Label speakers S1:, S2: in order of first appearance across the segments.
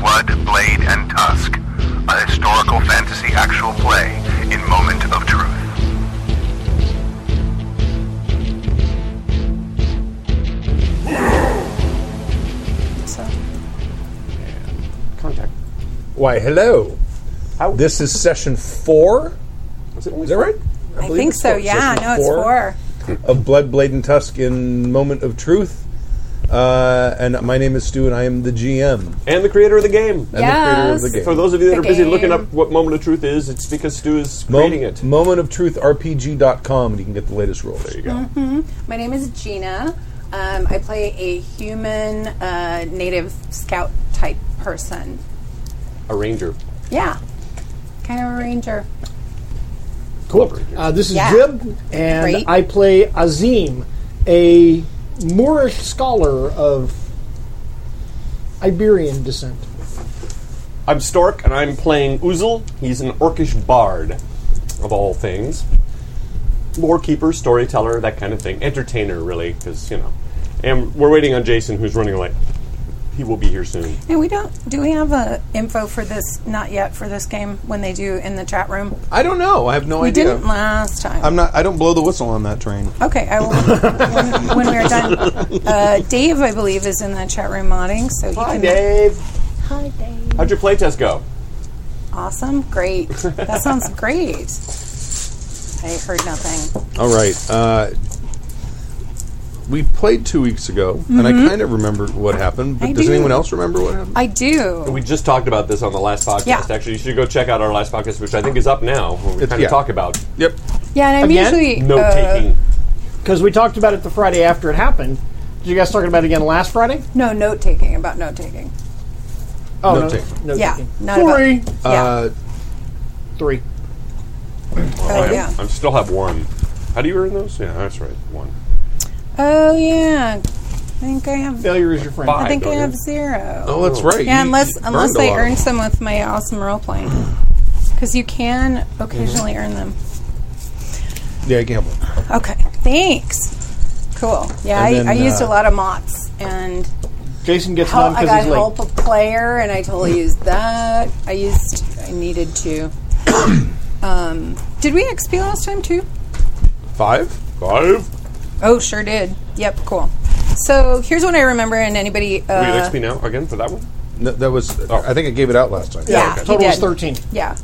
S1: Blood, Blade, and Tusk, a historical fantasy actual play in Moment of Truth.
S2: So contact.
S3: Why, hello.
S2: How-
S3: This is session four.
S2: Is it only
S3: Is that right?
S2: I,
S3: believe
S2: think
S3: it's
S2: so.
S3: four.
S2: Yeah.
S3: Session
S2: No, it's four.
S3: Of Blood, Blade, and Tusk in Moment of Truth. Uh, and my name is Stu, and I am the GM.
S4: and the creator of the game.
S3: And the creator of the
S2: Yes.
S3: game.
S4: For those of you that
S2: The
S4: are busy looking
S2: game.
S4: up what Moment of Truth is, it's because Stu is
S3: Mom-
S4: creating it.
S3: Moment of Truth RPG.com, and you can get the latest rules. There you go.
S2: My name is Gina. Um, I play a human uh, native scout type person.
S4: A ranger.
S2: Yeah. Kind of a ranger.
S4: Cool.
S5: Uh, this is
S2: Yeah.
S5: Jib, and
S2: Great.
S5: I play Azim, a Moorish scholar of Iberian descent.
S4: I'm Stork, and I'm playing Uzel. He's an orcish bard, of all things. Lore keeper, storyteller, that kind of thing. Entertainer, really, because, you know. And we're waiting on Jason, who's running late. He will be here soon.
S2: And we don't. Do we have uh, info for this? Not yet for this game. When they do in the chat room,
S3: I don't know. I have no
S2: we
S3: idea.
S2: didn't last time.
S3: I'm not. I don't blow the whistle on that train.
S2: okay. I will. when, when we are done, uh, Dave, I believe, is in the chat room modding. So he
S4: Hi,
S2: can
S4: Dave. Hi, Dave. How'd your playtest go?
S2: Awesome. Great. That sounds great. I heard nothing.
S3: All right. Uh, we played two weeks ago, and I kind of remember what happened. But
S2: Mm-hmm. I
S3: does
S2: do.
S3: anyone else remember what happened?
S2: I do.
S4: We just talked about this on the last podcast.
S2: Yeah.
S4: Actually, you should go check out our last podcast, which I think is up now, where we
S3: It's-
S4: kind of
S3: yeah.
S4: talk about
S3: yep.
S2: Yeah, and I'm
S5: Again?
S2: usually
S4: note
S2: uh,
S4: taking.
S5: Because we talked about it the Friday after it happened. Did you guys talk about it again last Friday?
S2: no note taking about note taking.
S5: Oh,
S3: Note taking.
S5: no
S2: Yeah,
S5: taking.
S2: not
S5: Sorry.
S2: about. Yeah.
S3: Uh,
S5: Three.
S2: oh
S4: I,
S2: yeah.
S4: I still have one. How do you earn those? Yeah, that's right. One.
S2: Oh yeah. I think I have.
S5: Failure is your friend.
S2: I
S4: Five.
S2: think I
S4: don't you?
S2: have zero.
S3: oh, that's right.
S2: Yeah,
S3: You-
S2: unless
S3: you
S2: unless
S3: burned a
S2: I
S3: lot
S2: earn
S3: of them.
S2: some with my awesome role playing, because you can
S3: Mm-hmm.
S2: occasionally earn them.
S3: Yeah, I gamble.
S2: Okay, thanks. Cool. Yeah, I,
S3: And then,
S2: I used
S3: uh,
S2: a lot of mots, and
S5: Jason gets
S2: hel-
S5: none
S2: I
S5: because
S2: got
S5: he's late.
S2: help a player, and I
S3: Mm-hmm.
S2: totally used that. I used I needed to. um, did we XP last time too?
S3: Five.
S4: Five.
S2: Oh, sure did. Yep, cool. So here's what I remember, and anybody.
S4: Will you
S2: Uh,
S4: XP now again for that one?
S3: No, that was. I think I gave it out last time.
S2: yeah, he
S5: Total is
S2: did.
S5: 13.
S2: Yeah.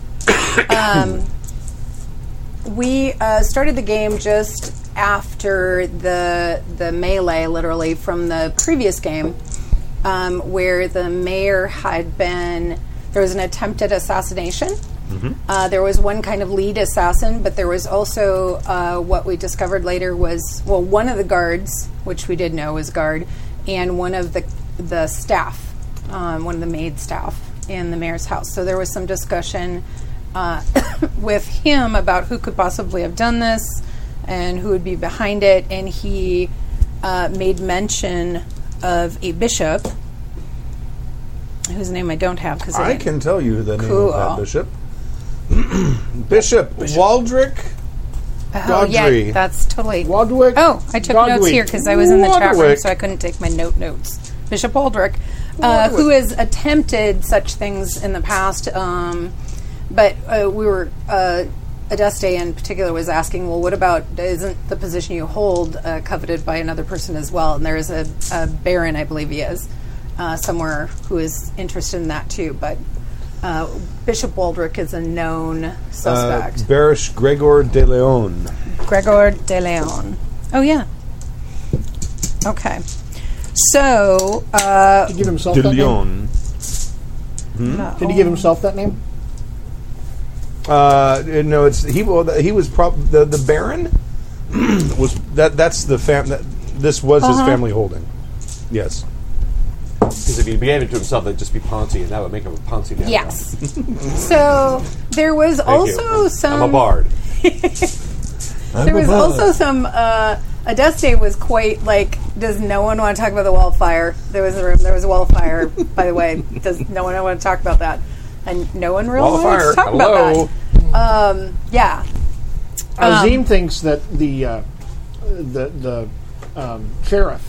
S2: um, we uh, started the game just after the the melee, literally from the previous game, um, where the mayor had been. There was an attempted assassination. Uh, there was one kind of lead assassin, but there was also uh, what we discovered later was well, one of the guards, which we did know was guard, and one of the the staff, um, one of the maid staff in the mayor's house. So there was some discussion uh, with him about who could possibly have done this and who would be behind it, and he uh, made mention of a bishop whose name I don't have because
S3: I can tell you the name of
S2: Cool.
S3: that bishop. bishop. Waldrick.
S2: Oh, yeah,
S3: Godfrey.
S2: that's totally.
S5: Waldwick.
S2: Oh, I took notes
S5: Godwick.
S2: here because I was in the chat room,
S3: Waldwick.
S2: so I couldn't take my note notes. Bishop Aldrich, uh, who has attempted such things in the past, um, but uh, we were uh, Adeste in particular was asking, well, what about isn't the position you hold uh, coveted by another person as well? And there is a, a baron, I believe he is, uh, somewhere who is interested in that too, but. Uh, Bishop Waldrich is a known
S3: Uh,
S2: suspect.
S3: Barish Gregor de Leon.
S2: Gregor de Leon. Oh yeah. Okay. So uh,
S5: Did he give himself
S3: De
S5: that name?
S3: Leon.
S5: Did he give himself that name?
S3: Uh, no, it's he. Well, he was prob- the the Baron was that. That's the fam. That, this was
S2: Uh-huh.
S3: his family holding. Yes.
S4: Because if he gave it to himself, that'd just be Ponzi, and that would make him a Ponzi. Down
S2: yes. so there was also
S4: I'm,
S2: some.
S4: I'm a bard.
S2: There was also some. Uh, Adeste was quite like. Does no one want to talk about the wildfire? There was a room. There was a wildfire. by the way, does no one want to talk about that? And no one really wanted
S4: Wildfire.
S2: to talk
S4: Hello.
S2: about that. Um, yeah.
S5: Azim thinks that um, the uh, the the um, sheriff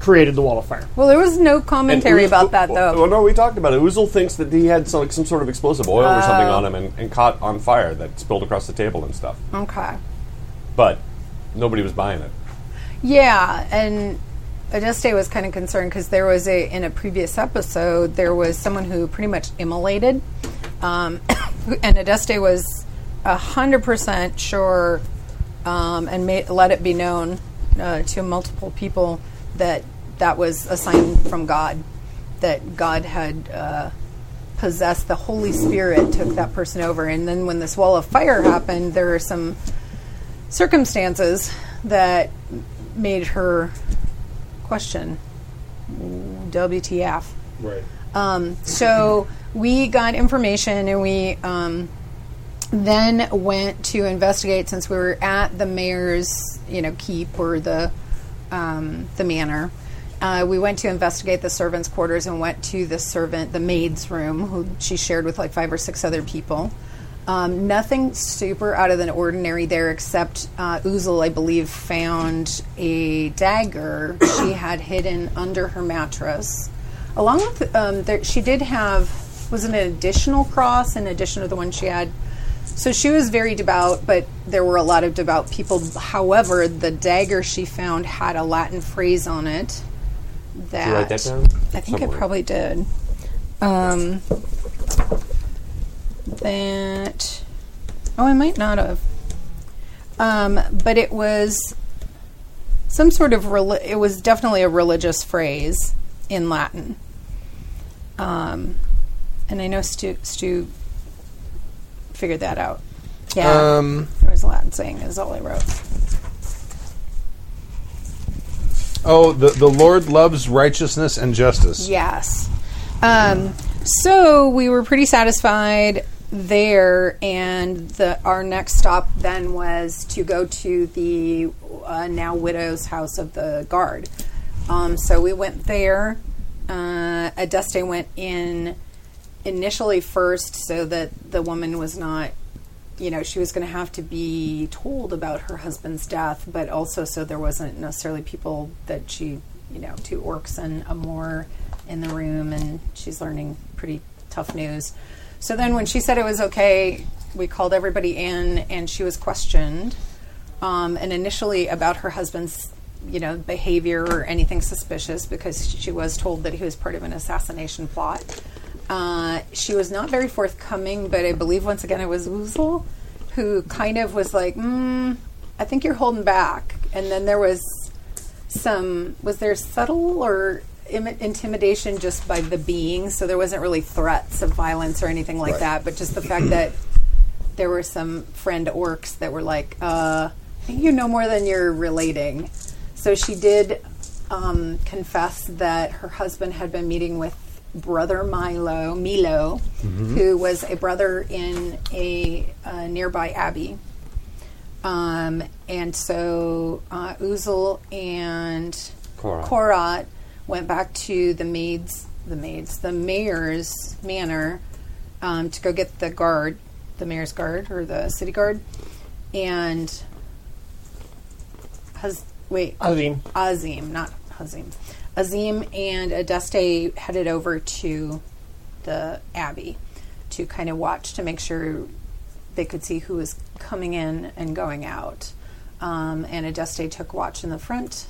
S6: created the wall of fire.
S2: Well, there was no commentary
S7: Uzel-
S2: about that,
S7: well,
S2: though.
S4: Oh,
S7: Well, no, we talked about it. Uzel thinks that he had some, like, some sort of explosive oil or something
S2: Oh.
S7: on him and, and caught on fire that spilled across the table and stuff.
S2: Okay.
S7: But nobody was buying it.
S2: Yeah, and Adeste was kind of concerned because there was a in a previous episode there was someone who pretty much immolated, um, and Adeste was hundred percent sure um, and made, let it be known uh, to multiple people that that was a sign from God that God had. Uh, possessed the holy spirit took that person over and then when this wall of fire happened there are some circumstances that made her question WTF.
S3: Right.
S2: Um, so we got information and we um, then went to investigate since we were at the mayor's, you know, keep or the um, the manor. Uh, we went to investigate the servants' quarters and went to the servant, the maid's room, who she shared with like five or six other people. Um, nothing super out of the ordinary there, except uh, Uzel, I believe, found a dagger she had hidden under her mattress. Along with, um, there, she did have was an additional cross in addition to the one she had. So she was very devout, but there were a lot of devout people. However, the dagger she found had a Latin phrase on it. That,
S7: you write that down?
S2: I think I
S7: Somewhere.
S2: probably did. Um, that. Oh, I might not have. Um, but it was some sort of. Reli- it was definitely a religious phrase in Latin. Um, and I know Stu, Stu figured that out. Yeah.
S8: Um,
S2: it was a Latin saying, is all I wrote.
S3: Oh, the the Lord loves righteousness and justice.
S2: Yes. Um, so we were pretty satisfied there, and the, our next stop then was to go to the uh, now widow's house of the guard. Um, so we went there. Uh, Adeste went in initially first so that the woman was not you know she was going to have to be told about her husband's death but also so there wasn't necessarily people that she you know two orcs and a moor in the room and she's learning pretty tough news so then when she said it was okay we called everybody in and she was questioned um, and initially about her husband's you know behavior or anything suspicious because she was told that he was part of an assassination plot uh, she was not very forthcoming but i believe once again it was Woozle who kind of was like mm, i think you're holding back and then there was some was there subtle or Im- intimidation just by the being so there wasn't really threats of violence or anything like that but just the fact that there were some friend orcs that were like, uh, I think you know more than you're relating. So she did um, confess that her husband had been meeting with brother Milo, Milo, who was a brother in a uh, nearby abbey. Um, and so uh, Uzel and
S7: Korat.
S2: Korat went back to the maids, the maids, the mayor's manor um, to go get the guard, the mayor's guard or the city guard, and hus- wait,
S5: Oh,
S6: Azim.
S2: Azim, not Hazim. Azim and Adeste headed over to the abbey to kind of watch to make sure they could see who was coming in and going out. Um, and Adeste took watch in the front.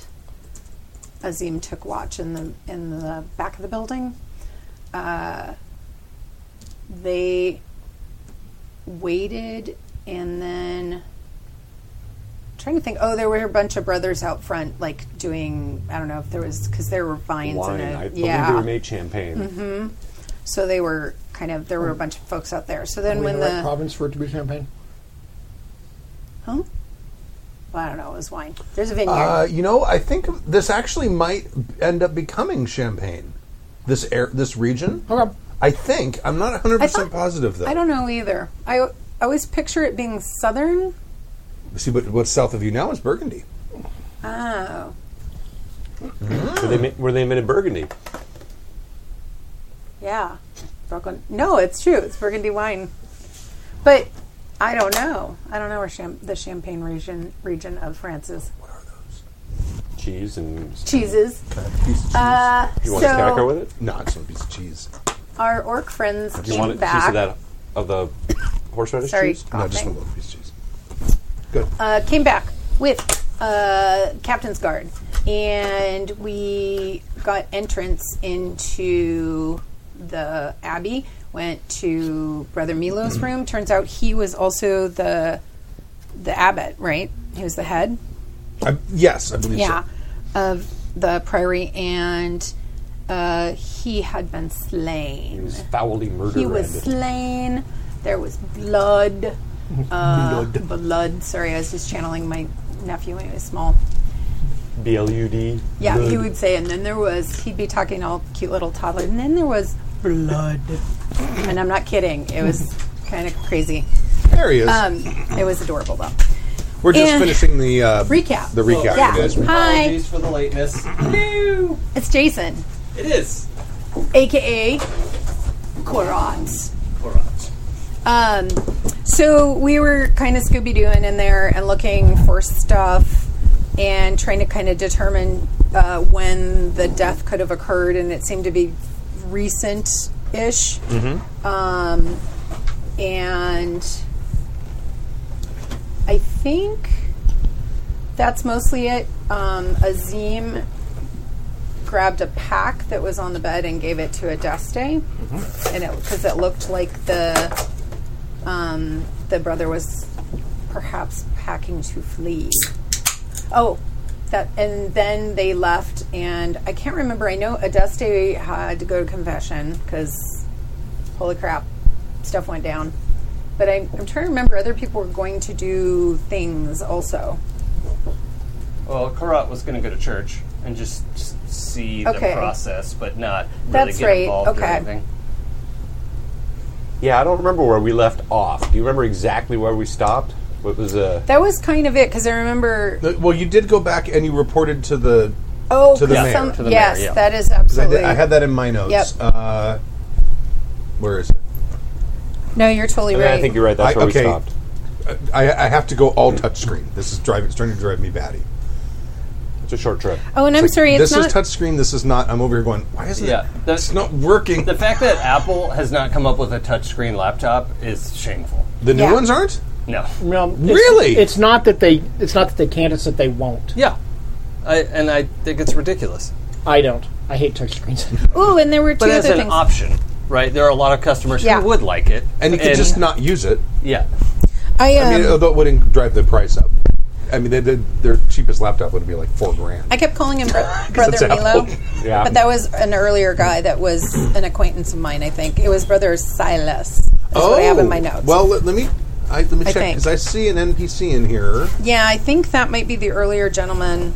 S2: Azim took watch in the in the back of the building. Uh, they waited and then trying to think. Oh, there were a bunch of brothers out front, like doing. I don't know if there was because there were vines.
S7: Wine.
S2: in it.
S7: I believe
S2: yeah.
S7: they were made champagne.
S2: So they were kind of there were a
S8: Mm.
S2: bunch of folks out there. So then
S6: Are we
S2: when
S6: in the right
S2: the
S6: province for it to be champagne.
S2: huh? Well, I don't know. It was wine. There's a vineyard.
S8: Uh, you know, I think this actually might end up becoming Champagne. This air, this region.
S6: Okay.
S8: I think I'm not 100
S2: I
S8: percent
S2: thought-
S8: positive though.
S2: I don't know either. I I always picture it being southern.
S8: See, but what's south of you now is Burgundy.
S2: Oh,
S7: Were, they, ma- were they made in Burgundy?
S2: yeah, Burgundy. No, it's true. It's Burgundy wine, but I don't know. I don't know where Cham- the Champagne region region of France is.
S8: What are those?
S4: cheese and
S2: Cheeses.
S9: Piece of cheese.
S2: Uh,
S4: you want
S2: so
S4: a snacker with it?
S9: no, it's not a piece of cheese.
S2: our orc friends
S4: Do you
S2: came
S4: want a
S2: back.
S4: piece of that of the horseradish
S2: Sorry,
S4: cheese?
S9: No, just a
S2: coughing.
S9: little piece of cheese.
S2: uh, came back with uh, captain's guard, and we got entrance into the abbey. Went to Brother
S4: Mm-hmm.
S2: Milo's room. Turns out he was also the the abbot, right? He was the head,
S3: I, yes, I believe
S2: yeah,
S3: so.
S2: of the priory, and uh, he had been slain.
S4: He was foully murdered.
S2: He was slain. There was blood. Uh, blood. Sorry, I was just channeling my nephew when he was small.
S4: BLUD.
S2: Yeah, he
S4: Blood.
S2: would say, and then there was, he'd be talking all cute little toddler, and then there was blood. and I'm not kidding. It was kind of crazy.
S3: There he is.
S2: Um, it was adorable, though.
S3: We're just
S2: and-
S3: finishing the uh,
S2: Recap.
S3: The recap.
S2: Yeah.
S3: you guys.
S2: Hi.
S10: Apologies for the lateness. Hello.
S2: It's Jason,
S10: It is.
S2: aka Korot.
S10: Correct.
S2: Um, so we were kind of Scooby Dooing in there and looking for stuff and trying to kind of determine uh, when the death could have occurred, and it seemed to be recent ish. Um, and I think that's mostly it. Um, Azim grabbed a pack that was on the bed and gave it to Adeste, and it because it looked like the um, the brother was perhaps packing to flee. Oh, that and then they left, and I can't remember. I know Adeste had to go to confession because holy crap, stuff went down. But I'm, I'm trying to remember other people were going to do things also.
S10: Well, Karat was going to go to church and just, just see
S2: Okay.
S10: the process, but not really
S2: That's
S10: get
S2: right.
S10: involved
S2: Okay.
S10: or anything.
S4: Yeah, I don't remember where we left off. Do you remember exactly where we stopped? What was uh,
S2: That was kind of it because I remember.
S3: Uh, Well, you did go back and you reported to the.
S2: Oh,
S3: to the
S2: 'cause
S3: mayor.
S2: some-
S3: To
S10: the mayor,
S2: yes,
S10: yeah.
S2: that is
S3: 'cause I,
S2: absolutely.
S3: did, I had that in my notes.
S2: Yep.
S3: Uh, where is it?
S2: no, you're totally
S4: I, mean,
S2: right.
S4: I think you're right. That's
S3: I-
S4: where
S3: okay.
S4: we stopped.
S3: I, I have to go all touchscreen. This is driving. It's starting to drive me batty.
S4: It's a short trip.
S2: oh, and I'm
S3: Like,
S2: sorry, it's
S3: this
S2: not.
S3: is touchscreen. This is not. I'm over here going. Why isn't
S10: Yeah,
S3: it?
S10: that's-
S3: It's not working.
S10: The
S3: The,
S10: fact that Apple has not come up with a touchscreen laptop is shameful.
S3: new
S2: Yeah.
S3: ones aren't.
S10: No.
S5: Well, it's-
S3: Really?
S5: It's not that they. It's not that they can't. It's that they won't.
S10: Yeah. I, and I think it's ridiculous.
S5: I don't. I hate touchscreens.
S2: Ooh, and there were two
S10: But as
S2: other
S10: an
S2: things.
S10: option, right? There are a lot of customers
S2: Yeah.
S10: who would like it.
S3: And you could just not use it.
S10: Yeah.
S2: I, um,
S3: I mean, although it wouldn't drive the price up. I mean, they, they, their cheapest laptop would be like four grand.
S2: I kept calling him bro- Brother
S3: it's Apple.
S2: Milo,
S4: Yeah.
S2: but that was an earlier guy that was an acquaintance of mine. I think it was Brother Silas. That's what I have in my notes.
S3: Oh, Well, let, let me I, let me
S2: I
S3: check
S2: think.
S3: because I see an NPC in here.
S2: yeah, I think that might be the earlier gentleman.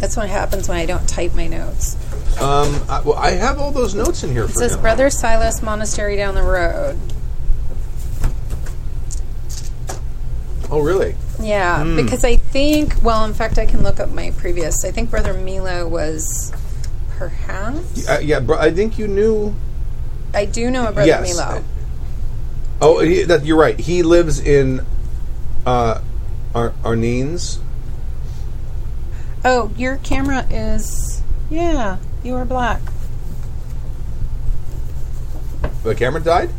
S2: That's what happens when I don't type my notes.
S3: Um, I, well, I have all those notes in here
S2: It
S3: for
S2: says
S3: him.
S2: Brother Silas Monastery down the road.
S3: Oh, really?
S2: Yeah,
S3: Hmm.
S2: because I think, well, in fact, I can look up my previous. I think Brother Milo was perhaps.
S3: Uh, yeah, bro, I think you knew.
S2: I do know a Brother
S3: yes.
S2: Milo.
S3: Oh, he, that, you're right. He lives in uh, Ar- Arnines.
S2: Oh, your camera is. Yeah, you are black.
S3: The camera died.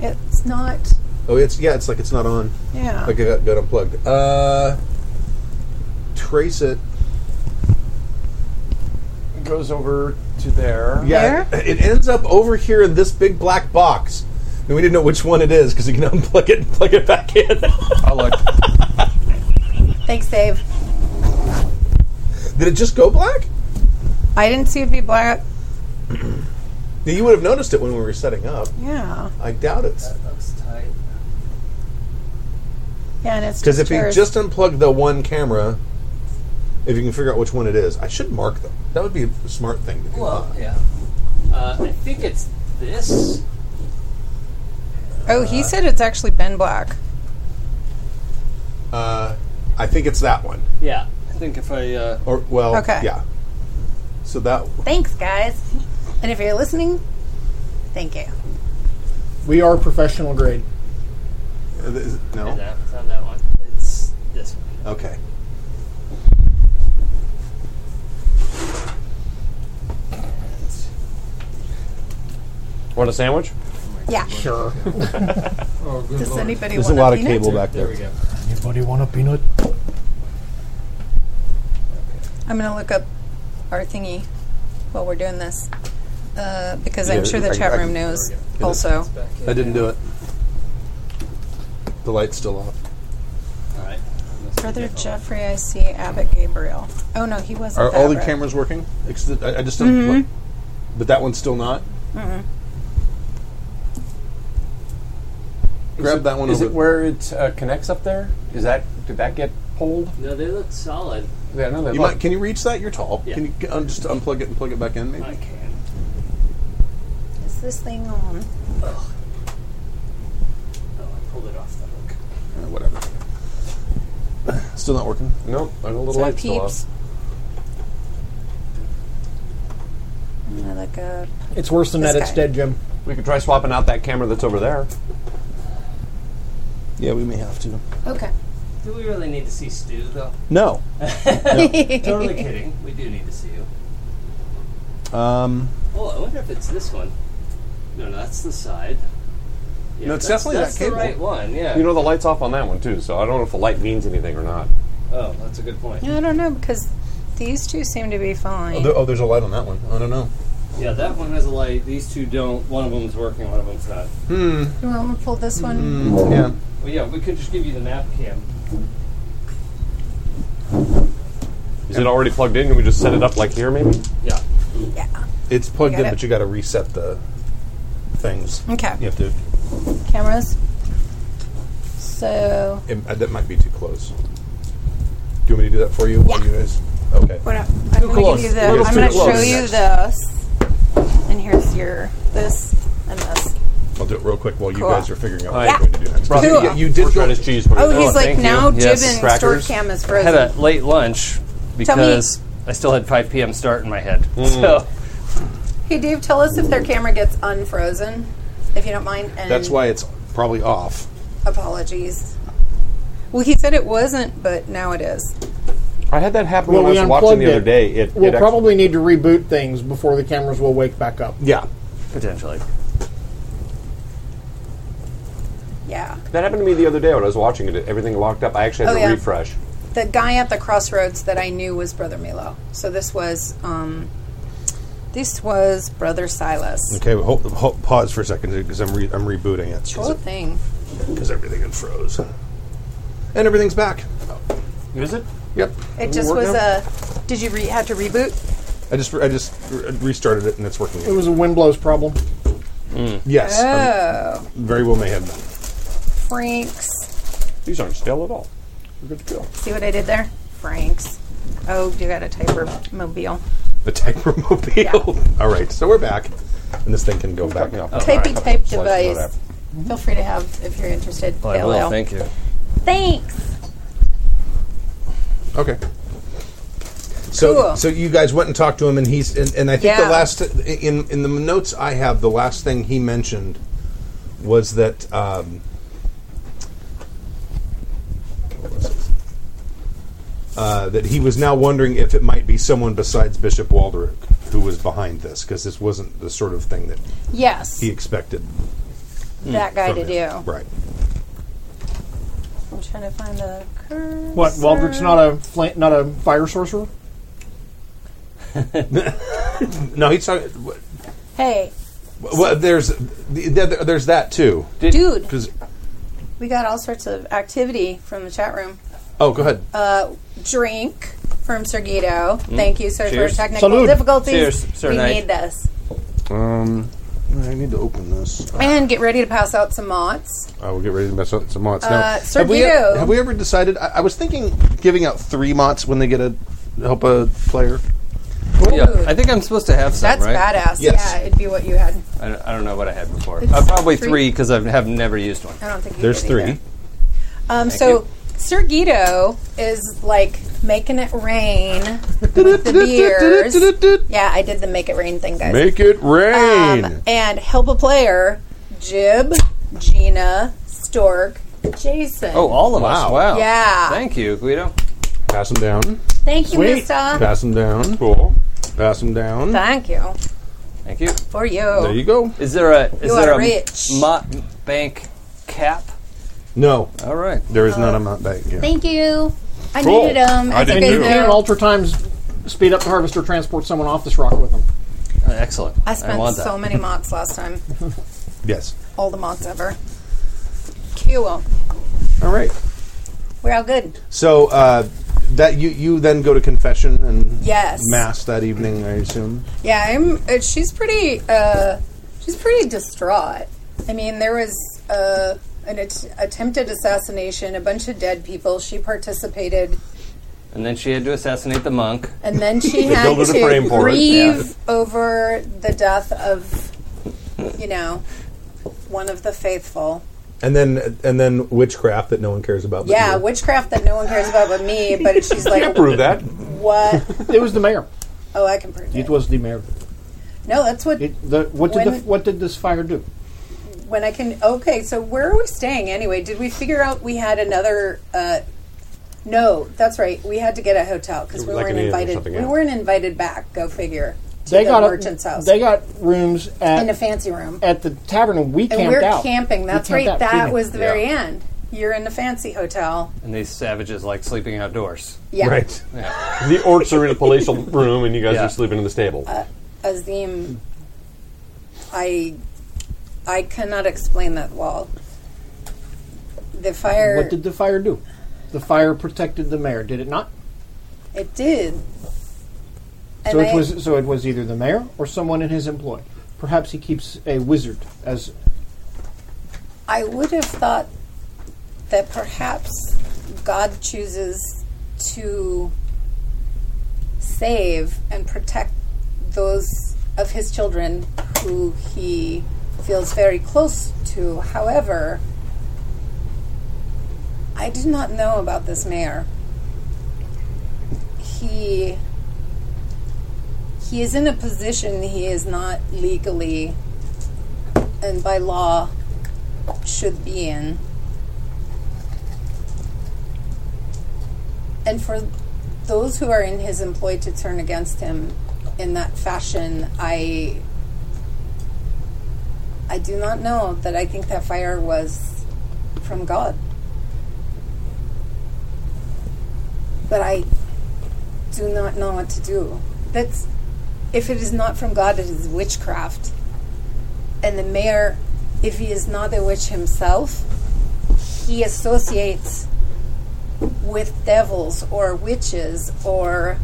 S2: It's not.
S3: Oh, it's yeah. It's like it's not on.
S9: Oh.
S2: Yeah.
S3: Like it got, got unplugged. Uh, trace it.
S9: Goes over to there.
S3: Yeah, it ends up over here in this big black box. And we didn't know which one it is because you can unplug it and plug it back in.
S9: I like.
S2: Thanks, Dave.
S3: Did it just go black?
S2: I didn't see it be black.
S3: Now, You would have noticed it when we were setting up.
S2: Yeah.
S3: I doubt it.
S10: Looks tight.
S2: Yeah, and it's
S3: Because if you
S2: yours.
S3: just unplug the one camera, if you can figure out which one it is, I should mark them. That would be a smart thing to do.
S10: Well, yeah. Uh, I think it's this.
S2: Oh, he said it's actually been black.
S3: Uh, I think it's that one.
S10: Yeah. I think if I. Uh,
S3: Or well,
S2: Okay.
S3: yeah. So that
S2: Thanks, guys. And if you're listening, thank you.
S5: we are professional grade.
S3: uh, is- no.
S10: that, it's not that one. It's this one.
S3: Okay.
S7: Want a sandwich?
S2: Yeah.
S6: Sure.
S10: Oh, good
S2: Does
S10: lord.
S2: anybody
S3: There's a
S2: want
S3: lot of
S2: peanut?
S3: cable back
S10: There
S3: there.
S10: we go.
S6: Anybody want a peanut?
S2: I'm going to look up our thingy while we're doing this uh, because
S3: Yeah,
S2: I'm sure
S3: I-
S2: the chat
S3: I-
S2: room knows
S3: go.
S2: also.
S3: I didn't do it. The light's still off.
S11: All right.
S2: Brother Jeffrey, I see Abbott Gabriel. Oh, no, he wasn't.
S3: Are all the
S2: that, right?
S3: cameras working? Ex- I, I just don't. look. But that one's still not. Mm-hmm. Grab that one
S7: Is
S3: over.
S7: it where it uh, connects up there? Is that did that get pulled?
S10: No, they look solid.
S7: Yeah, no, they
S3: you
S7: look-
S3: might, can you reach that? You're tall.
S10: Yeah.
S3: Can you g- un- just unplug it and plug it back in? Maybe.
S10: I can.
S2: Is this thing on?
S10: Oh, I pulled it off the hook.
S3: Uh, whatever. Still not working.
S7: no, I know the
S2: So it
S7: light's still
S2: peeps.
S7: off.
S2: I'm going to look up.
S6: It's worse than
S2: This
S6: that. It's
S2: guy.
S6: dead, Jim.
S7: We could try swapping out that camera that's over there.
S3: Yeah, we may have to.
S2: Okay.
S10: Do we really need to see Stu, though?
S3: No.
S10: totally kidding. We do need to see you.
S3: Um,
S10: Oh, I wonder if it's this one. No, no, that's the side. Yeah,
S3: No, it's
S10: that's-
S3: definitely
S10: that's
S3: that
S10: the
S3: cable.
S10: right one. Yeah.
S7: You know the light's off on that one too, so I don't know if the light means anything or not.
S10: oh, that's a good point.
S2: I don't know because these two seem to be fine.
S3: oh, there- oh, there's a light on that one. I don't know.
S10: Yeah, that one has a light. These two don't. One of them's working. One of them's not.
S2: you want me to pull this one?
S3: Yeah.
S10: Well, yeah, we could just give you the map cam.
S7: Is it already plugged in? Can we just set it up like here, maybe?
S10: Yeah.
S2: Yeah.
S3: It's plugged
S2: Got
S3: in,
S2: it.
S3: but you got to reset the things.
S2: Okay.
S3: You have to.
S2: Cameras. So
S3: It, uh, that might be too close. Do you want me to do that for you? while
S2: Yeah.
S3: You guys. Okay.
S2: what I- I'm going to
S3: close.
S2: give you the.
S3: A little
S2: I'm
S3: too
S2: going to show
S3: close.
S2: you this, and here's your this and this.
S3: I'll do it real quick while you
S2: Cool.
S3: guys are figuring out what
S7: Yeah.
S3: you're going to do next.
S7: Brother,
S2: Cool.
S3: Yeah, you did.
S7: Try
S3: Go,
S7: this cheese. what are you
S2: Oh,
S7: doing?
S2: he's like
S10: thank
S2: now
S10: you.
S2: Jib
S10: Yes.
S2: and store
S7: Crackers.
S2: cam is
S10: I had
S2: frozen.
S10: a late lunch because I still had 5 p.m. start in my head. So
S2: Hey Dave, tell us if their camera gets unfrozen, if you don't mind. And
S3: that's why it's probably off.
S2: Apologies. Well, he said it wasn't, but now it is.
S7: I had that happen
S6: Well,
S7: when
S6: we
S7: I was watching
S6: unplugged
S7: the other
S6: it.
S7: day. It,
S6: We'll
S7: it act-
S6: probably need to reboot things before the cameras will wake back up.
S3: Yeah.
S10: potentially.
S2: Yeah.
S7: that happened to me the other day when I was watching it. Everything locked up. I actually had
S2: Oh,
S7: to
S2: yeah.
S7: refresh.
S2: the guy at the crossroads that I knew was Brother Milo. So this was um, this was Brother Silas.
S3: Okay. Well, hold, hold, pause for a second because I'm re- I'm rebooting it
S2: Cool thing.
S3: because everything had froze, and everything's back.
S10: Is it?
S3: Yep.
S2: It just
S3: work
S2: was
S3: now?
S2: a. Did you re- had to reboot?
S3: I just I just re- restarted it and it's working.
S6: It was a wind blows problem.
S3: yes. um,
S2: Oh,
S3: very well may have been.
S2: Franks.
S7: These aren't stale at all. We're good to go.
S2: See what I did there? Franks. Oh, you got a typer mobile.
S3: The Tiger Mobile.
S2: Yeah.
S3: All right. So we're back, and this thing can go back.
S7: Fucking
S3: now.
S7: up.
S2: Typey type
S7: Oh, Slice it out.
S2: device. Feel free to have if you're interested. LL.
S10: you.
S2: Thanks.
S3: Okay. So,
S2: Cool.
S3: so you guys went and talked to him, and he's and, and I think
S2: Yeah.
S3: the last in in the notes I have, the last thing he mentioned was that. Um, what was it? Uh, that he was now wondering if it might be someone besides Bishop Walderick who was behind this, because this wasn't the sort of thing that
S2: Yes,
S3: he expected.
S2: that guy
S3: from
S2: to
S3: him.
S2: do.
S3: right?
S2: I'm trying to find the cursor.
S6: What? Waldrick's not a flan- not a fire sorcerer.
S3: No, he's talking. w-
S2: Hey,
S3: Well, there's the- the- there's that too,
S2: dude.
S3: because
S2: We got all sorts of activity from the chat room.
S3: oh, go ahead.
S2: Uh, drink from Sergito. Thank you, sir,
S10: Cheers.
S2: for technical
S6: Salud.
S2: difficulties.
S10: Cheers, Sir
S2: we
S10: Knight.
S2: need this.
S3: Um, I need to open this.
S2: And get ready to pass out some mods.
S3: I will get ready to mess up some mods
S2: Uh,
S3: now.
S2: Sir
S3: have, we, e-,
S2: Guido.
S3: have we ever decided? I, I was thinking giving out three mods when they get a help a player.
S10: Yeah, I think I'm supposed to have some,
S2: That's
S10: right?
S2: badass.
S3: Yes.
S2: Yeah, it'd be what you had.
S10: I don't, I don't know what I had before.
S2: It's
S10: Uh, probably
S2: three.
S10: three because I have never used one.
S2: I don't think you
S3: There's
S2: did
S3: three.
S2: either. Um,
S10: Thank
S2: so
S10: you.
S2: Sir Guido is like making it rain with the beers. Yeah, I did the make it rain thing, guys.
S3: Make it rain.
S2: Um, and help a player, Jib, Gina, Stork, Jason.
S10: Oh, all of us.
S3: Wow.
S10: Wow.
S2: Yeah.
S10: Thank you, Guido.
S3: Pass them down.
S2: Thank you,
S6: Sweet.
S2: Mister.
S3: Pass them down.
S7: Cool.
S3: Pass them down.
S2: Thank you.
S10: Thank you.
S2: For you.
S3: There you go.
S10: Is there a is
S2: You
S10: there
S2: are
S10: a
S2: rich.
S10: mo- bank cap?
S3: No,
S10: All right.
S3: there is none amount back here.
S12: Thank you.
S2: I
S4: Cool.
S2: needed them.
S4: I
S2: It's
S4: didn't
S2: okay,
S4: either.
S5: You can
S2: though.
S5: alter times speed up the harvester, transport someone off this rock with them.
S10: Uh, Excellent.
S2: I
S10: want
S2: spent
S10: that.
S2: so many months last time.
S3: Yes.
S2: All the months ever. Cool.
S3: All right.
S2: We're all good.
S3: So uh, that you you then go to confession and
S2: Yes.
S3: mass that evening, I assume.
S2: Yeah, I'm. Uh, she's pretty. Uh, she's pretty distraught. I mean, there was uh, an at- attempted assassination, a bunch of dead people. She participated,
S10: And then she had to assassinate the monk.
S2: and then she had
S4: built a
S2: to
S4: frame for it.
S2: grieve over the death of, you know, one of the faithful.
S13: And then and then witchcraft that no one cares about. but
S2: Yeah,
S13: you.
S2: witchcraft that no one cares about but me. But she's like,
S4: Prove that.
S2: what?
S5: It was the mayor.
S2: Oh, I can prove
S5: It
S2: it.
S5: was the mayor.
S2: No, that's what
S5: It, the, what did the,
S2: When-
S5: what did this fire do?
S2: when I can. Okay, so where are we staying anyway? Did we figure out we had another? Uh, no, that's right. We had to get a hotel because we
S4: was like
S2: weren't
S4: an inn or
S2: invited.
S4: something,
S2: We
S4: yeah.
S2: weren't invited back. Go figure. To
S5: They
S2: the
S5: got a-
S2: merchant's house
S5: They got rooms
S2: in a
S5: at
S2: fancy room,
S5: at the tavern, and we
S2: and
S5: camped
S2: we're
S5: out.
S2: camping.
S5: We
S2: That's
S5: camped
S2: right.
S5: out,
S2: That
S5: didn't we?
S2: was the very end. You're in a fancy hotel.
S10: And these savages like sleeping outdoors.
S2: Yeah,
S13: Right.
S4: The orcs are in a palatial room, and you guys
S10: Yeah.
S4: are sleeping in the stable.
S2: Uh, Azim. I, I cannot explain that wall. The fire.
S5: What did the fire do? The fire protected the mayor, did it not?
S2: It did. And
S5: so it
S2: I-
S5: was so it was either the mayor or someone in his employ. Perhaps he keeps a wizard as
S2: I would have thought that perhaps God chooses to save and protect those of his children who he feels very close to. However, I do not know about this mayor. He he is in a position he is not legally and by law should be in. And for those who are in his employ to turn against him in that fashion, I I do not know that I think that fire was from God. But I do not know what to do. That's if it is not from God, it is witchcraft and the mayor, if he is not a witch himself, he associates with devils or witches or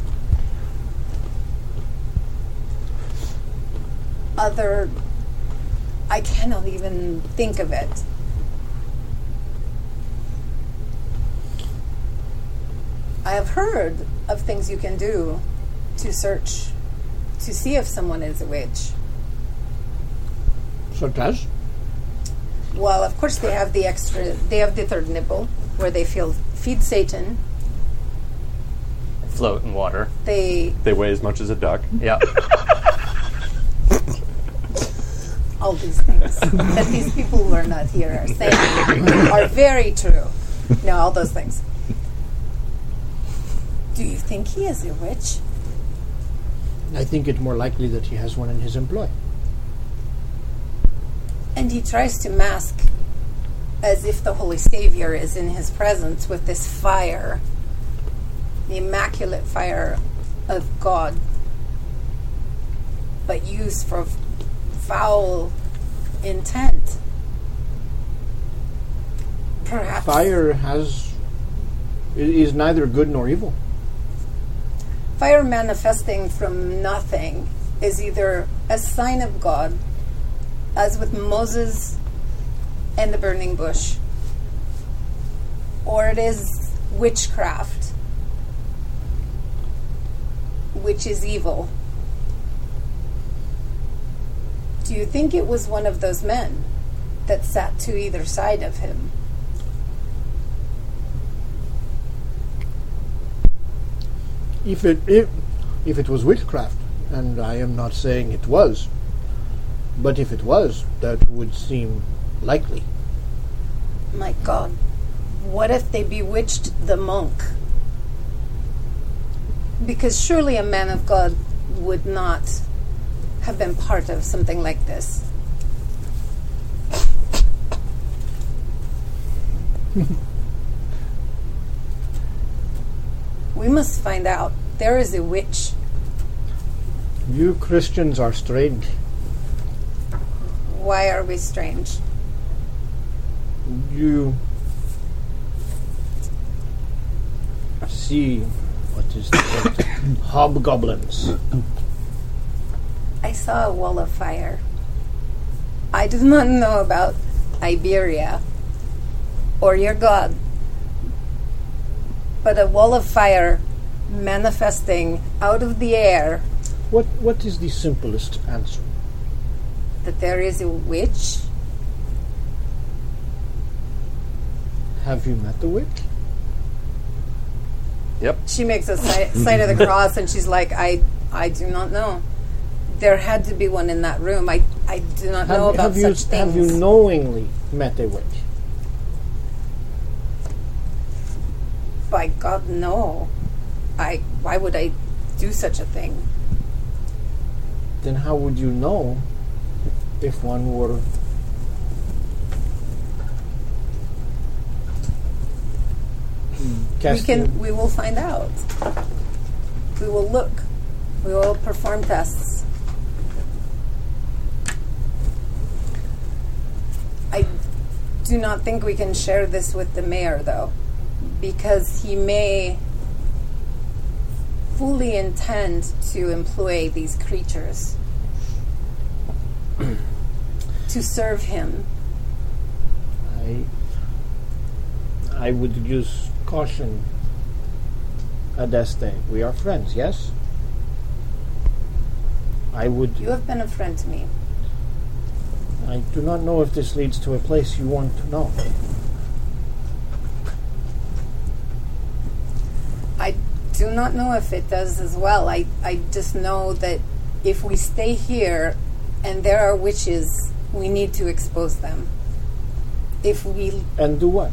S2: other. I cannot even think of it. I have heard of things you can do to search to see if someone is a witch.
S5: such as
S2: Well, of course they have the extra. They have the third nipple where they feel feed Satan.
S10: Float in water.
S2: They
S4: They weigh as much as a duck.
S10: Yeah.
S2: all these things that these people who are not here are saying are very true. No, all those things. Do you think he is a witch?
S5: I think it more likely that he has one in his employ.
S2: And he tries to mask as if the Holy Savior is in his presence with this fire, the immaculate fire of God, but used for foul intent. Perhaps.
S5: Fire has i- is neither good nor evil.
S2: fire manifesting from nothing is either a sign of God, as with Moses and the burning bush, or it is witchcraft, which is evil. Do you think it was one of those men that sat to either side of him?
S5: If it if, if it was witchcraft, and I am not saying it was, but if it was, that would seem likely.
S2: My God, what if they bewitched the monk? Because surely a man of God would not have been part of something like this. we must find out. There is a witch.
S5: You Christians are strange.
S2: Why are we strange?
S5: You see what is the word? hobgoblins.
S2: I saw a wall of fire. I do not know about Iberia or your god, but a wall of fire manifesting out of the air
S5: What what is the simplest answer?
S2: that there is a witch.
S5: Have you met the witch?
S2: She makes a si- sign of the cross and she's like, I, I do not know. There had to be one in that room. I, I do not know
S5: Have,
S2: about
S5: have
S2: such
S5: you
S2: things.
S5: have you knowingly met a witch?
S2: By God, no. I. Why would I do such a thing?
S5: Then how would you know if one were
S2: We
S5: casting?
S2: can. We will find out. We will look. We will perform tests. I do not think we can share this with the mayor, though, because he may fully intend to employ these creatures to serve him.
S5: I I would use caution. Adeste, we are friends, yes? I would
S2: You have been a friend to me.
S5: I do not know if this leads to a place you want to know.
S2: I do not know if it does as well. I, I just know that if we stay here and there are witches, we need to expose them. If we,
S5: And do what?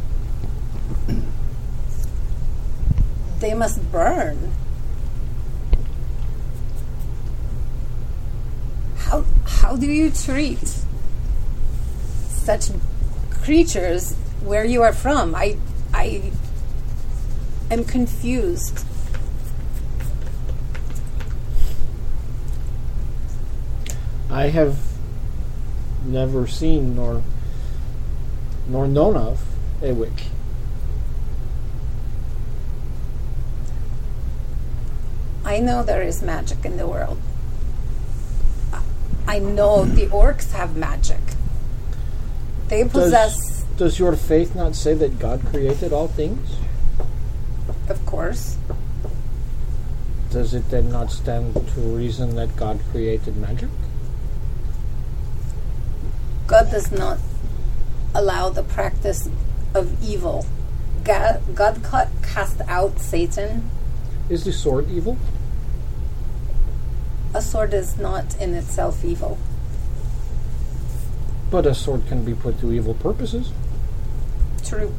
S2: they must burn. How, how do you treat such creatures where you are from? I, I am confused.
S5: I have never seen nor nor known of a witch.
S2: I know there is magic in the world. I- I know the orcs have magic. They possess,
S5: Does your faith not say that God created all things?
S2: of course.
S5: Does it then not stand to reason that God created magic?
S2: God does not allow the practice of evil. God, God ca- cast out Satan.
S5: Is the sword evil?
S2: A sword is not in itself evil.
S5: But a sword can be put to evil purposes.
S2: True.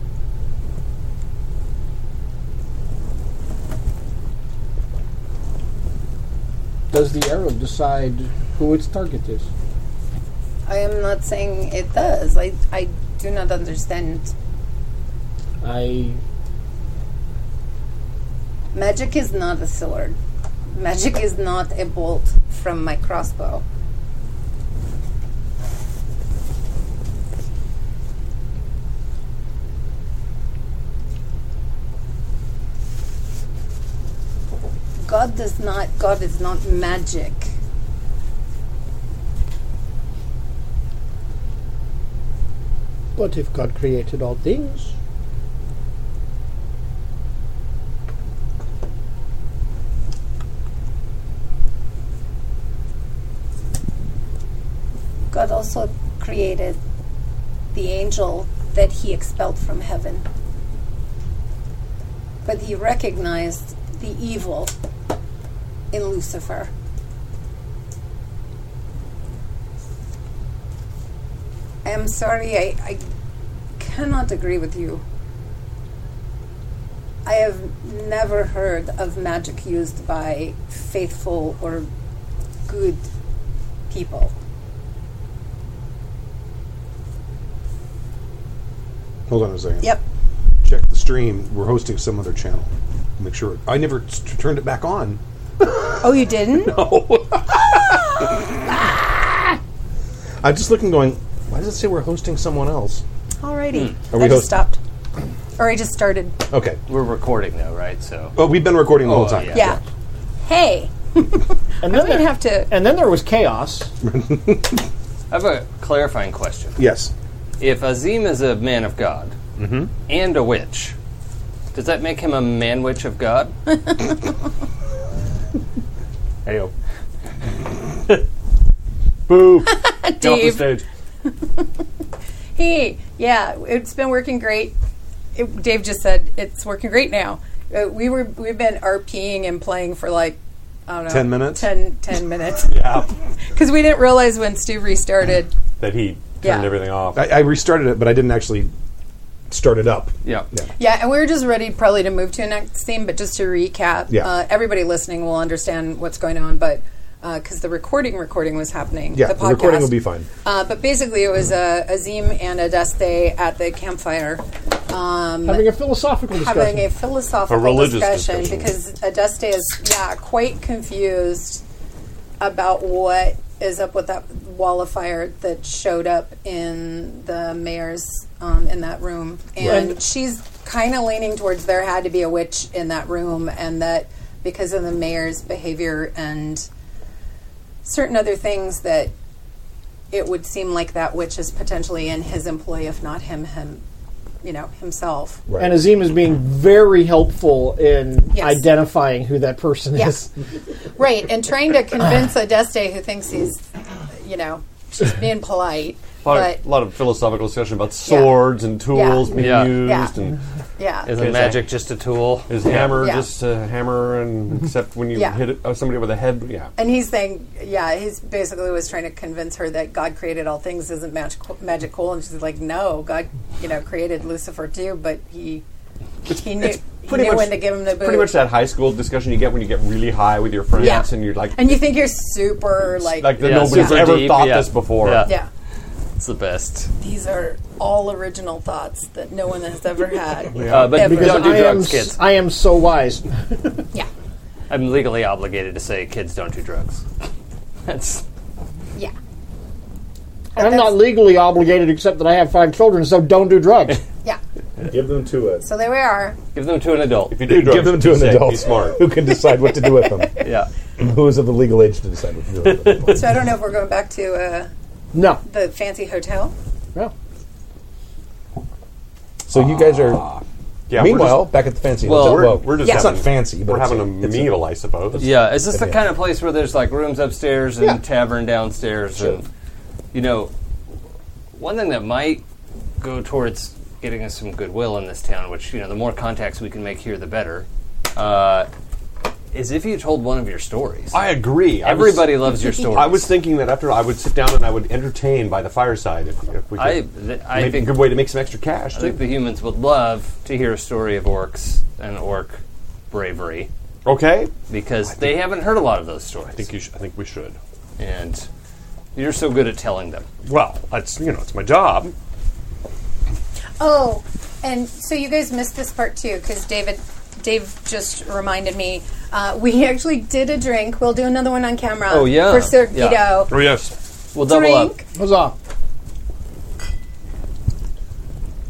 S5: Does the arrow decide who its target is?
S2: I am not saying it does. I, I do not understand.
S5: I
S2: Magic is not a sword. Magic is not a bolt from my crossbow. God does not, God is not magic.
S5: But if God created all things,
S2: God also created the angel that he expelled from heaven. But he recognized the evil in Lucifer. I am sorry, I, I cannot agree with you. I have never heard of magic used by faithful or good people.
S3: Hold on a second.
S2: Yep.
S3: Check the stream. We're hosting some other channel. Make sure. I never t- turned it back on.
S2: Oh, you didn't?
S3: I'm just looking, going. Why does it say we're hosting someone else?
S2: Alrighty.
S3: Are we
S2: I just
S3: host-
S2: stopped. Or I just started.
S3: Okay.
S10: We're recording though, right? So
S3: Well, we've been recording the whole time.
S10: Oh, yeah.
S2: Yeah. Hey,
S5: And then
S2: we
S5: there,
S2: have to.
S5: and then there was chaos.
S10: I have a clarifying question.
S3: Yes.
S10: If Azim is a man of God and a witch, does that make him a man witch of God?
S3: Heyo.
S4: Boo! Get off the
S2: Dave.
S4: stage.
S2: Hey, yeah, it's been working great. It, Dave just said it's working great now. Uh, we were we've been RPing and playing for like I don't know
S3: 10 minutes?
S2: 10, 10 minutes
S4: Yeah.
S2: because we didn't realize when Steve restarted.
S4: That he
S2: Yeah.
S4: turned everything off.
S3: I, I restarted it, but I didn't actually start it up.
S10: yeah.
S2: Yeah, and we were just ready probably to move to a next theme, but just to recap,
S3: Yeah.
S2: uh, everybody listening will understand what's going on, but because the recording recording was happening,
S3: Yeah,
S2: the,
S3: the,
S2: podcast.
S3: recording will be fine.
S2: Uh, but basically, it was uh, Azim and Adeste at the campfire. Um,
S5: Having a philosophical discussion.
S2: having a philosophical
S4: A religious
S2: discussion,
S4: discussion.
S2: because Adeste is yeah quite confused about what is up with that wall of fire that showed up in the mayor's um, in that room, and
S5: Right.
S2: she's kind of leaning towards there had to be a witch in that room, and that because of the mayor's behavior and certain other things that it would seem like that witch is potentially in his employ if not him him you know himself
S3: Right.
S5: and Azim is being very helpful in
S2: Yes.
S5: identifying who that person
S2: Yes.
S5: is.
S2: Right, and trying to convince Adeste, who thinks he's, you know, she's being polite,
S4: a, lot of,
S2: but
S4: a lot of philosophical discussion about swords and tools being
S10: Yeah.
S4: used,
S2: Yeah.
S4: and
S2: yeah,
S10: Isn't
S4: Is
S10: magic just a tool?
S4: is hammer
S2: Yeah.
S4: just a hammer, and except when you
S2: Yeah.
S4: hit it, uh, somebody with a head, yeah.
S2: and he's saying, yeah, he's basically was trying to convince her that God created all things, isn't magical, magic cool? And she's like, no, God, you know, created Lucifer too, but he he knew, he knew when to give him the boot.
S4: Pretty much that high school discussion you get when you get really high with your friends,
S2: Yeah.
S4: and you're like,
S2: and you think you're super like,
S4: like that
S10: Yeah,
S4: nobody's
S10: super
S4: ever
S10: deep,
S4: thought
S10: yeah.
S4: this before.
S10: Yeah.
S2: yeah,
S10: It's the best.
S2: these are all original thoughts that no one has ever had.
S10: Uh, but
S2: Ever.
S5: Because
S10: don't do
S5: I am,
S10: drugs,
S5: s-
S10: kids.
S5: I am so wise.
S2: yeah,
S10: I'm legally obligated to say kids don't do drugs. That's
S2: yeah.
S5: I'm not
S2: that's-
S5: legally obligated except that I have five children, so don't do drugs.
S2: Yeah.
S3: Give them to us.
S2: So there we are.
S10: give them to an adult.
S4: If you do drugs,
S3: Give them to
S4: be
S3: an
S4: safe,
S3: adult
S4: Be smart.
S3: who can decide what to do with them.
S10: Yeah.
S3: who is of the legal age to decide what to do with them.
S2: So I don't know if we're going back to uh,
S5: no.
S2: the fancy hotel.
S5: No.
S3: So you guys are.
S4: Yeah,
S3: meanwhile, back at the fancy
S10: Well,
S3: hotel.
S4: we're
S3: Well,
S4: just, we're, we're just
S2: Yeah.
S3: it's
S4: having,
S3: not fancy, but
S4: we're
S3: it's
S4: having a
S3: a, it's
S4: meal, I suppose.
S10: Yeah, is this the kind of place where there's like rooms upstairs and tavern downstairs? And you know, one thing that might go towards getting us some goodwill in this town, which you know, the more contacts we can make here, the better. Uh, is if you told one of your stories.
S4: I agree. I was-
S10: Everybody loves your stories.
S4: I was thinking that after I would sit down and I would entertain by the fireside if, if we could.
S10: I, th- I
S4: Maybe
S10: think
S4: a good way to make some extra
S10: I
S4: cash. too.
S10: think the humans would love to hear a story of orcs and orc bravery
S4: Okay.
S10: because they haven't heard a lot of those stories.
S4: I think you sh- I think we should.
S10: and you're so good at telling them.
S4: Well, it's you know it's my job.
S2: Oh, and so you guys missed this part too because David, Dave just reminded me. Uh, we actually did a drink. We'll do another one on camera.
S10: Oh, yeah.
S2: for Circuito.
S10: Yeah.
S4: Oh yes.
S10: We'll double up.
S2: Drink
S5: Huzzah.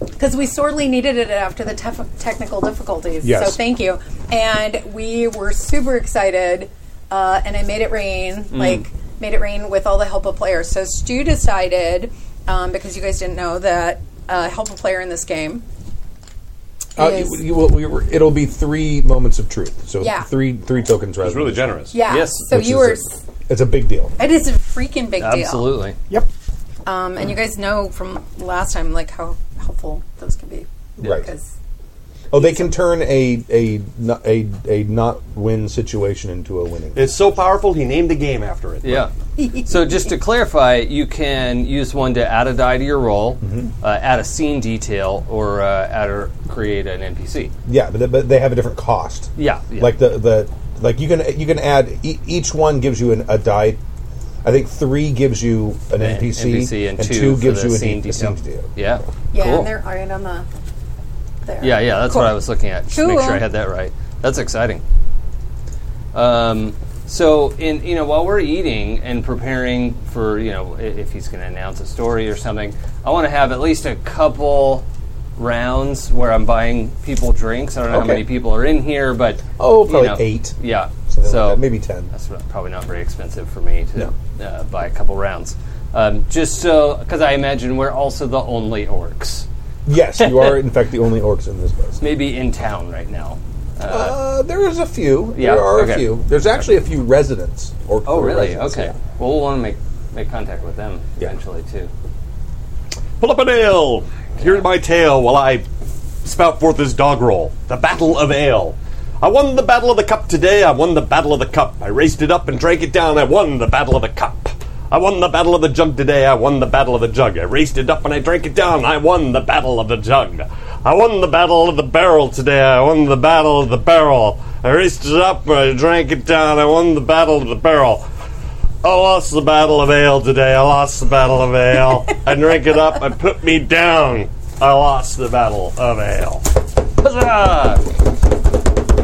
S2: because we sorely needed it after the tef- technical difficulties.
S3: Yes.
S2: So thank you. And we were super excited, uh, and I made it rain.
S10: Mm.
S2: Like made it rain with all the help of players. So Stu decided um, because you guys didn't know that uh, help a player in this game.
S3: Uh,
S2: is-
S3: you- you will- we were- it'll be three moments of truth. So
S2: Yeah.
S3: three three tokens rather.
S4: It's really
S3: than-
S4: generous.
S2: Yeah.
S10: Yes,
S2: So
S3: which
S2: you
S3: is
S2: were.
S3: a- It's a big deal.
S2: It is a freaking big deal.
S10: Absolutely.
S5: Yep.
S2: Um, and you guys know from last time, like how helpful those can be.
S3: Right.
S2: 'Cause-
S3: Oh, they can turn a a no- a a not win situation into a winning.
S4: It's so powerful. He named a game after it.
S10: Yeah. so just to clarify, you can use one to add a die to your roll, uh, add a scene detail, or uh, add or create an NPC.
S3: Yeah, but, but they have a different cost.
S10: Yeah, yeah.
S3: Like the the like you can you can add e- each one gives you an, a die I think three gives you an NPC,
S10: NPC and, two, for
S3: gives
S10: the
S3: you a
S10: scene
S3: D- a
S10: detail.
S3: scene detail.
S10: Yeah.
S2: Yeah,
S10: cool.
S2: and they're iron on the. There.
S10: Yeah, yeah, that's what I was looking at. Just to make sure I
S2: Cool.
S10: had that right. That's exciting. Um, so, in you know, while we're eating and preparing for you know i- if he's going to announce a story or something, I want to have at least a couple rounds where I'm buying people drinks. I don't know how
S3: Okay.
S10: many people are in here, but
S3: Oh, probably
S10: you know,
S3: eight.
S10: Yeah,
S3: Something
S10: so
S3: like that. maybe ten.
S10: that's not- probably not very expensive for me to uh, buy a couple rounds. Um, just so, because I imagine we're also the only orcs,
S3: Yes, you are in fact the only orcs in this place.
S10: maybe in town right now.
S3: Uh, there is a few.
S10: Yeah,
S3: there are
S10: okay.
S3: a few. There's actually a few residents. Or
S10: Oh, really?
S3: residents,
S10: Okay.
S3: yeah.
S10: Well, we'll want to make make contact with them
S3: Yeah.
S10: eventually too.
S7: Pull up a nail. Here's my tale while I spout forth this doggerel. The Battle of Ale. I won the Battle of the Cup today. I won the Battle of the Cup. I raced it up and drank it down. I won the Battle of the Cup. I won the Battle of the Jug today. I won the Battle of the Jug. I raced it up and I drank it down. I won the Battle of the Jug. I won the Battle of the Barrel today. I won the Battle of the Barrel. I raced it up and I drank it down. I won the Battle of the Barrel. I lost Oh, the battle of ale today. I lost the battle of ale. I drank it up. I put me down. I lost the battle of ale.
S10: Huzzah!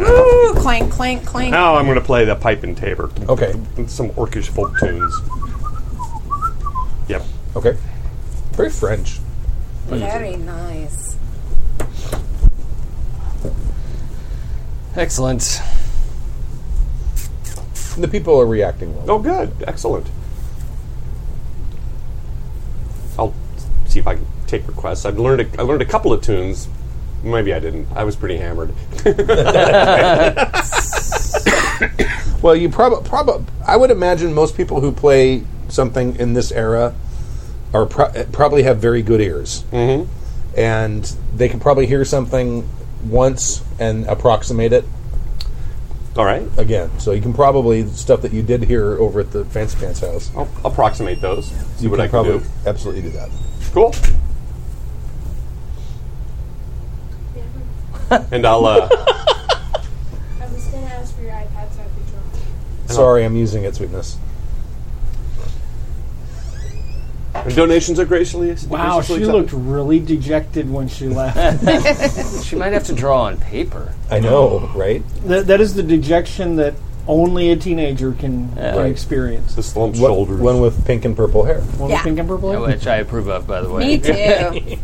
S2: Ooh, clank, clank, clank.
S7: Now I'm going to play the pipe and tabor.
S3: Okay.
S7: Some orcish folk tunes. Yep.
S3: Okay. Very French.
S2: Very nice.
S10: Excellent.
S3: And the people are reacting well.
S7: Oh, good. Excellent. I'll see if I can take requests. I've learned a, I learned a couple of tunes. Maybe I didn't. I was pretty hammered.
S3: Well, you probably prob- I would imagine most people who play something in this era are pro- probably have very good ears, mm-hmm. and they can probably hear something once and approximate it
S7: All right.
S3: again. So you can probably stuff that you did hear over at the Fancy Pants house.
S7: I'll approximate those. See
S3: you
S7: what
S3: can
S7: I can
S3: probably
S7: do.
S3: absolutely do that.
S7: Cool. and I'll uh,
S14: I was gonna ask for your iPad so I could draw.
S3: Sorry, I'm using it, sweetness.
S7: and donations are graciously.
S5: Wow,
S7: graciously
S5: she
S7: accepted.
S5: looked really dejected when she left.
S10: She might have to draw on paper.
S3: I know, right?
S5: that, that is the dejection that only a teenager can, can
S3: Right.
S5: experience.
S7: the slumped
S3: What-
S7: shoulders.
S3: One with pink and purple hair.
S5: One
S2: Yeah.
S5: pink and purple.
S10: Which I approve of, by the way.
S2: Me too.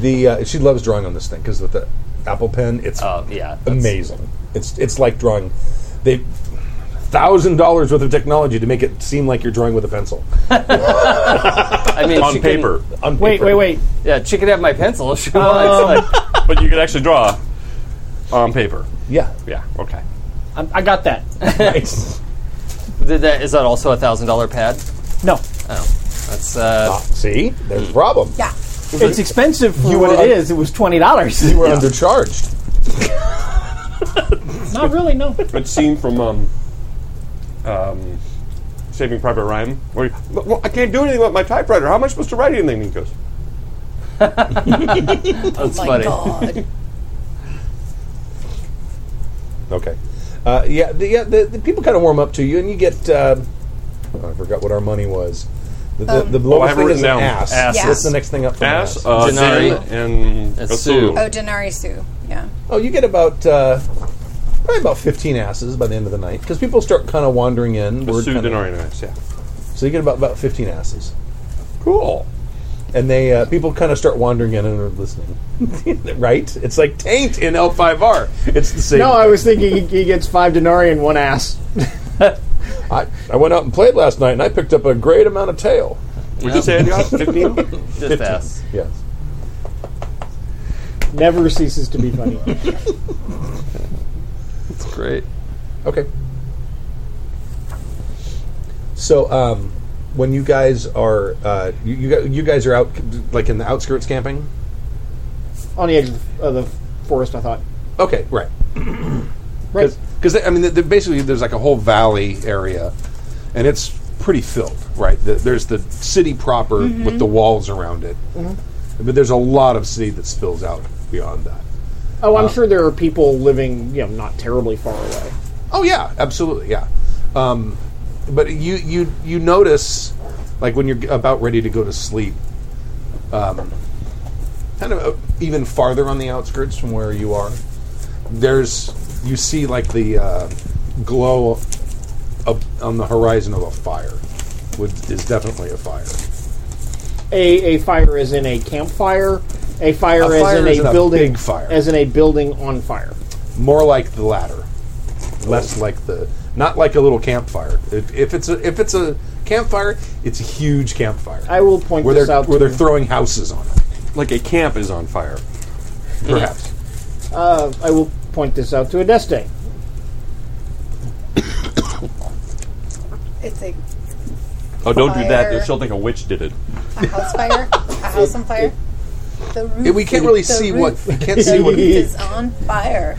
S3: The uh, she loves drawing on this thing because with the Apple Pen, it's
S10: Oh, yeah. that's-
S3: amazing. It's it's like drawing. They thousand dollars worth of technology to make it seem like you're drawing with a pencil
S10: I mean,
S7: on
S10: she can-
S7: paper,
S3: on
S5: Wait,
S3: paper.
S5: wait, wait.
S10: yeah, she could have my pencil if she
S3: Oh.
S10: wants. Like,
S7: but you can actually draw on paper.
S3: Yeah,
S7: Yeah. Okay.
S5: I, I got that.
S3: right.
S10: did that, is that also a thousand dollar pad?
S5: No,
S10: That's uh,
S3: Ah, See, there's a problem.
S2: yeah.
S5: it's expensive for
S3: You
S5: what
S3: are-
S5: it is. It was twenty dollars.
S3: You were undercharged.
S5: Not really. No.
S7: That scene from um, um, Saving Private Ryan, where he, well, I can't do anything with my typewriter. How am I supposed to write anything? And he goes,
S10: that's
S2: Oh My
S10: funny.
S2: God.
S3: Okay. Uh, yeah, the, yeah. The, the people kind of warm up to you, and you get. Uh, oh, I forgot what our money was. The, the,
S5: Um,
S3: the
S7: Oh, I
S3: lowest
S7: have it
S3: thing
S7: written
S3: is
S7: down.
S3: an ass.
S7: Ass.
S2: Yeah.
S3: That's the next thing up. From An
S7: "Ass,
S3: ass.
S7: uh,
S10: Janari.
S7: Zen, and
S10: And
S7: Asu."
S10: Sue.
S2: Oh, Denari Sue. Yeah.
S3: Oh, you get about uh, probably about fifteen asses by the end of the night because people start kind of wandering in. Word
S7: Asu
S3: kinda-
S7: Denarian Ass. Yeah.
S3: So you get about about fifteen asses.
S7: Cool.
S3: and they uh, people kind of start wandering in and are listening, right? It's like taint in L five R. It's the same.
S6: No, I was thinking he, he gets five denarii and one ass.
S3: I, I went out and played last night, and I picked up a great amount of tail.
S7: Would you say I got fifteen?
S10: Just ask.
S3: Yes.
S6: Never ceases to be funny.
S10: That's great.
S3: Okay. So, um, when you guys are uh, you, you gu- you guys are out like in the outskirts camping.
S6: On the edge of the, of the forest, I thought.
S3: Okay, right.
S6: Right.
S3: Because I mean, th th- basically, there's like a whole valley area, and it's pretty filled, right? The, there's the city proper with the walls around it, but there's a lot of city that spills out beyond that.
S6: Oh,
S3: Uh,
S6: I'm sure there are people living, you know, not terribly far away.
S3: Oh yeah, absolutely, yeah. Um, but you you you notice like when you're about ready to go to sleep um, kind of uh, even farther on the outskirts from where you are there's you see like the uh, glow up on the horizon of a fire which is definitely a fire
S5: A, a fire as in a campfire. A fire,
S3: A
S5: as
S3: fire
S5: in
S3: as
S5: a
S3: in a
S5: building.
S3: big fire.
S5: As in a building on fire.
S3: more like the latter less like the not like a little campfire if, if it's a if it's a campfire it's a huge campfire
S5: I will point
S3: where
S5: this
S3: they're
S5: out.
S3: where
S5: to
S3: they're throwing houses on it
S7: Like a camp is on fire.
S3: perhaps
S5: uh, I will point this out to Adeste.
S2: It's a,
S7: Oh, don't do
S2: Fire.
S7: that. She'll think a witch did it.
S2: a house fire, a house on fire. The roof.
S3: Yeah, we can't really
S2: the
S3: see
S2: roof,
S3: what we can't
S2: The
S3: see what
S2: roof
S3: it is.
S2: is on fire,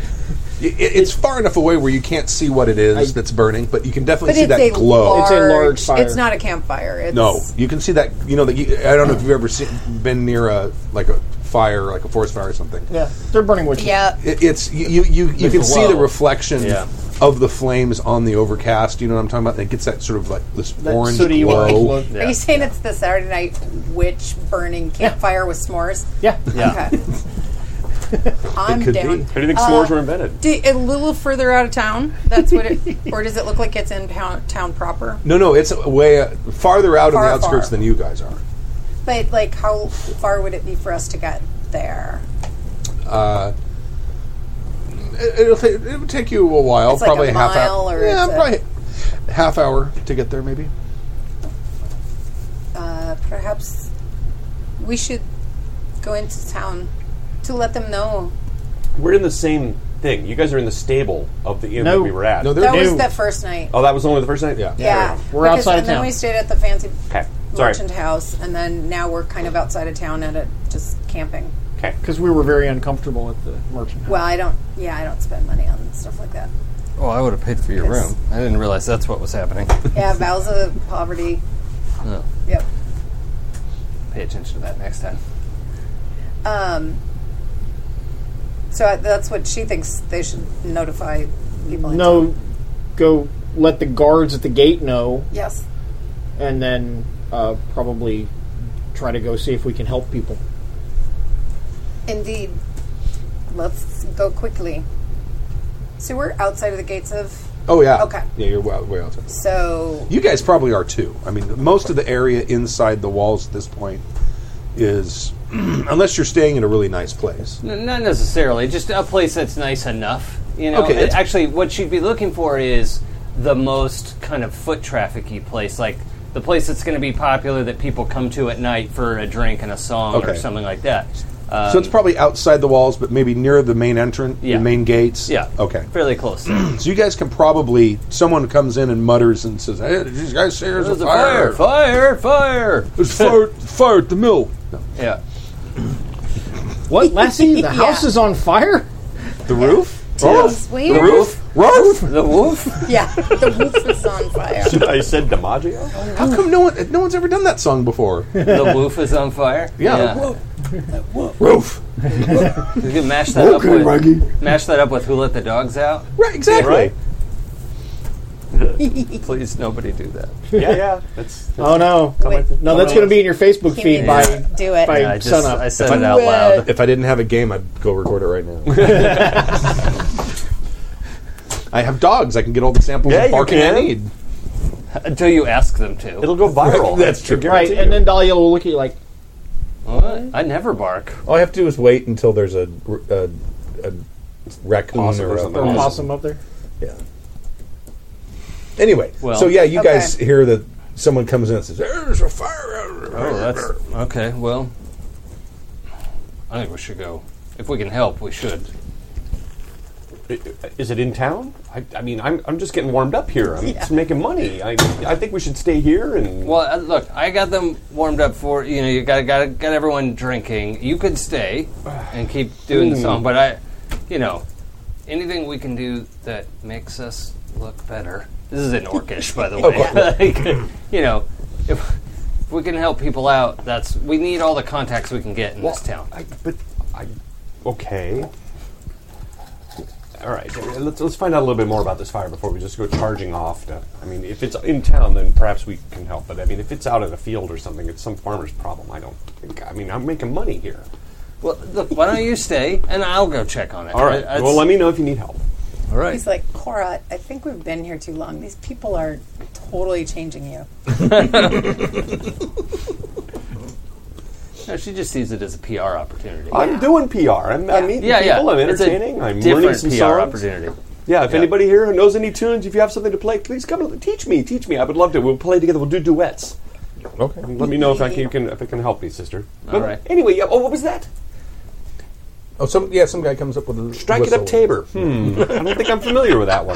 S3: It's far enough away where you can't see what it is that's burning, but you can definitely
S2: but
S3: see
S2: it's a
S3: that glow.
S2: large.
S5: It's a large fire.
S2: It's not a campfire. It's
S3: no, you can see that. You know, that you, I don't know if you've ever seen, been near a like a fire, like a forest fire or something.
S5: Yeah, they're burning witches.
S2: Yeah,
S3: It, it's you you you, you
S10: It's
S3: can see the
S10: low.
S3: reflection
S10: Yeah.
S3: of the flames on the overcast. You know what I'm talking about? It gets that sort of like this
S5: That
S3: orange
S5: sooty white
S3: glow.
S5: look.
S2: Are you saying it's the Saturday night witch burning campfire with s'mores?
S5: Yeah.
S10: Yeah.
S2: Okay. I'm
S3: It could
S2: down.
S3: be.
S7: How do you think s'mores were invented?
S2: D- a little further out of town. That's what it, or does it look like it's in pow- town proper?
S3: No, no, it's way uh, farther out
S2: Far,
S3: on the outskirts
S2: far.
S3: than you guys are.
S2: But like, how far would it be for us to get there?
S3: It, it'll, ta- it'll take you a while,
S2: It's like
S3: probably
S2: a
S3: half
S2: mile
S3: hour.
S2: or
S3: yeah,
S2: it's a-
S3: probably half hour to get there, maybe.
S2: Uh, perhaps we should go into town to let them know.
S7: We're in the same thing. You guys are in the stable of the inn
S5: No.
S7: that we were at.
S3: No, they're
S2: That was
S5: No.
S2: the first night.
S7: oh, that was only the first night.
S3: Yeah.
S2: yeah,
S5: We're
S2: because-
S5: outside of
S2: and then
S5: town.
S2: we stayed at the fancy
S7: Okay. Sorry.
S2: merchant house, and then now we're kind of outside of town and it just camping.
S7: Okay.
S5: Because we were very uncomfortable at the merchant. house.
S2: Well, I don't. Yeah, I don't spend money on stuff like that.
S10: Oh, I would have paid for your
S2: Yes.
S10: room. I didn't realize that's what was happening.
S2: Yeah, vows of poverty.
S10: No.
S2: Yep.
S10: Pay attention to that next time.
S2: Um. So I, that's what she thinks they should notify people. in town.
S5: no, go let the guards at the gate know,
S2: Yes.
S5: and then uh, probably try to go see if we can help people.
S2: Indeed. Let's go quickly. So we're outside of the gates of.
S3: Oh yeah.
S2: Okay.
S3: Yeah, you're way, way outside.
S5: Oh,
S2: So
S3: You guys probably are too. I mean, most of the area inside the walls at this point is, unless you're staying in a really nice place.
S10: N- not necessarily. Just a place that's nice enough. You know.
S3: Okay,
S10: And
S3: that's-
S10: actually, what you'd be looking for is the most kind of foot trafficy place, like the place that's going to be popular that people come to at night for a drink and a song or
S3: Okay.
S10: something like that. Um,
S3: So it's probably outside the walls, but maybe near the main entrance,
S10: Yeah.
S3: the main gates.
S10: yeah.
S3: Okay.
S10: Fairly close. There's
S3: So you guys can probably someone comes in and mutters and says, "Hey, did you guys say there's a fire?
S10: Fire! Fire!
S3: There's fire! Fire at the mill." No.
S10: Yeah.
S5: What, Lassie? The
S2: Yeah.
S5: house is on fire?
S3: The roof. Oh,
S2: Sounds weird.
S3: The roof. Roof.
S10: The wolf.
S2: yeah, the roof is on fire.
S7: I said DiMaggio.
S3: How come no one no one's ever done that song before?
S10: the woof is on fire.
S3: Yeah. roof.
S10: You can mash that up with mash that up with who let the dogs out.
S3: Right. Exactly.
S7: Right.
S10: Please, nobody do that.
S7: Yeah, yeah. That's,
S5: Oh no!
S2: Wait,
S5: No, that's going to be in your Facebook feed
S2: Kimmy,
S5: by
S2: do it.
S5: by
S10: I just
S5: sunup.
S10: I said it out loud.
S3: If I didn't have a game, I'd go record it right now. I have dogs. I can get all the samples
S7: Yeah,
S3: of
S7: you
S3: barking I
S7: can.
S3: need.
S10: Until you ask them to.
S7: it'll go viral.
S3: That's true.
S5: right, and then Dahlia will look at you like,
S10: What? I never bark.
S3: All I have to do is wait until there's a, r- a, a raccoon
S7: Possum
S3: or,
S7: or
S3: a
S7: something.
S5: "Throw a
S7: Mm.
S5: possum up there."
S3: Yeah. Anyway,
S10: Well-
S3: so yeah, you
S2: Okay.
S3: guys hear that someone comes in and says, "There's a fire!" out there."
S10: Oh, that's okay. Well, I think we should go. If we can help, we should.
S7: Is it in town? I, I mean, I'm, I'm just getting warmed up here. I'm just making money. I, I think we should stay here and.
S10: Well, uh, look, I got them warmed up for you know. You got got got everyone drinking. You could stay and keep doing the song, but I, you know, anything we can do that makes us look better. This is an Orcish, by the
S7: Oh,
S10: way. Like, you know, if, if we can help people out, that's we need all the contacts we can get in this town.
S7: I, but I. Okay. All right, uh, let's, let's find out a little bit more about this fire before we just go charging off. To, I mean, if it's in town, then perhaps we can help. But I mean, if it's out in a field or something, it's some farmer's problem. I don't think. I mean, I'm making money here.
S10: Well, look, why don't you stay and I'll go check on it.
S7: All right.
S10: Uh, it's-
S7: well, let me know if you need help.
S10: All right.
S2: He's like, Cora, I think we've been here too long. These people are totally changing you.
S10: No, she just sees it as a PR opportunity.
S7: I'm doing PR. I'm, I'm meeting
S10: yeah, yeah.
S7: people. I'm
S10: It's a
S7: entertaining. I'm
S10: different
S7: learning some
S10: PR
S7: songs.
S10: opportunity.
S7: Yeah, if
S10: Yeah.
S7: anybody here who knows any tunes, if you have something to play, please come and teach me. Teach me. I would love to. We'll play together. We'll do duets.
S3: Okay.
S7: Let me know if I can, you can if I can help you, sister. All right.
S10: right.
S7: Anyway, yeah, oh, what was that?
S3: Oh, some yeah, some guy comes up with a
S7: Strike it
S3: whistle.
S7: up, Tabor. Hmm. I don't think I'm familiar with that one.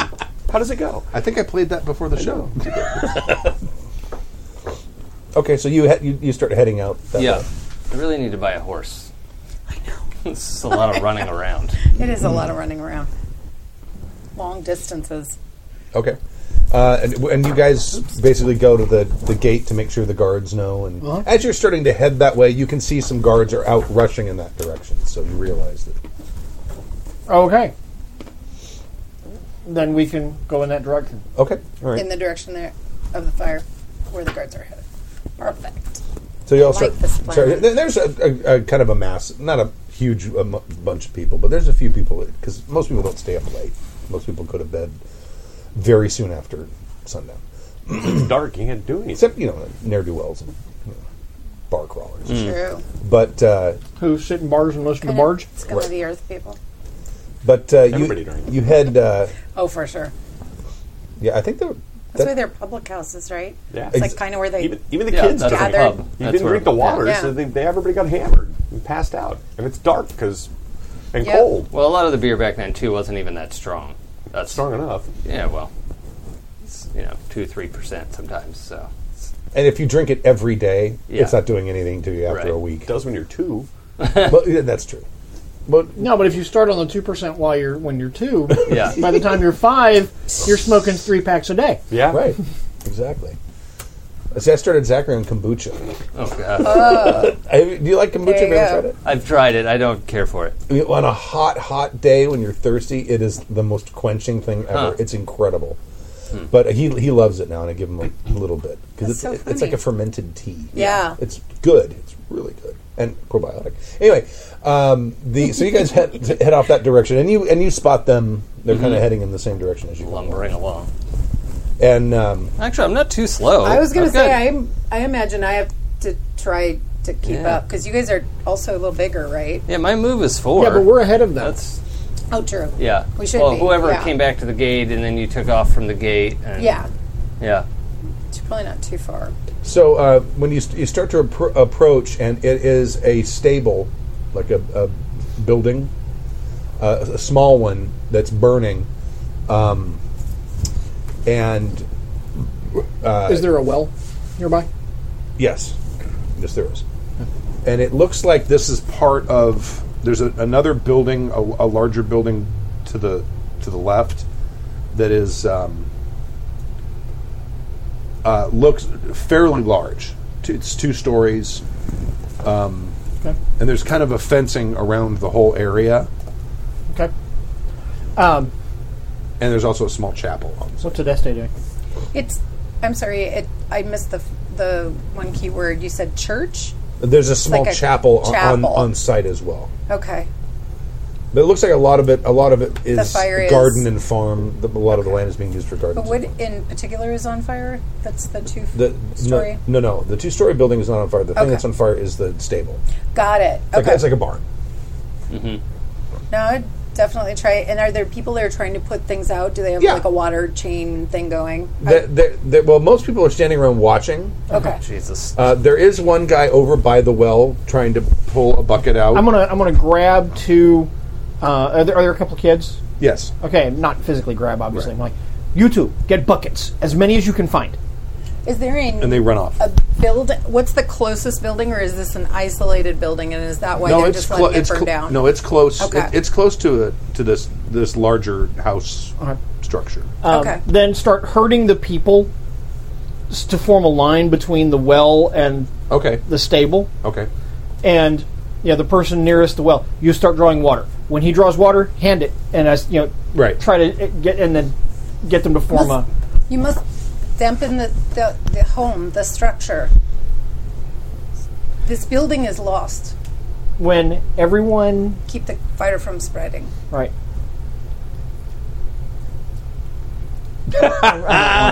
S7: How does it go?
S8: I think I played that before the show.
S3: Okay, so you, he- you you start heading out. That
S10: Yeah.
S3: way.
S10: I really need to buy a horse. I know. this is a lot of running around.
S2: It is a lot of running around. Long distances.
S3: Okay. Uh, and, and you guys basically go to the, the gate to make sure the guards know. And as you're starting to head that way, you can see some guards are out rushing in that direction. So you realize that.
S5: Okay. Then we can go in that direction.
S3: Okay.
S2: in the direction there of the fire where the guards are headed. Perfect.
S3: So you all
S2: I like
S3: start.
S2: this plan.
S3: start- there- there's a, a, a kind of a mass, not a huge um, bunch of people, but there's a few people because most people don't stay up late. Most people go to bed very soon after sundown.
S7: It's dark. You can't do anything.
S3: Except you know ne'er do wells and you know, bar crawlers.
S2: True.
S3: But uh,
S5: Who sit in bars and listen to Marge?
S2: It's gonna be the earth people.
S3: but uh,
S7: Everybody
S3: you
S7: drank.
S3: you head. Uh,
S2: Oh, for sure.
S3: yeah, I think the.
S2: That's where their public houses, right?
S7: Yeah.
S2: It's like
S3: Ex-
S2: kind of where they.
S7: Even even the
S10: Yeah,
S7: kids
S10: that's
S7: drank.
S10: the pub.
S2: gathered.
S7: You
S10: That's
S7: didn't
S10: where-
S7: drink the water,
S2: Yeah.
S7: so they, they everybody got hammered and passed out, and it's dark because and
S2: Yep.
S7: cold.
S10: Well, a lot of the beer back then too wasn't even that strong. That's
S7: Strong enough.
S10: Yeah, well, it's you know two three percent sometimes. So
S3: And if you drink it every day,
S10: Yeah.
S3: it's not doing anything to you after
S10: Right.
S3: a week.
S7: It does when you're two.
S3: but yeah, that's true. But
S5: No, but if you start on the two percent while you're when you're two,
S10: Yeah.
S5: by the time you're five, you're smoking three packs a day.
S7: Yeah.
S3: right, exactly. See, I started Zachary on kombucha.
S10: oh
S2: Uh,
S10: god,
S3: I, do you like kombucha?
S2: There you
S3: Have
S2: go.
S3: ever tried it?
S10: I've tried it. I don't care for it.
S3: I mean, on a hot, hot day when you're thirsty, it is the most quenching thing ever.
S10: Huh.
S3: It's incredible. But he he loves it now, and I give him a little bit because it's
S2: That's so
S3: it's like
S2: funny.
S3: a fermented tea.
S2: Yeah.
S3: it's good. It's really good and probiotic. Anyway, um, the so you guys head head off that direction, and you and you spot them. They're kind of heading in the same direction as you. go.
S10: Lumbering along.
S3: And um,
S10: Actually, I'm not too slow.
S2: I was gonna
S10: I've
S2: say,
S10: got-
S2: I im- I imagine I have to try to keep
S10: Yeah.
S2: up because you guys are also a little bigger, right?
S10: yeah, my move is four.
S5: Yeah, but we're ahead of them.
S10: that's
S2: Oh, true.
S10: yeah.
S2: We should
S10: Well,
S2: be,
S10: whoever
S2: yeah.
S10: came back to the gate and then you took off from the gate. And
S2: Yeah,
S10: yeah.
S2: it's probably not too far.
S3: So uh, when you, st- you start to appro- approach, and it is a stable, like a, a building, uh, a small one that's burning, um, and
S5: Is there a well nearby?
S3: Yes, yes, there is. And it looks like this is part of. There's a, another building, a, a larger building to the to the left, that is um, uh, looks fairly large. T- It's two stories, um, and there's kind of a fencing around the whole area,
S5: Okay. Um,
S3: and there's also a small chapel. On
S5: what's Odeste doing?
S2: It's. I'm sorry. It. I missed the f- the one key word you said. Church.
S3: there's a small
S2: like a
S3: chapel, on-
S2: chapel.
S3: On, on site as well.
S2: Okay.
S3: But it looks like a lot of it. A lot of it is
S2: fire is-
S3: garden and farm. The, a lot of the land is being used for gardens.
S2: But what in particular is on fire? That's the two f-
S3: The
S2: story.
S3: No, no, no, the two-story building is not on fire. The thing
S2: Okay.
S3: that's on fire is the stable.
S2: Got it.
S3: It's,
S2: Okay.
S3: like, it's like a barn.
S2: no, I'd definitely try. it. And are there people that are trying to put things out? Do they have
S3: Yeah.
S2: like a water chain thing going?
S3: They're- they're- they're- well, most people are standing around watching.
S2: okay.
S10: Jesus.
S3: Uh, there is one guy over by the well trying to pull a bucket out.
S5: I'm gonna I'm gonna grab two. Uh, are, there, are there a couple kids?
S3: yes.
S5: Okay, not physically grab, obviously. I'm like, you two get buckets as many as you can find.
S2: Is there a
S3: And they run off.
S2: a build? What's the closest building, or is this an isolated building? And is that why they're just
S3: clo-
S2: letting it
S3: it's
S2: burn
S3: clo-
S2: down?
S3: No, it's close.
S2: Okay.
S3: It, it's close to a, to this this larger house structure.
S2: okay.
S5: Um, Then start herding the people s- to form a line between the well and
S3: okay.
S5: the stable.
S3: Okay.
S5: And yeah, the person nearest the well, you start drawing water. When he draws water, hand it, and as you know,
S3: Right.
S5: try to uh, get and then get them to form a.
S2: You must dampen the, the, the home, the structure. This building is lost.
S5: When everyone,
S2: Keep the fire from spreading.
S5: right? I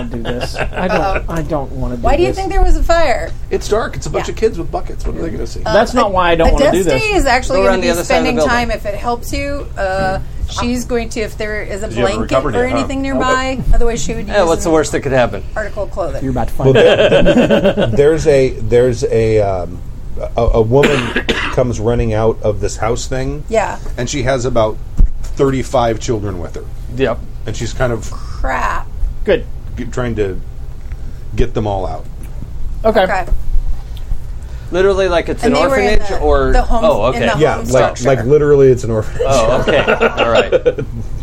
S5: I don't want to do this. I don't. I don't want to.
S2: Why do you think there was a fire?
S3: It's dark. It's a bunch of kids with buckets. What are they going to see?
S5: That's not why I don't want to do
S2: Adeste
S5: this.
S2: is actually
S10: Go around
S2: going
S10: the
S2: to
S10: other
S2: be
S10: side of the
S2: spending
S10: building.
S2: time if it helps you. Uh, she's going to, if there is a
S7: you have a
S2: blanket
S7: recovery
S2: or
S7: net, huh?
S2: anything nearby. Otherwise, she would use
S10: Yeah, what's the
S2: an
S10: worst that could happen?
S2: article of clothing.
S5: You're about to find out.
S3: Uh, there's a there's a um, a, a woman comes running out of this house thing.
S2: Yeah.
S3: and she has about thirty five children with her,
S10: Yep.
S3: and she's kind of
S2: Crap.
S5: Good.
S3: g- trying to get them all out.
S5: Okay.
S2: Okay.
S10: Literally, like it's
S2: And
S10: an
S2: they were in
S10: orphanage
S2: the-
S10: or
S2: the homes-
S10: Oh,
S2: in
S10: okay.
S2: the
S3: Yeah,
S2: Home
S3: like
S2: structure.
S3: like literally, it's an orphanage.
S10: Oh, okay. All right. I th-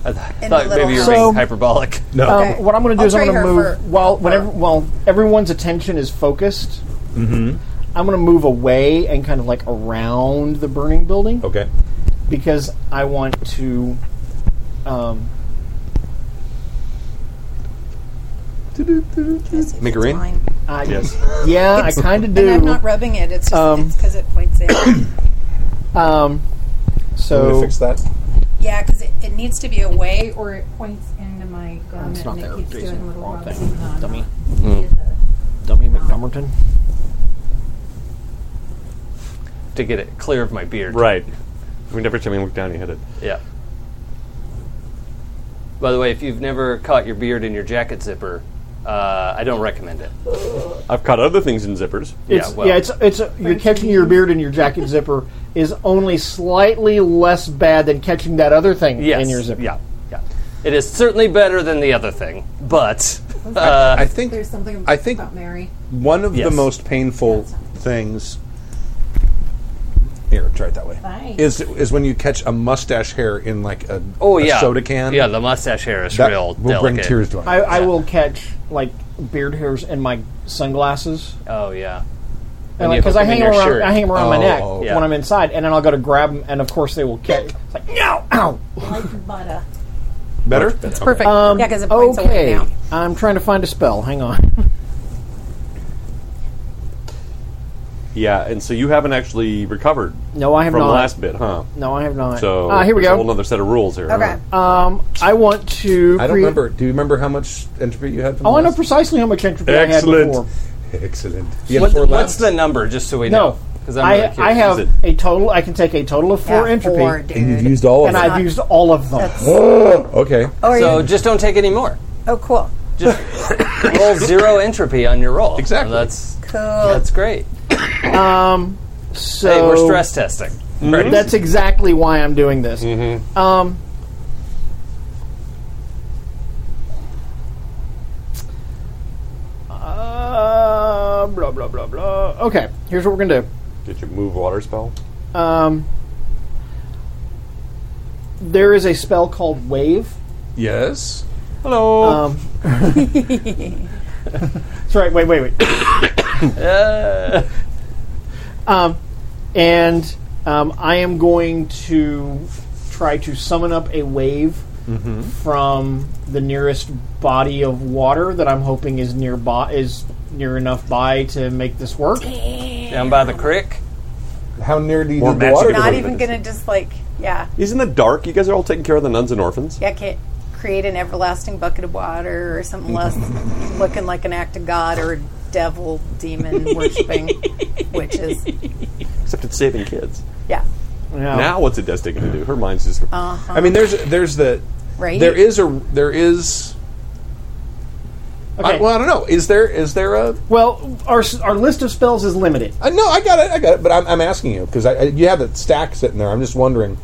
S2: In
S10: thought
S2: the
S10: maybe you were
S2: little
S10: being
S5: house.
S10: hyperbolic.
S3: No,
S5: Um,
S2: Okay.
S5: What I'm going to do
S2: I'll
S5: is I'm
S2: trade
S5: going to
S2: her
S5: move
S2: for-
S5: while
S2: for-
S5: whenever while everyone's attention is focused.
S10: Mm-hmm.
S5: I'm going to move away and kind of like around the burning building
S3: okay.
S5: because I want to. Um,
S3: Make it rain?
S2: Fine.
S5: I, Yeah, I kind of
S2: And I'm
S5: do.
S2: not rubbing it. It's just
S5: Um,
S2: it's because it points in.
S5: Um,
S3: I'm
S5: so
S3: gonna fix that.
S2: yeah, because it, it needs to be away or it points.
S15: into my garment
S5: It's not
S15: and
S5: there,
S15: it keeps
S5: Jason.
S15: doing little
S5: Wrong
S15: rubs
S5: thing.
S15: even though I'm
S5: Dummy.
S15: not
S10: Mm.
S15: needed the-
S5: dummy McDumberton.
S10: to get it clear of my beard.
S7: Right. I mean, every time you look down, you hit it.
S10: Yeah. By the way, if you've never caught your beard in your jacket zipper, uh, I don't recommend it.
S7: I've caught other things in zippers.
S10: Yeah,
S5: It's, yeah,
S10: well.
S5: it's it's you're catching your beard in your jacket zipper is only slightly less bad than catching that other thing
S10: Yes.
S5: in your zipper.
S10: Yeah. Yeah. It is certainly better than the other thing, but uh,
S3: I think
S15: There's something
S3: I think-
S15: about Mary.
S3: one of
S10: Yes.
S3: the most painful things. Here, try it that way.
S15: Bye.
S3: Is is when you catch a mustache hair in like a,
S10: oh
S3: a
S10: yeah,
S3: soda can.
S10: Yeah, the mustache hair is
S3: that
S10: real.
S3: will bring
S10: delicate.
S3: tears to my
S5: I, I will catch like beard hairs in my sunglasses
S10: Oh yeah.
S5: because
S10: you
S5: like, 'cause
S10: hook 'em
S5: I
S10: in
S5: hang
S10: your
S5: them around.
S10: shirt.
S5: I hang 'em around my
S3: Oh,
S5: neck
S3: oh,
S10: yeah.
S5: when I'm inside, and then I'll go to grab them, and of course they will catch. It's like no, ow.
S15: Like butter.
S3: Better.
S2: It's perfect. yeah, because it points away
S5: Okay,
S2: now.
S5: I'm trying to find a spell. Hang on.
S7: Yeah, and so you haven't actually recovered
S5: No, I have
S7: from
S5: not.
S7: the last bit, huh?
S5: no, I have not.
S7: So
S5: Ah, here we
S7: there's a whole
S5: go.
S7: other set of rules here.
S2: Okay.
S7: Huh?
S5: Um, I want to.
S3: I don't
S5: create-
S3: remember. Do you remember how much entropy you had? From
S5: Oh, I
S3: the
S5: know
S3: last?
S5: precisely how much entropy I had
S7: Excellent.
S5: before.
S3: Excellent. You had
S10: What-
S3: four
S10: what's
S3: left?
S10: the number, just so we know?
S5: No,
S10: 'Cause I'm really
S5: I, I
S10: curious.
S5: have
S7: Is
S5: a total. I can take a total of four
S2: Yeah,
S5: entropy,
S2: four, dude.
S3: And you've used all of
S5: and
S3: them.
S5: I've used all of them.
S3: okay.
S2: Oh, are
S10: So
S2: you-
S10: just don't take any more.
S2: oh, cool.
S10: Just roll zero entropy on your roll.
S3: Exactly.
S10: That's
S2: Cool.
S10: that's great.
S5: So
S10: hey, we're stress testing.
S5: That's exactly why I'm doing this. Um, uh, blah blah blah blah. Okay, here's what we're gonna do.
S7: Did you move water spell?
S5: Um, there is a spell called Wave.
S3: Yes.
S7: Hello.
S5: Um, that's right. Wait, wait, wait. um, and um, I am going to try to summon up a wave
S3: Mm-hmm.
S5: from the nearest body of water that I'm hoping is nearby is near enough by to make this work.
S10: Down by the creek.
S3: How near do you
S7: More
S3: need the
S7: magic
S3: water?
S7: than-
S3: to
S2: Not
S3: be?
S2: even going to just like, yeah,
S7: He's in the dark. You guys are all taking care of the nuns and orphans.
S2: yeah, can't create an everlasting bucket of water or something less looking like an act of God or devil demon worshipping witches.
S7: Except it's saving kids.
S2: Yeah. Oh.
S5: Now,
S7: Now what's Adeste going to do? Her mind's just.
S2: Uh-huh.
S3: I mean, there's there's the
S2: Right?
S3: there is a there is.
S5: okay.
S3: I, well, I don't know. Is there is there a?
S5: well, our s- our list of spells is limited.
S3: I, Uh, no, I got it. I got it. But I'm, I'm asking you because I, I, you have a stack sitting there. I'm just wondering,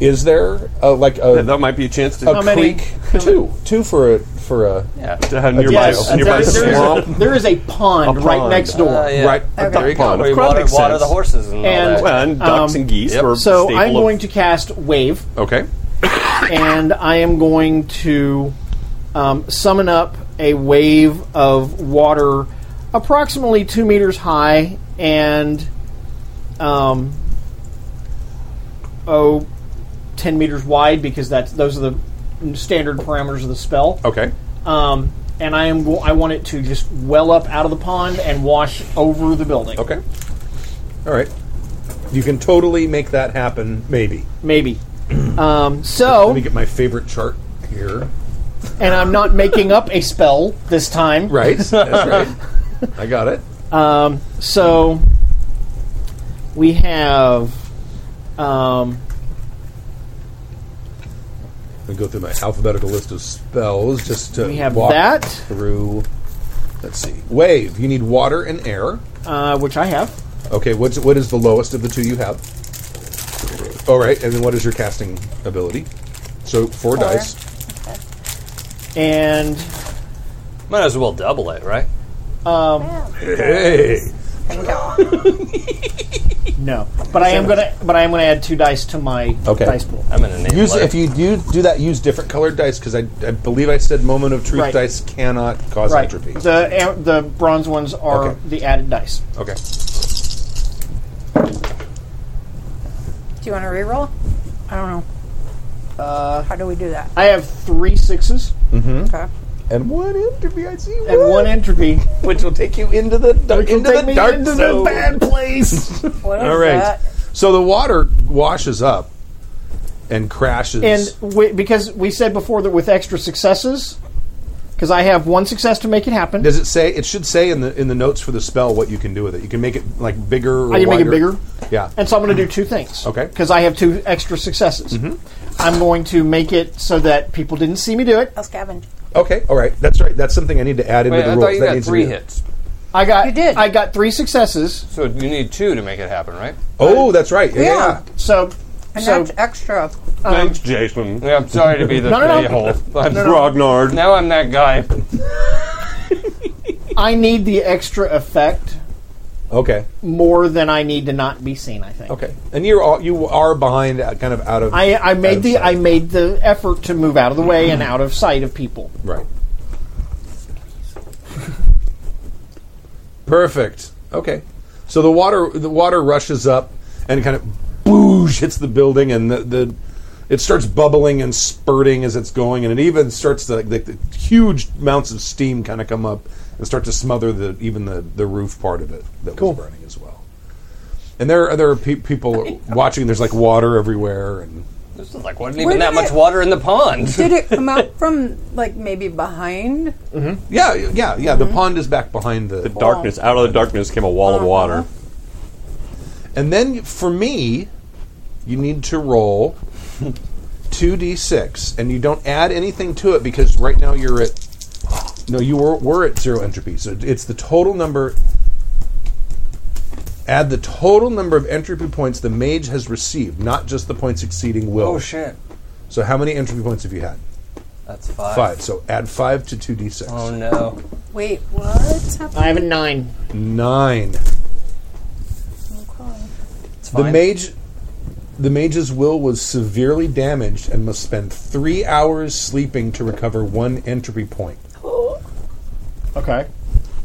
S3: is there a, like a,
S7: that might be a chance
S10: Oh,
S7: to.
S3: a
S5: many?
S3: creek? Two, two for a for a
S10: Yeah. Uh,
S7: to have uh, nearby,
S5: Yes, there
S7: nearby
S5: is- there is a-
S7: swamp.
S5: there is a pond
S7: A
S5: right
S7: pond.
S5: next door.
S10: Uh, yeah.
S3: right.
S2: Okay.
S3: There you go.
S7: Pond.
S10: Where you
S7: Crumb
S10: water,
S7: makes
S10: water
S7: sense.
S10: the horses and, all
S5: And-
S10: that.
S7: Well, and ducks
S5: Um,
S7: and geese.
S10: yep.
S7: were
S5: So
S7: staple
S5: I'm
S7: of-
S5: going to cast wave.
S3: Okay.
S5: and I am going to um, summon up a wave of water approximately two meters high and um, oh, 10 ten meters wide because that's those are the standard parameters of the spell.
S3: Okay.
S5: Um, and I am go- I want it to just well up out of the pond and wash over the building.
S3: Okay. All right. You can totally make that happen, maybe.
S5: Maybe. um, so.
S3: Let me get my favorite chart here.
S5: And I'm not making up a spell this time.
S3: Right. That's right. I got it.
S5: Um, so we have. Um,
S3: Let me go through my alphabetical list of spells just to
S5: We have
S3: walk
S5: that.
S3: through. Let's see. Wave. You need water and air.
S5: Uh, which I have.
S3: Okay. What's what is the lowest of the two you have? All right. And then what is your casting ability? So four, dice.
S5: And
S10: might as well double it, right?
S5: Um,
S3: Hey.
S5: no, but I am gonna. But I am gonna add two dice to my
S3: Okay.
S5: dice pool.
S3: Use if you do do that. Use different colored dice because I, I believe I said moment of truth
S5: Right.
S3: dice cannot cause
S5: right.
S3: entropy.
S5: The am- the bronze ones are
S3: Okay.
S5: the added dice.
S3: Okay.
S2: Do you want to reroll? I don't know.
S5: Uh,
S2: How do we do that?
S5: I have three sixes
S3: Mm-hmm.
S2: Okay.
S3: And one entropy. I see.
S5: and one entropy.
S3: which will take you into the dark,
S5: will
S3: into
S5: take
S3: the
S5: me
S3: dark
S5: into the
S3: zone.
S5: bad
S3: place.
S2: What is
S3: All right.
S2: that?
S3: So the water washes up and crashes.
S5: And we, because we said before that with extra successes, because I have one success to make it happen.
S3: does it say? It should say in the in the notes for the spell what you can do with it. You can make it like bigger. Or
S5: I can Oh, make it
S3: wider.
S5: bigger?
S3: Yeah.
S5: And so I'm going to do two things.
S3: Okay.
S5: Because I have two extra successes. I'm going to make it so that people didn't see me do it.
S2: I'll scavenge.
S3: Okay. All right. That's right. That's something I need to add into
S10: Wait,
S3: the
S10: I
S3: rules.
S10: thought you
S3: That
S10: got
S3: needs to
S10: three
S3: be-
S10: hits.
S5: I got. You did. I got three successes.
S10: So you need two to make it happen, right?
S3: Oh, that's right. Yeah. yeah.
S5: So.
S2: And
S5: so
S2: that's extra.
S7: Thanks, Jason.
S10: Yeah, I'm sorry to be the
S5: No, no, no.
S10: a-hole. I'm
S5: No, no.
S7: Grognard.
S10: Now I'm that guy.
S5: I need the extra effect
S3: Okay.
S5: more than I need to not be seen. I think.
S3: Okay. And you're all, you are behind, uh, kind of out of.
S5: I, I
S3: out
S5: made
S3: of
S5: the
S3: sight.
S5: I made the effort to move out of the way and out of sight of people.
S3: Right. Perfect. Okay. So the water the water rushes up and kind of boosh hits the building and the, the it starts bubbling and spurting as it's going and it even starts to like the, the huge amounts of steam kind of come up and start to smother the even the, the roof part of it that was burning as well. And there are other pe- people watching. There's like water everywhere and
S10: This is like wasn't even
S2: Where
S10: that
S2: did
S10: much
S2: it-
S10: water in the pond.
S2: Did it come out from like maybe behind?
S3: yeah, yeah, yeah. The pond is back behind the,
S7: The darkness. Out of the darkness came a wall of water.
S3: And then for me, you need to roll 2d6, and you don't add anything to it because right now you're at. No, you were, were at zero entropy. So it's the total number. Add the total number of entropy points the mage has received, not just the points exceeding will.
S10: Oh shit.
S3: So how many entropy points have you had?
S10: That's five.
S3: Five. So add five to 2d6.
S10: Oh no.
S2: Wait, what's happening?
S5: I have a nine.
S3: Nine.
S10: It's
S3: The
S10: fine.
S3: mage, the mage's will was severely damaged and must spend three hours sleeping to recover one entropy point.
S5: Okay.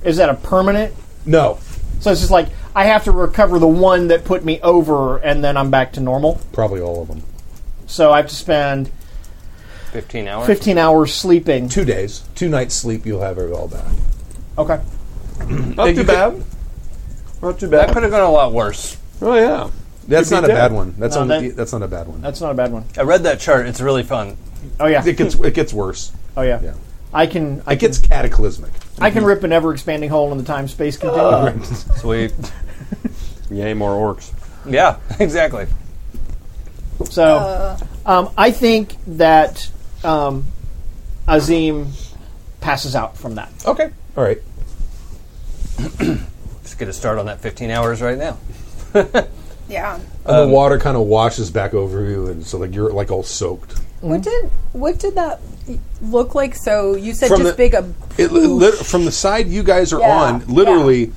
S5: Is that a permanent?
S3: No,
S5: So it's just like I have to recover the one that put me over, and then I'm back to normal.
S3: probably all of them.
S5: So I have to spend
S10: Fifteen hours.
S5: 15 hours sleeping.
S3: Two days, two nights sleep, you'll have it all back.
S5: Okay.
S7: Not too bad. Not too
S10: That
S7: bad.
S10: could have gone a lot worse.
S7: Oh yeah.
S3: That's
S7: Could be
S3: not a
S7: dead.
S3: bad one. That's
S5: No,
S3: on
S5: that-
S3: that's not a bad one.
S5: That's not a bad one.
S10: I read that chart. It's really fun.
S5: Oh yeah.
S3: It gets it gets worse.
S5: Oh yeah.
S3: Yeah.
S5: I can I
S3: It
S5: can,
S3: gets cataclysmic.
S5: I can rip an ever expanding hole in the time space continuum.
S10: Sweet.
S7: Yay, more orcs.
S10: yeah, exactly.
S5: So um, I think that um, Azim passes out from that.
S3: Okay, all right.
S10: Just get a start on that fifteen hours right now.
S2: Yeah.
S3: And the water kind of washes back over you, and so like you're like all soaked.
S2: What did what did that look like? So you said
S3: From
S2: just
S3: the-
S2: big a
S3: It, li- lit- from the side you guys are
S2: Yeah,
S3: on, literally,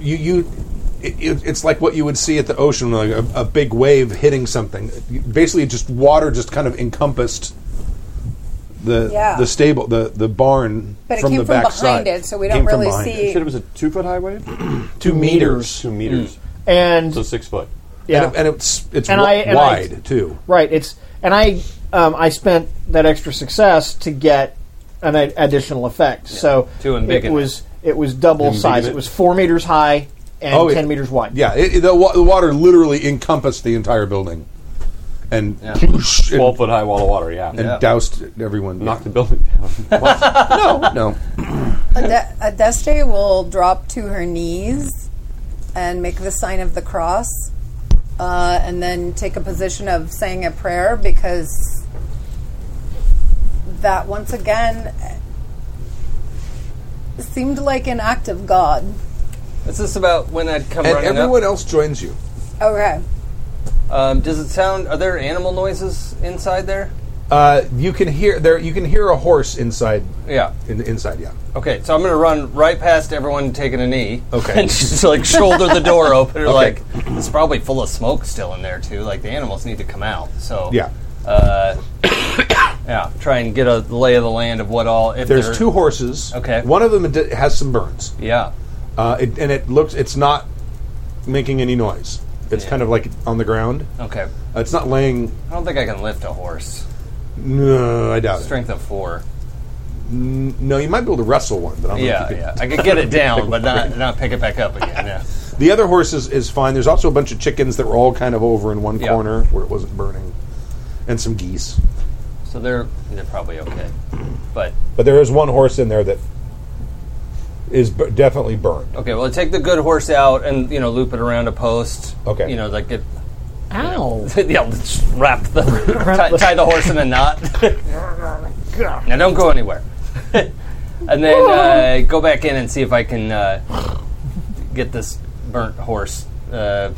S3: you you. It, it- it's like what you would see at the ocean, like a, a big wave hitting something. Basically, just water just kind of encompassed the
S2: Yeah.
S3: the stable, the the barn
S2: But it
S3: from
S2: came
S3: the
S2: from
S3: back
S2: behind
S3: side.
S2: it, so we don't
S3: Came from
S2: really
S3: behind
S2: see-
S7: You said it was a two foot high wave?
S3: it. two meters.
S7: Two meters.
S5: And
S7: Mm. So six foot.
S5: Yeah.
S3: and, it, and it's it's
S5: And
S3: wi-
S5: I- and I-
S3: wide too.
S5: Right. It's and I um, I spent that extra success to get an a- additional effect. So
S10: To embiggen
S5: it
S10: it.
S5: was it was double
S3: Embiggen
S5: size.
S3: it.
S5: It was four meters high and
S3: Oh,
S5: ten
S3: yeah.
S5: meters wide.
S3: Yeah, it, it- the, wa- the water literally encompassed the entire building, and
S10: Yeah.
S3: ploosh, and-
S7: Twelve foot high wall of water. Yeah,
S3: and doused everyone.
S7: knocked the building down.
S3: no, no.
S2: Ade- Adeste will drop to her knees and make the sign of the cross, uh, and then take a position of saying a prayer because that once again seemed like an act of God.
S10: Is this about when I'd come
S3: And
S10: running
S3: everyone else joins you.
S2: Okay.
S10: up? Um, does it sound? Are there animal noises inside there?
S3: Uh, you can hear there. You can hear a horse inside.
S10: Yeah.
S3: in, inside. Yeah.
S10: Okay, so I'm gonna run right past everyone taking a knee.
S3: Okay.
S10: and just like shoulder the door open. Or Like it's probably full of smoke still in there too. Like the animals need to come out. So
S3: Yeah.
S10: uh, yeah. Try and get a lay of the land of what all. If
S3: There's
S10: there-
S3: two horses.
S10: Okay.
S3: One of them d- has some burns,
S10: Yeah.
S3: uh, it, and it looks. It's not making any noise. It's
S10: Yeah.
S3: kind of like on the ground.
S10: Okay.
S3: Uh, it's not laying.
S10: I don't think I can lift a horse.
S3: No, I doubt
S10: Strength of four.
S3: it. N- No, you might be able to wrestle one, but I don't know
S10: Yeah,
S3: if you could-
S10: yeah. I could get it down, but not not pick it back up again. Yeah.
S3: The other horse is, is fine. There's also a bunch of chickens that were all kind of over in one
S10: Yeah.
S3: corner where it wasn't burning, and some geese.
S10: So they're they're probably okay, but
S3: But there is one horse in there that is b- definitely burned.
S10: okay. Well, take the good horse out and you know loop it around a post.
S3: Okay.
S10: You know, like get
S5: Ow!
S10: yeah, let's wrap the tie, tie the horse in a knot. now don't go anywhere. and then uh, go back in and see if I can uh, get this burnt horse. Uh,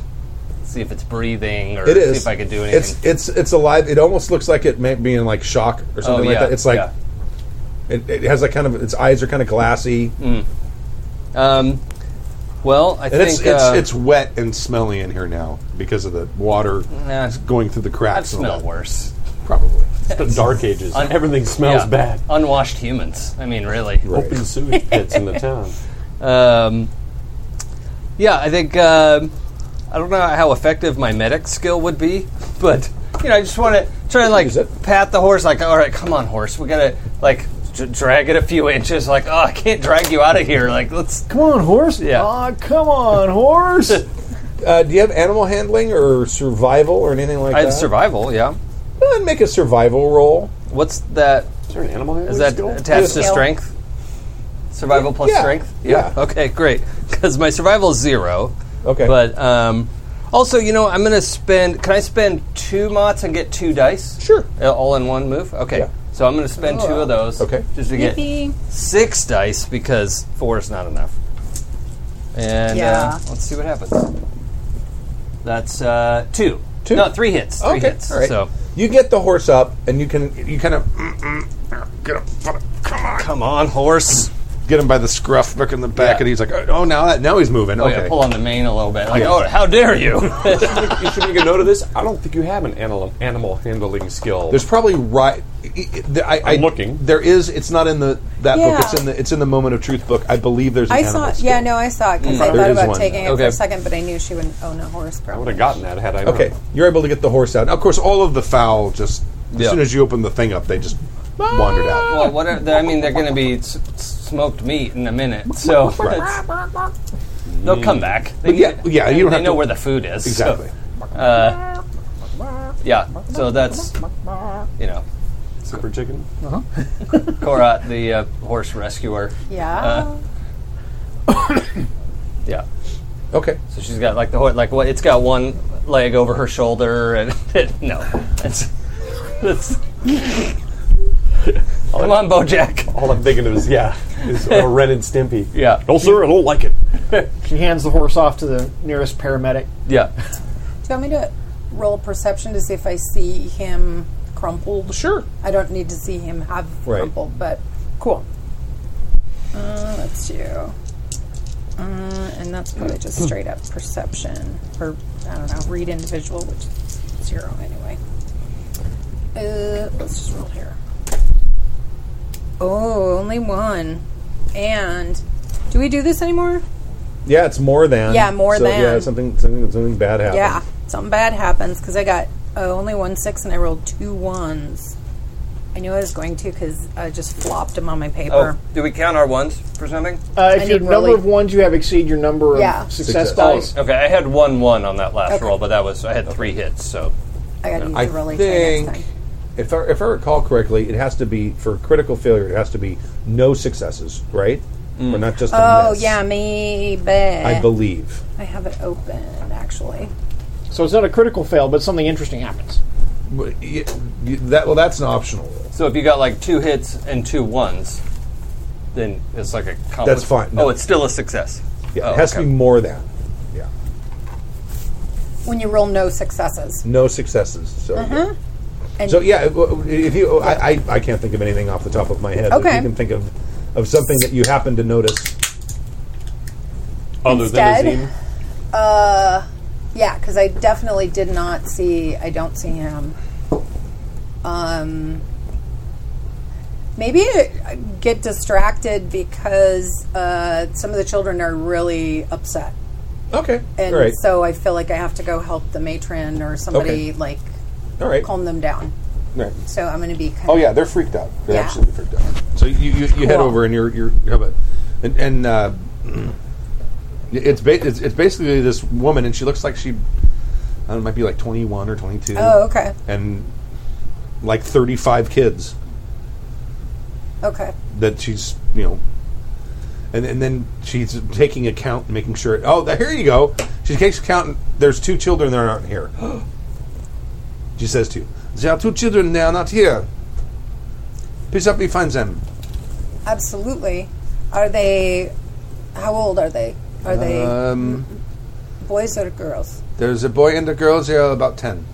S10: see if it's breathing or
S3: It is.
S10: see if I can do anything.
S3: It's it's it's alive. It almost looks like it may be in like shock or something like
S10: Oh, yeah,
S3: that. It's like
S10: yeah.
S3: it, it has like kind of its eyes are kind of glassy,
S10: um, well, Mm. I
S3: and
S10: think
S3: it's it's
S10: uh,
S3: it's wet and smelly in here now because of the water
S10: Nah.
S3: that's going through the
S10: I've
S3: cracks. and all
S10: smelled
S3: that.
S10: worse.
S3: probably.
S7: It's the dark ages.
S10: Un-
S7: Everything smells
S10: Yeah.
S7: bad.
S10: Unwashed humans. I mean, really.
S7: Open sewage pits in the town.
S10: Um, yeah, I think um I don't know how effective my medic skill would be, but you know, I just want to try and like
S3: Use it.
S10: pat the horse. Like, all right, come on, horse, we gotta like d- drag it a few inches. Like, oh, I can't drag you out of here. Like, let's.
S5: Come on, horse!
S10: Yeah.
S5: Aw, come on, horse!
S3: Uh, do you have animal handling or survival or anything like
S10: I
S3: that?
S10: have survival. Yeah.
S3: Uh, make a survival roll.
S10: What's that?
S7: Is there an animal
S10: Is
S7: handling
S10: that
S7: skill?
S10: attached to
S2: Skill.
S10: strength? Survival plus
S3: Yeah.
S10: strength.
S3: Yeah.
S10: Okay, great. Because my survival is zero.
S3: Okay.
S10: But um, also, you know, I'm going to spend. Can I spend two mots and get two dice?
S3: Sure.
S10: Uh, All in one move. Okay.
S3: Yeah.
S10: So I'm going to spend two of those.
S3: Okay.
S10: Just to get six dice because four is not enough. And
S2: Yeah.
S10: uh, let's see what happens. That's uh, two.
S3: Two.
S10: No, three hits. Three
S3: okay,
S10: hits.
S3: all right.
S10: So
S3: you get the horse up, and you can you kind of
S10: come on, horse.
S3: get him by the scruff, look in the back,
S10: Yeah.
S3: and he's like, "Oh, now that now he's moving."
S10: Oh,
S3: okay,
S10: yeah, pull on the mane a little bit. Like,
S3: Yeah.
S10: oh, how dare you?
S7: you should make a note of this. I don't think you have an animal animal handling skill.
S3: There's probably right. I, I,
S7: I'm looking.
S3: There is. It's not in the that book. It's
S2: Yeah.
S3: in the it's in the Moment of Truth book. I believe there's. An
S2: I
S3: animal
S2: saw.
S3: skill.
S2: Yeah, no, I saw it because I
S3: Mm. There
S2: thought
S3: is
S2: about
S3: one.
S2: taking it for
S10: Okay.
S2: a second, but I knew she wouldn't own a horse.
S7: I
S2: Probably.
S7: would have gotten that had I known.
S3: Okay, you're able to get the horse out. Now, of course, all of the fowl just as
S10: Yeah.
S3: soon as you open the thing up, they just wandered out.
S7: Ah.
S10: Well, what are they, I mean, they're going to be s- s- smoked meat in a minute, so it's- they'll come back. They,
S3: yeah, yeah,
S10: they,
S3: you don't
S10: they
S3: have
S10: know
S3: to-
S10: where the food is. so,
S3: Exactly.
S10: uh, yeah, so that's you know,
S7: Super chicken.
S10: Korat, the uh, horse rescuer.
S2: Yeah.
S10: Yeah,
S3: Okay.
S10: so she's got like the horse, like what? It's got one leg over her shoulder, and no, it's, it's come on, BoJack.
S7: All I'm thinking of is yeah, is uh, Ren and Stimpy.
S10: Yeah,
S7: No, sir, I don't like it.
S5: she hands the horse off to the nearest paramedic.
S10: yeah.
S2: Do you want me to roll perception to see if I see him crumpled?
S3: Sure.
S2: I don't need to see him have
S3: Right.
S2: crumpled, but cool. Uh, let's do. Uh, and that's probably just straight up perception, or I don't know, read individual, which is zero anyway. Uh, let's just roll here. Oh, only one. And do we do this anymore?
S3: Yeah, it's more than.
S2: Yeah, more
S3: so, Yeah,
S2: than.
S3: something something something bad happened.
S2: Yeah. something bad happens because I got uh, only one six and I rolled two ones. I knew I was going to because I just flopped them on my paper.
S10: Oh, do we count our ones for something?
S5: Uh,
S2: I
S5: if your
S2: need
S5: number
S2: really-
S5: of ones you have exceed your number
S2: Yeah.
S5: of success,
S2: Success.
S5: dice.
S10: Okay, I had one one on that last
S2: Okay.
S10: roll, but that was I had three hits, so
S2: I got to
S3: Oh, I
S2: use the really thing next
S3: think
S2: time.
S3: if I, if I recall correctly, it has to be for critical failure. It has to be no successes, right? Or
S7: Mm.
S3: not just. A
S2: Oh
S3: miss,
S2: yeah, maybe.
S3: I believe.
S2: I have it open actually.
S5: So it's not a critical fail, but something interesting happens.
S3: Well, y- y- That well, that's an optional rule.
S10: so if you got like two hits and two ones, then it's like a compli-
S3: That's fine, no.
S10: Oh, it's still a success.
S3: Yeah,
S10: Oh,
S3: it has
S10: okay.
S3: to be more than. Yeah,
S2: When you roll no successes.
S3: no successes. So.
S2: Mhm. And
S3: So yeah, w- w- if you, I, I, I can't think of anything off the top of my head. If
S2: Okay.
S3: you can think of, of something that you happen to notice.
S7: Other
S2: Instead-
S7: than Azim,
S2: Uh, yeah, because I definitely did not see. I don't see him. Um, maybe I get distracted because uh, some of the children are really upset,
S3: Okay.
S2: and
S3: All right.
S2: so I feel like I have to go help the matron or somebody
S3: Okay.
S2: like
S3: All right.
S2: calm them down.
S3: Right.
S2: So I'm going to be. Kind
S3: Oh yeah, they're freaked out. They're
S2: Yeah.
S3: absolutely freaked out. So you, you, you head
S2: Cool.
S3: over and you're you're you have a, and, and uh, it's, ba- it's it's basically this woman and she looks like she, I don't know, might be like 21 or 22.
S2: Oh, okay.
S3: And like 35 kids
S2: Okay.
S3: that she's you know. And, and then she's taking account and making sure. Oh, th- here you go. She takes account. And there's two children that aren't here. she says to you, "There are two children. They are not here. Please help me find them."
S2: Absolutely. Are they? How old are they? Are they
S3: Um,
S2: boys or girls?
S3: There's a boy and a girl. They are about ten.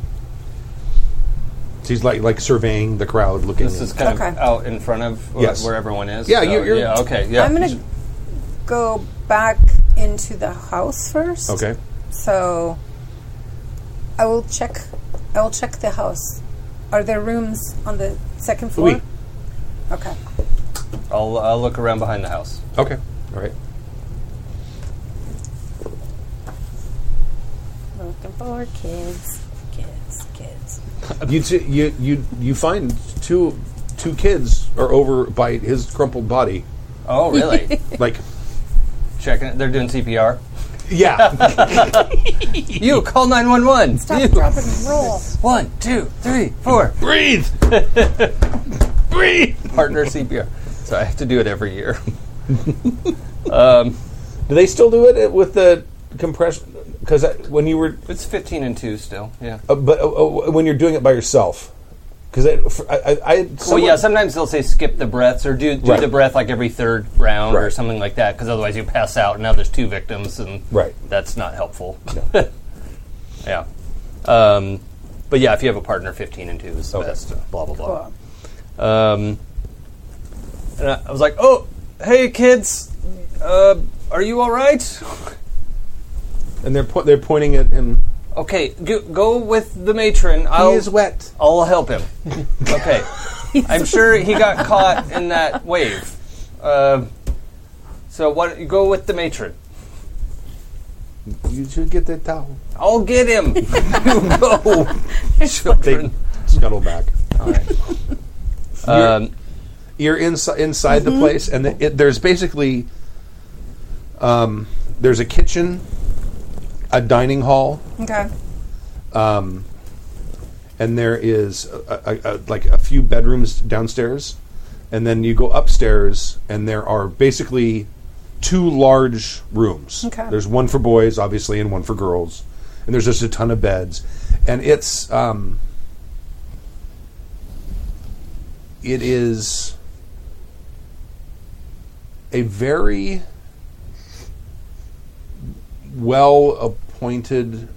S3: She's like like surveying the crowd, looking.
S10: This is kind
S2: Okay.
S10: of out in front of wh-
S3: Yes.
S10: where everyone is.
S3: Yeah,
S10: so-
S3: you- you're-
S10: yeah, okay, yeah.
S2: I'm going to go back into the house first.
S3: okay.
S2: So I will check. I will check the house. Are there rooms on the second floor?
S3: Oui.
S2: Okay.
S10: I'll, I'll look around behind the house.
S3: Okay. All right.
S2: Looking for kids, kids, kids.
S3: You t- you you you find two two kids are over by his crumpled body,
S10: Oh, really?
S3: like
S10: Checking. it. They're doing CPR.
S3: yeah.
S10: You call nine one one.
S2: Stop, drop, and roll.
S10: One, two, three, four.
S3: Breathe. Breathe.
S10: Partner CPR. So I have to do it every year.
S3: Do they still do it with the compression? Because when you were
S10: It's fifteen and two still. Yeah.
S3: uh, but uh, uh, when you're doing it by yourself, because I I, I
S10: Well,
S3: someone-
S10: yeah. Sometimes they'll say skip the breaths or do do
S3: Right.
S10: the breath like every third round or
S3: Right.
S10: something like that because otherwise you pass out and now there's two victims and
S3: Right.
S10: that's not helpful. yeah. Um, but yeah, if you have a partner, fifteen and two is the best. Blah blah blah.
S2: Cool.
S10: Um, and I, I was like, "Oh, hey kids, uh, are you all right?
S3: and they're po- they're pointing at him. Oh.
S10: Okay, go, go with the matron. I'll
S3: wet.
S10: Oh, I'll help him. Okay, I'm sure he got caught in that wave. Uh, so why don't you go with the matron?
S3: You should get that towel.
S10: I'll get him. you go,
S3: They
S10: children.
S3: scuttle back.
S10: Um,
S3: You're inside inside the place, and the, it, there's basically um, there's a kitchen, a dining hall,
S2: Okay.
S3: um, and there is a, a, a, like a few bedrooms downstairs, and then you go upstairs, and there are basically two large rooms.
S2: Okay.
S3: There's one for boys, obviously, and one for girls, and there's just a ton of beds, and it's um, it is a very well appointed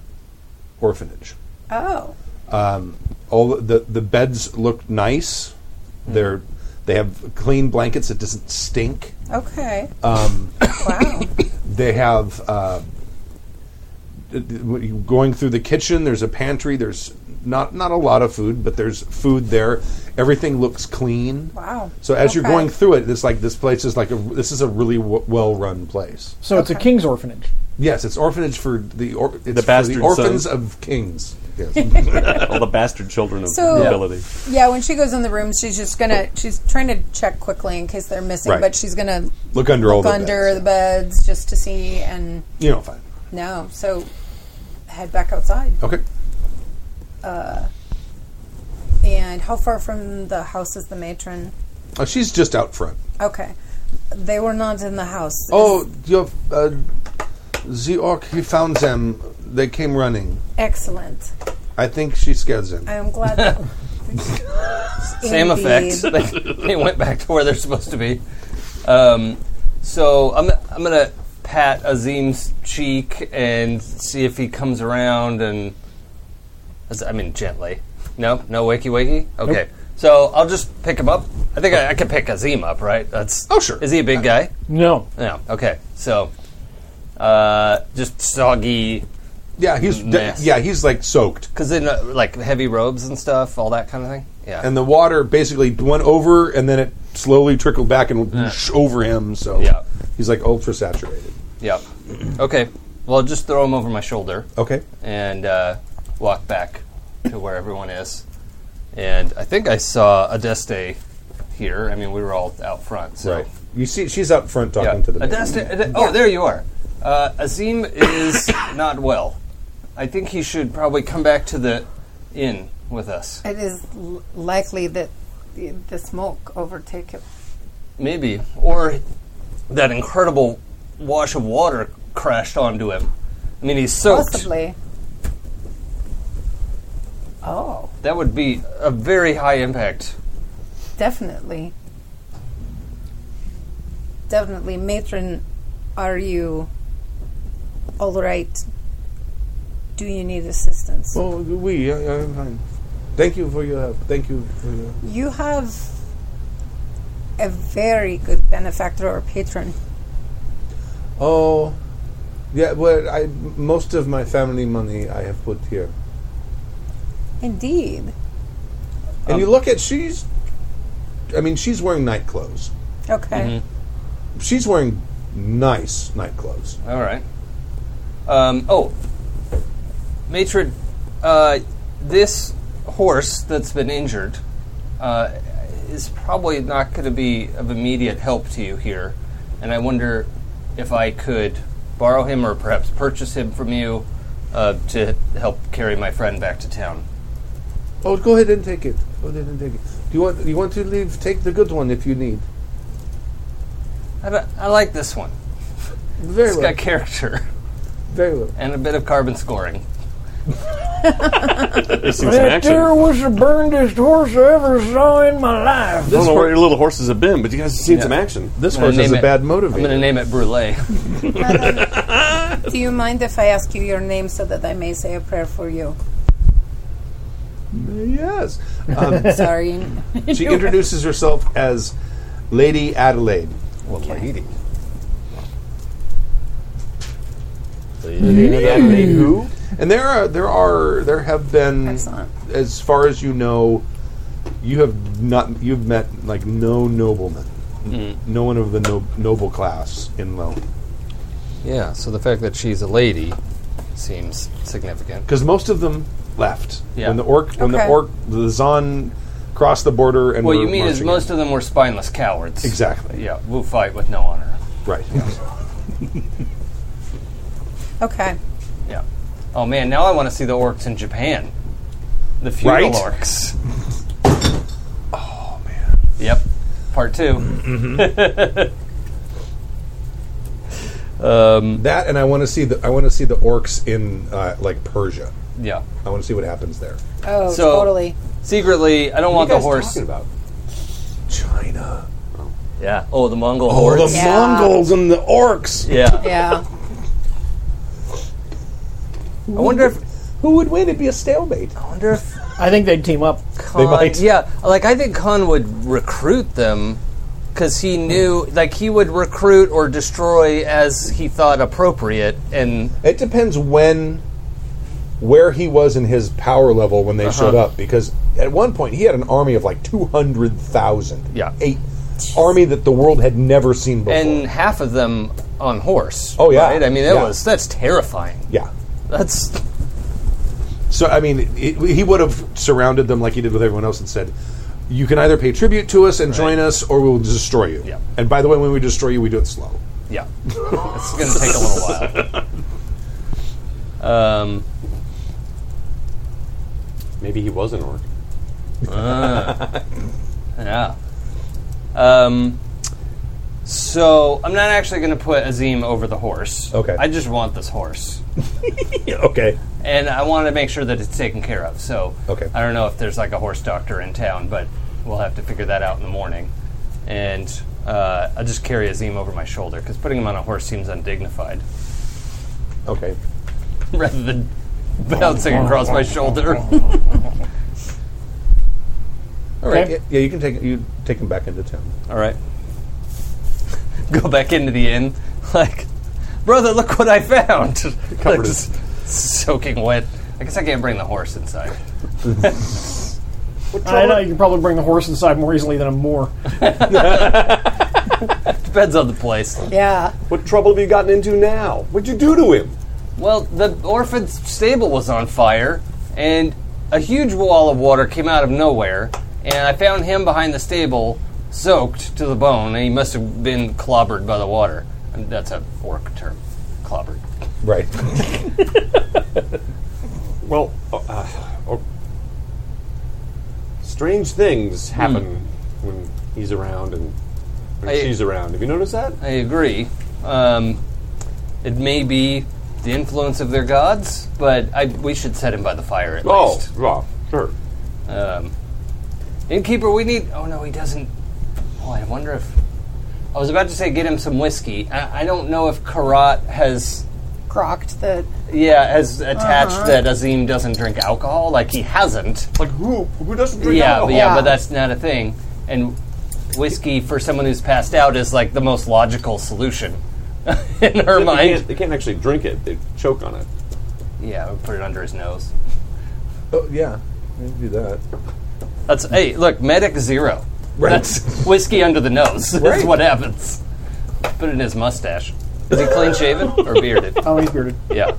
S3: orphanage
S2: Oh.
S3: um, all the the beds look nice.
S2: Mm-hmm.
S3: They're they have clean blankets that doesn't stink.
S2: Okay.
S3: Um,
S2: wow.
S3: they have uh, d- d- when you- going through the kitchen. There's a pantry. There's Not not a lot of food, but there's food there. Everything looks clean.
S2: Wow.
S3: So as you're
S2: Okay.
S3: going through it, it's like this place is like a, this is a really w- well run place.
S5: So it's a king's orphanage.
S3: Yes, it's orphanage for the or, it's for
S7: bastard
S3: the orphans
S7: sons.
S3: of kings. Yes.
S7: All the bastard children of
S2: So-
S7: nobility.
S2: Yeah, when she goes in the room, she's just gonna. She's trying to check quickly in case they're missing,
S3: Right.
S2: but she's gonna
S3: Look under all
S2: look
S3: the
S2: under
S3: beds.
S2: the beds just to see. And
S3: You don't find.
S2: no, so head back outside.
S3: it. Okay.
S2: Uh, and how far from the house is the matron?
S3: Uh, she's just out front.
S2: Okay, they were not in the house.
S3: Oh, your uh, the orc he found them. They came running.
S2: excellent.
S3: I think she scared them.
S2: I am glad. That
S10: Same effect.
S2: Indeed.
S10: they went back to where they're supposed to be. Um, so I'm I'm gonna pat Azim's cheek and see if he comes around and as- I mean gently. No, no wakey wakey. Okay.
S5: Nope.
S10: So I'll just pick him up. I think I, I can pick Azim up, right? That's oh sure. Is he a big guy?
S5: No.
S10: No. Okay. So uh, just soggy.
S3: Yeah, he's yeah, he's like soaked
S10: because in uh, like heavy robes and stuff, all that kind of thing. Yeah.
S3: And the water basically went over, and then it slowly trickled back and whoosh over him. So
S10: Yeah.
S3: he's like ultra saturated.
S10: Yep. Okay. Well, I'll just throw him over my shoulder.
S3: Okay.
S10: And uh, walk back to where everyone is. And I think I saw Adeste here. I mean, we were all out front. So.
S3: Right. You see, she's out front talking
S10: Yeah.
S3: to the
S10: Adeste. Ade- oh, there you are. Uh, Azim is not well. I think he should probably come back to the inn with us.
S2: It is l- likely that the, the smoke overtake it.
S10: Maybe. Or that incredible wash of water crashed onto him. I mean, he's soaked.
S2: Possibly. Oh,
S10: That would be a very high impact.
S2: definitely. Definitely. Matron, are you all right? Do you need assistance?
S3: Oh, we. I, I'm fine. Thank you for your help. Uh, Thank you for your.
S2: You have a very good benefactor or patron.
S3: Oh, yeah. Well, I most of my family money I have put here.
S2: Indeed.
S3: And
S10: Um,
S3: you look at she's. I mean, she's wearing night clothes.
S2: Okay.
S3: She's wearing nice night clothes.
S10: All right. Um, oh, Matron, uh, this horse that's been injured uh, is probably not going to be of immediate help to you here, and I wonder if I could borrow him or perhaps purchase him from you uh, to help carry my friend back to town.
S3: Oh, go ahead and take it. Go ahead and take it. Do you want? You want to leave? Take the good one if you need.
S10: I, don't- I like this one.
S3: Very
S10: it's
S3: well.
S10: got character
S3: Very well.
S10: and a bit of carbon scoring.
S7: This thing's in
S6: That
S7: action.
S6: there was the burndest horse I ever saw in my life.
S7: I don't know where your little horses have been, but you guys have seen some action.
S3: This
S10: I'm gonna
S3: horse has
S10: name
S3: a
S10: it-
S3: bad
S10: I'm going to
S3: motivator.
S10: name it Brulee.
S2: Do you mind if I ask you your name so that I may say a prayer for you?
S3: Yes. Um,
S2: Sorry.
S3: she introduces herself as Lady Adelaide. Well, lady.
S7: who?
S3: And there are there are there have been
S2: Excellent.
S3: as far as you know, you have not you've met like no nobleman,
S10: Mm.
S3: no one of the no, noble class in Lone.
S10: Yeah, so the fact that she's a lady seems significant.
S3: because most of them left
S10: Yeah.
S3: when the orc when the
S2: Okay.
S3: orc the Zon crossed the border and
S10: What
S3: were
S10: you mean is
S3: marching
S10: most of them were spineless cowards.
S3: in. exactly
S10: Yeah, who fight with no honor.
S3: right yes.
S2: Okay.
S10: Yeah. Oh man, now I want to see the orcs in Japan. The feudal
S3: Right?
S10: orcs. oh man. Yep. Part 2 um,
S3: that and I want to see the I want to see the orcs in uh, like Persia
S10: yeah.
S3: I want to see what happens there
S2: Oh,
S10: So-
S2: totally.
S10: Secretly, I don't want
S7: What are you
S10: the horse.
S7: guys talking about?
S3: China
S10: Yeah. Oh, the Mongol
S3: oh
S10: horse.
S3: the
S2: Yeah.
S3: Mongols and the orcs
S10: yeah.
S2: Yeah.
S10: I wonder if
S3: who would win it'd be a stalemate
S10: I wonder if
S5: I think they'd team up.
S10: Khan,
S3: might.
S10: Yeah, like I think Khan would recruit them because
S3: Hmm.
S10: he knew, like he would recruit or destroy as he thought appropriate, and
S3: it depends when where he was in his power level when they showed up because at one point he had an army of like 200,000.
S10: Yeah.
S3: A army that the world had never seen before.
S10: and half of them on horse.
S3: Oh, yeah.
S10: right? I mean that
S3: Yeah.
S10: was that's terrifying.
S3: yeah.
S10: That's
S3: So I mean, it, he would have surrounded them like he did with everyone else and said, "You can either pay tribute to us and join us, or we'll destroy you."
S10: Yeah.
S3: And by the way, when we destroy you, we do it slow.
S10: yeah. it's going to take a little while. Um,
S7: Maybe he was an orc.
S10: Yeah. Um, so I'm not actually going to put Azim over the horse.
S3: Okay.
S10: I just want this horse,
S3: okay.
S10: and I want to make sure that it's taken care of. So
S3: Okay.
S10: I don't know if there's like a horse doctor in town, but we'll have to figure that out in the morning. And uh, I'll just carry Azim over my shoulder because putting him on a horse seems undignified,
S3: Okay.
S10: rather than bouncing across my shoulder.
S3: All right.
S5: Okay.
S3: Yeah, yeah, you can take you take him back into town.
S10: All right. Go back into the inn, like, brother, look what I found. like,
S7: Covered
S10: just soaking wet. I guess I can't bring the horse inside.
S5: I know you can probably bring the horse inside more easily than a moor.
S10: Depends on the place.
S2: Yeah.
S7: What trouble have you gotten into now? What'd you do to him?
S10: Well, the orphan's stable was on fire, and a huge wall of water came out of nowhere, and I found him behind the stable, soaked to the bone, and he must have been clobbered by the water. And that's a orc term, clobbered.
S3: Right.
S7: Well, uh, uh, oh, strange things happen when he's around and when
S10: I-
S7: she's around. Have you noticed that?
S10: I agree. Um, it may be the influence of their gods, but I, we should set him by the fire at
S7: Oh,
S10: least.
S7: well, sure.
S10: Um, innkeeper, we need. Oh no, he doesn't. Oh, I wonder if. I was about to say get him some whiskey. I, I don't know if Karat has.
S2: Crocked the
S10: Yeah, has attached that Azim doesn't drink alcohol. Like he hasn't.
S7: Like who? Who doesn't drink
S10: Yeah,
S7: alcohol?
S10: but yeah,
S2: Yeah.
S10: but that's not a thing. And whiskey for someone who's passed out is like the most logical solution in her
S7: They
S10: mind.
S7: can't, they can't actually drink it. They choke on it.
S10: Yeah, we put it under his nose.
S3: oh yeah, you can do that.
S10: That's hey, look, medic zero.
S3: Right.
S10: That's whiskey under the nose. That's
S3: Right.
S10: what happens. Put it in his mustache. Is he clean shaven or bearded?
S5: Oh, he's bearded.
S10: Yeah.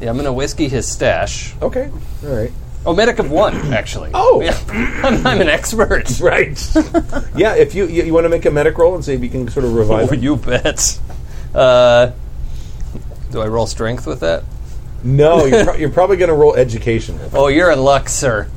S10: Yeah, I'm gonna whiskey his stash.
S3: Okay. All right.
S10: Oh, medic of one, actually.
S3: Oh.
S10: yeah. I'm, I'm an expert.
S3: Right. yeah. If you you, you want to make a medic roll and see if you can sort of revive.
S10: Oh,
S3: him.
S10: you bet. Uh, do I roll strength with that?
S3: No, you're, pro- you're probably going to roll education.
S10: Oh, you're in luck, sir.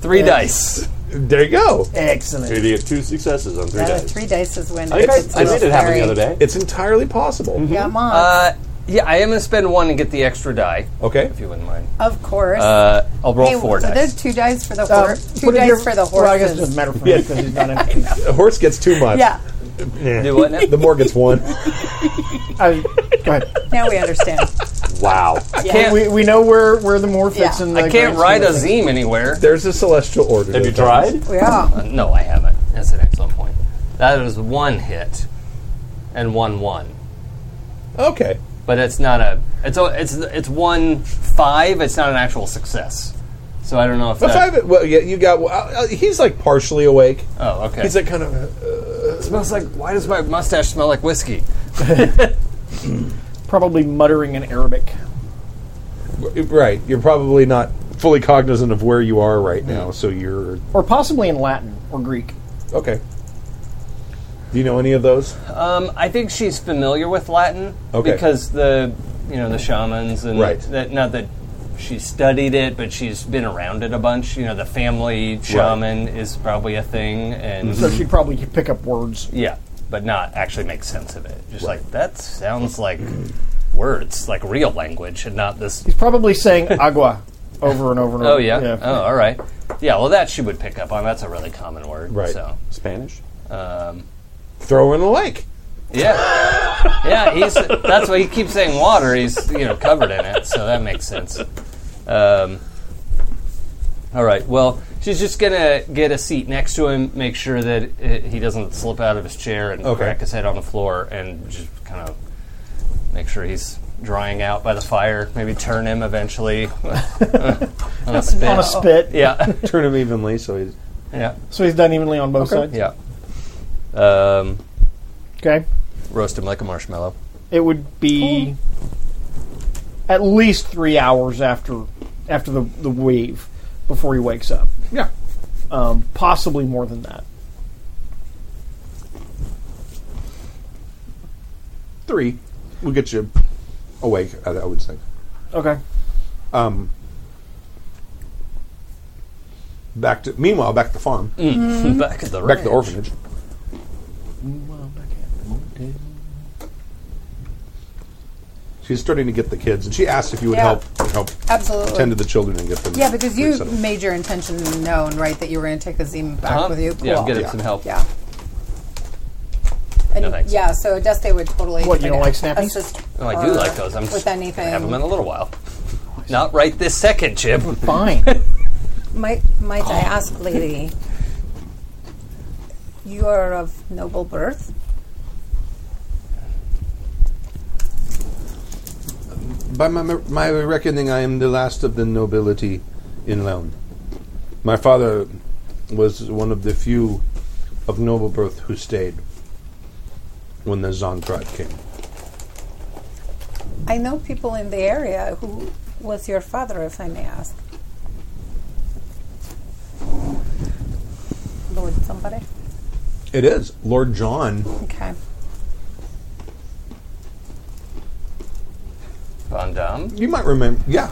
S10: Three dice.
S3: There you go.
S7: So
S5: Excellent.
S7: you get two successes on three
S2: uh,
S7: dice.
S2: three dice is when
S7: I, think
S2: it's
S7: I, I made it happen the
S2: very-
S7: other day. Mm-hmm.
S3: It's entirely possible.
S2: Yeah, mom.
S10: Uh, yeah, I am going to spend one and get the extra die,
S3: Okay.
S10: if you wouldn't mind.
S2: of course.
S10: Uh, I'll roll
S2: Hey,
S10: four
S2: so
S10: dice.
S2: there's two dice for the
S5: Um,
S2: horse. two
S5: put it here-
S2: dice for the
S5: Well, I guess it
S2: horses.
S5: doesn't matter for me because he's not in.
S3: A horse gets too much.
S2: yeah.
S10: Do what now?
S3: The more gets one.
S5: I, go ahead.
S2: Now we understand.
S7: Wow.
S2: Yeah.
S10: can't-
S5: We, we know where, where the moor fits
S2: Yeah.
S5: in. The
S10: I can't ride
S5: grand scheme
S10: a
S5: of things.
S10: Zim anywhere.
S3: There's a celestial order.
S7: Have you
S3: that
S7: tried?
S2: yeah.
S10: Uh, no, I haven't. That's an excellent point. That was one hit and one one.
S3: Okay.
S10: But it's not a. It's a, it's it's one five. It's not an actual success. So I don't know if
S3: But
S10: that.
S3: five, well, yeah, you got. Well, uh, he's like partially awake.
S10: Oh, okay.
S3: He's like kind of. Uh,
S10: it smells like. Why does my mustache smell like whiskey?
S5: Probably muttering in Arabic.
S3: uh, right. You're probably not fully cognizant of where you are right now, so you're
S5: Or possibly in Latin or Greek.
S3: okay. Do you know any of those?
S10: Um, I think she's familiar with Latin
S3: Okay.
S10: because the you know the shamans and
S3: Right.
S10: that not that she studied it, but she's been around it a bunch. You know, the family shaman is probably a thing, and
S5: So she'd probably pick up words.
S10: yeah, but not actually make sense of it. Just like that sounds like words, like real language, and not this.
S5: He's probably saying agua over and over and over.
S10: Oh yeah. Oh, all right. Yeah. Well, that she would pick up on. That's a really common word.
S3: Right.
S10: So
S7: Spanish?
S3: Throw her in the lake.
S10: yeah, yeah. He's that's why he keeps saying water. He's you know covered in it, so that makes sense. Um, all right. Well, She's just gonna get a seat next to him, make sure that uh he doesn't slip out of his chair and
S3: Okay.
S10: crack his head on the floor, and just kind of make sure he's drying out by the fire. Maybe turn him eventually on a spit.
S5: On a spit.
S10: yeah,
S3: Turn him evenly so he's.
S10: yeah,
S5: So he's done evenly on both sides.
S10: yeah. Um,
S5: Okay.
S10: roast him like a marshmallow.
S5: It would be at least three hours after after the, the wave before he wakes up.
S3: Yeah.
S5: Um, possibly more than that.
S3: Three. We'll get you awake, I, I would think.
S5: Okay.
S3: Um, back to meanwhile back to the farm,
S2: Mm.
S10: Back at the
S3: Mm-hmm. back to
S10: ranch.
S3: the orphanage. She's starting to get the kids, and she asked if you would
S2: Yeah.
S3: help help
S2: Absolutely.
S3: tend to the children and get them.
S2: Yeah, because you
S3: resettled.
S2: made your intention known, right? That you were going to take Azim back
S10: Uh-huh.
S2: with you.
S10: Yeah, get him
S3: Yeah.
S10: some help.
S2: Yeah. And
S10: No, thanks.
S2: yeah, so Deste would totally.
S5: What, you don't like snappies?
S2: Assist
S10: Oh, I do
S2: her
S10: like those. I'm
S2: with
S10: just gonna
S2: anything.
S10: have them in a little while. Not right this second, Chip.
S5: Fine.
S2: Might might I ask, lady? You are of noble birth.
S3: By my, my reckoning, I am the last of the nobility in Laon. My father was one of the few of noble birth who stayed when the Zan tribe came.
S2: I know people in the area who was your father, if I may ask. Lord, somebody.
S3: It is Lord John.
S2: Okay.
S10: Von Damme.
S3: You might remember, yeah,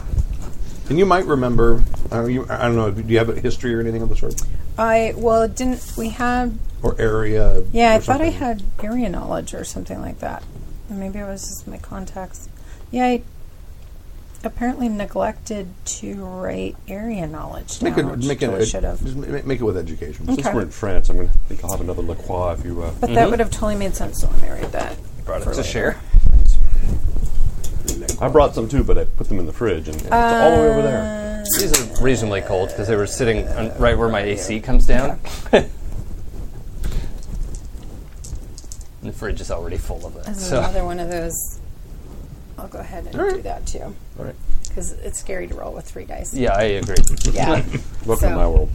S3: and you might remember. Uh, you, I don't know. Do you have a history or anything of the sort,
S2: I well didn't we have
S3: or area?
S2: Yeah, I
S3: or
S2: thought I
S3: something?
S2: had area knowledge or something like that. Maybe it was just my contacts. Yeah, I apparently neglected to write area knowledge down,
S3: Make it,
S2: which
S3: make, it,
S2: I should have.
S3: just ma- ma- make it with education.
S2: Okay.
S7: Since we're in France, I'm going to think I'll have another La Croix if you. Uh,
S2: But that would have totally made sense. So let me read that.
S10: Brought
S2: for
S10: it to
S2: later.
S10: share.
S7: I brought some too, but I put them in the fridge, and, and it's all the way over there.
S10: These are reasonably cold because they were sitting on, right where my AC comes down. the fridge is already full of it.
S2: This is
S10: So
S2: another one of those. I'll go ahead and do that too.
S7: right.
S2: Because it's scary to roll with three dice.
S10: yeah, I agree.
S2: Yeah.
S7: Welcome to
S2: So-
S7: my world.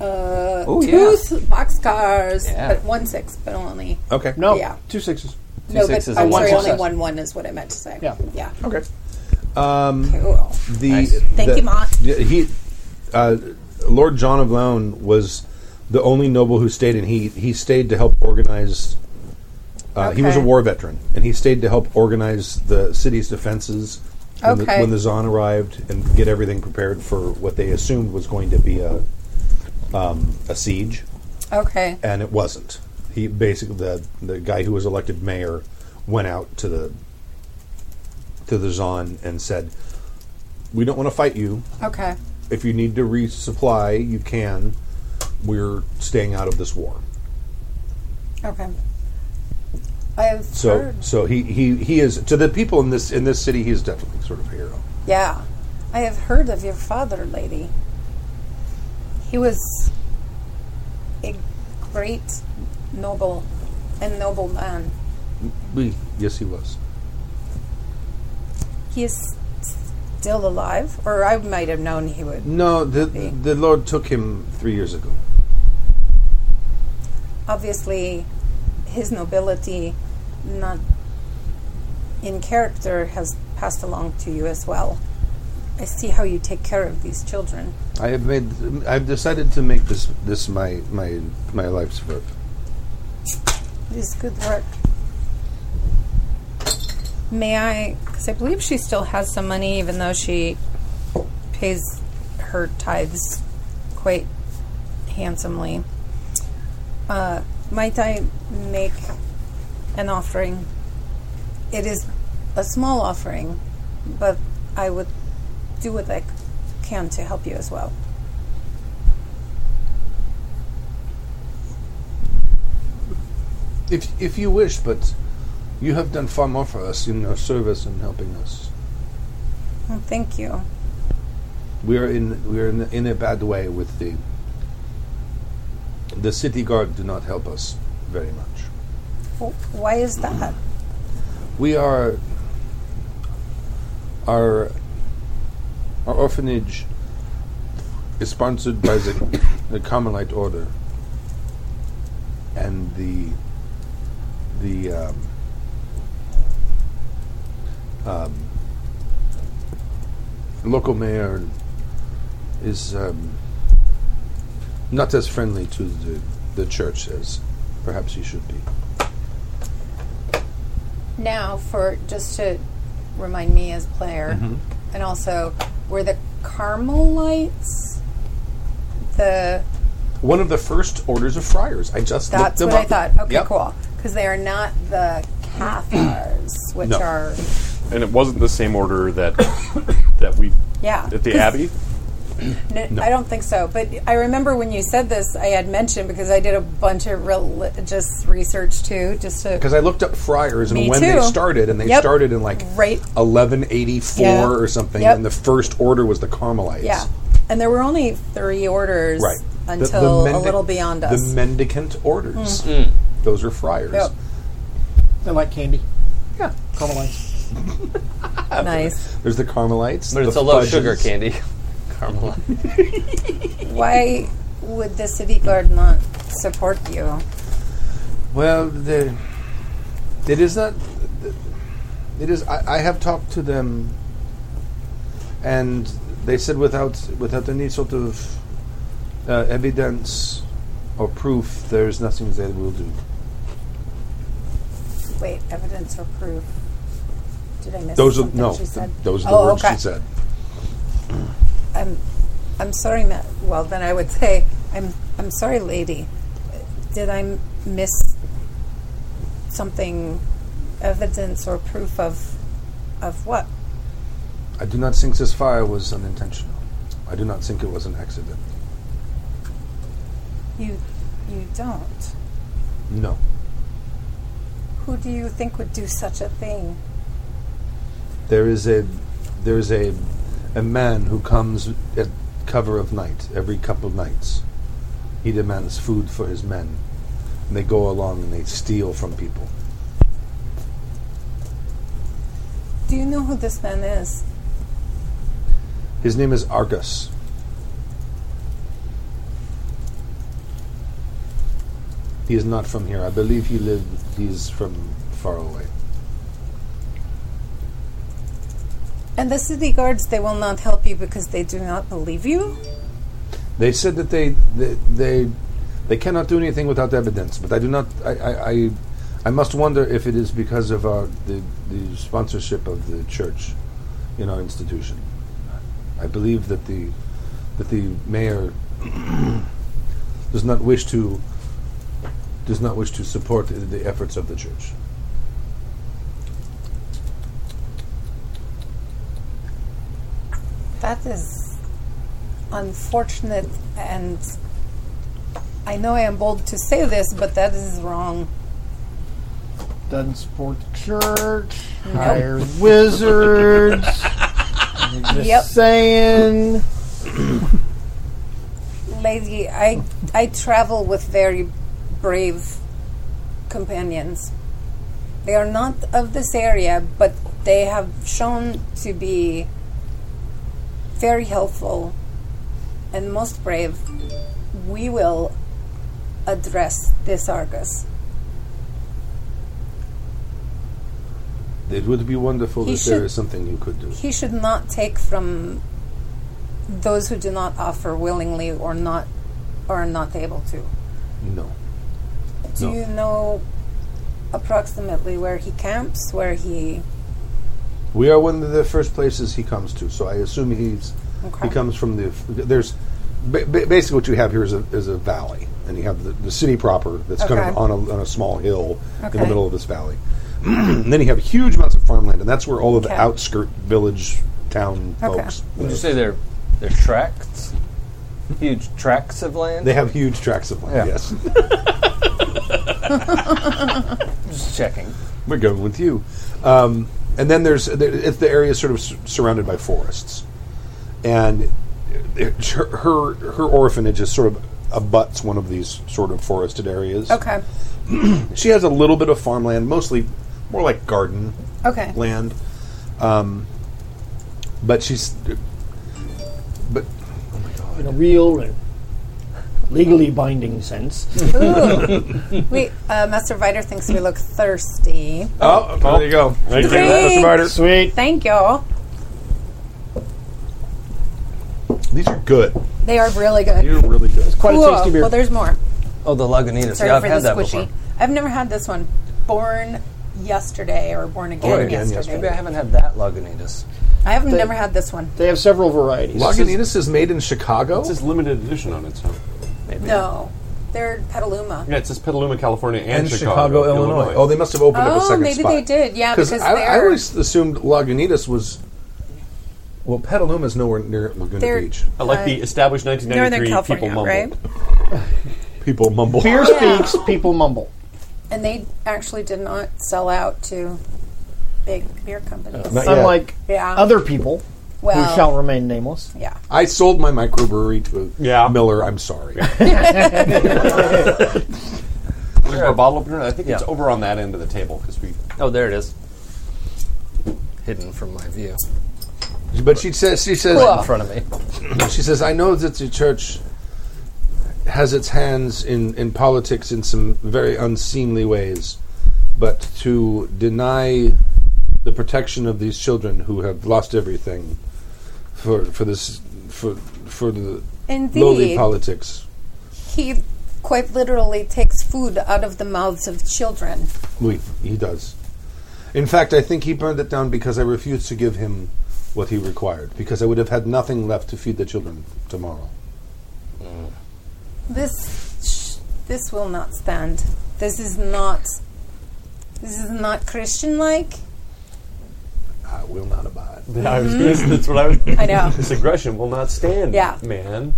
S2: uh,
S10: Oh,
S2: two
S10: yeah.
S2: s- boxcars,
S10: Yeah.
S2: but one six, but only.
S3: Okay.
S5: No.
S2: Yeah.
S5: Two sixes.
S2: no, but
S10: sixes and
S2: I'm
S10: one
S2: sorry, only
S10: success.
S2: one one is what I meant to say.
S5: Yeah.
S2: Yeah.
S3: Okay. Um,
S2: Cool.
S3: The
S10: Nice.
S2: Thank
S3: the-
S2: you, Ma.
S3: the- He, uh, Lord John of Laon was the only noble who stayed, and he he stayed to help organize. Uh, He was a
S2: Okay.
S3: war veteran, and he stayed to help organize the city's defenses when, the,
S2: Okay.
S3: when the Zon arrived and get everything prepared for what they assumed was going to be a um, a siege,
S2: Okay.
S3: and it wasn't. He basically the the guy who was elected mayor went out to the to the Zon and said, "We don't want to fight you
S2: Okay.
S3: if you need to resupply, you can. We're staying out of this war.
S2: Okay. I've
S3: So,
S2: heard.
S3: so he, he he is to the people in this in this city. He is definitely sort of a hero.
S2: Yeah. I have heard of your father, lady. He was a great noble and noble man.
S3: Yes, he was.
S2: He is still alive, or I might have known he would.
S3: No, the
S2: Be.
S3: the Lord took him three years ago.
S2: Obviously, his nobility, not in character, has passed along to you as well. I see how you take care of these children.
S3: I have made. I've decided to make this this my my my life's work.
S2: It is good work. May I? Because I believe she still has some money, even though she pays her tithes quite handsomely. Uh, might I make an offering? It is a small offering, but I would do what I c- can to help you as well.
S3: If if you wish, but you have done far more for us in your service and helping us.
S2: Well, thank you.
S3: We are in we are in, in a bad way with the. The city guard do not help us very much.
S2: Wh- Why is that?
S3: We are. Our. Our orphanage is sponsored by the, the Carmelite Order. And the. The. Um, um, local mayor is um, not as friendly to the, the church as perhaps he should be.
S2: Now, for just to remind me as player,
S3: Mhm.
S2: and also were the Carmelites the
S3: One of the first orders of friars. I just
S2: that's
S3: looked
S2: what
S3: them
S2: I
S3: up.
S2: thought. Okay,
S3: Yep.
S2: cool. Because they are not the Cathars, which
S7: No.
S2: are
S7: And it wasn't the same order that that we
S2: Yeah.
S7: at the Abbey.
S2: N
S7: No.
S2: I don't think so. But I remember when you said this, I had mentioned because I did a bunch of religious research too, just to
S3: Because I looked up friars and
S2: Me
S3: when they
S2: too.
S3: started, and they
S2: Yep.
S3: started in like
S2: Right.
S3: 1184
S2: Yeah.
S3: or something,
S2: Yep.
S3: and the first order was the Carmelites.
S2: yeah. And there were only three orders
S3: Right. The- the
S2: until a
S3: mendic-
S2: little beyond us.
S3: The mendicant orders.
S2: Mm. Mm.
S3: Those are friars.
S2: Yep.
S5: They like candy.
S3: Yeah.
S5: Carmelites.
S2: nice.
S3: There's the Carmelites.
S10: But
S3: the
S10: it's a low
S3: fudges.
S10: sugar candy. Carmelite.
S2: Why would the city guard not support you?
S3: Well, the, it is not. It is. I, I have talked to them, and they said without without any sort of uh, evidence or proof, there is nothing they will do.
S2: Wait, evidence or proof? Did I miss
S3: Those are
S2: something
S3: no.
S2: she said?
S3: Those are the
S2: Oh,
S3: words
S2: okay.
S3: she said.
S2: I'm, I'm sorry, ma- well, then I would say, I'm, I'm sorry, lady. Did I m- miss something, evidence or proof of, of what?
S3: I do not think this fire was unintentional. I do not think it was an accident.
S2: You, you don't.
S3: No.
S2: Who do you think would do such a thing?
S3: There is a there is a a man who comes at cover of night every couple of nights. He demands food for his men, and they go along and they steal from people.
S2: Do you know who this man is?
S3: His name is Argus. He is not from here. I believe he lived. He's from far away.
S2: And the city guards, they will not help you because they do not believe you?
S3: They said that they they they, they cannot do anything without evidence. But I do not. I, I, I I must wonder if it is because of our the, the sponsorship of the church in our institution. I believe that the that the mayor does not wish to does not wish to support the efforts of the church.
S2: That is unfortunate, and I know I am bold to say this, but that is wrong.
S5: Doesn't support the church. Hire wizards. I'm just
S2: Yep.
S5: saying.
S2: Lady, I, I travel with very brave companions. They are not of this area, but they have shown to be very helpful and most brave. We will address this Argus.
S3: It would be wonderful
S2: He
S3: if there
S2: should-
S3: is something you could do.
S2: He should not take from those who do not offer willingly or not or are not able to.
S3: No.
S2: Do
S3: No.
S2: you know approximately where he camps? Where he
S3: We are one of the first places he comes to, so I assume he's
S2: Okay.
S3: he comes from the there's ba- ba- basically what you have here is a is a valley, and you have the, the city proper that's kind
S2: Okay.
S3: of on a, on a small hill in
S2: Okay.
S3: the middle of this valley. and then you have huge amounts of farmland, and that's where all of the
S2: Okay.
S3: outskirt village town
S2: Okay.
S3: folks
S10: Would you
S3: live.
S10: say they're they're tracts? Huge tracts of land.
S3: They have huge tracts of land.
S10: Yeah.
S3: Yes,
S10: Just checking.
S3: we're going with you. Um, and then there's there, it's the area is sort of s- surrounded by forests, and her her, her orphanage is sort of abuts one of these sort of forested areas.
S2: Okay.
S3: she has a little bit of farmland, mostly more like garden
S2: Okay.
S3: land. Um, but she's but
S5: in a real and legally binding sense.
S2: Ooh. we uh, Master Viter thinks we look thirsty.
S3: oh, there you go.
S7: There you go.
S2: Great.
S3: Provider.
S5: Sweet.
S2: Thank you.
S3: These are good.
S2: They are really good.
S3: They're really good.
S5: Quite
S2: Cool.
S5: a tasty beer.
S2: Well, there's more.
S10: Oh, the Lagunitas.
S2: Sorry
S10: yeah, I've
S2: for
S10: had
S2: the
S10: that
S2: squishy.
S10: before.
S2: I've never had this one. Born yesterday or born again,
S10: Or again,
S2: yesterday.
S10: Maybe I haven't had that Lagunitas.
S2: I haven't
S5: They-
S2: never had this one.
S5: they have several varieties.
S3: Lagunitas is made in Chicago.
S7: It says limited edition on it, so.
S10: Maybe.
S2: No, they're Petaluma.
S7: Yeah, it says Petaluma, California, and,
S3: and Chicago, Illinois. Oh, they must have opened up a
S2: Oh,
S3: second
S2: maybe
S3: spot.
S2: they did. Yeah, because
S3: I, I
S2: they're
S3: always assumed Lagunitas was. Well, Petaluma's nowhere near Laguna
S2: They're-
S3: Beach.
S7: I like the established
S2: Northern
S7: 1993 people
S2: California,
S7: mumbled.
S2: right?
S3: People mumble.
S5: Beer
S2: Yeah.
S5: speaks, people mumble.
S2: And they actually did not sell out to big beer companies.
S3: Not yet.
S5: Unlike
S2: Yeah.
S5: other people
S2: Well-
S5: who shall remain nameless.
S2: yeah.
S3: I sold my microbrewery to
S7: Yeah.
S3: Miller. I'm sorry.
S7: Is there a bottle opener? I think it's
S10: Yeah.
S7: over on that end of the table because we.
S10: Oh, there it is. Hidden from my view.
S3: but she says she says
S2: Oh.
S10: In front of me.
S3: she says I know that the church has its hands in, in politics in some very unseemly ways, but to deny the protection of these children who have lost everything for for this for for the lowly
S2: Indeed.
S3: politics
S2: He quite literally takes food out of the mouths of children.
S3: Oui, he does. In fact, I think he burned it down because I refused to give him what he required, because I would have had nothing left to feed the children tomorrow.
S2: This sh- this will not stand. This is not this is not Christian like.
S3: I will not abide.
S7: I was gonna, that's what I was.
S2: I know.
S7: This
S3: Mm-hmm.
S7: aggression will not stand.
S2: Yeah.
S7: man.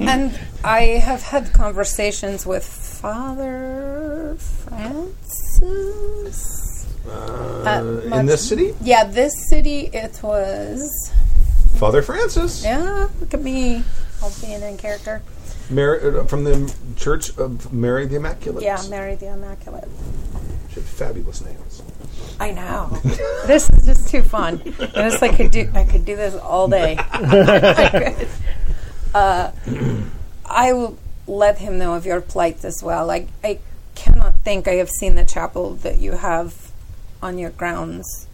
S2: and I have had conversations with Father Francis. at
S3: Uh, in
S2: Uh, much-
S3: this city?
S2: Yeah, this city it was.
S3: Father Francis,
S2: Yeah, look at me. I'll be in character.
S3: Mary, uh, from the Church of Mary the Immaculate.
S2: Yeah, Mary the Immaculate.
S3: She had fabulous nails.
S2: I know. this is just too fun. And it's like I could do I could do this all day. I could. Uh, I will let him know of your plight as well. I I cannot think I have seen the chapel that you have on your grounds.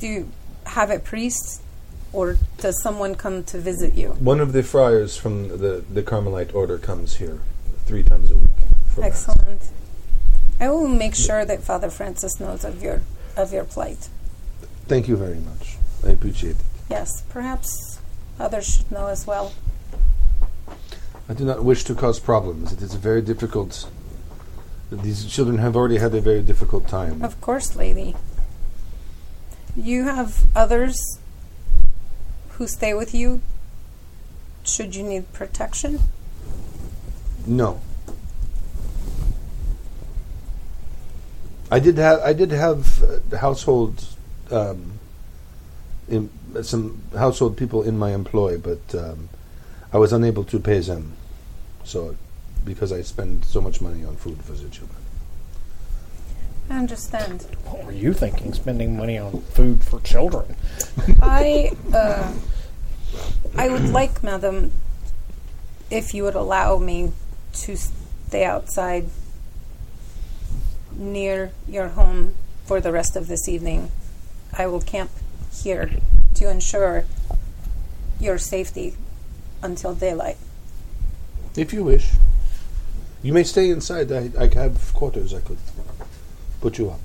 S2: Do you have a priest or does someone come to visit you?
S3: One of the friars from the, the Carmelite order comes here three times a week. for Mass.
S2: Excellent. I will make sure that Father Francis knows of your of your plight.
S3: Thank you very much. I appreciate it.
S2: Yes, perhaps others should know as well.
S3: I do not wish to cause problems. It is very difficult. These children have already had a very difficult time.
S2: Of course, lady. You have others who stay with you should you need protection?
S3: No. I did have I did have uh, household um, in, uh, some household people in my employ, but um, I was unable to pay them. So because I spend so much money on food for the children.
S2: I understand.
S5: What were you thinking, spending money on food for children?
S2: I uh, I would like, madam, if you would allow me to stay outside near your home for the rest of this evening. I will camp here to ensure your safety until daylight.
S3: If you wish. You may stay inside. I, I have quarters I could put you up.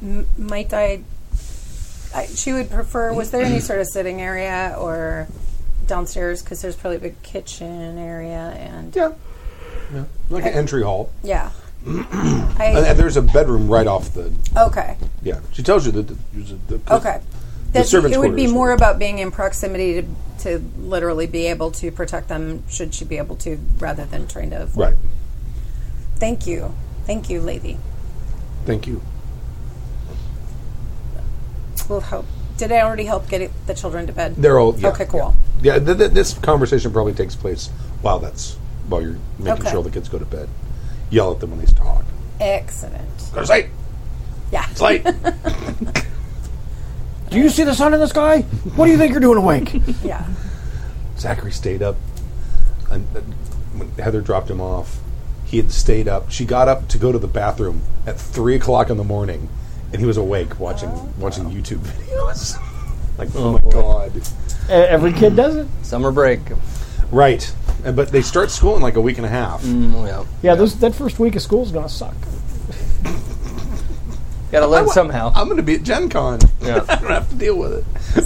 S2: M- might I, I? She would prefer. Was there any sort of sitting area or downstairs? Because there's probably a big kitchen area and yeah.
S3: Like an entry hall. And,
S2: I,
S3: and there's a bedroom right off the
S2: okay.
S3: yeah. She tells you that the, the, the
S2: Okay. That's,
S3: servants'
S2: it would be
S3: quarters
S2: more
S3: were-
S2: about being in proximity to, to literally be able to protect them should she be able to rather than trying to.
S3: Right.
S2: Thank you. Thank you, lady.
S3: Thank you.
S2: We'll help Did I already help get it, the children to bed?
S3: They're all yeah.
S2: Okay, cool.
S3: Yeah, th- th- this conversation probably takes place while that's while you're making
S2: Okay.
S3: sure the kids go to bed. Yell at them when they talk.
S2: Excellent.
S3: Go to sleep.
S2: Yeah.
S3: It's late.
S5: Do you see the sun in the sky? What do you think you're doing awake?
S2: yeah.
S3: Zachary stayed up. And, uh, when Heather dropped him off, he had stayed up. She got up to go to the bathroom at three o'clock in the morning, and he was awake watching
S2: Oh,
S3: watching YouTube videos. like, oh, my god!
S5: Every kid does it.
S10: Summer break.
S3: Right, and, but they start school in like a week and a half.
S2: Mm.
S10: yeah.
S5: Yeah, those, that first week of school is going to suck.
S10: Gotta live
S3: wa-
S10: somehow.
S3: I'm going to be at Gen Con. I don't have to deal with it.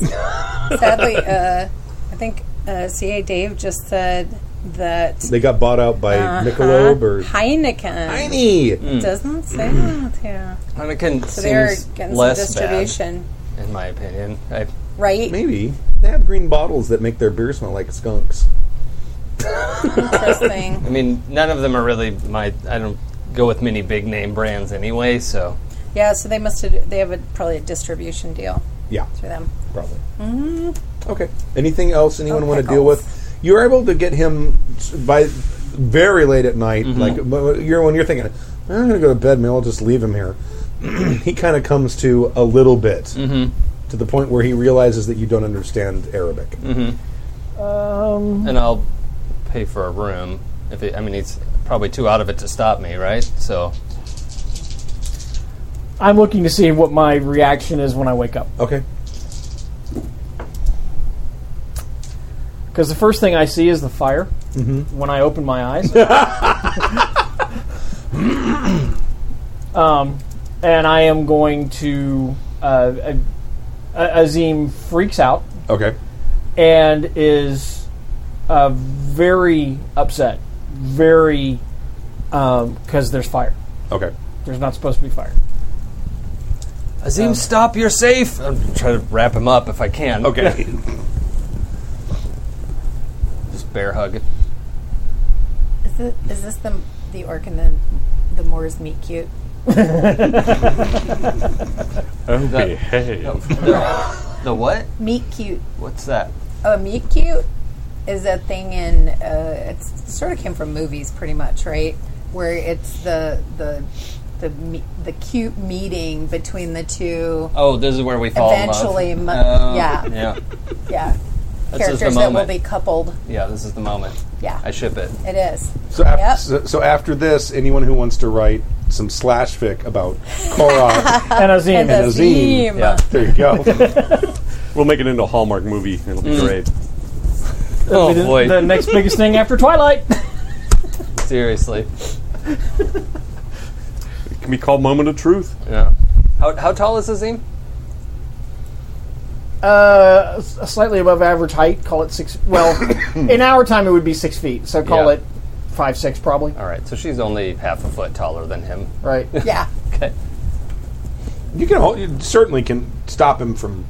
S2: Sadly, uh, I think uh, CA Dave just said that
S3: They got bought out by
S2: uh-huh,
S3: Michelob or
S2: Heineken.
S3: Heine.
S10: Mm.
S2: Doesn't say
S3: Mm.
S2: that. Yeah.
S10: Heineken
S2: Oh. So they're
S10: seems
S2: getting some
S10: less
S2: distribution,
S10: bad, in my opinion. I,
S2: right?
S3: Maybe they have green bottles that make their beer smell like skunks.
S2: Interesting.
S10: I mean, none of them are really my. I don't go with many big name brands anyway, so
S2: Yeah. So they must have. They have a, probably a distribution deal
S3: Yeah,
S2: through them.
S3: probably.
S2: hmm
S3: Okay. Anything else anyone
S2: Oh,
S3: want to deal with? You were able to get him s- by very late at night.
S2: Mm-hmm.
S3: Like wh- wh- you're when you're thinking, I'm going to go to bed. Maybe I'll just leave him here. he kind of comes to a little bit
S2: Mm-hmm.
S3: to the point where he realizes that you don't understand Arabic.
S5: Um,
S10: and I'll pay for a room. If it, I mean, he's probably too out of it to stop me, right? So
S5: I'm looking to see what my reaction is when I wake up.
S3: Okay.
S5: Because the first thing I see is the fire when I open my eyes. um, and I am going to. Uh, uh, Azim freaks out
S3: Okay.
S5: and is uh, very upset. Very. Because there's fire.
S3: Okay.
S5: There's not supposed to be fire.
S10: Azim,
S2: Um,
S10: stop! You're safe. I'll try to wrap him up if I can.
S3: Okay.
S10: Just bear hug.
S2: Is this, is this the the orc and the the Moors meet cute?
S7: Oh,
S10: That-
S7: behave.
S10: The, the what?
S2: Meet cute.
S10: What's that?
S2: Oh, meet cute is a thing in uh, it's it sort of came from movies, pretty much, right? Where it's the the the me- the cute meeting between the two.
S10: Oh, this is where we fall
S2: Eventually,
S10: in
S2: mu-
S10: love. Oh,
S2: yeah.
S10: yeah,
S2: Yeah,
S10: the
S2: characters that will
S10: moment.
S2: be coupled.
S10: yeah. This is the moment.
S2: Yeah.
S10: I ship it.
S2: It is.
S3: So, af-
S2: Yep.
S3: so, so after this, anyone who wants to write some slash fic about Korok,
S5: And Azim.
S2: And
S3: and
S2: Azim.
S3: Azim.
S10: Yeah.
S3: there you go.
S7: We'll make it into a Hallmark movie. It'll be great.
S10: Oh
S5: the,
S10: boy.
S5: the next biggest thing after Twilight.
S10: Seriously.
S7: It can be called Moment of Truth.
S10: Yeah. How, how tall is Azim?
S5: Uh, s- slightly above average height. Call it six. Well, in our time it would be six feet. So call
S10: Yeah.
S5: it five six probably.
S10: All right, so she's only half a foot taller than him.
S5: Right.
S2: Yeah.
S10: Okay.
S3: You can hold, you certainly can stop him from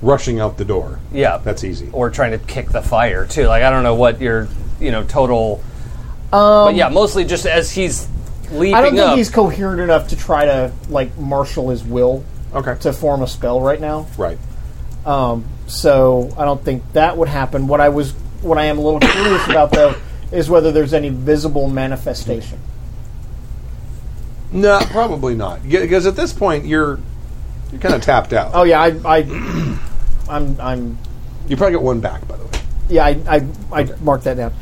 S3: rushing out the door.
S10: Yeah.
S3: That's easy.
S10: or trying to kick the fire too. Like I don't know what your you know total. but yeah, mostly just as he's leaping
S5: Um, I don't think
S10: up.
S5: he's coherent enough to try to like marshal his will
S3: Okay.
S5: to form a spell right now.
S3: Right.
S5: Um, so I don't think that would happen. What I was, what I am a little curious about though, is whether there's any visible manifestation.
S3: No, probably not. Because at this point, you're you're kind of tapped out.
S5: Oh yeah, I, I I'm, I'm
S3: You probably got one back, by the way.
S5: Yeah, I, I, I marked that down.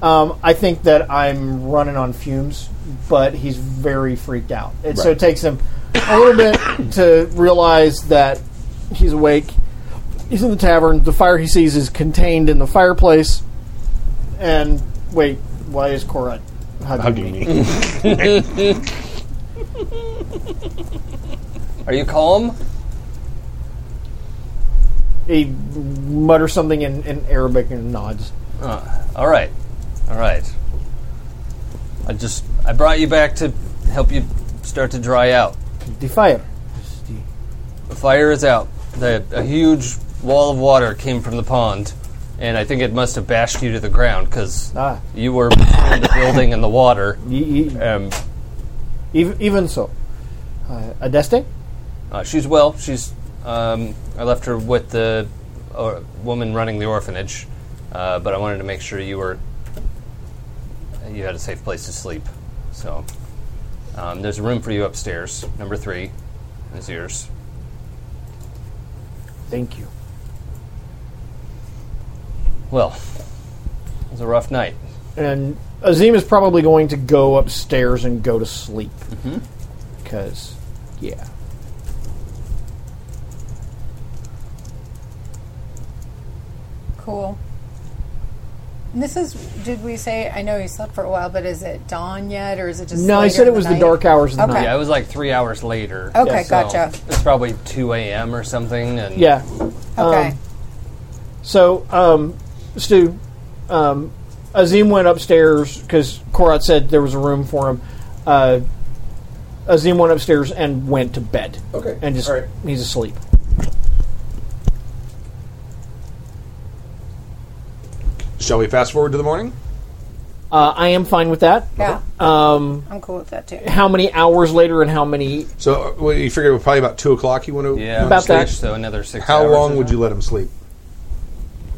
S5: Um, I think that I'm running on fumes, but he's very freaked out. And so
S3: Right.
S5: it takes him a little bit to realize that he's awake. He's in the tavern. The fire he sees is contained in the fireplace. And wait, why is Cora hugging,
S3: Hugging
S5: me?
S3: me.
S10: Are you calm?
S5: He mutters something in, in Arabic and nods.
S10: Uh, all right, all right. I just I brought you back to help you start to dry out.
S5: The fire.
S10: The fire is out. The, a huge wall of water came from the pond, and I think it must have bashed you to the ground because
S5: Ah,
S10: you were between the building and the water.
S5: y- y-
S10: Um,
S5: ev- even so. Uh, Adeste?
S10: Uh, she's well. She's uh, Um, I left her with the or, woman running the orphanage, uh, but I wanted to make sure you were you had a safe place to sleep. So um, there's a room for you upstairs, number three, is yours.
S5: Thank you.
S10: Well, it was a rough night.
S5: And Azim is probably going to go upstairs and go to sleep.
S3: Mm-hmm.
S5: Because, yeah.
S2: Cool. And this is, did we say, I know you slept for a while, but is it dawn yet or is it just.
S5: No, I
S2: later
S5: said it
S2: in
S5: was the
S2: night?
S5: dark hours of the
S2: okay.
S10: Yeah, it was like three hours later.
S2: Okay, gotcha.
S10: It's probably two a.m. or something, and
S5: Yeah.
S2: Okay.
S5: Um, so, um, Stu, um, Azim went upstairs because Korat said there was a room for him. Uh, Azim went upstairs and went to bed.
S3: Okay,
S5: And just,
S3: all right.
S5: he's asleep.
S3: Shall we fast forward to the morning?
S5: Uh, I am fine with that.
S2: Yeah.
S5: Um,
S2: I'm cool with that too.
S5: how many hours later and how many
S3: So uh, well, you figure probably about two o'clock. You want to
S10: Yeah,
S5: About that.
S10: So another six.
S3: How
S10: hours
S3: long
S10: or
S3: would you let him sleep?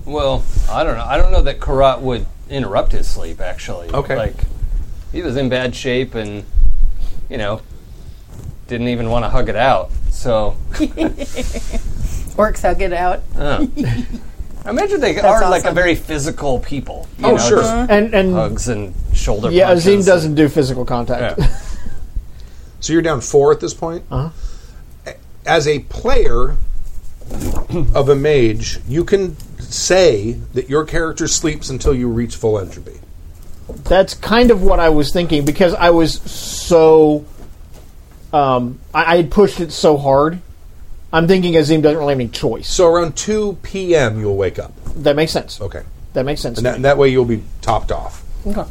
S10: Well, I don't know. I don't know that Karat would interrupt his sleep. Actually,
S3: Okay.
S10: Like he was in bad shape, and you know, didn't even want to hug it out. So
S2: Or hug it out.
S5: Uh-huh.
S10: uh. I imagine they
S2: That's
S10: are like a
S2: awesome.
S10: very physical people. you
S3: Oh,
S10: know,
S3: sure.
S10: just
S5: and and
S3: Uh,
S10: hugs and shoulder.
S5: yeah,
S10: punches
S5: Azim
S10: and-
S5: doesn't do physical contact.
S10: Yeah.
S3: So you're down four at this point.
S5: Uh-huh.
S3: A- As a player of a mage, you can say that your character sleeps until you reach full entropy.
S5: That's kind of what I was thinking because I was so um, I, I had pushed it so hard. I'm thinking Azim doesn't really have any choice.
S3: So around two p.m. you'll wake up.
S5: That makes sense.
S3: Okay,
S5: That makes sense.
S3: and that, and that way you'll be topped off.
S5: okay.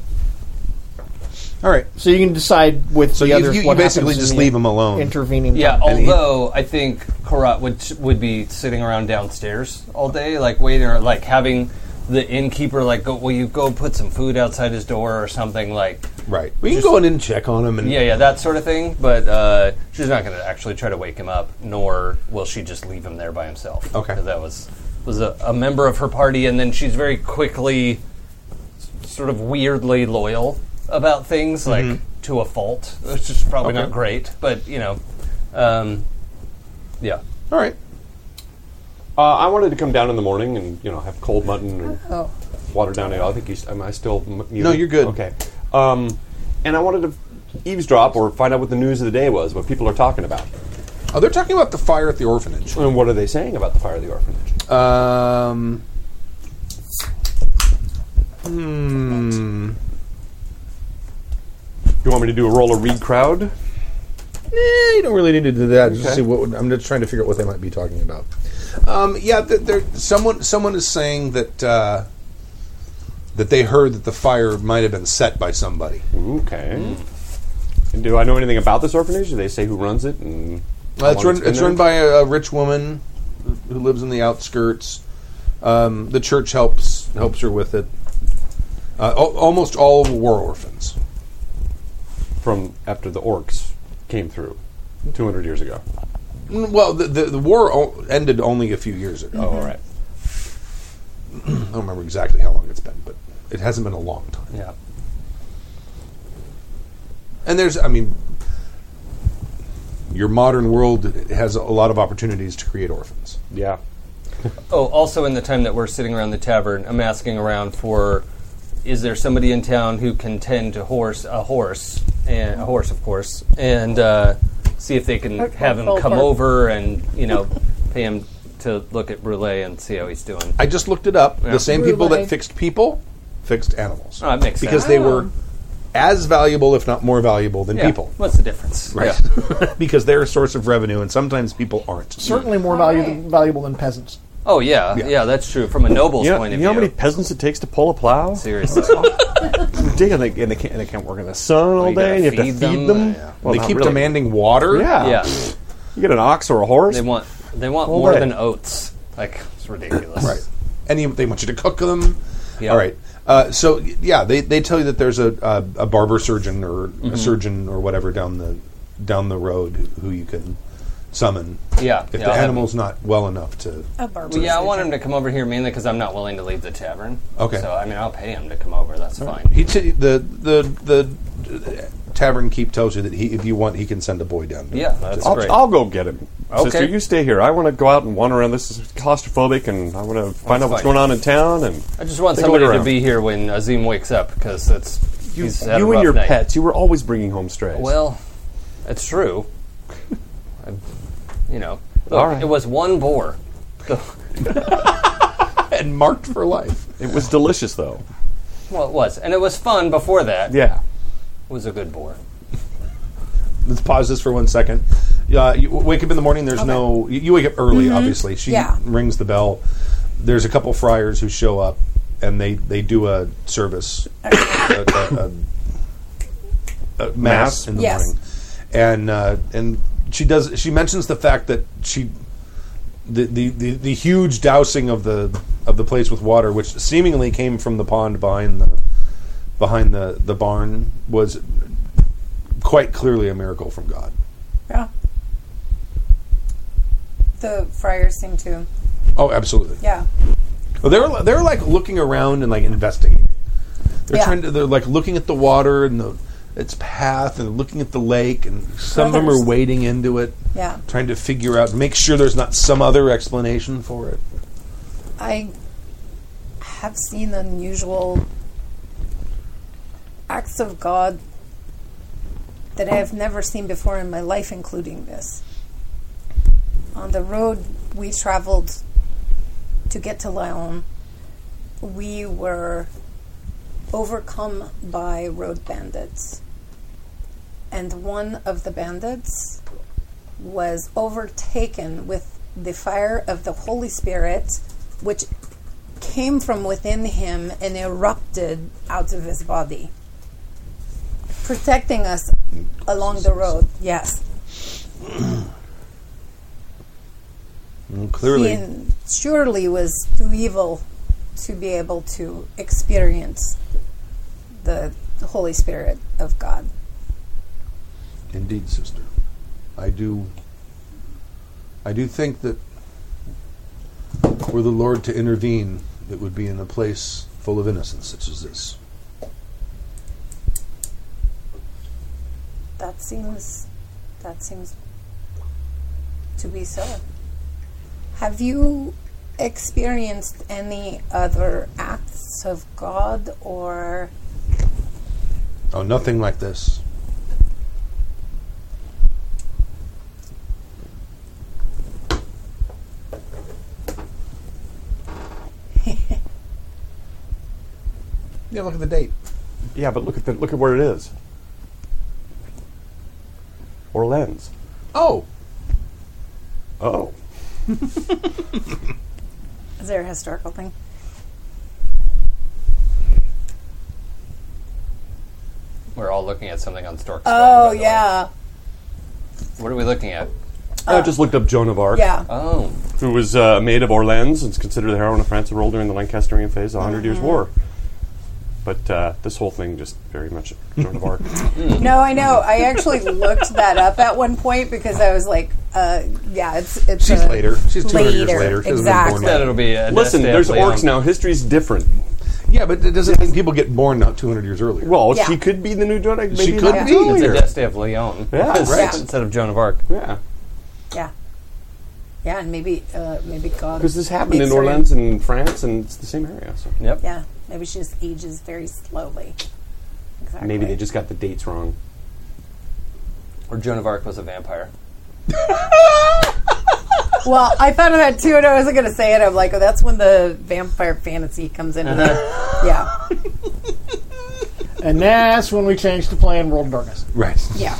S3: All right.
S5: So you can decide with
S3: So
S5: the
S3: you-
S5: others.
S3: you- you
S5: what happens
S3: basically
S5: in
S3: just
S5: the
S3: leave 'em alone.
S5: Intervening.
S10: Yeah,
S5: time.
S10: although I think Karat would would be sitting around downstairs all day, like waiting, or like having the innkeeper like go. Will you go put some food outside his door or something? Like
S3: Right. We can
S10: Just-
S3: go in and check on him. And
S10: yeah, yeah, that sort of thing. But uh, she's not going to actually try to wake him up, nor will she just leave him there by himself.
S3: Okay.
S10: 'Cause that was was a, a member of her party, and then she's very quickly, s- sort of weirdly loyal about things, like to a fault, which is probably
S3: Mm-hmm. Okay.
S10: not great, but you know, um, yeah.
S3: All right.
S7: Uh, I wanted to come down in the morning and you know have cold mutton and
S2: Oh.
S7: water down ale. I think you. St- am I still? M- muted?
S3: No, you're good.
S7: Okay. Um, and I wanted to eavesdrop or find out what the news of the day was, what people are talking about,
S3: Oh, they're talking about the fire at the orphanage.
S7: and what are they saying about the fire of the orphanage.
S3: Um. Hmm.
S7: you want me to do a roll of read crowd?
S3: Eh, you don't really need to do that. Just
S7: Okay.
S3: see what I'm just trying to figure out what they might be talking about. Um, yeah, th- there. Someone, someone is saying that uh, that they heard that the fire might have been set by somebody.
S7: Okay. And do I know anything about this orphanage? Do they say who runs it? And how
S3: Uh, it's
S7: long
S3: run.
S7: been
S3: It's run
S7: there?
S3: by a, a rich woman who lives in the outskirts. Um, the church helps helps her with it. Uh, al- almost all war orphans.
S7: from after the orcs came through, two hundred years ago.
S3: Mm, Well, the the, the war o- ended only a few years ago.
S7: Oh, all right.
S3: I don't remember exactly how long it's been, but it hasn't been a long time.
S10: Yeah.
S3: And there's, I mean, your modern world has a lot of opportunities to create orphans.
S7: Yeah.
S10: Oh, also in the time that we're sitting around the tavern, I'm asking around for is there somebody in town who can tend to horse a horse and a horse, of course, and uh, see if they can have him come over and you know pay him to look at Brule and see how he's doing.
S3: I just looked it up.
S10: Yeah.
S3: The same people
S2: Really?
S3: that fixed people fixed animals.
S10: Oh, that makes
S3: because
S10: sense.
S3: they were as valuable, if not more valuable, than
S10: Yeah.
S3: people.
S10: What's the difference?
S3: Right. because they're a source of revenue, and sometimes people aren't.
S5: certainly more valuable valuable than peasants.
S10: Oh yeah,
S3: Yeah.
S10: yeah, that's true from a noble's point of view.
S7: peasants it takes to pull a plow?
S10: Seriously.
S7: dig and they, and they can't and they can't work in the sun all
S10: you
S7: day and Oh, you
S10: gotta
S7: have to feed
S10: feed
S7: them.
S10: them, yeah.
S7: Well,
S3: they
S7: not
S3: keep
S7: really.
S3: demanding water.
S7: Yeah.
S10: yeah,
S7: You get an ox or a horse.
S10: they want they want
S7: All
S10: more
S7: day.
S10: than oats. Like it's ridiculous.
S3: Right. And you, they want you to cook them.
S10: Yeah.
S3: All right. Uh, so y- yeah, they, they tell you that there's a, a, a
S10: Mm-hmm.
S3: barber surgeon or a surgeon or whatever down the down the road who you can summon.
S10: Yeah,
S3: If
S10: yeah,
S3: the
S10: I'll have
S3: animal's not well enough to.
S15: A
S10: Well, yeah, I want him to come over here mainly because I'm not willing to leave the tavern.
S3: Okay.
S10: So I mean, I'll pay him to come over. That's fine.
S3: He t- the the the tavern keep tells you that he, if you want, he can send a boy down. to-
S10: Yeah, that's
S3: to-
S7: I'll,
S10: great.
S7: I'll go get him.
S3: Okay.
S7: Sister, you stay here. I want to go out and wander around. This is claustrophobic, and I want to find out what's
S10: fine.
S7: going on in town. And
S10: I just want
S7: take a
S10: somebody
S7: look
S10: to
S7: around.
S10: be here when Azim wakes up because that's
S7: You,
S10: he's had a
S7: you and
S10: rough
S7: your
S10: night.
S7: pets. You were always bringing home strays.
S10: Well, it's true. I, you know, look,
S7: All right.
S10: it was one boar.
S3: and marked for life.
S7: it was delicious, though.
S10: Well, it was, and it was fun before that.
S7: Yeah.
S10: It was a good boar.
S3: Let's pause this for one second. Uh, you w- wake up in the morning. There's no. You, you wake up early, obviously. She
S2: Yeah.
S3: rings the bell. There's a couple friars who show up, and they they do a service, a, a- a- a mass
S7: Mass?
S3: in the
S2: Yes.
S3: morning, and uh, and she does. She mentions the fact that she. The, the, the, the huge dousing of the of the place with water, which seemingly came from the pond behind the behind the, the barn, was quite clearly a miracle from God.
S2: Yeah. The friars seem to.
S3: Oh, absolutely.
S2: Yeah.
S3: Well, They're they're like looking around and like investigating. They're
S2: Yeah.
S3: trying to. They're like looking at the water and the its path and looking at the lake and some of them
S2: Brothers.
S3: are wading into it,
S2: Yeah.
S3: trying to figure out, make sure there's not some other explanation for it.
S2: I have seen unusual acts of God that I have never seen before in my life, including this. On the road we traveled to get to Lyon, we were overcome by road bandits. And one of the bandits was overtaken with the fire of the Holy Spirit, which came from within him and erupted out of his body, protecting us along the road. Yes.
S3: And clearly,
S2: He surely was too evil to be able to experience the Holy Spirit of God.
S3: Indeed, sister. I do. I do think that were the Lord to intervene, it would be in a place full of innocence such as this.
S2: That seems that seems to be so. Have you experienced any other acts of God or
S3: Oh, nothing like this. yeah, look at the date.
S7: Yeah, but look at the, look at where it is. Orleans.
S3: Oh,
S7: Oh.
S2: is there a historical thing?
S10: We're all looking at something on Stork's phone,
S2: Oh
S10: by the way.
S2: yeah.
S10: What are we looking at?
S7: I just looked up Joan of Arc,
S2: Yeah.
S10: Oh,
S7: who was uh, maid of Orleans and is considered the heroine of France and role during the Lancastrian phase of the 100 Years' War. But uh, this whole thing just very much Joan of Arc.
S2: No, I know. I actually looked that up at one point because I was like, uh, yeah, it's it's
S3: She's
S2: a-
S3: later. She's 200 years later. She hasn't been born
S2: Exactly.
S3: yet.
S10: then it'll be a
S7: Listen,
S10: Death
S7: there's
S10: Day of
S7: orcs
S10: Leon.
S7: now. History's different.
S3: yeah, but it doesn't mean people get born not 200 years earlier.
S7: Well,
S2: Yeah.
S7: she could be the new Joan. Maybe
S3: She
S7: not
S3: could be.
S10: It's a
S7: earlier.
S10: Death Day of Leon.
S7: Yeah,
S2: right.
S10: Instead of Joan of Arc.
S7: Yeah,
S2: Yeah. Yeah, and maybe uh, maybe God
S7: because this happened in
S2: makes her-
S7: Orleans and France, and it's the same area. So
S10: Yep.
S2: Yeah, maybe she just ages very slowly. Exactly.
S7: maybe they just got the dates wrong.
S10: Or Joan of Arc was a vampire.
S2: Well, I thought of that too, and I wasn't going to say it. I'm like, oh, that's when the vampire fantasy comes in.
S7: Uh-huh.
S2: yeah,
S5: And that's when we changed to playing World of Darkness.
S3: Right.
S2: yeah,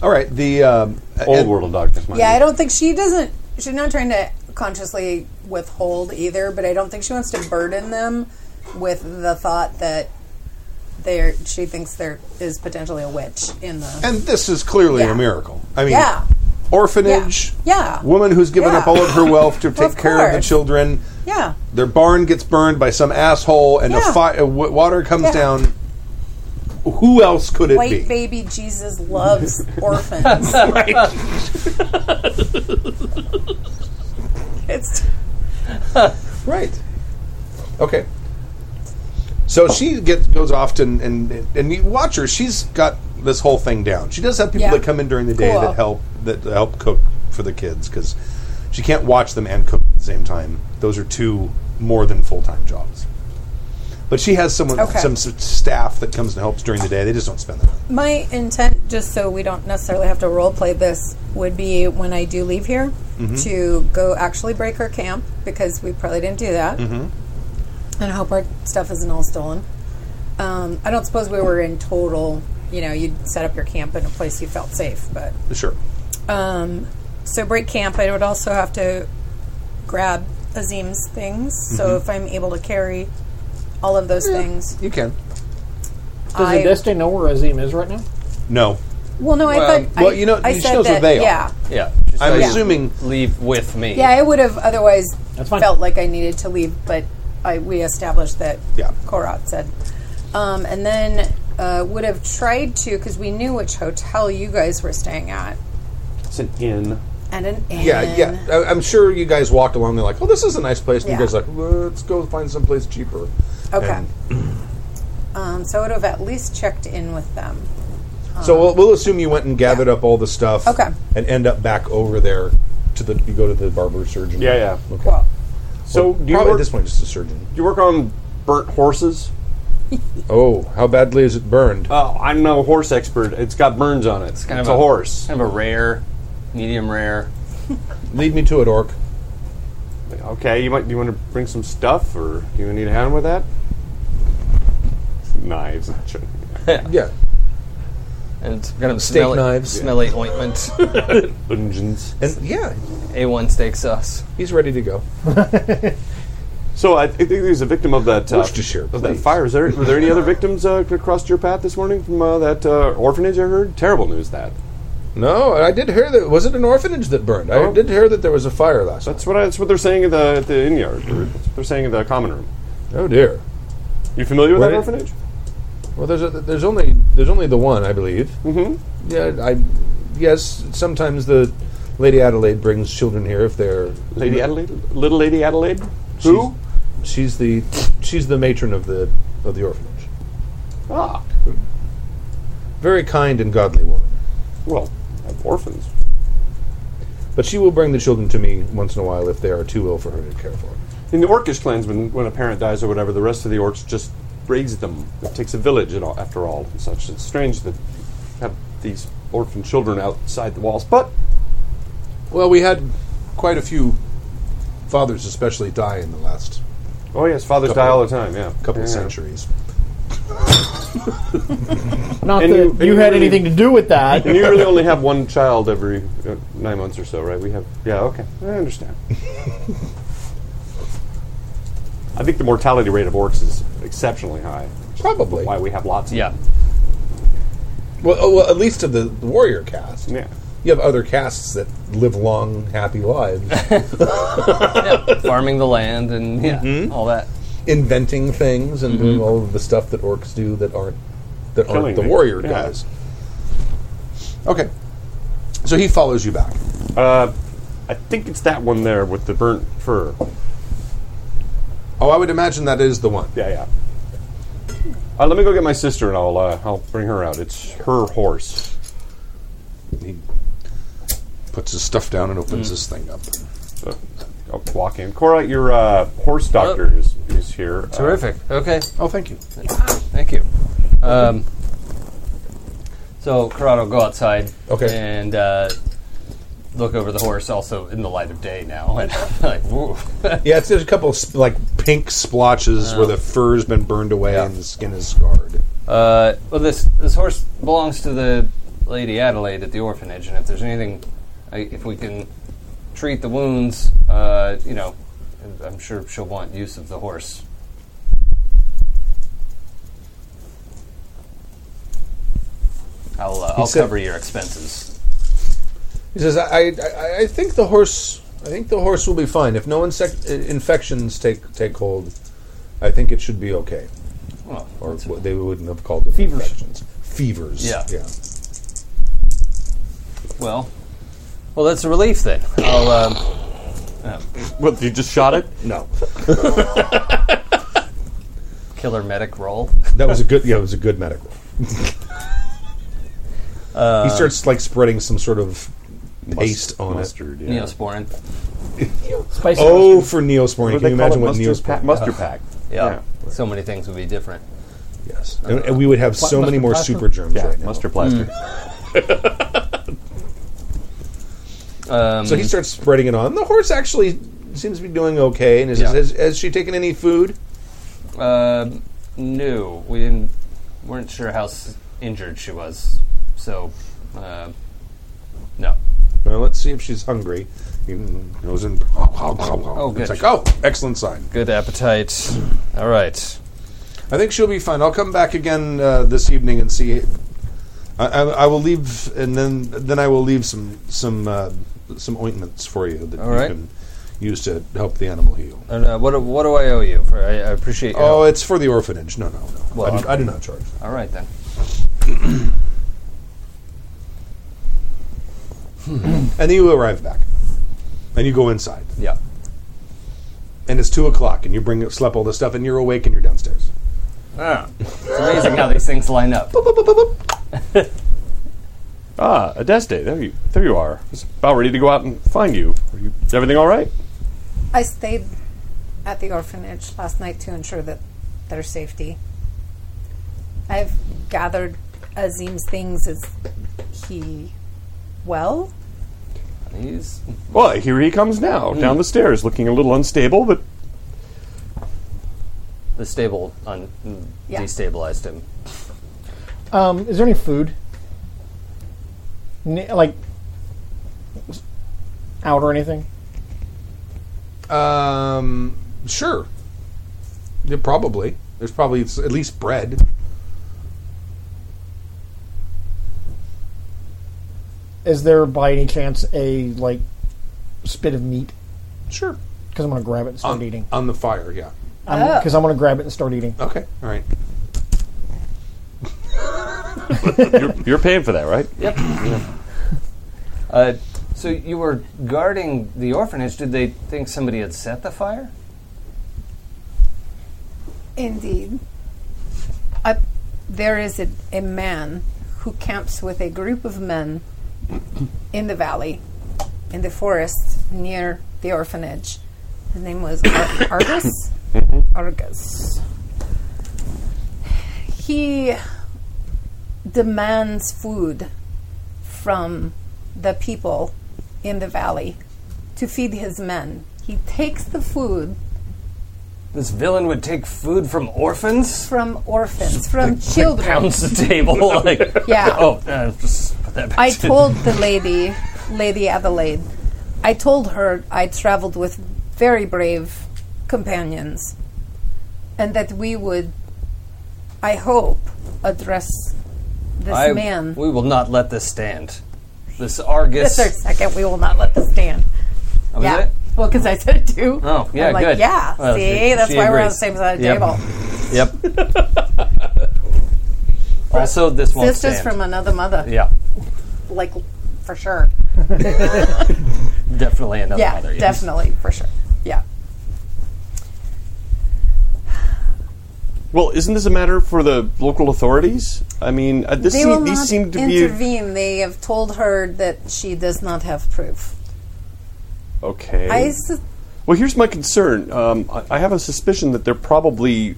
S3: All right. The um,
S7: Old
S3: and-
S7: World of Darkness. mind
S2: yeah.
S7: you.
S2: I don't think she doesn't. She's not trying to consciously withhold either, but I don't think she wants to burden them with the thought that there. She thinks there is potentially a witch in the.
S3: And this is clearly
S2: Yeah.
S3: a miracle. I mean,
S2: Yeah.
S3: orphanage.
S2: Yeah. Yeah.
S3: Woman who's given
S2: Yeah.
S3: up all of her wealth to take
S2: of
S3: care of the
S2: course.
S3: children.
S2: Yeah,
S3: Their barn gets burned by some asshole, and
S2: Yeah.
S3: a fi- uh, w- water comes
S2: Yeah.
S3: down. who else could it
S2: White
S3: be?
S2: baby Jesus loves orphans.
S3: Right.
S2: it's
S3: right. Okay. So she gets goes off and, and and you watch her. She's got this whole thing down. She does have people
S8: Yeah.
S3: that come in during the day
S8: Cool.
S3: that help that help cook for the kids because she can't watch them and cook at the same time. Those are two more than full time jobs. But she has someone,
S2: Okay.
S3: some s- staff that comes and helps during the day. They just don't spend the money.
S2: my intent, just so we don't necessarily have to role play this, would be when I do leave here
S3: Mhm.
S2: to go actually break her camp because we probably didn't do that.
S3: Mm-hmm.
S2: And I hope our stuff isn't all stolen. Um, I don't suppose we were in total, you know, you'd set up your camp in a place you felt safe, but.
S3: Sure.
S2: Um, so break camp, I would also have to grab Azim's things. So
S3: Mm-hmm.
S5: Mhm.
S2: if I'm able to carry all of those things,
S3: you can.
S5: Does
S2: I-
S5: Adeste know where Azim is right now?
S3: No.
S2: Well, no, I thought.
S3: well,
S2: I,
S3: you know,
S2: I
S3: she
S2: said
S3: knows
S2: that,
S3: where they are.
S2: yeah.
S10: Yeah.
S3: I'm
S10: like,
S3: assuming
S10: leave with me.
S2: Yeah, I would have otherwise
S10: That's fine.
S2: felt like I needed to leave, but I, we established that
S3: yeah.
S2: Korat said. Um, and then uh, would have tried to, because we knew which hotel you guys were staying at.
S7: It's an inn.
S2: And an inn.
S3: Yeah, yeah. I, I'm sure you guys walked along. They're like, "Oh, this is a nice place." And
S2: Yeah.
S3: you guys are like, "Let's go find someplace cheaper."
S2: Okay.
S3: And
S2: Um, so I would have at least checked in with them.
S3: so we'll, we'll assume you went and gathered up all the stuff.
S2: Uh-huh. Okay.
S3: And end up back over there to the you go to the barber surgeon.
S7: Yeah, yeah.
S3: Okay.
S2: Well,
S7: So do you
S3: probably
S7: work-
S3: at this point just a surgeon.
S7: You work on burnt horses?
S3: Oh, how badly is it burned?
S7: Oh, I'm no horse expert. It's got burns on it. It's,
S10: kind
S7: a,
S10: of a-
S7: horse.
S10: kind of a rare, medium rare.
S3: Lead me to it, orc.
S7: Okay, you might. Do you want to bring some stuff, or do you need a hand with that? Knives. not sure.
S3: yeah.
S10: And it's kind of
S7: Steak
S10: smelly,
S7: knives.
S10: smelly ointment.
S7: Engines.
S3: And yeah.
S10: A1 steak sauce.
S3: He's ready to go.
S7: So I, I think he was a victim of that. Uh,
S3: Worcestershire,
S7: of that
S3: please.
S7: fire. Is there, were there any other victims uh, that crossed your path this morning from uh, that uh, orphanage? I heard terrible news. That.
S3: No, I did hear that. Was it an orphanage that burned? I
S7: Oh.
S3: did hear that there was a fire last.
S7: That's what I, that's what they're saying at the at the inn yard. or that's what they're saying in the common room.
S3: Oh dear.
S7: You familiar with
S3: What
S7: that
S3: it-
S7: orphanage?
S3: Well, there's a, there's only there's only the one, I believe.
S7: Mm-hmm.
S3: Yeah, I yes. Sometimes the Lady Adelaide brings children here if they're
S7: Lady Adelaide, little Lady Adelaide.
S3: She's-
S7: Who?
S3: She's the she's the matron of the of the orphanage.
S7: Ah,
S3: Very kind and godly woman.
S7: well, I have orphans.
S3: But she will bring the children to me once in a while if they are too ill for her to care for.
S7: In the Orcish clans, when, when a parent dies or whatever, the rest of the orcs just raise them. It takes a village and all, after all and such. It's strange that you have these orphan children outside the walls, but
S3: Well, we had quite a few fathers, especially, die in the last
S7: oh yes, fathers die all the time. Yeah,
S3: couple of
S7: Yeah.
S3: centuries.
S5: Not that
S7: And you-
S5: you,
S7: and you
S5: had
S7: really-
S5: anything to do with that.
S7: And you really only have one child every uh, nine months or so, right? We have, yeah, okay, I understand. I think the mortality rate of orcs is exceptionally high. which is
S3: Probably.
S7: why we have lots. Of
S10: Yeah.
S3: Well, oh, well, at least of the warrior cast.
S7: Yeah.
S3: You have other casts that live long, happy lives,
S10: Farming the land and yeah, all that.
S3: inventing things and doing all of the stuff that orcs do that aren't that
S7: Mm-hmm. Killing
S3: aren't the
S7: me.
S3: warrior
S7: Yeah.
S3: guys. Okay, so he follows you back.
S7: Uh, I think it's that one there with the burnt fur.
S3: Oh, I would imagine that is the one.
S7: Yeah, yeah. Uh, let me go get my sister, and I'll uh, I'll bring her out. It's her horse.
S3: He puts his stuff down and
S7: Mm.
S3: opens his thing up.
S7: So I'll Oh, walk in. Cora, your uh, horse doctor is, is here. Uh,
S10: Terrific. Okay.
S3: Oh, thank you.
S10: Thank you. Um, so Corrado, go outside.
S3: Okay.
S10: And uh, look over the horse, also in the light of day now, and like, whoa.
S3: Yeah, it's, there's a couple sp- like pink splotches
S7: Oh.
S3: where the fur's been burned away and the skin is scarred.
S10: Uh, well, this this horse belongs to the Lady Adelaide at the orphanage, and if there's anything, I, if we can treat the wounds, uh, you know, I'm sure she'll want use of the horse. I'll, uh,
S3: He
S10: I'll
S3: said-
S10: cover your expenses.
S3: He says, I, I, I think the horse, I think the horse will be fine. If uh, no insect, infections take take hold, I think it should be okay.
S10: Well,
S3: or what they wouldn't have called them
S5: Fevers.
S3: infections. Fevers.
S10: Yeah.
S3: yeah.
S10: Well, well, that's a relief then. I'll. Um, uh,
S7: What, you just shot it?
S3: No.
S10: killer medic roll.
S3: That was a good. Yeah, it was a good medical.
S10: Uh,
S3: he starts like spreading some sort of paste on
S7: mustard,
S3: it.
S7: yeah.
S10: Neosporin.
S5: Spicy
S3: oh, for neosporin!
S7: What do
S3: Can you
S7: they call
S3: imagine
S7: it?
S3: what
S7: Mustard
S3: neosporin?
S7: pack- mustard pack.
S10: Yeah. So many things would be different.
S3: Yes. And, and we would have so many more
S5: plaster?
S3: super germs
S7: Yeah,
S3: right now.
S7: mustard plaster.
S10: Um,
S3: So he starts spreading it on. The horse actually seems to be doing okay. And is,
S10: Yeah.
S3: has, has she taken any food?
S10: Uh, no, we didn't. weren't sure how s- injured she was. So, uh, no.
S3: Well, let's see if she's hungry. He goes in. Oh,
S10: good.
S3: It's like, oh, excellent sign.
S10: Good appetite. All right.
S3: I think she'll be fine. I'll come back again uh, this evening and see. I, I, I will leave, and then then I will leave some some uh, some ointments for you that
S10: All
S3: you
S10: right.
S3: can use to help the animal heal.
S10: And, uh, what do- what do I owe you? For I, I appreciate. your
S3: Oh,
S10: help.
S3: it's for the orphanage. No, no, no.
S10: Well,
S3: I, do, I do not charge.
S7: Oh.
S10: all right then.
S3: And then you arrive back, and you go inside,
S10: Yeah.
S3: and it's two o'clock, and you bring slap all this stuff, and you're awake, and you're downstairs.
S10: Ah, it's amazing how these things line up.
S7: Ah, Adeste, there you there you are. Just about ready to go out and find you. Are you everything all right?
S2: I stayed at the orphanage last night to ensure that their safety. I've gathered Azim's things. Is he well?
S10: He's
S7: Well, here he comes now,
S10: Hmm.
S7: down the stairs, looking a little unstable, but
S10: the stable un-
S2: Yeah.
S10: destabilized him.
S5: Um, is there any food? N- like out or anything?
S3: Um, sure. Yeah, probably. There's probably s- at least bread.
S5: Is there by any chance a like spit of meat?
S3: Sure.
S5: Because I'm gonna grab it and start
S7: Um,
S3: On-
S5: eating.
S7: uh,
S3: on the fire. Yeah.
S5: Because I'm gonna grab it and start eating.
S3: Okay. All right.
S7: you're, you're paying for that, right?
S10: Yep. uh, so you were guarding the orphanage. Did they think somebody had set the fire?
S2: Indeed. I, there is a, a man who camps with a group of men in the valley, in the forest near the orphanage. His name was Ar- Argus. Argus. He demands food from the people in the valley to feed his men. He takes the food
S10: This villain would take food from orphans.
S2: from orphans, from children.
S10: Pounds the table like.
S2: Yeah.
S10: Oh, uh, just put that back.
S2: I
S10: to-
S2: told the lady, Lady Adelaide, I told her I traveled with very brave companions and that we would, I hope, address this
S10: I-
S2: man.
S10: We will not let this stand. This Argus.
S2: Just a second, we will not let this stand.
S10: Oh, is
S2: yeah.
S10: it?
S2: Well, because I said two.
S10: Oh, yeah,
S2: I'm like,
S10: good.
S2: Yeah,
S10: Well,
S2: see,
S10: she-
S2: that's
S10: she
S2: why we're on the
S10: agrees.
S2: same side of the
S10: Yep.
S2: table.
S10: Yep. also, this won't
S2: Sisters
S10: stand.
S2: from another mother,
S10: yeah,
S2: like for sure.
S10: definitely another
S2: yeah,
S10: mother. yes.
S2: definitely for sure. Yeah.
S7: Well, isn't this a matter for the local authorities? I mean, uh, this
S2: they
S7: seem-
S2: will
S7: these
S2: not
S7: seem to be
S2: intervene. They have told her that she does not have proof.
S7: okay.
S2: I s-
S7: Well, here's my concern. Um, I, I have a suspicion that they're probably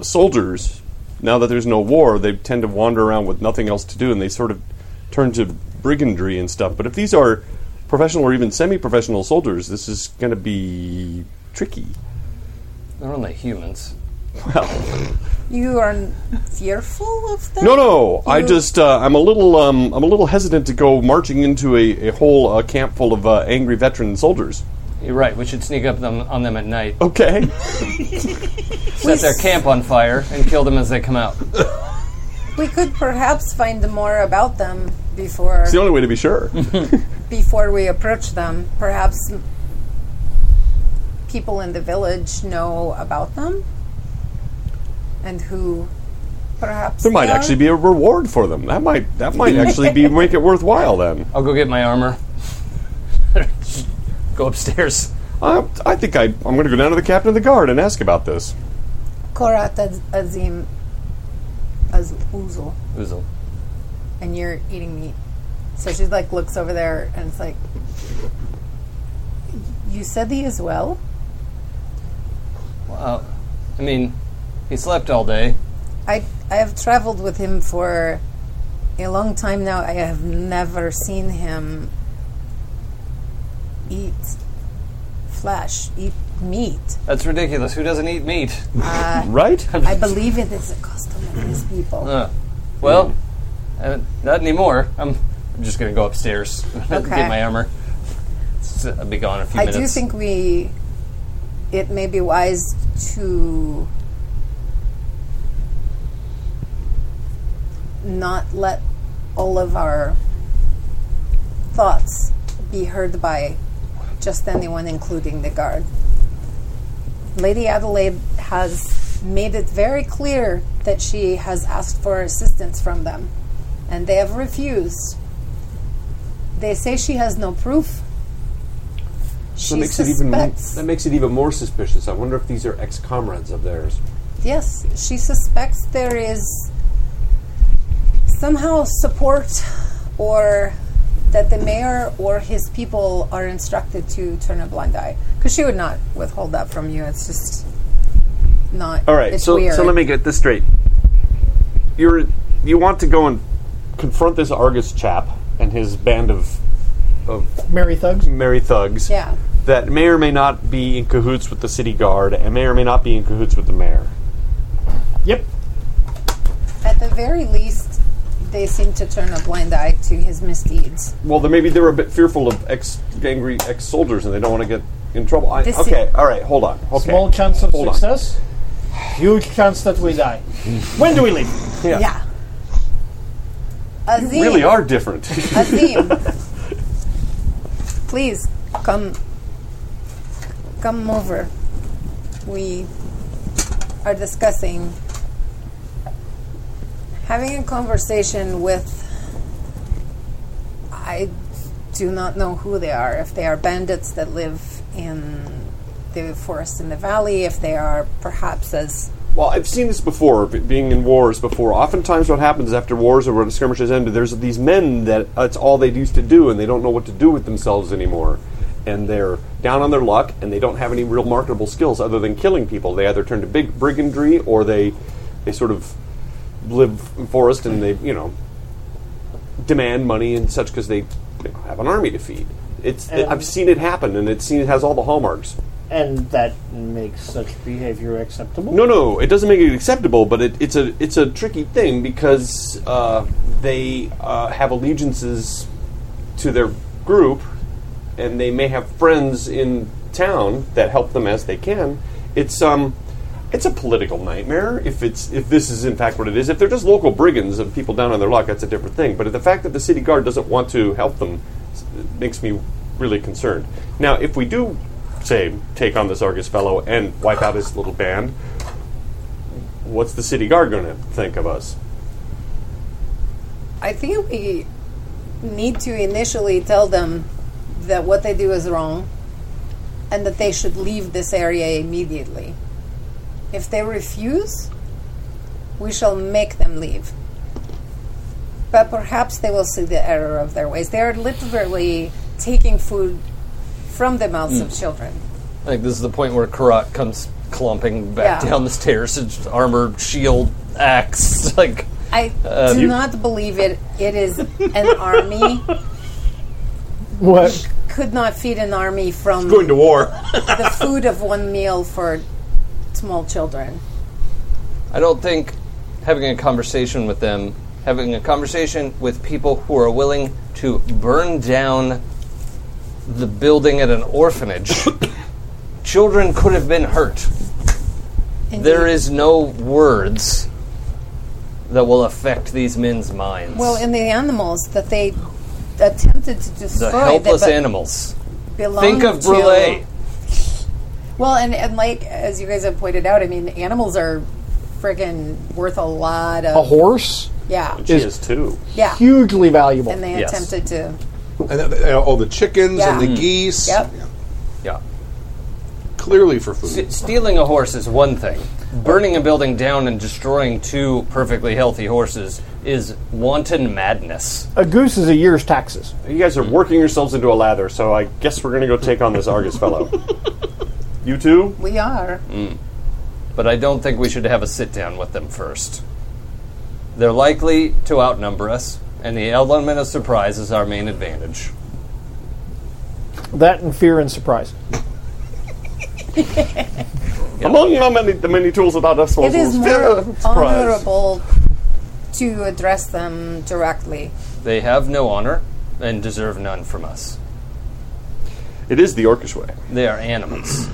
S7: soldiers. Now that there's no war, they tend to wander around with nothing else to do, and they sort of turn to brigandry and stuff. But if these are professional or even semi-professional soldiers, this is going to be tricky.
S10: They're only humans.
S2: you are n- fearful of them.
S7: No, no. I
S2: You-
S7: just uh, I'm a little um, I'm a little hesitant to go marching into a, a whole uh, camp full of uh, angry veteran soldiers.
S10: You're right. We should sneak up them on them at night,
S2: Oh,
S7: Okay.
S10: set their camp on fire, and kill them as they come out.
S2: We could perhaps find more about them before
S7: It's the only way to be sure.
S2: before we approach them. Perhaps m- people in the village know about them and who perhaps.
S7: There might
S2: they are.
S7: actually be a reward for them. That might that might actually be make it worthwhile then.
S10: I'll go get my armor. go upstairs.
S7: I, I think I, I'm going to go down to the captain of the guard and ask about this.
S2: Korat Az- Azim Az Uzel,
S10: Uzel.
S2: and you're eating meat. So she like looks over there and it's like, you said the as well.
S10: Well, I mean, he slept all day.
S2: I I have traveled with him for a long time now. I have never seen him eat flesh, eat meat.
S10: That's ridiculous. Who doesn't eat meat?
S2: Uh,
S7: right?
S2: I believe it is a custom of these people.
S10: Uh, well, uh, not anymore. I'm, I'm just going to go upstairs
S2: Okay.
S10: get my armor. S- I'll be gone in a few
S2: I
S10: minutes.
S2: do think we it may be wise to not let all of our thoughts be heard by just anyone including the guard. Lady Adelaide has made it very clear that she has asked for assistance from them and they have refused. They say she has no proof. She
S7: that makes it even
S2: suspects.
S7: that makes it even more suspicious. I wonder if these are ex comrades of theirs.
S2: yes, she suspects there is somehow support or that the mayor or his people are instructed to turn a blind eye. Because she would not withhold that from you. It's just not.
S7: All right,
S2: it's
S7: so
S2: weird.
S7: so let me get this straight. You're you want to go and confront this Argus chap and his band of of
S5: Merry thugs.
S7: merry thugs.
S2: Yeah.
S7: That may or may not be in cahoots with the city guard, and may or may not be in cahoots with the mayor.
S5: Yep.
S2: At the very least, they seem to turn a blind eye to his misdeeds.
S7: Well, then maybe they were a bit fearful of ex angry ex soldiers, and they don't want to get in trouble. I,
S5: This
S7: okay,
S5: is-
S7: all right, hold on. Okay.
S5: Small chance of
S7: Hold on.
S5: success. Huge chance that we die. when do we leave?
S7: Yeah.
S2: Azim,
S7: Really are different.
S2: Azim, please come, come over. We are discussing having a conversation with. I do not know who they are. If they are bandits that live in the forest in the valley, if they are perhaps as
S7: Well, I've seen this before, b- being in wars before. Oftentimes, what happens is after wars or when skirmishes end, there's these men that that's all they used to do, and they don't know what to do with themselves anymore. And they're down on their luck, and they don't have any real marketable skills other than killing people. They either turn to big brigandry, or they they sort of live in forest and they you know demand money and such because they you know, have an army to feed. It's
S5: And-
S7: I've seen it happen, and it's seen it has all the hallmarks.
S5: And that makes such behavior acceptable.
S7: No, no, it doesn't make it acceptable, but it, it's a it's a tricky thing because uh, they uh, have allegiances to their group, and they may have friends in town that help them as they can. It's um, it's a political nightmare if it's if this is in fact what it is. If they're just local brigands and people down on their luck, that's a different thing. But the fact that the city guard doesn't want to help them s- makes me really concerned. Now, if we do say take on this Argus fellow and wipe out his little band, what's the city guard going to think of us?
S2: I think we need to initially tell them that what they do is wrong and that they should leave this area immediately. If they refuse, we shall make them leave. But perhaps they will see the error of their ways. They are literally taking food from the mouths of
S10: Mm.
S2: children.
S10: Like this is the point where Karat comes clomping back
S2: Yeah.
S10: down the stairs, his armor, shield, axe. Like
S2: I
S10: Uh,
S2: do
S10: you-
S2: not believe it. It is an army.
S5: What?
S2: Could not feed an army from
S16: Going to war.
S2: the food of one meal for small children.
S10: I don't think having a conversation with them, having a conversation with people who are willing to burn down the building at an orphanage, children could have been hurt. There is no words that will affect these men's minds.
S2: Well, in the animals that they attempted to destroy,
S10: the
S2: that
S10: helpless
S2: be-
S10: animals.
S2: belong
S10: Think of
S2: to-
S10: Brule.
S2: Well, and, and like as you guys have pointed out, I mean, animals are friggin' worth a lot of
S5: A horse
S2: Yeah,
S7: She is too.
S2: Yeah,
S5: hugely valuable.
S2: and they attempted to.
S3: And th- th- all the chickens and the
S2: Yeah. Mm.
S3: geese.
S2: Yep.
S10: Yeah.
S3: Clearly for food.
S10: S- stealing a horse is one thing. Burning a building down and destroying two perfectly healthy horses is wanton madness.
S5: A goose is a year's taxes.
S7: You guys are working yourselves into a lather, so I guess we're going to go take on this Argus fellow. you two?
S2: We are.
S10: Mm. But I don't think we should have a sit down with them first. They're likely to outnumber us, and the element of surprise is our main advantage.
S5: That and fear and surprise.
S7: Among the many, the many tools at our disposal,
S2: It is
S7: fear
S2: more
S7: and surprise.
S2: honorable to address them directly.
S10: They have no honor and deserve none from us.
S7: It is the Orcish way,
S10: They are animals.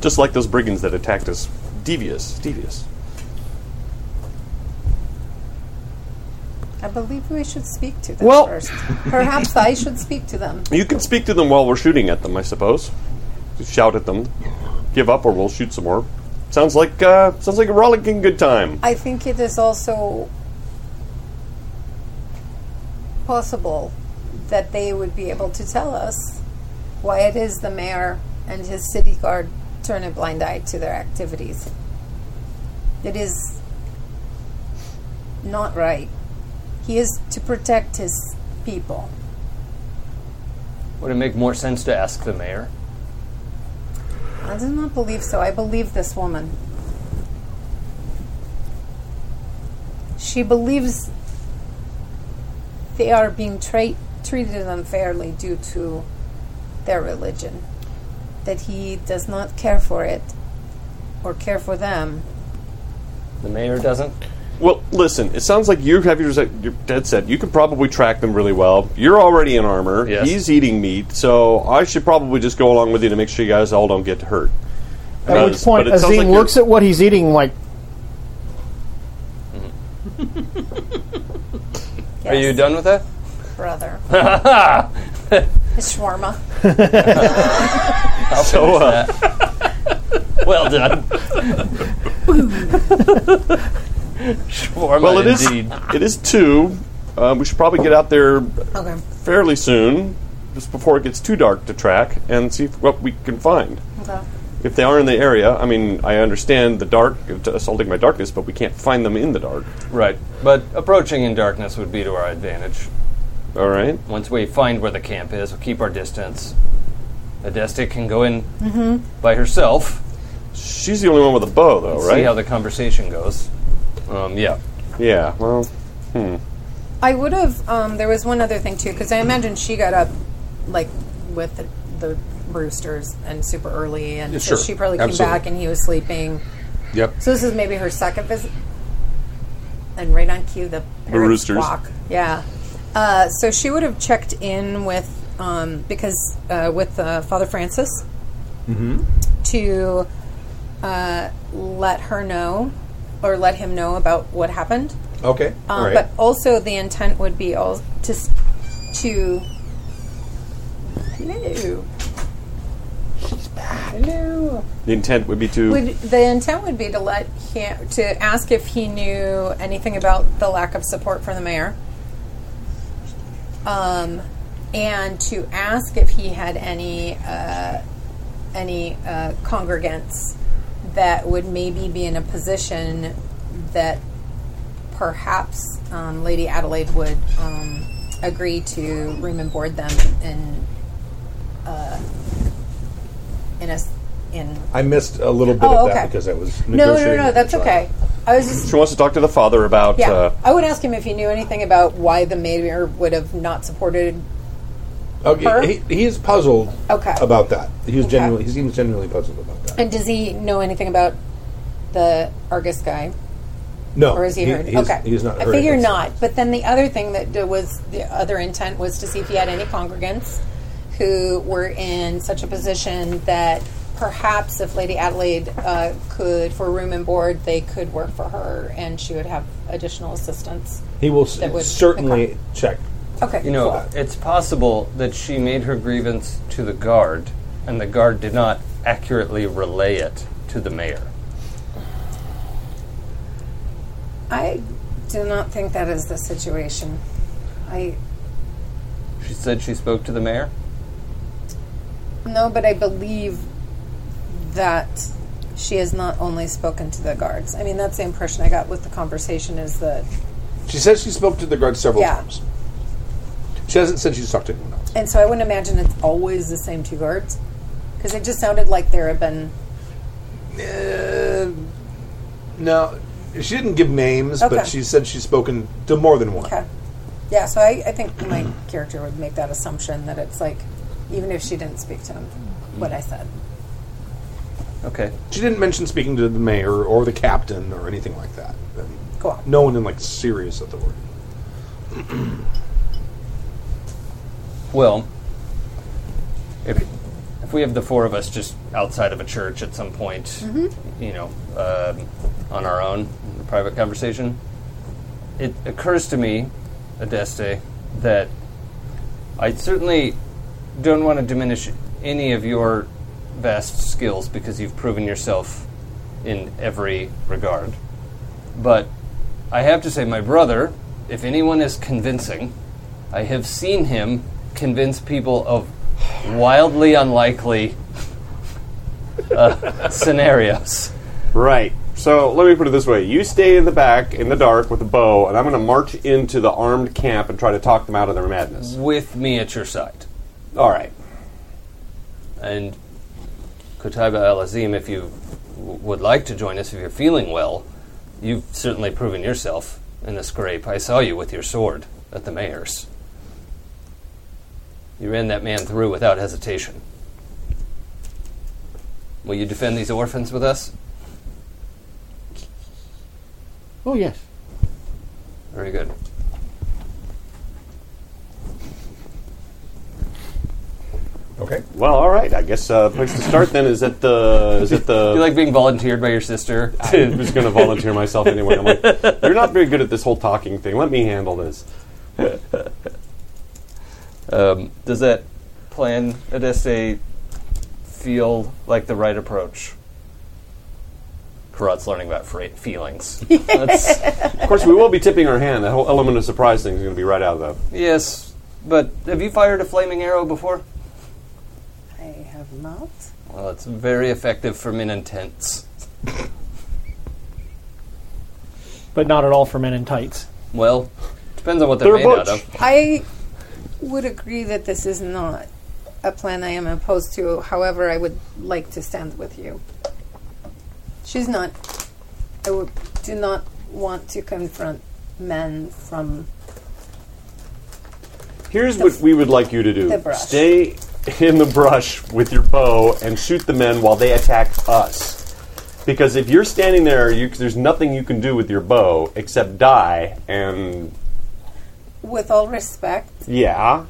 S7: just like those brigands that attacked us. Devious, devious.
S2: I believe we should speak to them
S7: Well-
S2: first. Perhaps I should speak to them.
S7: You can speak to them while we're shooting at them, I suppose. Just shout at them, give up, or we'll shoot some more. Sounds like uh, sounds like a rollicking good time.
S2: I think it is also possible that they would be able to tell us why it is the mayor and his city guard turn a blind eye to their activities. It is not right. He is to protect his people.
S10: Would it make more sense to ask the mayor?
S2: I do not believe so. I believe this woman. She believes they are being tra- treated unfairly due to their religion, that he does not care for it or care for them.
S10: The mayor doesn't?
S7: Well, listen. It sounds like you have your, your dead set. You can probably track them really well. You're already in armor.
S10: Yes.
S7: He's eating meat, so I should probably just go along with you to make sure you guys all don't get hurt.
S5: At which point, Azim looks at what he's eating like,
S10: Are you done with that?
S2: Brother.
S10: I'll
S2: It's shawarma.
S10: finish
S7: So, uh,
S10: that. well done. Shawarma,
S7: well, it is.
S10: indeed.
S7: It is two. Um, we should probably get out there
S2: Okay.
S7: fairly soon, just before it gets too dark to track and see if, what we can find.
S2: Okay.
S7: If they are in the area, I mean, I understand the dark assaulting by darkness, but we can't find them in the dark.
S10: Right, but approaching in darkness would be to our advantage.
S7: All right.
S10: Once we find where the camp is, we'll keep our distance. Adeste can go in by herself.
S7: She's the only one with a bow, though,
S10: See
S7: right?
S10: how the conversation goes. Um, yeah.
S7: Yeah. Well. Hmm.
S2: I would have. Um, there was one other thing too, because I imagine she got up like with the, the roosters and super early, and
S3: Yeah,
S2: so
S3: sure.
S2: she probably came
S3: Absolutely.
S2: back and he was sleeping.
S3: Yep.
S2: So this is maybe her second visit, and right on cue the parrots
S7: roosters.
S2: Walk. Yeah. Uh, so she would have checked in with um, because uh, with uh, Father Francis
S3: Mm-hmm.
S2: to uh, let her know or let him know about what happened.
S3: Okay.
S2: Um,
S3: All right.
S2: But also, the intent would be all to s- to. Hello. Hello.
S7: The intent would be to.
S2: Would, the intent would be to let him to ask if he knew anything about the lack of support from the mayor, um, and to ask if he had any uh, any uh, congregants that would maybe be in a position that perhaps um, Lady Adelaide would um, agree to room and board them in uh, in a s- in
S3: I missed a little bit
S2: Oh,
S3: of that
S2: okay.
S3: because I was
S2: no, no,
S3: negotiating
S2: no,
S3: with
S2: that's
S3: the tribe.
S2: okay. I was just
S7: she wants to talk to the father about.
S2: yeah.
S7: Uh,
S2: I would ask him if he knew anything about why the mayor would have not supported. Her?
S3: Okay. He, he is puzzled
S2: Okay.
S3: about that. He was
S2: Okay.
S3: genuinely. He seems genuinely puzzled about that.
S2: And does he know anything about the Argus guy?
S3: No.
S2: or is he, heard?
S3: He's,
S2: okay,
S3: He's not.
S2: I
S3: heard
S2: figure
S3: anything.
S2: not. But then the other thing that d- was the other intent was to see if he had any congregants who were in such a position that perhaps if Lady Adelaide uh, could, for room and board, they could work for her, and she would have additional assistance.
S3: He will
S2: That would-
S3: s- certainly check.
S2: Okay,
S10: You know,
S2: cool.
S10: it's possible that she made her grievance to the guard, and the guard did not accurately relay it to the mayor.
S2: I do not think that is the situation. I
S10: She said she spoke to the mayor.
S2: no, but I believe that she has not only spoken to the guards. I mean, that's the impression I got with the conversation is that
S3: She says she spoke to the guards several
S2: Yeah.
S3: times. She hasn't said she's talked to anyone else.
S2: and so I wouldn't imagine it's always the same two guards because it just sounded like there had been
S3: Uh, no, she didn't give names,
S2: Okay.
S3: but she said she's spoken to more than one.
S2: Okay. Yeah, so I, I think my character would make that assumption that it's like, even if she didn't speak to him, what I said.
S10: Okay.
S3: She didn't mention speaking to the mayor or the captain or anything like that. I mean,
S2: Cool.
S3: No one in like serious authority.
S10: Well, if if we have the four of us just outside of a church at some point,
S17: Mhm.
S10: you know, um, on our own, in a private conversation, it occurs to me, Adeste, that I certainly don't want to diminish any of your vast skills because you've proven yourself in every regard. But I have to say, my brother, if anyone is convincing, I have seen him convince people of wildly unlikely uh, scenarios.
S7: Right. So let me put it this way: you stay in the back in the dark with a bow, and I'm going to march into the armed camp and try to talk them out of their madness.
S10: With me at your side.
S7: All right.
S10: And Kutaiba Al Azim, if you w- would like to join us, if you're feeling well, you've certainly proven yourself in the scrape. I saw you with your sword at the mayor's. You ran that man through without hesitation. Will you defend these orphans with us?
S5: Oh yes.
S10: Very good.
S3: Okay.
S7: Well, all right. I guess uh, place to start then is at the is at the.
S10: Do you like being volunteered by your sister?
S7: I was going to volunteer myself anyway. I'm like, you're not very good at this whole talking thing. Let me handle this.
S10: Um, does that plan at SA feel like the right approach? Karat's learning about fra- feelings. That's-
S7: Of course, we will be tipping our hand. The whole element of surprise thing is going to be right out of the.
S10: yes, but have you fired a flaming arrow before?
S2: I have not.
S10: Well, it's very effective for men intense.
S5: But not at all for men in tights.
S10: Well, depends on what they're,
S5: They're
S10: made out
S5: butch.
S10: of.
S2: I would agree that this is not a plan I am opposed to. However, I would like to stand with you. She's not. I would, do not want to confront men from.
S7: Here's what we would like you to do:
S2: the brush.
S7: stay in the brush with your bow and shoot the men while they attack us. Because if you're standing there, you, there's nothing you can do with your bow except die. And
S2: With all respect,
S7: yeah,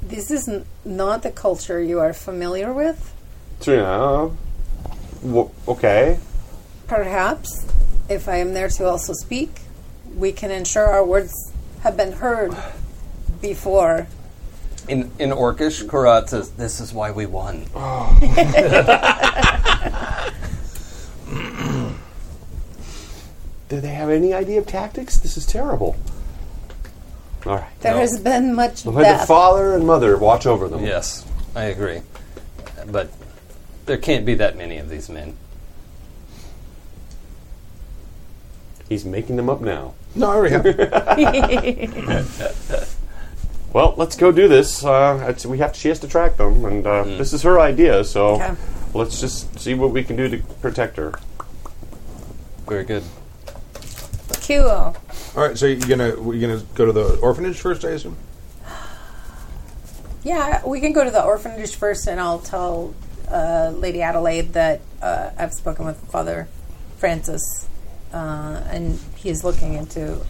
S2: this is n- not the culture you are familiar with.
S7: so, you know, w- okay.
S2: Perhaps, if I am there to also speak, we can ensure our words have been heard before.
S10: In in Orcish, Karat says, "This is why we won."
S7: Do they have any idea of tactics? This is terrible. All right.
S2: There has been much
S7: Let the
S2: death.
S7: father and mother watch over them.
S10: Yes, I agree. But there can't be that many of these men.
S7: He's making them up now.
S3: No, I already
S7: have. well, let's go do this. Uh, it's, we have she has to track them, and uh, this is her idea. So
S2: Okay.
S7: let's just see what we can do to protect her.
S10: Very good.
S2: Kuo.
S3: All right, so you're gonna you're gonna go to the orphanage first, I assume.
S2: Yeah, we can go to the orphanage first, and I'll tell uh, Lady Adelaide that uh, I've spoken with Father Francis, uh, and he is looking into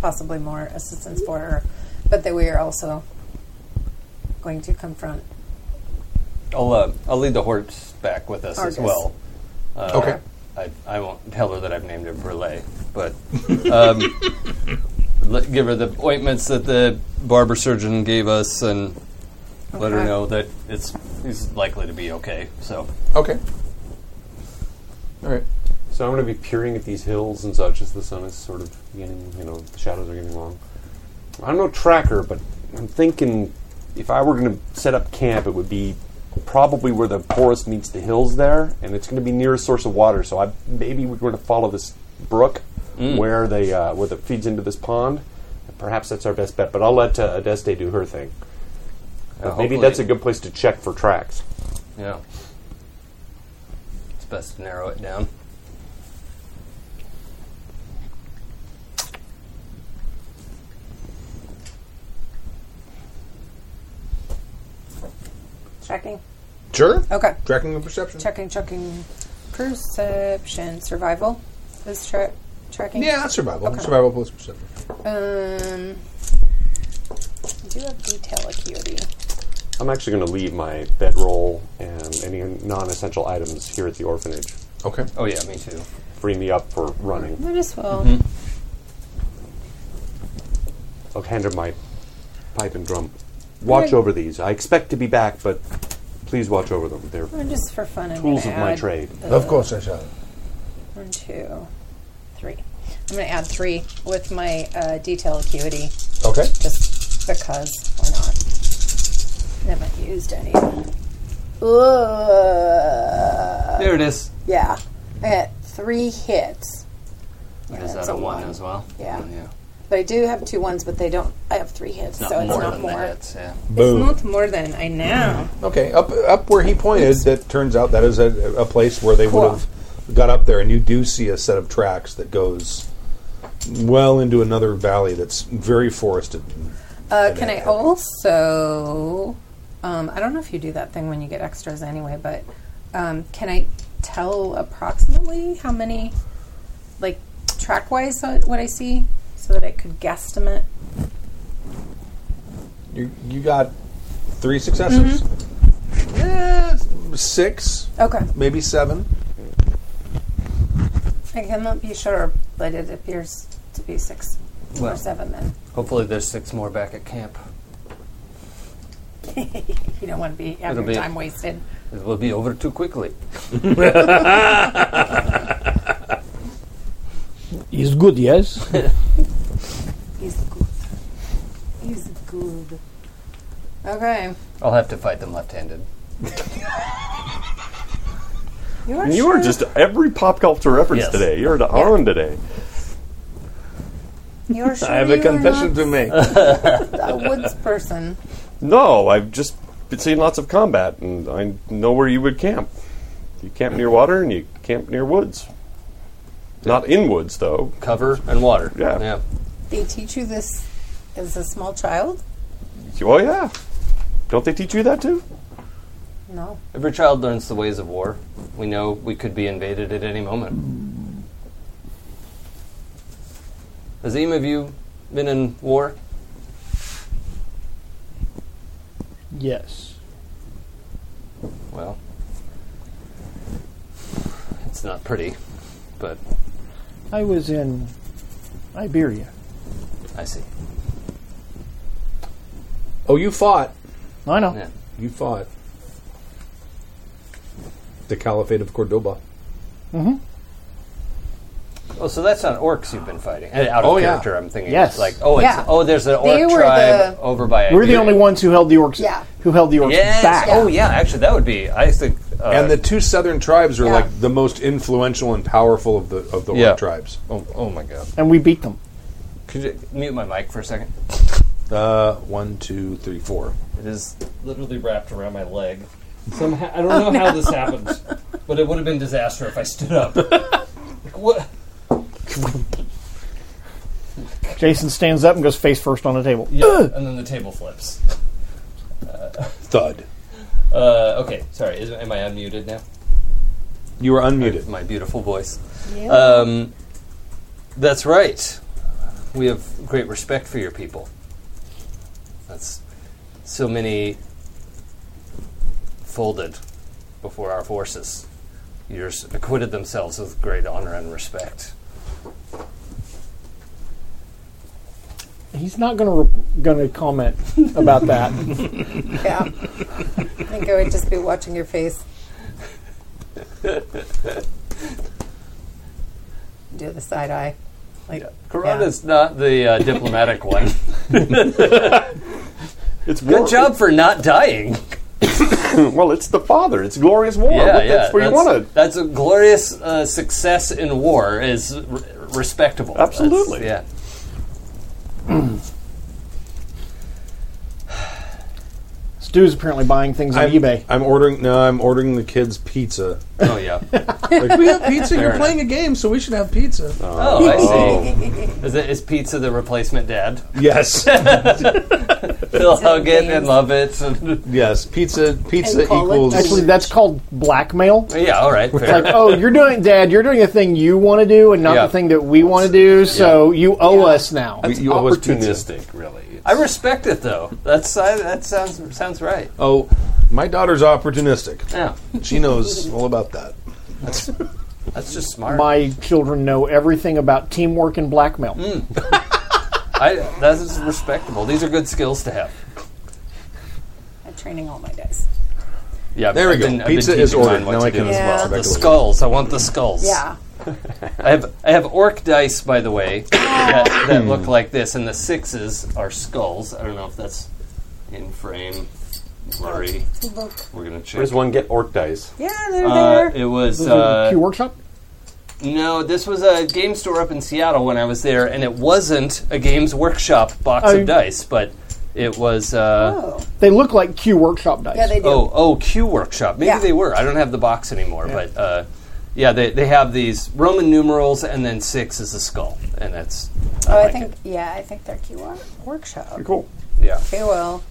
S2: possibly more assistance for her, but that we are also going to confront.
S10: I'll uh, I'll lead the horse back with us
S2: Argus.
S10: as well. Uh,
S3: Okay.
S10: I, I won't tell her that I've named her Brulee, but um, let, give her the ointments that the barber surgeon gave us, and let her
S3: Okay.
S10: know that it's he's likely to be okay. So
S3: Okay. All right.
S7: So I'm going to be peering at these hills and such as the sun is sort of getting, you know, the shadows are getting long. I'm no tracker, but I'm thinking if I were going to set up camp, it would be probably where the forest meets the hills there, and it's going to be near a source of water. So I maybe we're going to follow this brook
S10: Mm.
S7: where they uh, where that feeds into this pond. Perhaps that's our best bet, but I'll let uh, Adeste do her thing.
S10: Uh,
S7: Uh, maybe
S10: hopefully.
S7: that's a good place to check for tracks.
S10: Yeah. It's best to narrow it down.
S2: Checking.
S3: Sure.
S2: Okay.
S3: Tracking and perception.
S2: Checking, checking. Perception. Survival is tra- tracking.
S3: Yeah, that's survival.
S2: Okay.
S3: Survival plus perception.
S2: Um, I do have detail acuity.
S7: I'm actually going to leave my bedroll and any non-essential items here at the orphanage.
S3: Okay.
S10: Oh yeah, me too.
S7: Free me up for running.
S2: Might as well.
S10: Mhm.
S7: I'll hand her my pipe and drum. Watch
S2: Good.
S7: over these. I expect to be back, but please watch over them. They're
S2: Well, just for fun, I'm
S7: tools of
S2: gonna
S7: my
S2: add,
S7: trade.
S2: uh, Of course
S3: I shall.
S2: One, two, three. I'm going to add three with my uh, detail acuity.
S3: Okay.
S2: Just because. Why not? I haven't used any. Ugh.
S10: There it is.
S2: Yeah. I got three hits.
S10: What
S2: Yeah,
S10: is
S2: that's
S10: that a one, as well?
S2: Yeah.
S10: yeah.
S2: But I do have two ones, but they don't. I have three hits,
S10: It's not
S2: so it's
S10: more
S2: not
S10: than the
S2: more.
S10: hits, yeah.
S3: Boom.
S2: It's not more than I know.
S3: Okay, up up where he pointed, that turns out that is a, a place where they would
S2: Cool.
S3: have got up there, and you do see a set of tracks that goes well into another valley that's very forested.
S2: Uh, can I also? Um, I don't know if you do that thing when you get extras anyway, but um, can I tell approximately how many, like track wise, what I see, so that I could guesstimate?
S3: You you got three successes, Eh, six,
S2: Okay,
S3: maybe seven.
S2: I cannot be sure, but it appears to be six or
S10: Well.
S2: seven. Then
S10: Hopefully, there's six more back at camp.
S2: you don't want to be have
S10: It'll
S2: your
S10: be-
S2: time wasted.
S10: It will be over too quickly.
S5: Is good, yes.
S2: He's good. He's good. Okay,
S10: I'll have to fight them left-handed.
S2: you are.
S7: You
S2: sure-
S7: are just every pop culture reference
S10: Yes.
S7: today. You're on today.
S2: You are sure
S3: I have a
S2: you are
S3: confession
S2: not
S3: to make.
S2: A woods person.
S7: No, I've just been seeing lots of combat, and I know where you would camp. You camp near water, and you camp near woods. Not in woods, though.
S10: Cover and water.
S7: Yeah.
S10: Yeah.
S2: They teach you this as a small child?
S7: Oh yeah. Don't they teach you that too?
S2: No.
S10: Every child learns the ways of war. We know we could be invaded at any moment. Azim, have you been in war?
S5: yes.
S10: Well, it's not pretty, but
S5: I was in Iberia.
S10: I see.
S3: Oh, you fought.
S5: I know.
S10: Yeah.
S3: You fought the Caliphate of Cordoba.
S10: Oh, so that's not orcs you've been fighting. Uh, Out of
S3: Oh, yeah.
S10: character, I'm thinking.
S5: Yes.
S10: Like, oh,
S2: Yeah.
S10: it's, oh, there's an
S2: They
S10: orc
S2: were
S10: tribe
S2: the-
S10: over by.
S5: We're the
S10: Iberia.
S5: only ones who held the orcs.
S2: Yeah.
S5: Who held the orcs
S10: Yes.
S5: back?
S10: Oh, yeah. Actually, that would be. I think. Uh,
S3: and the two southern tribes are
S2: Yeah.
S3: like the most influential and powerful of the of the orc
S10: Yeah.
S3: tribes.
S10: oh, oh my god.
S5: And we beat them.
S10: Could you mute my mic for a second?
S3: Uh, one, two, three, four.
S10: It is.
S11: Literally wrapped around my leg. Somehow, I don't know how this happened, but it would have been disaster if I stood up. Like, what?
S5: Jason stands up and goes face first on the table.
S11: Yeah, and then the table flips.
S3: Thud.
S11: Uh, okay, sorry. Is, am I unmuted now?
S3: You were unmuted.
S10: my beautiful voice.
S2: Yeah.
S10: Um, that's right. We have great respect for your people. That's so many folded before our forces. Yours acquitted themselves with great honor and respect.
S5: He's not going to re- going to comment about that.
S2: yeah. I think I would just be watching your face. do the side eye. Like,
S10: Corona's not the uh, diplomatic one.
S7: it's
S10: good job for not dying.
S7: well, it's the father. It's glorious war.
S10: Yeah,
S7: Look,
S10: yeah.
S7: That's where you
S10: that's-
S7: want it.
S10: That's a glorious uh, success in war. Is re- respectable. That's-
S7: Absolutely.
S5: Stu's apparently buying things on
S3: I'm,
S5: eBay.
S3: I'm ordering. No, I'm ordering the kids pizza.
S10: Oh yeah.
S3: like, we have pizza.
S10: Fair
S3: You're
S10: enough.
S3: playing a game, so we should have pizza.
S10: Oh, I see. Is, it, is pizza the replacement dad?
S3: Yes.
S10: They'll hug it and love it. and-
S3: Yes, pizza. Pizza
S10: And call it
S3: equals.
S5: Actually, that's called blackmail.
S10: yeah, all right.
S5: It's
S10: Fair.
S5: like, oh, you're doing, Dad, you're doing the thing you want to do and not
S10: Yeah.
S5: the thing that we want to do, so you owe us now.
S7: That's
S3: You owe us pizza.
S7: opportunistic, really.
S10: I respect it though. That's I, that sounds sounds right.
S3: Oh, my daughter's opportunistic.
S10: Yeah,
S3: She knows all about that.
S10: that's just smart.
S5: My children know everything about teamwork and blackmail.
S10: Mm. I, that is respectable. These are good skills to have.
S2: I'm training all my dice.
S10: Yeah,
S3: There we
S10: I've
S3: go.
S10: been- I've been
S3: Pizza is
S10: teaching mine
S3: ordered.
S10: what
S3: Now
S10: to
S3: I can
S10: do.
S2: Yeah.
S3: walk
S10: The
S3: back to the
S10: skulls. I want the skulls.
S2: Yeah.
S10: I have I have orc dice, by the way, that, that look like this, and the sixes are skulls. I don't know if that's in frame, blurry.
S2: Look.
S10: We're gonna check.
S7: Where's one get orc dice?
S2: Yeah, they're
S10: Uh,
S2: there.
S10: it was
S5: Was it a Pew
S10: uh,
S5: Workshop?
S10: no. This was a game store up in Seattle when I was there, and it wasn't a Games Workshop box
S5: Oh.
S10: of dice, but it was. Uh,
S2: Oh.
S5: They look like Q Workshop dice.
S2: Yeah, they do.
S10: Oh, oh, Q Workshop. Maybe
S2: Yeah.
S10: they were. I don't have the box anymore, but uh, yeah, they, they have these Roman numerals, and then six is a skull, and that's.
S2: Oh, I
S10: like
S2: think
S10: it.
S2: yeah, I think they're QR workshop.
S7: Cool.
S10: Yeah.
S2: Okay, well,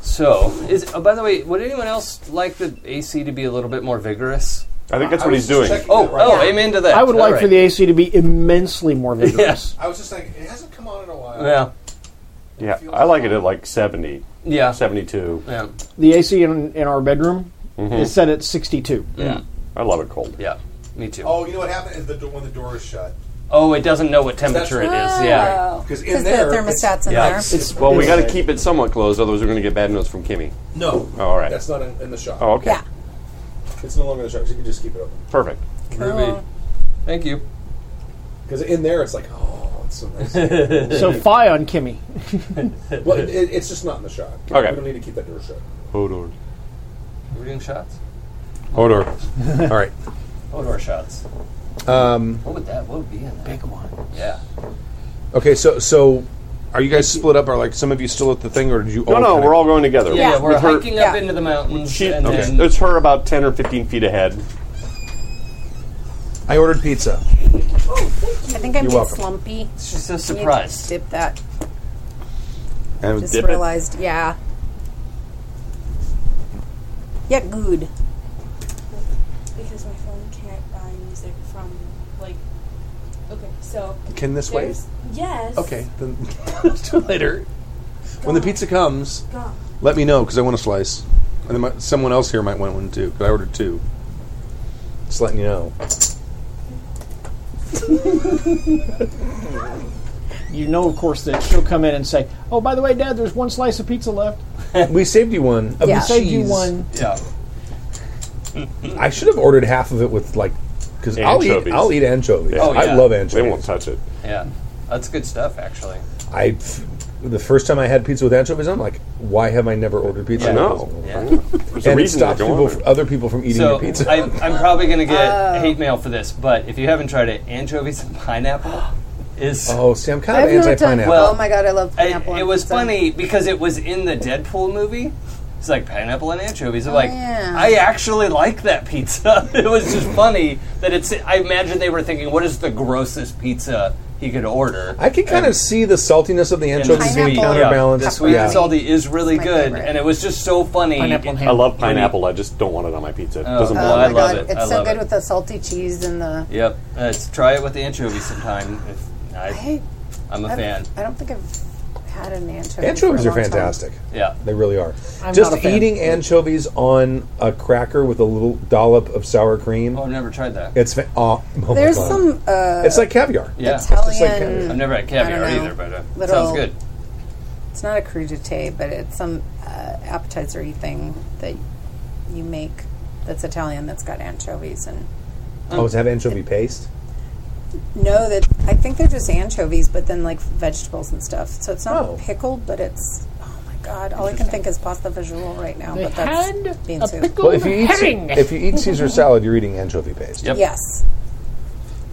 S10: So, is oh, by the way, would anyone else like the AC to be a little bit more vigorous?
S7: I think that's what he's doing.
S10: Oh, oh, amen to that.
S5: I would
S10: All
S5: like for
S10: right.
S5: the AC to be immensely more vigorous.
S8: I was just thinking, it hasn't come on in a while.
S10: Yeah,
S7: Yeah, I like it at like 70,
S10: yeah,
S7: 72.
S10: yeah,
S5: The AC in, in our bedroom
S10: Mm-hmm.
S5: is set at 62.
S7: I love it cold.
S10: yeah. Me too. Oh,
S8: Oh, you know what happened is the do- when the door is shut.
S10: it doesn't know what temperature it is. Yeah.
S2: oh,
S8: Because in
S2: because the
S8: there,
S2: thermostats in
S10: yeah,
S2: there.
S10: it's-
S7: Well, we got to keep it somewhat closed, otherwise we're going to get bad notes from Kimmy.
S8: it's- no,
S7: Oh, all right.
S8: that's not in, in the shop.
S7: Oh, okay.
S2: Yeah.
S8: It's no longer in the shop. So you can just keep it open.
S7: Perfect.
S10: Ruby. Thank you.
S8: Because in there, it's like, oh, it's so nice.
S5: So, fie on Kimmy.
S8: well, it, it, it's just not in the shop.
S7: Okay.
S8: we don't need to keep that door shut.
S7: Hodor.
S10: We're doing shots.
S3: Hodor. All right.
S10: Odor shots. Um, what would that? What would be in that? Big one. Yeah.
S3: Okay. So so, are you guys split up? Are like some of you still at the thing, or did you?
S7: No,
S3: all
S7: no,
S3: kinda-
S7: we're all going together.
S10: Yeah,
S7: With
S10: we're
S7: her-
S10: hiking up
S2: Yeah.
S10: into the mountains.
S7: She,
S10: and
S7: okay.
S10: then
S7: It's her about 10 or 15 feet ahead.
S3: I ordered pizza.
S2: I think I'm
S3: You're
S2: being
S3: welcome.
S2: slumpy.
S10: she's so
S2: Can you
S10: surprised.
S2: Dip that.
S3: And
S2: Just
S7: Dip it.
S2: realized. Yeah. Yeah, good.
S14: Because my phone can't buy music from, like, okay, so.
S3: Can this wait?
S14: there's- Yes.
S3: Okay. Then till later. When the pizza comes,
S14: Gone.
S3: let me know because I want a slice, and then my, someone else here might want one too. Because I ordered two. Just letting you know.
S5: You know, of course, that she'll come in and say, Oh, by the way, Dad, there's one slice of pizza left.
S3: Oh, We saved you one. Of
S2: Yeah.
S3: the
S5: Save you
S3: cheese.
S5: one.
S10: Yeah.
S3: I should have ordered half of it with like because I'll eat
S7: Anchovies.
S3: I'll eat anchovies.
S7: Yeah. Oh,
S3: I
S10: yeah.
S3: love
S7: They won't
S3: anchovies.
S7: touch it.
S10: Yeah. That's good stuff, actually.
S3: I the first time I had pizza with anchovies, I'm like, why have I never ordered pizza?
S10: Yeah.
S3: with
S7: No.
S3: anchovies?
S10: Yeah.
S7: There's a
S3: And it
S7: reason they're
S3: stops
S7: going
S3: people,
S7: there.
S3: other people from eating
S10: So
S3: your pizza.
S10: I, I'm probably going to get
S2: Oh.
S10: hate mail for this, but if you haven't tried it, anchovies and pineapple is.
S3: oh, see, I'm kind of
S2: I've never done.
S3: anti-pineapple.
S10: Well,
S2: oh my god, I love
S10: I-
S2: pineapple.
S10: it
S2: on
S10: was
S2: pizza.
S10: funny because it was in the Deadpool movie. It's like pineapple and anchovies. I'm like,
S2: Oh, yeah.
S10: I actually like that pizza. it was just funny that it's. I imagine they were thinking, what is the grossest pizza he could order?
S3: I can kind of see the saltiness of the anchovies being
S2: Pineapple.
S3: counterbalanced.
S10: The sweet
S3: yeah.
S10: and salty is really
S2: my
S10: good,
S2: favorite.
S10: and it was just so funny.
S5: Pineapple and
S10: It-
S5: ham.
S7: I Uh, love pineapple. I just don't want it on my pizza. It doesn't
S10: Oh,
S2: Oh
S7: belong.
S10: I
S2: my
S10: love
S2: god,
S10: it.
S2: it's
S10: I
S2: so
S10: love
S2: good
S10: it.
S2: with the salty cheese and the.
S10: Yep. Let's try it with the anchovies sometime. If I,
S2: I,
S10: I'm a
S2: I,
S10: fan.
S2: I don't think I've had an anchovy.
S3: Anchovies
S2: for
S3: are
S2: a long time.
S3: fantastic.
S10: Yeah.
S3: They really are.
S5: I'm
S3: Just
S5: not a fan.
S3: eating anchovies on a cracker with a little dollop of sour cream.
S10: Oh, I've never tried that.
S3: It's fa- oh, oh my
S2: There's
S3: God.
S2: some uh,
S3: It's like caviar.
S10: Yeah.
S3: just like
S2: Italian.
S10: I've never had caviar
S2: I don't know.
S10: either, but uh,
S2: Little-
S10: sounds good.
S2: It's not a crudité, but it's some uh, appetizer thing that you make that's Italian that's got anchovies and
S3: Oh, does it have anchovy paste?
S2: No, that I think they're just anchovies, but then like vegetables and stuff. So it's not
S7: Oh.
S2: pickled, but it's oh my god! All I can think is pasta visual right now,
S5: They
S2: but that's
S5: had
S2: bean
S5: a
S2: soup.
S5: pickled
S3: Well, if you eat
S5: herring.
S3: if you eat Caesar salad, you're eating anchovy paste.
S2: Yes.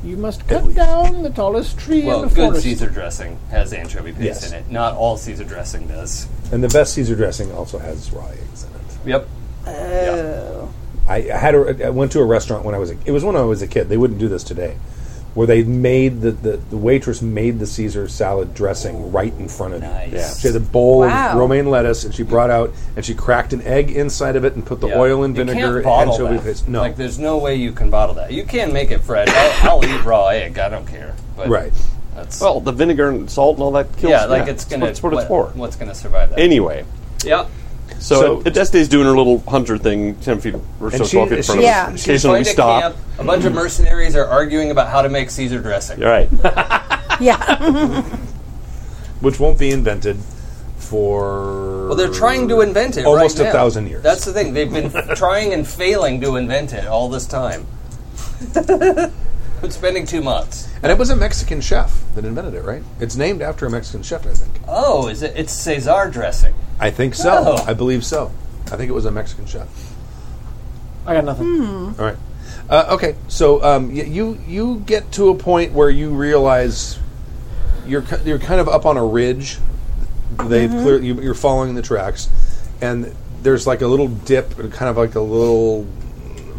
S5: You must cut down the tallest tree
S10: Well,
S5: in the
S10: good
S5: forest.
S10: Caesar dressing has anchovy paste
S3: Yes.
S10: in it. Not all Caesar dressing does.
S3: And the best Caesar dressing also has raw eggs in it.
S10: Yep.
S2: Oh.
S3: I I had a, I went to a restaurant when I was a, it was when I was a kid. They wouldn't do this today, where they made the, the, the waitress made the Caesar salad dressing right in front of you.
S10: Yeah.
S3: She had a bowl
S10: Wow.
S3: of romaine lettuce, and she brought out and she cracked an egg inside of it and put the
S10: Yeah.
S3: oil and
S10: You
S3: vinegar
S10: can't
S3: and
S10: bottle
S3: anchovy
S10: that.
S3: paste. No,
S10: Like, there's no way you can bottle that. You can make it fresh. I'll, I'll eat raw egg. I don't care. But
S7: Right.
S10: That's,
S7: Well, the vinegar and salt and all that kills.
S10: yeah, like it's gonna.
S7: That's what it's
S10: what-
S7: for.
S10: What's gonna survive that?
S7: Anyway,
S10: Yep. So-
S7: so, so Adeste's doing her little hunter thing, ten feet or so,
S10: And she-
S7: twelve feet in
S10: she-
S7: front of
S10: yeah.
S7: us.
S10: She's
S7: Occasionally we
S10: played a
S7: stop.
S10: camp. A bunch of mercenaries are arguing about how to make Caesar dressing.
S7: You're right.
S2: yeah.
S3: which won't be invented for
S10: Well, they're trying to invent it.
S3: almost
S10: right
S3: a
S10: now.
S3: thousand years.
S10: That's the thing. They've been trying and failing to invent it all this time. Been spending two months.
S3: And it was a Mexican chef that invented it, right? It's named after a Mexican chef, I think.
S10: Oh, is it? It's Caesar dressing.
S3: I think so.
S10: Oh.
S3: I believe so. I think it was a Mexican chef.
S5: I got nothing.
S3: All right. Uh, okay, so um, y- you you get to a point where you realize you're ki- you're kind of up on a ridge. They've
S8: Mhm.
S3: clear you, you're following the tracks, and there's like a little dip, or kind of like a little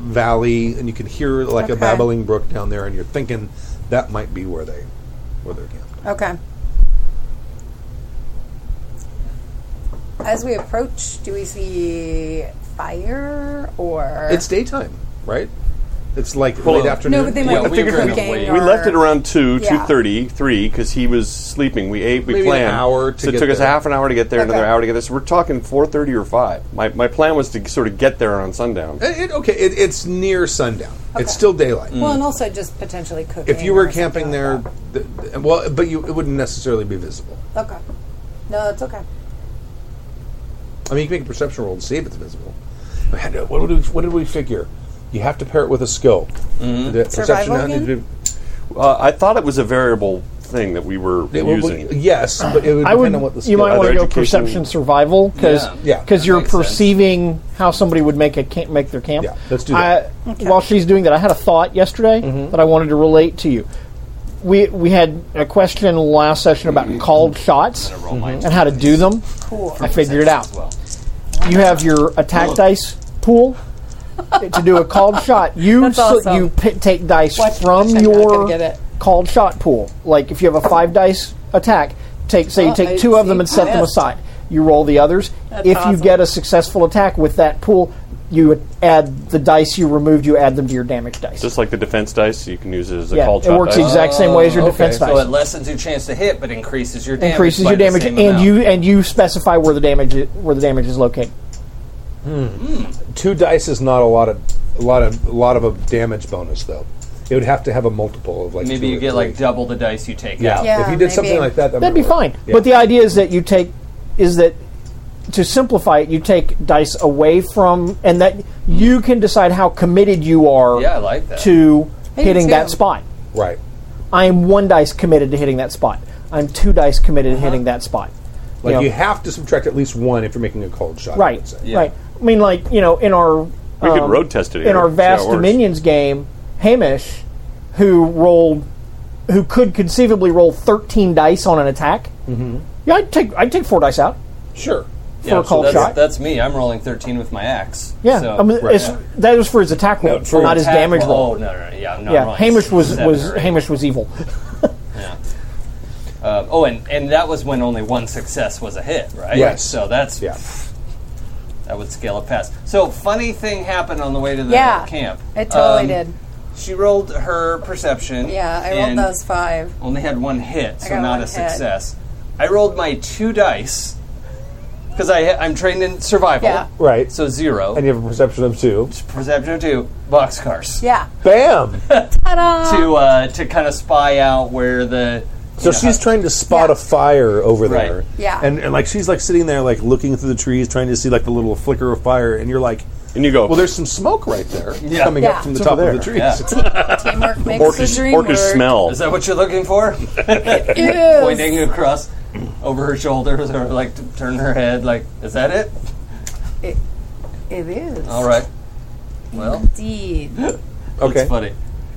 S3: valley, and you can hear like a
S2: Okay.
S3: babbling brook down there, and you're thinking that might be where they where they're camped.
S2: Okay. As we approach, do we see fire or
S3: It's daytime, right? It's like
S7: Well,
S3: late afternoon.
S2: No, but they might Yeah, be we were cooking gonna wait.
S7: we left it around two,
S2: Yeah.
S7: two thirty, three, because he was sleeping. We ate, we
S3: Maybe an
S7: planned.
S3: hour to
S7: so it
S3: get
S7: took us a
S3: there.
S7: half an hour to get there, another
S3: Okay.
S7: hour to get there. So we're talking four thirty or five. My, my plan was to sort of get there on sundown.
S2: Uh,
S3: It, it- okay, it, it's near sundown. It's still daylight.
S2: well, and also just potentially cooking.
S3: If you were
S2: or something.
S3: camping there, th- th- well, but you it wouldn't necessarily be visible.
S2: okay. No, that's okay.
S3: I mean, you can make a perception roll to see if it's visible. We had to- What did we, what did we figure? You have to pair it with a skill. The
S2: Survival
S3: not-
S2: again?
S7: Uh, I thought it was a variable thing that we were
S3: It would-
S7: using.
S3: yes, but it would
S5: I
S3: depend
S5: would.
S3: on what the skill.
S5: you might
S7: Either
S5: want to go
S7: education-
S5: perception survival because
S3: Yeah. Yeah.
S5: you're perceiving how somebody would make a camp, make their camp. Yeah,
S3: let's do that.
S5: While she's doing that, I had a thought yesterday
S3: Mm-hmm.
S5: that I wanted to relate to you. We we had a question last session
S3: Mm-hmm.
S5: about called shots and how to do them.
S2: Cool.
S5: I figured it out. You have your attack dice pool. to do a called shot, you
S2: That's
S5: so-
S2: awesome.
S5: you pi take dice from
S2: I'm not gonna
S5: your
S2: get it.
S5: called shot pool. Like if you have a five dice attack, take say
S2: Oh,
S5: you
S2: I
S5: take two of them and
S2: see.
S5: set them aside. You roll the others.
S2: That's
S5: if
S2: awesome.
S5: you get a successful attack with that pool, you add the dice you removed. You add them to your damage dice.
S7: Just like the defense dice, you can use it as a
S5: Yeah,
S7: called
S5: it
S7: shot
S5: works
S7: dice.
S5: exact same way as your defense
S10: Oh, So
S5: dice.
S10: it lessens your chance to hit, but increases your damage.
S5: Increases
S10: by
S5: your
S10: the
S5: damage,
S10: same
S5: and
S10: amount.
S5: you and you specify where the damage i- where the damage is located.
S3: Two dice is not a lot of a lot of a lot of a damage bonus though. It would have to have a multiple of like
S10: maybe
S3: two
S10: you
S3: or
S10: get
S3: three.
S10: like double the dice you take
S3: Yeah.
S10: out.
S3: If you did something like that, that
S5: That'd be
S3: might work.
S5: fine.
S3: Yeah.
S5: But the idea is that you take is that to simplify it, you take dice away from, and that you can decide how committed you are.
S10: Yeah, I like that.
S5: To
S10: Maybe
S5: hitting
S10: two.
S5: that spot.
S3: Right.
S5: I am one dice committed to hitting that spot. I'm two dice committed
S3: Uh-huh.
S5: to hitting that spot.
S3: Like
S5: know,
S3: you have to subtract at least one if you're making a cold shot. I would
S5: right,
S3: say.
S5: right. I mean, like you know, in our
S3: We could
S5: um,
S3: road test it
S5: in
S3: here,
S5: our
S3: see how it
S5: vast
S3: works.
S5: dominions game. Hamish, who rolled, who could conceivably roll thirteen dice on an attack.
S3: Mm-hmm.
S10: Mhm.
S5: Yeah, I'd take I'd take four dice out.
S3: Sure.
S5: For a called
S10: that's,
S5: shot.
S10: That's me. I'm rolling 13 with my axe.
S5: Yeah,
S10: So,
S5: I mean, it's,
S10: Yeah.
S5: that was for his attack roll,
S10: for
S5: not his
S10: attack
S5: damage roll.
S10: roll. Oh, no, no, no, yeah, I'm not
S5: yeah.
S10: wrong.
S5: Hamish was
S10: Seven
S5: was
S10: or eight.
S5: Hamish was evil.
S10: Uh, oh, and, and that was when only one success was a hit, right?
S5: Yes.
S10: So that's that would scale it past. So funny thing happened on the way to the
S2: Yeah,
S10: camp.
S2: it totally
S10: Um,
S2: did.
S10: She rolled her perception.
S2: Yeah, I rolled
S10: and
S2: those five.
S10: Only had one hit,
S2: I
S10: so
S2: got
S10: not
S2: one
S10: a
S2: hit.
S10: success. I rolled my two dice because I I'm trained in survival.
S2: Yeah.
S3: Right.
S10: So zero. And
S3: you have a perception of two.
S10: Perception of two. Boxcars.
S2: Yeah.
S3: Bam.
S2: Ta-da!
S10: To uh, to kind of spy out where the
S3: So
S10: you know,
S3: she's trying to spot a fire over
S10: Right.
S3: there.
S10: Yeah.
S3: And, and like she's like sitting there like looking through the trees trying to see like the little flicker of fire and you're like
S7: And you go.
S3: Well, there's some smoke right there
S7: Yeah.
S3: coming
S7: Yeah.
S3: up from the
S7: It's
S3: top
S7: over
S3: of the
S7: there.
S3: trees.
S7: Yeah.
S2: Teamwork makes
S7: Orcish-
S2: the dream
S7: orcish
S2: work.
S7: smell.
S10: Is that what you're looking for?
S2: is.
S10: Pointing across over her shoulder, or like to turn her head. Like, is that it?
S2: It, it is.
S10: All right. Well,
S2: Indeed.
S10: That's funny.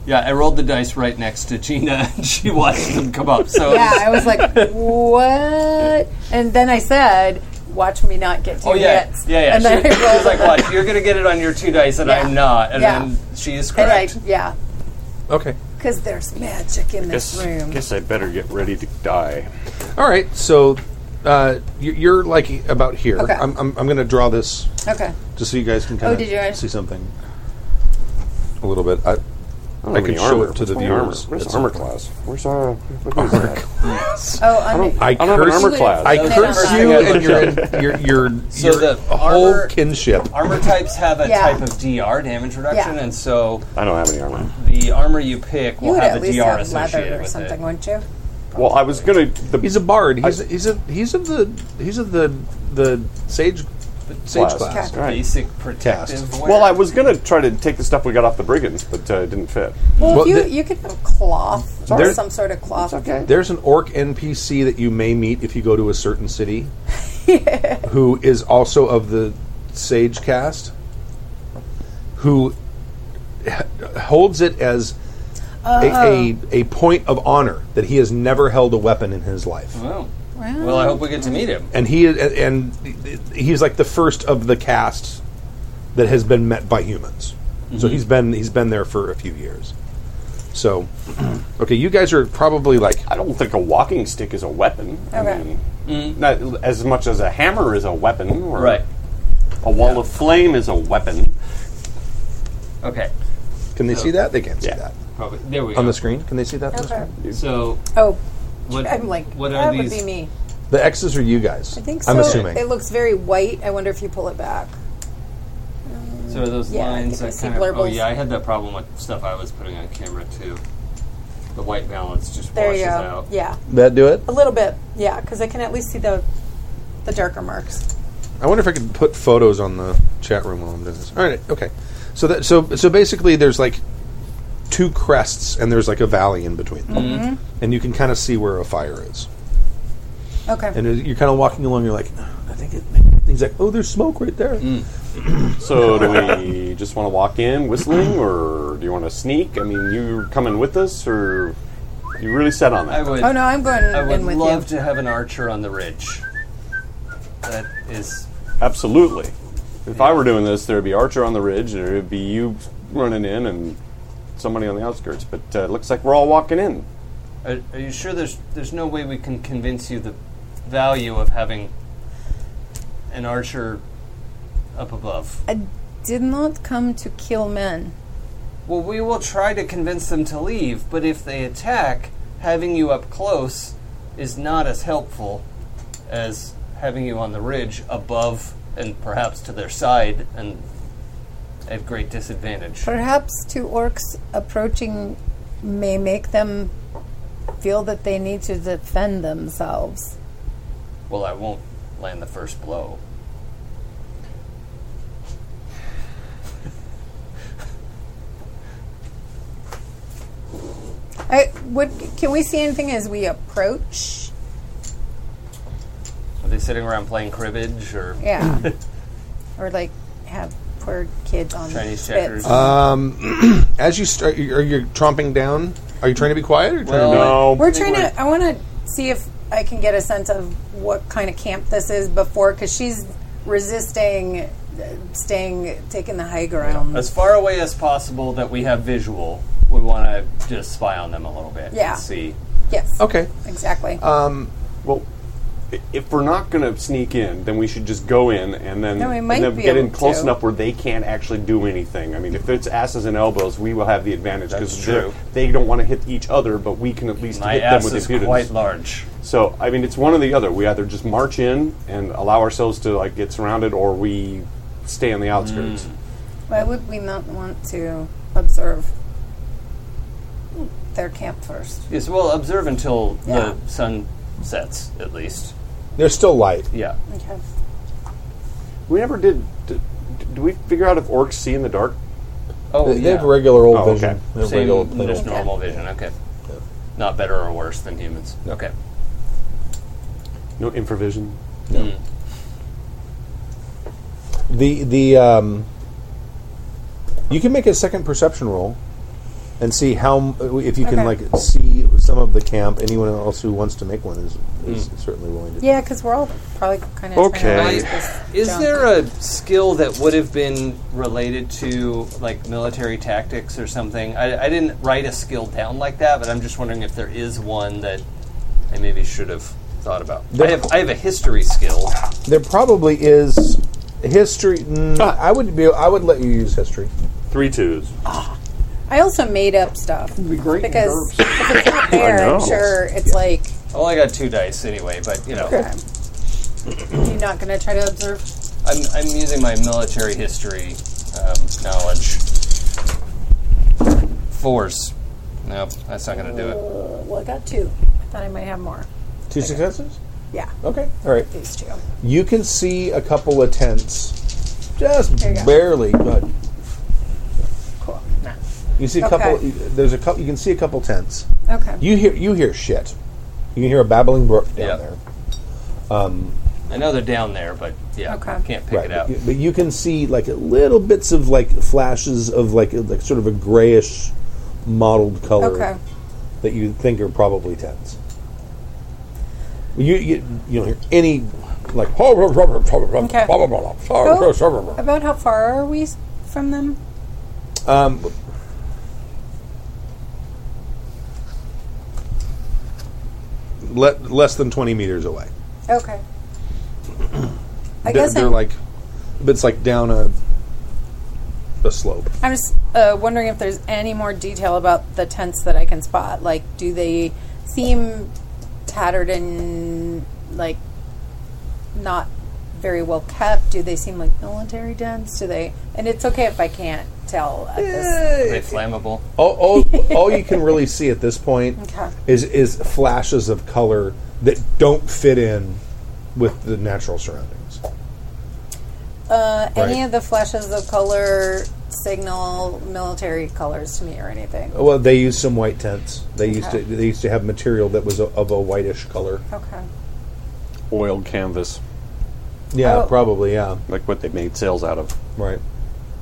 S10: Yeah, I rolled the dice right next to Gina, and she watched them come up. So
S2: yeah, I was like, what? And then I said, watch me not get two
S10: Oh yeah,
S2: hits.
S10: yeah, yeah.
S2: And then
S10: She,
S2: I
S10: she was
S2: rolled.
S10: like, "What? You're gonna get it on your two dice, and I'm not." And
S2: Yeah.
S10: then she is
S2: and
S10: correct.
S2: I, yeah,
S3: Okay.
S2: because there's magic in this
S7: guess,
S2: room.
S7: guess I better get ready to die.
S3: All right, so uh, you- you're like about here.
S2: Okay.
S3: I'm, I'm, I'm going to draw this
S2: Okay.
S3: just so you guys can kind of
S2: Oh, did you guys-
S3: see something a little bit. I, I
S7: don't
S3: could
S7: have any
S3: show
S7: armor.
S3: it to the
S7: Where's my armor?
S3: viewers.
S7: Where's
S3: at
S7: the
S3: some
S7: armor
S3: point.
S7: class? Where's our armor class?
S2: Oh, I
S7: don't,
S3: I,
S7: don't have an
S3: curse,
S7: armor class.
S3: I
S10: That was
S3: curse
S10: the
S3: you
S10: first
S3: and
S10: thing I
S3: your your your,
S10: So
S3: your
S10: the
S3: whole
S10: armor-
S3: kinship.
S10: Armor types have a
S2: Yeah.
S10: type of DR damage reduction,
S2: Yeah.
S10: and so
S7: I don't have any armor.
S10: the armor you pick
S2: You
S10: will
S2: would
S10: have
S2: at
S10: a
S2: least
S10: DR
S2: have leather
S10: associated
S2: or
S10: with
S2: something,
S10: it.
S2: wouldn't you?
S7: Well, I was gonna. The
S3: He's a bard. He's he's a he's of the he's of the the sage sage
S7: Class.
S3: class.
S7: Right.
S10: Basic protective. wear.
S7: Well, I was gonna try to take the stuff we got off the brigands, but uh, it didn't fit.
S2: Well,
S3: Well,
S2: if you,
S3: the-
S2: you could put a cloth or
S3: There-
S2: some sort of cloth.
S7: okay.
S3: There's an orc NPC that you may meet if you go to a certain city, who is also of the Sage cast, who h- holds it as a, a, a point of honor that he has never held a weapon in his life,
S10: Well, well, I hope we get to meet him.
S3: and he is- and he's like the first of the cast that has been met by humans. So he's been he's been there for a few years. So, okay, you guys are probably like
S7: I don't think a walking stick is a weapon. I
S2: Okay.
S7: mean,
S3: Mm-hmm.
S7: not as much as a hammer is a weapon, or
S10: Right.
S7: A wall of flame is a weapon.
S10: Okay.
S3: Can they see that? They can't
S7: Yeah.
S3: see that
S10: Probably. There we go.
S3: on the screen. Can they see that? on the
S2: Okay.
S3: screen?
S10: So
S2: Oh,
S10: what?
S2: I'm like,
S10: what are
S2: that
S10: these?
S2: would be me.
S3: The X's are you guys.
S2: I think so.
S3: I'm assuming.
S2: It looks very white. I wonder if you pull it back.
S10: So are those
S2: Yeah, I
S10: lines
S2: think I
S10: that
S2: see
S10: kind of? Oh
S2: blurbles.
S10: yeah, I had that problem with stuff I was putting on camera too. The white balance just
S2: There
S10: washes
S2: you go.
S10: out.
S2: Yeah,
S3: that do it?
S2: a little bit. Yeah, because I can at least see the the darker marks.
S3: I wonder if I could put photos on the chat room while I'm doing this. All right. Okay. So that so so basically, there's like two crests and there's like a valley in between them,
S2: Mm-hmm.
S3: and you can kind of see where a fire is.
S2: Okay.
S3: And as you're kind of walking along. You're like, "Oh, I think it. and He's like, oh, there's smoke right there.
S10: Mm.
S7: So do we just want to walk in whistling, or do you want to sneak? I mean, you coming with us, or you really set on
S10: I
S7: that?
S10: would.
S2: oh no, I'm going
S10: I would
S2: in with
S10: love
S2: you.
S10: to have an archer on the ridge. That is
S7: Absolutely. If I were doing this, there'd be Archer on the ridge, and there'd be you running in, and somebody on the outskirts. But uh, it looks like we're all walking in.
S10: Are, are you sure there's there's no way we can convince you the value of having an archer up above?
S2: I did not come to kill men.
S10: Well, we will try to convince them to leave, but if they attack, having you up close is not as helpful as having you on the ridge above and perhaps to their side and at great disadvantage.
S2: Perhaps two orcs approaching may make them feel that they need to defend themselves.
S10: Well, I won't land the first blow.
S2: I would. Can we see anything as we approach?
S10: Are they sitting around playing cribbage or
S2: Yeah. or like have poor kids on
S10: Chinese
S2: spits.
S10: checkers?
S7: Uh,
S3: Um, as you start, you- are you tromping down? Are you trying to be quiet? Or are you trying to
S7: No,
S2: We're trying to. I want to see if I can get a sense of what kind of camp this is before, because she's resisting uh, staying, taking the high ground.
S10: as far away as possible that we have visual. We want to just spy on them a little bit.
S2: Yeah.
S10: And see.
S2: yes.
S3: okay.
S2: Exactly.
S7: Well, i- if we're not going to sneak in, then we should just go in and then,
S2: No, we
S7: and
S2: might
S7: then
S2: be
S7: get in
S2: able
S7: close
S2: to.
S7: enough where they can't actually do anything. I mean, if it's asses and elbows, we will have the advantage
S10: That's
S7: they're-
S10: true.
S7: they don't want to hit each other, but we can at least
S10: My
S7: hit
S10: ass
S7: them with
S10: is
S7: impudence.
S10: quite large.
S7: So, I mean, it's one or the other. We either just march in and allow ourselves to like get surrounded, or we stay on the outskirts.
S10: Mm.
S2: Why would we not want to observe their camp first?
S10: Yes, well, observe until
S2: Yeah.
S10: the sun sets, at least.
S3: There's still light.
S10: Yeah.
S2: Okay.
S7: We never did. d- D- Do we figure out if orcs see in the dark?
S10: Oh,
S3: They- they have
S10: yeah.
S3: regular old
S7: Oh,
S3: vision.
S7: okay.
S3: They have
S10: Same,
S3: regular old
S10: just
S3: vision.
S10: normal vision. Okay. Not better or worse than humans. Okay.
S7: No infravision.
S10: Mm.
S3: The the um, you can make a second perception roll and see how m- if you can
S2: Okay.
S3: like see some of the camp. Anyone else who wants to make one is, is certainly willing to.
S2: Yeah, because we're all probably kind of
S3: Okay.
S10: Is there a skill that would have been related to like military tactics or something? I, I didn't write a skill down like that, but I'm just wondering if there is one that I maybe should have thought about. I have I have a history skill.
S3: There probably is history. Mm, I would be. I would let you use history.
S7: Three twos.
S2: I also made up stuff because if it's
S10: I
S2: not there,
S10: know.
S2: I'm sure it's like
S10: I only got two dice anyway, but you know,
S2: you're not going to try to observe.
S10: I'm I'm using my military history um, knowledge. Fours. Nope, that's not going to do it.
S2: Uh, well, I got two. I thought I might have more.
S3: Two successes.
S2: Yeah.
S3: Okay. All right.
S2: These two.
S3: You can see a couple of tents, just
S2: There you go.
S3: barely. Good.
S2: Cool. Nah.
S3: You see a
S2: Okay.
S3: couple. There's a couple. You can see a couple tents.
S2: Okay.
S3: You hear. You hear shit. You can hear a babbling brook down
S10: Yeah.
S3: there. Um,
S10: I know they're down there, but yeah, can't pick
S3: right.
S10: it out.
S3: But you, but you can see like little bits of like flashes of like like sort of a grayish mottled color
S2: Okay.
S3: that you think are probably tents. You you, you don't hear any like
S2: Okay.
S3: okay.
S2: About how far are we s- from them?
S3: Um, le- less than 20 meters away.
S2: Okay. I
S3: they're,
S2: guess
S3: they're
S2: I'm-
S3: like, it's like down a a slope.
S2: I'm just uh, wondering if there's any more detail about the tents that I can spot. Like, do they seem tattered and like not very well kept? Do they seem like military tents? Do they? And it's okay if I can't tell at this.
S10: Are they flammable?
S3: All, all, all you can really see at this point
S2: Okay.
S3: is is flashes of color that don't fit in with the natural surroundings.
S2: Uh, Any
S3: Right.
S2: of the flashes of color signal military colors to me or anything?
S3: Well, they used some white tents. They used to
S2: Okay.
S3: they used to have material that was a, of a whitish color.
S2: Okay.
S7: Oiled canvas,
S3: Yeah,
S2: Oh.
S3: probably. Yeah,
S7: like what they made sails out of.
S3: right.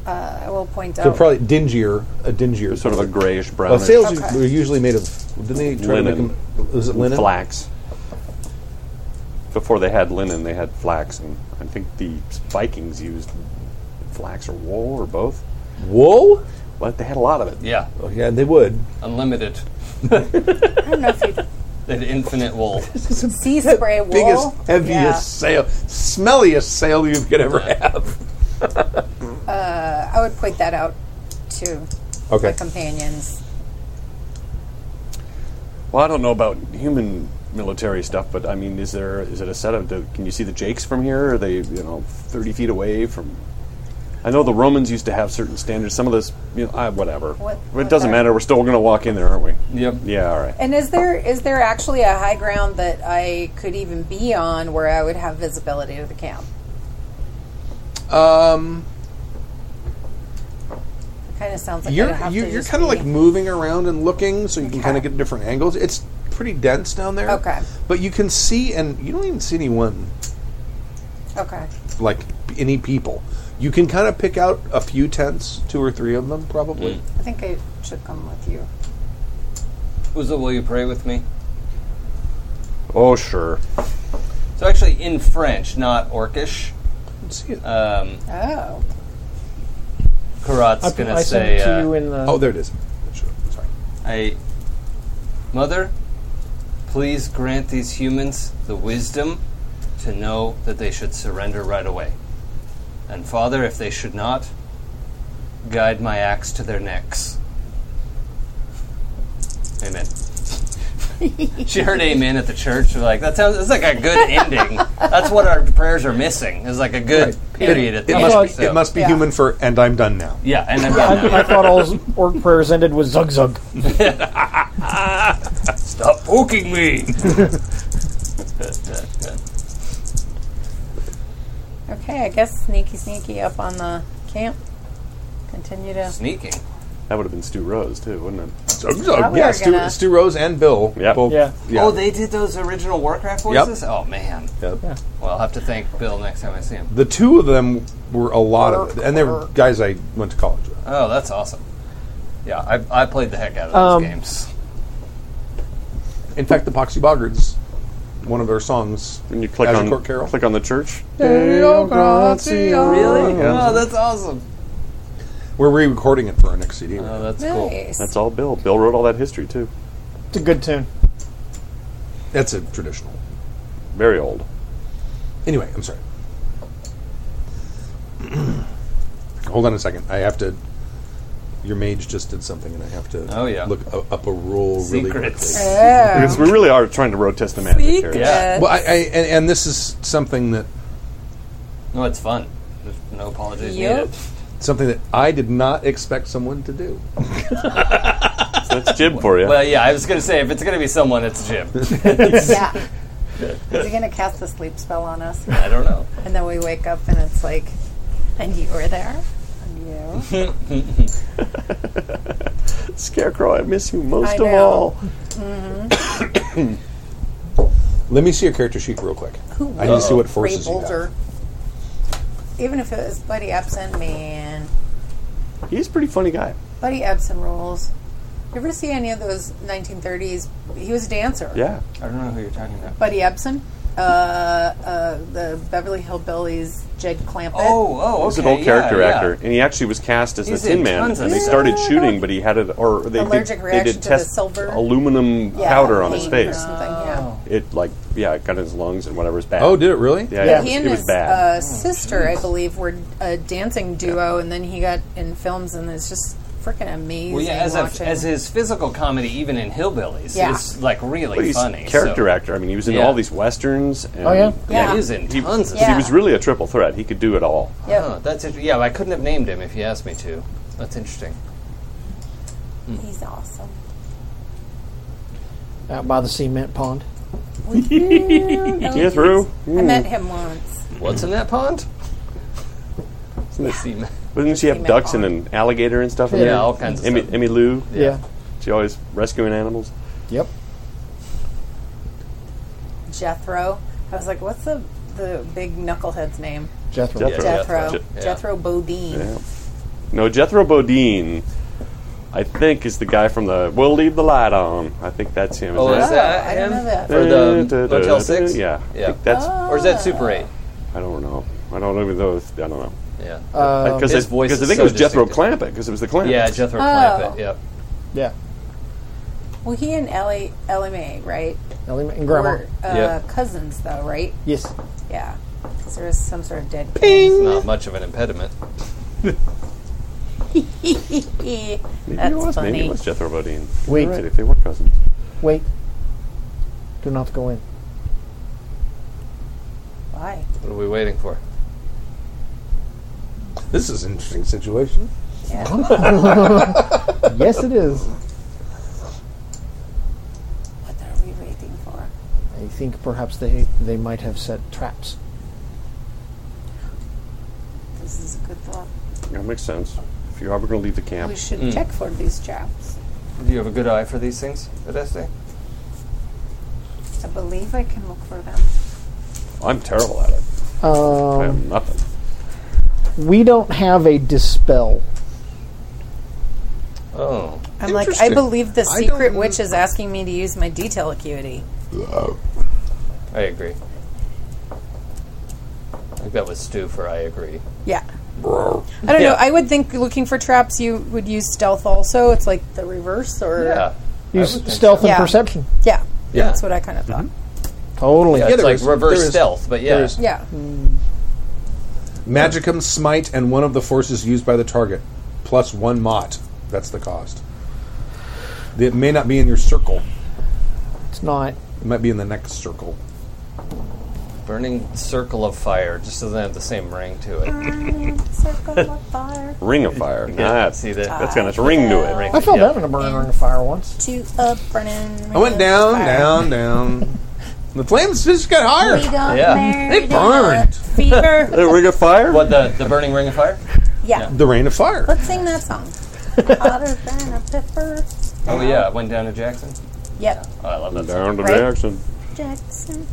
S2: Uh, I will point
S3: They're
S2: out.
S3: probably dingier, a dingier,
S7: Sort of a grayish brown.
S3: Well, sails
S2: Okay.
S3: are- were usually made of. Didn't they try to
S7: Linen.
S3: make them? Was it linen?
S7: Flax. Before they had linen, they had flax, and I think the Vikings used flax or wool or both.
S3: Wool?
S7: But they had a lot of it.
S10: Yeah,
S3: Oh, yeah, they would.
S10: unlimited.
S2: I don't know if you
S10: They had infinite wool.
S2: sea spray wool.
S3: Biggest, heaviest
S2: Yeah.
S3: sail, smelliest sail you could ever have.
S2: Uh, I would point that out to
S3: Okay.
S2: my companions.
S7: Well, I don't know about human military stuff, but I mean, is there is it a setup? To, can you see the Jakes from here? Are they you know thirty feet away from? I know the Romans used to have certain standards. Some of this, you know, I, whatever.
S2: What-
S7: it doesn't
S2: whatever.
S7: matter. We're still going to walk in there, aren't we?
S10: Yep.
S7: Yeah. All right.
S2: And is there is there actually a high ground that I could even be on where I would have visibility to the camp?
S3: Um,
S2: Kind of sounds like
S3: you're
S2: I'd have
S3: you,
S2: to
S3: you're
S2: just
S3: kind of
S2: be-
S3: like moving around and looking, so you can
S2: Okay.
S3: kind of get different angles. It's pretty dense down there.
S2: Okay.
S3: But you can see, and you don't even see anyone
S2: okay.
S3: like any people. You can kind of pick out a few tents, two or three of them, probably.
S7: Mm.
S2: I think I should come with you.
S10: Uzo, will you pray with me?
S7: Oh sure.
S10: So actually, in French, not Orcish,
S3: Let's see it.
S10: um,
S2: Oh,
S10: Karat's
S5: I,
S10: gonna
S5: I sent
S10: say,
S5: it to
S10: uh,
S5: you in the.
S3: oh, there it is. Sure, Sorry.
S10: "I, mother, please grant these humans the wisdom to know that they should surrender right away, and father, if they should not, guide my axe to their necks." Amen. she heard amen at the church. We're like, that sounds. It's like a good ending. That's what our prayers are missing. Is like a good period at the
S3: It
S10: end.
S3: must, be,
S10: So-
S3: it must be human for, and I'm done now.
S10: Yeah, and I'm done now.
S5: I, I thought all orc prayers ended with zug zug.
S10: Stop poking me.
S2: Okay, I guess sneaky, sneaky up on the camp. Continue to
S10: Sneaking.
S7: That would have been Stu Rose too, wouldn't it?
S2: Probably
S3: yeah,
S2: are
S3: Stu,
S2: gonna-
S3: Stu Rose and Bill.
S7: Yep.
S3: both-
S7: Yeah.
S10: Oh, they did those original Warcraft
S3: Yep.
S10: voices? Oh, man.
S3: Yep. Yeah.
S10: Well, I'll have to thank Bill next time I see him.
S3: the two of them were a lot of, and they were guys I went to college with.
S10: Oh, that's awesome. Yeah, I, I played the heck out of
S3: Um,
S10: those games.
S3: In fact, the Poxy Boggards, one of their songs,
S7: when you click
S3: Azure
S7: on
S3: Court Carol.
S7: click on the church.
S10: Really?
S7: Yeah.
S10: Oh, that's awesome.
S3: We're re-recording it for our next CD.
S10: Oh, that's
S18: cool. Nice.
S7: That's all Bill. Bill wrote all that history too.
S5: It's a good tune.
S3: That's a traditional.
S7: Very old.
S3: Anyway, I'm sorry. Hold on a second. I have to. Your mage just did something, and I have to.
S7: Oh, yeah.
S3: Look u- up a rule really
S7: Secrets.
S3: quickly.
S7: Yeah.
S2: Oh,
S7: Because we really are trying to protest the magic here. Secrets. Yeah.
S3: Well, I, I and, and this is something that
S10: No, it's fun. There's no apologies
S3: Yep.
S10: needed.
S3: something that I did not expect someone to do.
S7: So that's Jib for you.
S10: Well, yeah, I was going to say, if it's going to be someone, it's Jim.
S2: yeah. Is he gonna cast the sleep spell on us?
S10: I don't know.
S2: And then we wake up and it's like, and you were there. And you.
S7: Scarecrow, I miss you most
S2: I
S7: of
S2: know.
S7: all.
S2: Mhm.
S3: Let me see your character sheet real quick.
S2: Who
S3: I need to
S2: was
S3: see what
S2: Ray
S3: forces you have.
S2: Bolter? Even if it was Buddy Epson, man,
S7: He's a pretty funny guy.
S2: Buddy Epson rules. You ever see any of those 1930s? He was a dancer.
S7: Yeah.
S10: I don't know who you're talking about.
S2: Buddy Epson, uh, uh, the Beverly Hillbillies, Jed Clampett.
S10: Oh, oh,
S7: He's an old character actor, and he actually was cast as
S2: He's
S7: the
S2: in
S7: Tin Man.
S2: tons of
S7: And they
S2: stuff.
S7: started shooting, but he had it, or they
S2: Allergic
S7: did, they
S2: reaction
S7: did
S2: to the
S7: test
S2: silver?
S7: aluminum
S2: Yeah,
S7: powder on his
S2: paint or
S7: face.
S2: something, yeah.
S7: It like yeah, it got in his lungs and whatever's bad.
S3: Oh, did it really?
S7: Yeah, It, was,
S2: he and
S7: it was
S2: his
S7: bad.
S10: Oh,
S2: Uh, sister, I believe, were a dancing duo, and then he got in films, and it's just freaking amazing.
S10: Well, yeah, as, a,
S2: watching.
S10: as his physical comedy, even in Hillbillies,
S2: Yeah.
S10: is like really
S7: But he's
S10: funny.
S7: a character
S10: so-
S2: uh,
S7: actor. I mean, he was in
S10: Yeah.
S7: all these westerns. And
S10: Oh, yeah?
S2: Yeah.
S10: He was in tons of
S7: He
S10: stuff.
S7: was really a triple threat. He could do it all.
S2: Yep.
S10: Oh, that's interesting. Yeah, I couldn't have named him if you asked me to. That's interesting.
S2: He's awesome.
S5: Out by the cement pond.
S7: Jethro.
S2: I met him once.
S10: What's in that pond?
S7: Isn't it- Wouldn't she have
S2: Cement
S7: ducks and an alligator and stuff? in
S10: Yeah,
S7: there?
S10: all kinds of
S7: Emmy,
S10: stuff.
S7: Emmy Lou.
S10: Yeah. Yeah.
S7: She always rescuing animals.
S5: Yep.
S2: Jethro. I was like, what's the the big knucklehead's name?
S5: Jethro.
S7: Jethro.
S2: Jethro.
S7: Je- Oh, yeah.
S2: Jethro Bodine.
S7: Yeah. No, Jethro Bodine, I think, is the guy from the "We'll Leave the Light On." I think that's him.
S10: Oh,
S7: isn't
S10: is
S7: it?
S10: that
S2: I don't know that. Oh.
S10: For the
S7: Da-da-da-da-da.
S10: Motel 6?
S7: Yeah. I
S10: Yeah.
S7: think that's-
S10: or is that Super 8?
S7: I don't know. I don't even know. If, I don't know.
S10: Yeah.
S5: Um,
S7: Because
S10: His voice
S7: I
S10: is
S7: think
S10: so
S7: it was Jethro Clampett. Because it was the Clampett.
S10: Yeah, Jethro
S2: Oh.
S10: Clampett, yeah.
S2: Well, he and Ellie, Ellie Mae, right?
S5: Ellie Mae and Grandma.
S2: Were, uh,
S10: Yep.
S2: cousins, though, right?
S5: Yes.
S2: Yeah. Because there was some sort of dead
S10: It's
S2: Ping!
S10: not much of an impediment.
S7: Maybe
S2: That's
S7: it was.
S2: funny.
S7: Maybe it was Jethro Bodine.
S5: Wait.
S7: You're Right, if they were cousins.
S5: Wait. Do not go in.
S2: Why?
S10: What are we waiting for?
S3: This is an interesting situation.
S5: yes, it is.
S2: What are we waiting for?
S5: I think perhaps they they might have set traps.
S2: This is a good thought.
S7: That makes sense. If you are going to leave the camp,
S2: We should
S10: Mm.
S2: check for these traps.
S10: Do you have a good eye for these things, Adeste?
S2: I believe I can look for them.
S7: I'm terrible at it. I
S5: Um,
S7: am nothing.
S5: we don't have a dispel.
S10: Oh.
S2: I'm like, I believe the
S5: I
S2: secret
S5: don't-
S2: witch is asking me to use my detail acuity.
S10: I agree. I think that was Stu for I agree.
S2: Yeah. I don't know. I would think looking for traps, you would use stealth also. It's like the reverse, or
S10: Yeah.
S5: Use stealth and
S2: Yeah.
S5: perception.
S10: Yeah.
S2: yeah,
S10: Mm-hmm.
S2: That's what I kind of thought.
S5: Totally.
S10: Yeah,
S3: Yeah,
S10: it's
S3: there
S10: like
S3: is-
S10: reverse
S3: there is-
S10: stealth, but
S3: there
S10: yeah.
S3: is-
S2: Yeah,
S10: Mm-hmm.
S3: Magicum, smite, and one of the forces used by the target, plus one mot. That's the cost. It may not be in your circle.
S5: It's not.
S3: It might be in the next circle.
S10: Burning circle of fire just doesn't have the same ring to it.
S2: circle of fire
S7: Ring of fire.
S10: Yeah,
S7: Nah,
S10: see that?
S7: That's got a ring to it.
S5: I fell down in a burning ring of fire once.
S2: to a burning.
S3: I went down, down, down. The flames just got higher.
S18: We got
S10: Yeah.
S18: married
S3: It burned.
S18: Fever.
S3: the ring of fire.
S10: What the the burning ring of fire?
S18: Yeah.
S3: The rain of fire.
S18: Let's sing that song. Hotter than a pepper.
S10: Oh yeah, it went down to Jackson.
S18: Yep.
S10: Oh, I love that. song.
S7: Down to Jackson.
S18: Jackson.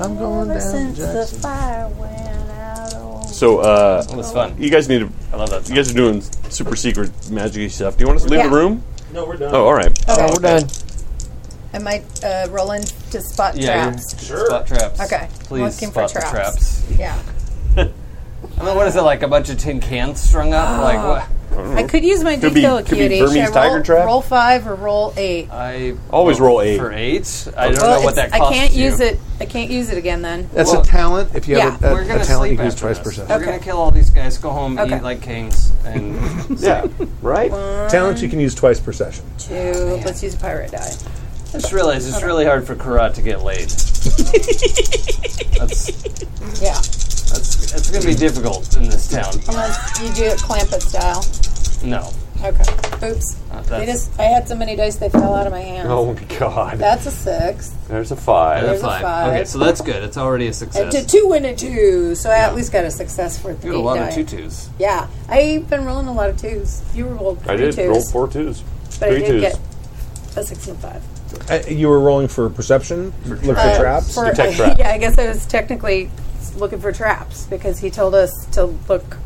S3: I'm
S18: going
S3: down to
S18: Since
S3: Jackson.
S18: the fire went out. on-
S7: So uh,
S10: That was fun.
S7: You guys need to.
S10: I love that.
S7: You guys are doing super secret magic stuff. Do you want us to leave
S18: Yeah.
S7: the room?
S11: No, we're done.
S7: Oh, all right.
S18: Okay.
S5: we're done.
S18: Am I uh, rolling to spot
S10: Yeah,
S18: traps?
S10: you're- Spot traps.
S18: Okay.
S10: Please
S18: Looking
S10: spot
S18: for
S10: the
S18: traps.
S10: traps.
S18: Yeah.
S10: I mean, what is it like? A bunch of tin cans strung
S18: Oh.
S10: up? like what?
S18: I could use my
S10: Mm-hmm. Could be-
S18: decoy
S10: could be
S18: acuity. Should I
S10: Burmese tiger
S18: roll,
S10: trap?
S18: roll five or roll eight?
S10: I
S7: always roll eight
S10: for eight. I don't
S18: Well,
S10: know what
S18: it's-
S10: that costs
S18: I can't
S10: you.
S18: use it. I can't use it again then.
S3: That's a talent. If you have
S18: Yeah.
S3: a,
S18: We're
S3: a,
S18: gonna
S3: a talent, you
S10: sleep
S3: can use
S10: after
S3: twice
S10: this.
S3: per session.
S10: We're gonna kill all these guys. Go home,
S18: Okay.
S10: eat like kings, and
S7: yeah, right.
S3: Talents you can use twice per session.
S18: Two. let's use a pirate die.
S10: I just realized it's really hard for Karat to get laid. that's,
S18: Yeah.
S10: that's that's gonna be difficult in this town.
S18: Unless you do it Clampett style.
S10: No.
S18: Okay. Oops.
S10: Uh,
S18: They
S10: that's-
S18: just I had so many dice they fell out of my hand.
S7: Oh my god.
S18: That's a six.
S7: There's a five.
S18: There's a five.
S10: Okay, so that's good. It's already a
S18: I
S10: success.
S18: did two and a two, so I at least got a success for the
S10: You got a
S18: eight
S10: lot
S18: die.
S10: of tutus.
S18: Yeah, I've been rolling a lot of twos. You rolled three
S7: I did
S18: twos,
S7: roll four twos.
S18: but I
S7: Three
S18: did
S7: twos.
S18: get a six and five.
S3: Uh, you were rolling for perception, look for
S18: Uh,
S3: traps.
S18: for- yeah, I guess I was technically looking for traps because he told us to look.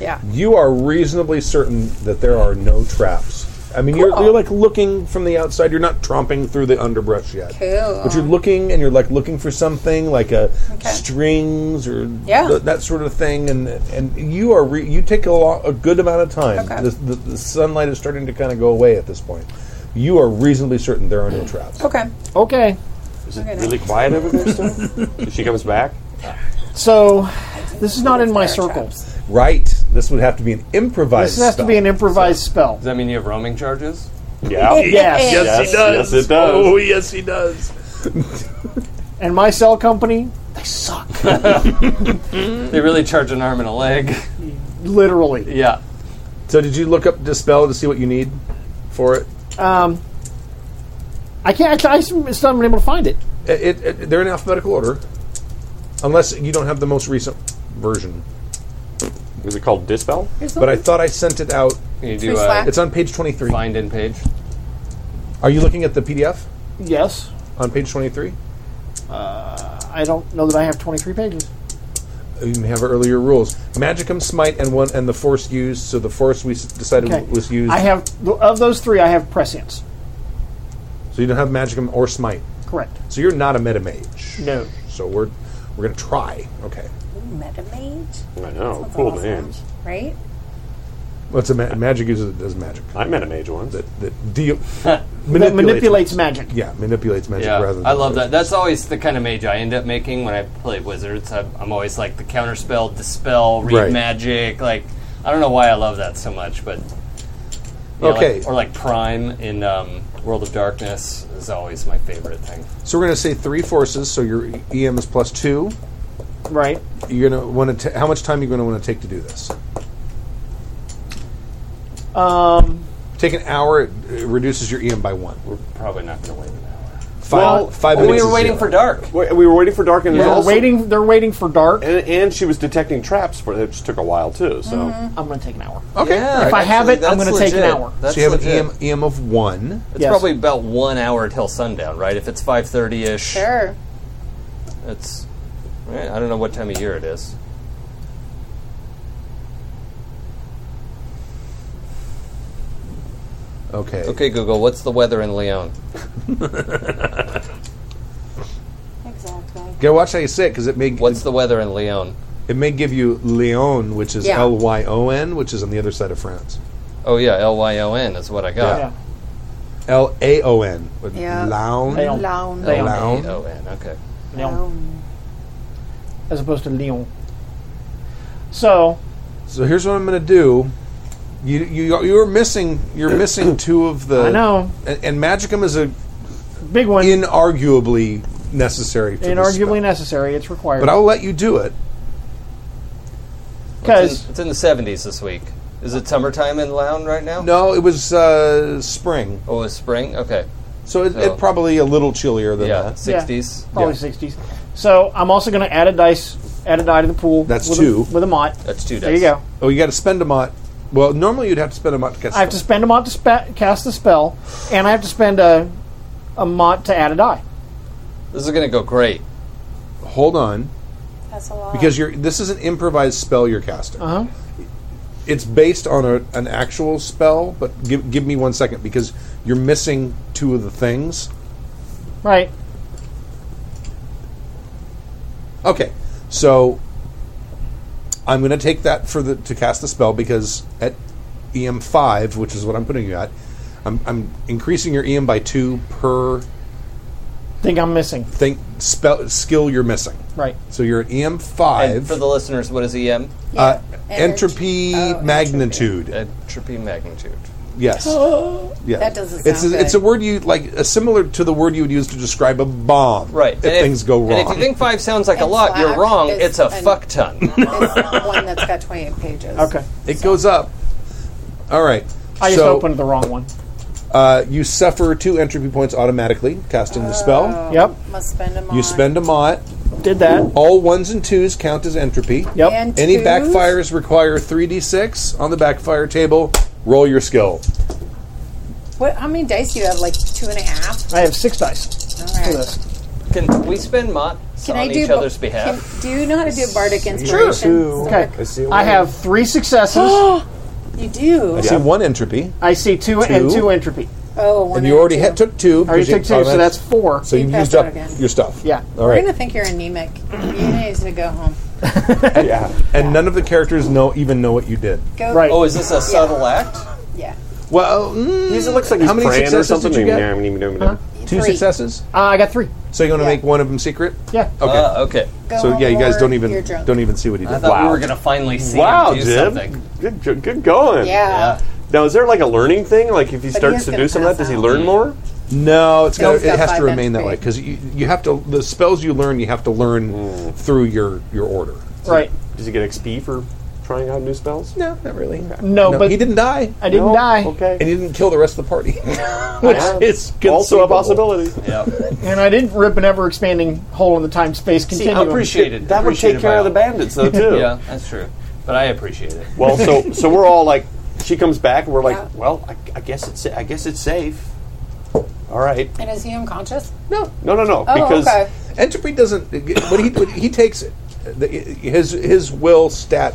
S18: Yeah.
S3: You are reasonably certain that there are no traps. I mean, you're,
S18: Cool.
S3: you're like looking from the outside. You're not tromping through the underbrush yet,
S18: Cool.
S3: but you're looking and you're like looking for something, like a strings or
S18: Yeah.
S3: th- that sort of thing. And and you are re- you take a, lo- a good amount of time.
S18: Okay.
S3: The, the, the sunlight is starting to kind of go away at this point. You are reasonably certain there are no traps.
S18: Okay.
S5: Okay.
S7: Is
S18: Okay,
S7: it
S18: no.
S7: really quiet over there still? if she comes back?
S5: So this is not in my circle.
S3: Right. This would have to be an improvised.
S5: This has to
S3: spell.
S5: be an improvised spell.
S10: Does that mean you have roaming charges?
S7: Yeah.
S5: Yes.
S7: Yes, yes, it does.
S3: Oh, yes, he does.
S5: And my cell company, they suck.
S10: They really charge an arm and a leg.
S5: Literally.
S10: yeah.
S3: So, did you look up dispel to see what you need for it?
S5: Um, I can't. I, I, it's not been able to find it.
S3: It, it- they're in alphabetical order, unless you don't have the most recent version.
S7: Is it called Dispel?
S3: But I thought I sent it out.
S10: Can you
S18: Through
S10: do a
S18: Slack?
S3: It's on page twenty-three.
S10: find in page?
S3: Are you looking at the PDF
S5: Yes.
S3: on page twenty-three?
S5: I don't know that I have 23 pages.
S3: You have earlier rules. Magicum, smite, and one, and the force used. So the force we s- decided
S5: Okay.
S3: was used.
S5: I have of those three. I have prescience.
S3: So you don't have magicum or smite.
S5: Correct.
S3: So you're not a meta mage.
S5: No.
S3: So we're we're gonna try. Okay.
S18: Metamage,
S7: I know. Cool names.
S18: right?
S3: What's a ma- magic user that does magic
S7: I met a mage once.
S3: that that deal
S5: That manipulates magic.
S3: Yeah, manipulates magic
S10: Yeah,
S3: rather. Than
S10: I love that. That's always the kind of mage I end up making when I play wizards. I'm, I'm always like the counterspell, dispel, read
S3: Right.
S10: magic. Like I don't know why I love that so much, but you know, like-
S3: Okay.
S10: or like prime in um, World of Darkness is always my favorite thing.
S3: So we're going to say three forces. So your EM is plus two.
S5: Right.
S3: You're going to want to. How much time are you going to want to take to do this?
S5: Um,
S3: Take an hour. It, it reduces your EM by one.
S10: We're probably not going to wait an hour.
S3: Five,
S7: Well,
S3: five
S10: Oh, we
S3: minutes.
S10: were
S3: is
S10: waiting
S3: zero.
S10: for dark.
S7: Wait, We were waiting for Dark and there's
S5: they're
S7: also-
S5: waiting. They're waiting for dark.
S7: And, and she was detecting traps for it. just took a while, too. So
S18: Mm-hmm.
S5: I'm going to take an hour.
S3: Okay.
S10: Yeah,
S3: all
S5: If I have it, I'm
S10: that's
S5: gonna take an
S10: legit.
S5: hour.
S10: That's
S3: so you have
S10: legit.
S3: an E EM, EM of one.
S10: It's
S5: Yes.
S10: probably about one hour till sundown, right? If it's five thirty ish,
S18: Sure.
S10: it's. eh, I don't know what time of year it is.
S3: Okay.
S10: Okay, Google, what's the weather in Leon?
S18: Exactly.
S3: Go watch how you say it because it may
S10: What's the weather in Leon?
S3: it may give you Lyon, which is
S18: Yeah.
S3: L Y O N, which is on the other side of France.
S10: Oh yeah, L Y O N is what I got.
S5: Yeah.
S3: L A O N. but
S18: Yeah.
S3: Lyon.
S5: Lyon.
S18: Lounge.
S5: Leon.
S3: Lyon.
S10: Oh, man. Okay.
S5: Leon, as opposed to Lyon. So
S3: So here's what I'm going to do. You you you're missing you're missing two of the
S5: I know
S3: and, and magicum is a
S5: big one.
S3: inarguably necessary. For this
S5: inarguably
S3: spell.
S5: necessary. It's required.
S3: But I'll let you do it.
S5: because
S10: It's in the 70s this week. Is it summertime in Lown right now?
S3: No, it was uh, spring.
S10: Oh, it's spring? Okay.
S3: So it,
S10: So-
S3: it probably a little chillier than
S10: Yeah,
S3: that.
S10: 60s.
S5: Yeah, probably sixties. So I'm also going to add a dice, add a die to the pool.
S3: That's
S5: with
S3: two.
S5: A, with a mot.
S10: That's two
S5: There you go.
S3: Oh, you got to spend a mot. Well, normally you'd have to spend a mot to cast.
S5: I have to spend a mot to spe- cast the spell, and I have to spend a a mot to add a die.
S10: This is going to go great.
S3: Hold on,
S14: That's a lot.
S3: because you're. This is an improvised spell you're casting.
S5: Uh huh.
S3: It's based on a, an actual spell, but give give me one second because you're missing two of the things.
S5: Right.
S3: Okay, so I'm going to take that for the to cast the spell because at EM five, which is what I'm putting you at, I'm, I'm increasing your EM by two per
S5: Think I'm missing.
S3: think spell skill you're missing.
S5: Right.
S3: So you're at EM five.
S10: And for the listeners, what is E EM?
S3: uh, entropy
S10: Oh,
S3: magnitude.
S10: Entropy magnitude.
S3: Yes. Yeah.
S10: That doesn't
S3: it's
S10: sound
S3: a, it's a word you like uh, similar to the word you would use to describe a bomb.
S10: Right.
S3: If
S10: And if-
S3: things go wrong.
S10: And if you think five sounds like
S2: And
S10: a lot, you're
S2: slash
S10: wrong.
S2: is
S10: It's a
S2: an-
S10: fuck ton.
S2: It's one that's got 28 pages.
S5: Okay.
S3: it goes up. All right.
S5: I just
S3: so,
S5: opened the wrong one.
S3: Uh, you suffer two entropy points automatically casting the spell.
S5: Yep.
S2: Must spend a mot.
S3: You spend a mot.
S5: Did that.
S3: All ones and twos count as entropy.
S5: Yep.
S2: And
S3: Any
S2: twos?
S3: backfires require 3d6 on the backfire table. Roll your skill.
S2: What? How many dice do you have? Like two and a half.
S5: I have six dice.
S2: All right.
S5: For this.
S10: Can we spend mots
S2: Can
S10: on
S2: I do
S10: each
S2: bo-
S10: other's behalf?
S2: Can, do you know how to do bardic
S5: Sure.
S2: inspiration?
S5: Okay.
S3: I see
S5: I
S3: one.
S5: have three successes.
S2: You do.
S3: I see one entropy.
S5: I see two, and
S3: Two.
S5: two entropy.
S2: Oh, one
S3: and you already hit, took two.
S5: I already
S3: because you
S5: took two, so
S3: automatic-
S5: that's four.
S3: So you've
S2: passed
S3: used
S2: out
S3: up
S2: again.
S3: your stuff.
S5: Yeah.
S3: All
S2: We're
S3: right.
S2: gonna think you're anemic. You need to go home.
S7: yeah.
S3: and none of the characters know even know what you did.
S2: Go.
S5: Right.
S10: Oh, is this a subtle act?
S2: Yeah.
S3: Well, mm,
S7: He looks like he's
S3: how many
S7: praying or
S3: successes
S7: something.
S3: did you get?
S7: Huh?
S3: Two
S2: Three.
S3: successes.
S5: Uh, I got three.
S3: So you're going to
S2: Yeah.
S3: make one of them secret.
S5: Yeah.
S3: Okay.
S10: Uh, okay.
S2: Go
S3: so
S2: home,
S3: yeah, you guys
S2: or
S3: don't even
S2: You're drunk.
S3: don't even see what he
S10: I
S3: did.
S10: thought we
S7: Wow.
S10: were going to finally see
S7: Wow,
S10: him do
S7: Jib.
S10: something.
S7: Good, good, good going.
S2: Yeah.
S7: Now, is there like a learning thing? Like, if he starts
S2: is
S7: to
S2: gonna
S7: do some of
S2: pass
S7: that, does he
S2: out.
S7: learn more?
S3: No, it's got
S2: Bill's got
S3: it has
S2: five
S3: to remain that
S2: entropy.
S3: way because you, you have to the spells you learn you have to learn through your your order.
S5: Right.
S7: Does he get XP for trying out new spells?
S3: No, not really.
S5: No, but
S3: he didn't die.
S5: I didn't
S7: No?
S5: die.
S7: Okay.
S3: And he didn't kill the rest of the party.
S7: Yeah.
S3: it's
S7: also a
S3: conceivable.
S7: possibility.
S5: And I didn't rip an ever expanding hole in the time space
S7: See,
S5: continuum.
S7: I
S10: appreciate it.
S7: That would
S10: Appreciate
S7: take
S10: it
S7: care
S10: by
S7: of the
S10: all.
S7: bandits, though, too.
S10: Yeah, that's true. But I appreciate it.
S7: Well, so so we're all like, she comes back, and we're like, well, I, I guess it's I guess it's safe. All right.
S2: And is he unconscious?
S7: No, no, no.
S2: Oh,
S7: because
S2: okay.
S3: Entropy doesn't. What he what he takes the, his his will stat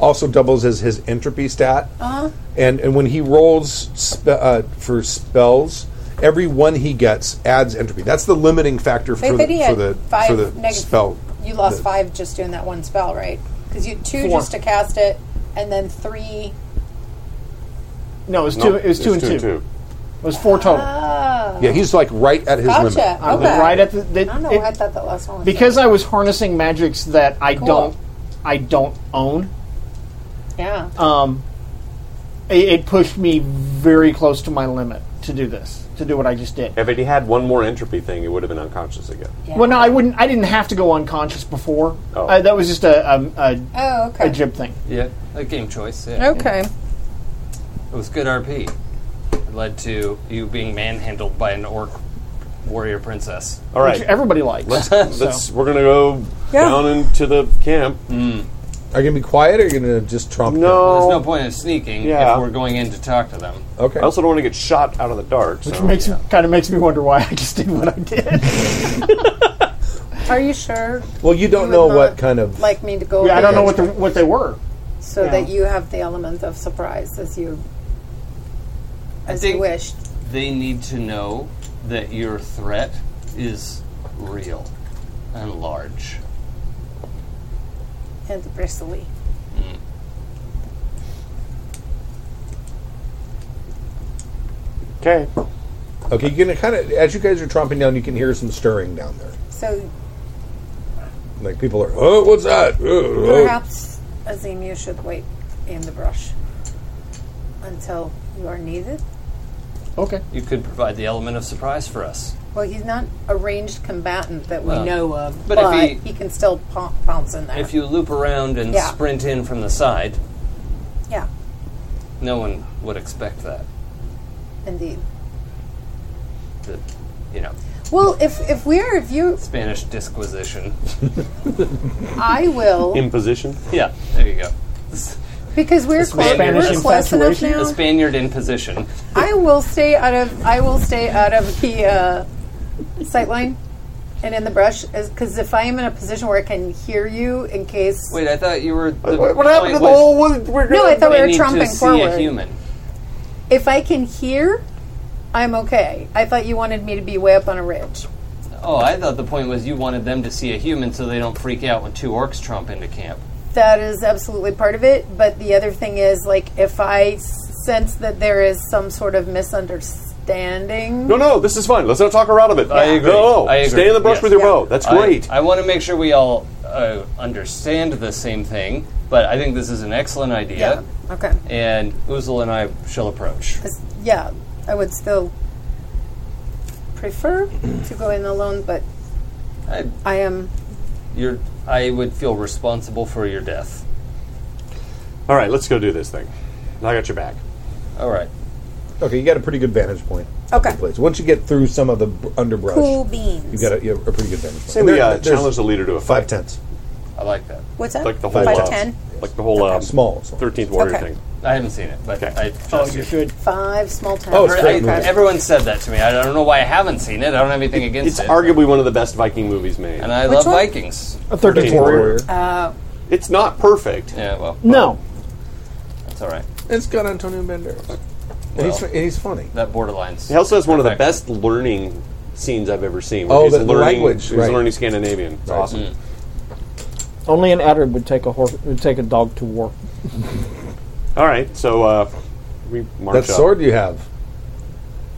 S3: also doubles as his entropy stat. Uh-huh. And and when he rolls spe- uh, for spells, every one he gets adds entropy. That's the limiting factor
S2: Wait,
S3: for
S2: but
S3: the
S2: he
S3: for
S2: had
S3: the
S2: five
S3: for the
S2: negative.
S3: spell.
S2: You lost
S3: The-
S2: five just doing that one spell, right? Because you had two
S5: Four.
S2: just to cast it, and then three.
S5: no, it was
S7: No,
S5: two. It was two and two.
S7: and two.
S5: It was four total.
S3: Yeah, he's like right at his
S2: Gotcha.
S3: limit.
S5: I was
S2: Ah, Okay.
S5: right at the. the
S2: I don't know
S5: it-
S2: why I thought that last one was
S5: because I was harnessing magics that I
S2: Cool.
S5: don't, I don't own.
S2: Yeah.
S5: Um, it, it pushed me very close to my limit to do this, to do what I just did.
S7: If it had one more entropy thing, it would have been unconscious again.
S5: Well, no, I wouldn't. I didn't have to go unconscious before.
S7: Oh.
S5: Uh, that was just a a, a,
S2: Oh,
S5: a
S2: okay.
S5: jib thing.
S10: Yeah, a game choice. Yeah.
S2: Okay.
S10: It was good RP. It led to you being manhandled by an orc warrior princess.
S7: All right.
S5: Which everybody likes.
S7: Let's, we're gonna go
S2: Yeah.
S7: down into the camp.
S3: Are you gonna be quiet or are you gonna just tromp? him?
S7: No,
S10: There's no point in sneaking
S7: Oh. Yeah.
S10: if we're going in to talk to them.
S3: Okay.
S7: I also don't want to get shot out of the dark.
S5: which
S7: so-
S5: makes kind of makes me wonder why I just did what I did.
S2: Are you sure?
S3: Well, you don't
S2: would
S3: know
S2: not
S3: what kind of.
S2: Like me to go.
S5: yeah, I
S2: over
S5: don't know
S2: there
S5: what the, what they were.
S2: so
S5: yeah.
S2: that you have the element of surprise as you as you
S10: think-
S2: wished.
S10: They need to know that your threat is real and large.
S2: and bristly.
S7: Okay.
S3: Okay, you can kind of as you guys are tromping down, you can hear some stirring down there.
S2: So
S3: Like people are, oh, what's that? Oh, oh."
S2: perhaps Azim, you should wait in the brush until you are needed.
S5: Okay.
S10: You could provide the element of surprise for us.
S2: Well, he's not a ranged combatant that we
S10: Well,
S2: know of,
S10: but
S2: but,
S10: if he-
S2: he, can still pom- pounce in there.
S10: If you loop around and
S2: Yeah.
S10: sprint in from the side,
S2: yeah,
S10: no one would expect that.
S2: indeed.
S10: the, you know,
S2: Well, if if we are if you,
S10: Spanish disquisition.
S2: I will
S7: Imposition?
S10: Yeah, there you go.
S2: because we're close, we're close enough now.
S10: The Spaniard in position.
S2: I will stay out of I will stay out of the uh, sight line and in the brush because if I am in a position where I can hear you in case.
S10: Wait, I thought you were. The,
S2: What- what happened
S10: point
S2: to the
S10: Oh, was-
S2: whole wood- we're No, gonna- I thought we
S10: They
S2: were
S10: need
S2: tromping
S10: to see
S2: forward.
S10: a human.
S2: If I can hear, I'm okay. I thought you wanted me to be way up on a ridge.
S10: Oh, I thought the point was you wanted them to see a human so they don't freak out when two orcs tromp into camp.
S2: That is absolutely part of it. But the other thing is, like, if I s- sense that there is some sort of misunderstanding.
S7: No, no, this is fine. Let's not talk her out of it.
S10: I agree.
S7: No, no.
S10: I agree.
S7: Stay in the brush
S10: Yes.
S7: with your bow. That's
S10: I-
S7: great.
S10: I, want to make sure we all uh, understand the same thing, but I think this is an excellent idea.
S2: Okay.
S10: And Uzel and I shall approach.
S2: 'Cause, yeah, I would still prefer to go in alone, but
S10: I,
S2: I am.
S10: you're, I would feel responsible for your death.
S7: All right, let's go do this thing. I got your back.
S10: All right.
S3: Okay, you got a pretty good vantage point.
S2: Okay.
S3: of the Place. Once you get through some of the b- underbrush,
S2: Cool beans.
S3: You got a, you have a pretty good vantage point.
S7: Say we uh,
S3: there's
S7: challenge the leader to a fight.
S3: five tenths.
S10: I like that.
S2: What's that?
S7: Like the whole
S2: Five
S7: uh,
S2: to ten?
S7: Like the whole um,
S3: Small,
S7: Thirteenth Warrior
S2: Okay.
S7: thing.
S10: I haven't seen it, but I
S5: Oh, you should.
S2: Five small towns.
S10: I've heard- I- everyone said that to me. I don't know why I haven't seen it. I don't have anything against
S7: It's
S10: it.
S7: arguably one of the best Viking movies made.
S10: and I
S2: Which
S10: love
S2: one?
S10: Vikings.
S5: A 13th warrior.
S2: Uh,
S7: It's not perfect.
S10: Yeah, well,
S5: No.
S10: that's all right.
S3: It's got Antonio Banderas, and, he's,
S10: Well.
S3: and he's funny.
S10: That borderlines.
S7: He also has one of the
S10: Perfect.
S7: best learning scenes I've ever seen. where
S3: Oh,
S7: he's
S3: the- the
S7: learning,
S3: language,
S7: He's
S3: right.
S7: learning Scandinavian. It's awesome.
S5: Only an adder would take a horse would take a dog to war.
S7: All right, so uh, we march
S3: That
S7: up.
S3: sword you have.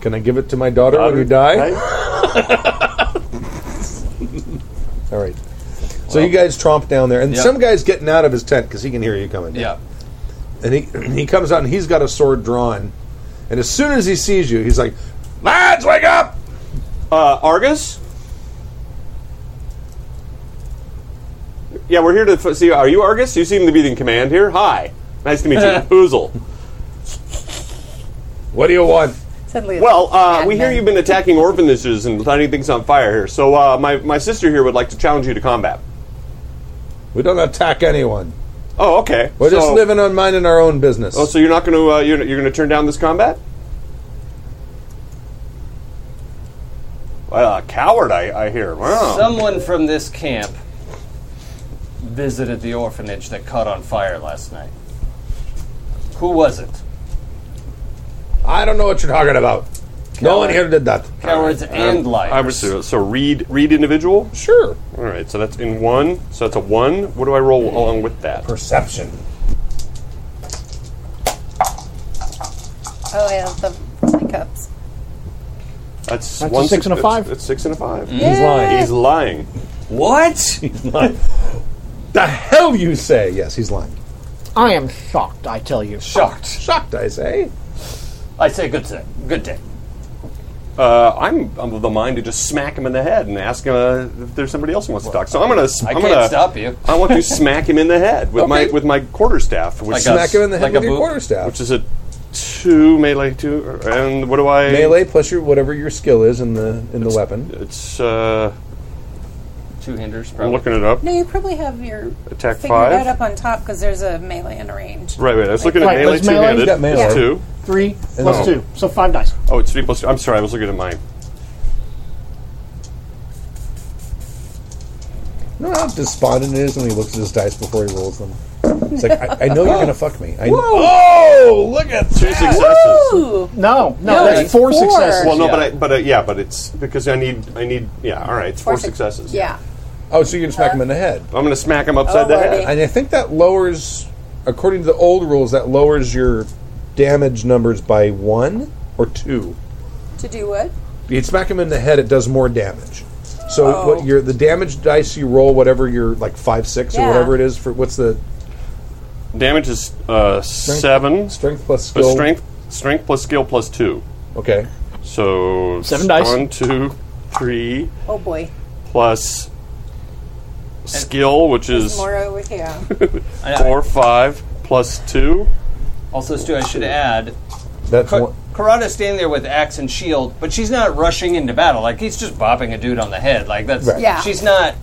S3: Can I give it to my daughter,
S7: Daughter,
S3: when you die?
S7: right?
S3: All right. So you guys tromp down there, and
S10: Yep.
S3: some guy's getting out of his tent because he can hear you coming. down.
S10: Yeah.
S3: And he he comes out and he's got a sword drawn, and as soon as he sees you, he's like, "Lads, wake up!"
S7: Uh, Argus. Yeah, we're here to f- see. Are you Argus? You seem to be in command here. Hi, nice to meet you, Oozle.
S3: What do you want?
S2: suddenly.
S7: Well, uh, we hear
S2: Admin.
S7: you've been attacking orphanages and lighting things on fire here. So uh, my my sister here would like to challenge you to combat.
S3: We don't attack anyone.
S7: Oh, okay.
S3: We're just
S7: So-
S3: living on minding our own business.
S7: Oh, so you're not going to uh, you're, you're going to turn down this combat? Well, a coward, I, I hear.
S3: Oh.
S7: Wow.
S10: Someone from this camp visited the orphanage that caught on fire last night. Who was it?
S3: I don't know what you're talking about. No one
S10: Coward.
S3: here did that.
S10: Cowards and liars.
S7: Um, I was so, so read read individual.
S3: Sure.
S7: All right, so that's in one. So that's a one. What do I roll along with that?
S3: Perception.
S2: Oh, I love the my cups.
S7: That's,
S5: That's
S7: one
S5: a six and a
S7: that's-
S5: five.
S7: That's six and a five.
S3: He's lying.
S7: He's lying.
S10: What?
S3: The hell you say? Yes, he's lying.
S5: I am shocked. I tell you.
S10: Shocked.
S3: Shocked, I say.
S10: I say good day. Good day.
S7: Uh, I'm, I'm of the mind to just smack him in the head and ask him uh, if there's somebody else who wants to talk. So I'm gonna.
S10: I
S7: I'm
S10: can't
S7: gonna,
S10: stop you.
S7: I want to smack him in the head with my
S3: Okay.
S7: with my quarterstaff, which
S10: Like a-
S3: Smack him in the head
S10: like a
S3: with your
S10: boot.
S3: quarterstaff.
S7: which is a two melee two. And what do I
S3: Melee plus your whatever your skill is in the in the weapon.
S7: It's uh,
S10: Two hinders,
S7: I'm
S10: probably.
S7: looking it up.
S2: No, you probably have your
S7: Attack
S2: figure
S7: five.
S2: that up on top because there's a melee and a range.
S7: Right, right. I was looking at
S5: Right,
S7: melee
S5: let's melee.
S7: two-handed.
S5: You
S3: got melee.
S7: It's two.
S5: Three plus
S3: Oh.
S5: two. So five dice.
S7: Oh, it's three plus two. I'm sorry, I was looking at mine.
S3: No, how despondent it is when he looks at his dice before he rolls them. It's like I, I know you're gonna fuck me. I
S7: Oh, look at two successes.
S2: Ooh,
S5: No, no,
S2: No,
S5: that's
S2: it's
S5: four,
S2: four.
S5: successes.
S7: Well, no,
S10: Yeah.
S7: but I, but uh, yeah, but it's because I need I need yeah. All right, it's four, successes.
S2: yeah.
S3: Oh, so you're gonna smack him in the head.
S7: I'm gonna smack him upside
S2: Oh,
S7: the
S2: Lordy.
S7: head.
S3: And I think that lowers, according to the old rules, that lowers your damage numbers by one or two.
S2: To do what?
S3: You smack him in the head, it does more damage. So
S2: Oh.
S3: what your the damage dice you roll, whatever your like five six
S2: Yeah.
S3: or whatever it is for what's the
S7: Damage is uh, seven.
S3: strength plus
S7: But
S3: skill
S7: strength strength plus skill plus two.
S3: Okay,
S7: So
S5: Seven dice.
S7: One, two, three
S2: Oh boy.
S7: plus skill, which is
S2: More over here.
S10: I know.
S7: four, five plus two.
S10: Also, Stu, I should add
S3: that's
S10: Cr-
S3: one.
S10: Karada's standing there with axe and shield, but she's not rushing into battle. Like he's just bopping a dude on the head. Like that's
S3: Right. Yeah.
S10: she's not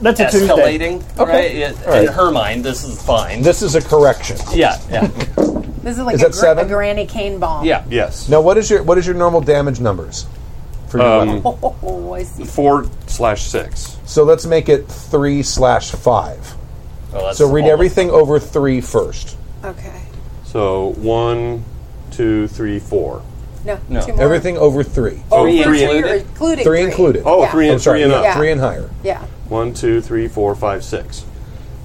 S3: That's a Tuesday.
S10: escalating.
S3: Okay.
S10: Right? Yeah,
S3: All right.
S10: In her mind, this is fine.
S3: This is a correction.
S10: Yeah, yeah.
S2: This is like
S3: Is
S2: a,
S3: that seven?
S2: a granny cane bomb.
S7: Yes.
S3: Now, what is your what is your normal damage numbers for your
S7: Um,
S3: weapon?
S2: Oh, I see.
S7: Four slash six.
S3: So let's make it three slash five.
S7: Well, that's
S3: so read
S7: all-
S3: everything over three first.
S2: Okay.
S7: So one, two, three, four.
S2: No, No. two more.
S3: Everything over three.
S7: Oh, Three three
S2: You're
S7: included?
S2: including
S3: Three included.
S7: Oh, three
S3: I'm
S7: and-
S3: sorry,
S7: three and
S3: yeah,
S2: up.
S3: Three and higher.
S2: Yeah.
S7: One, two, three, four, five, six.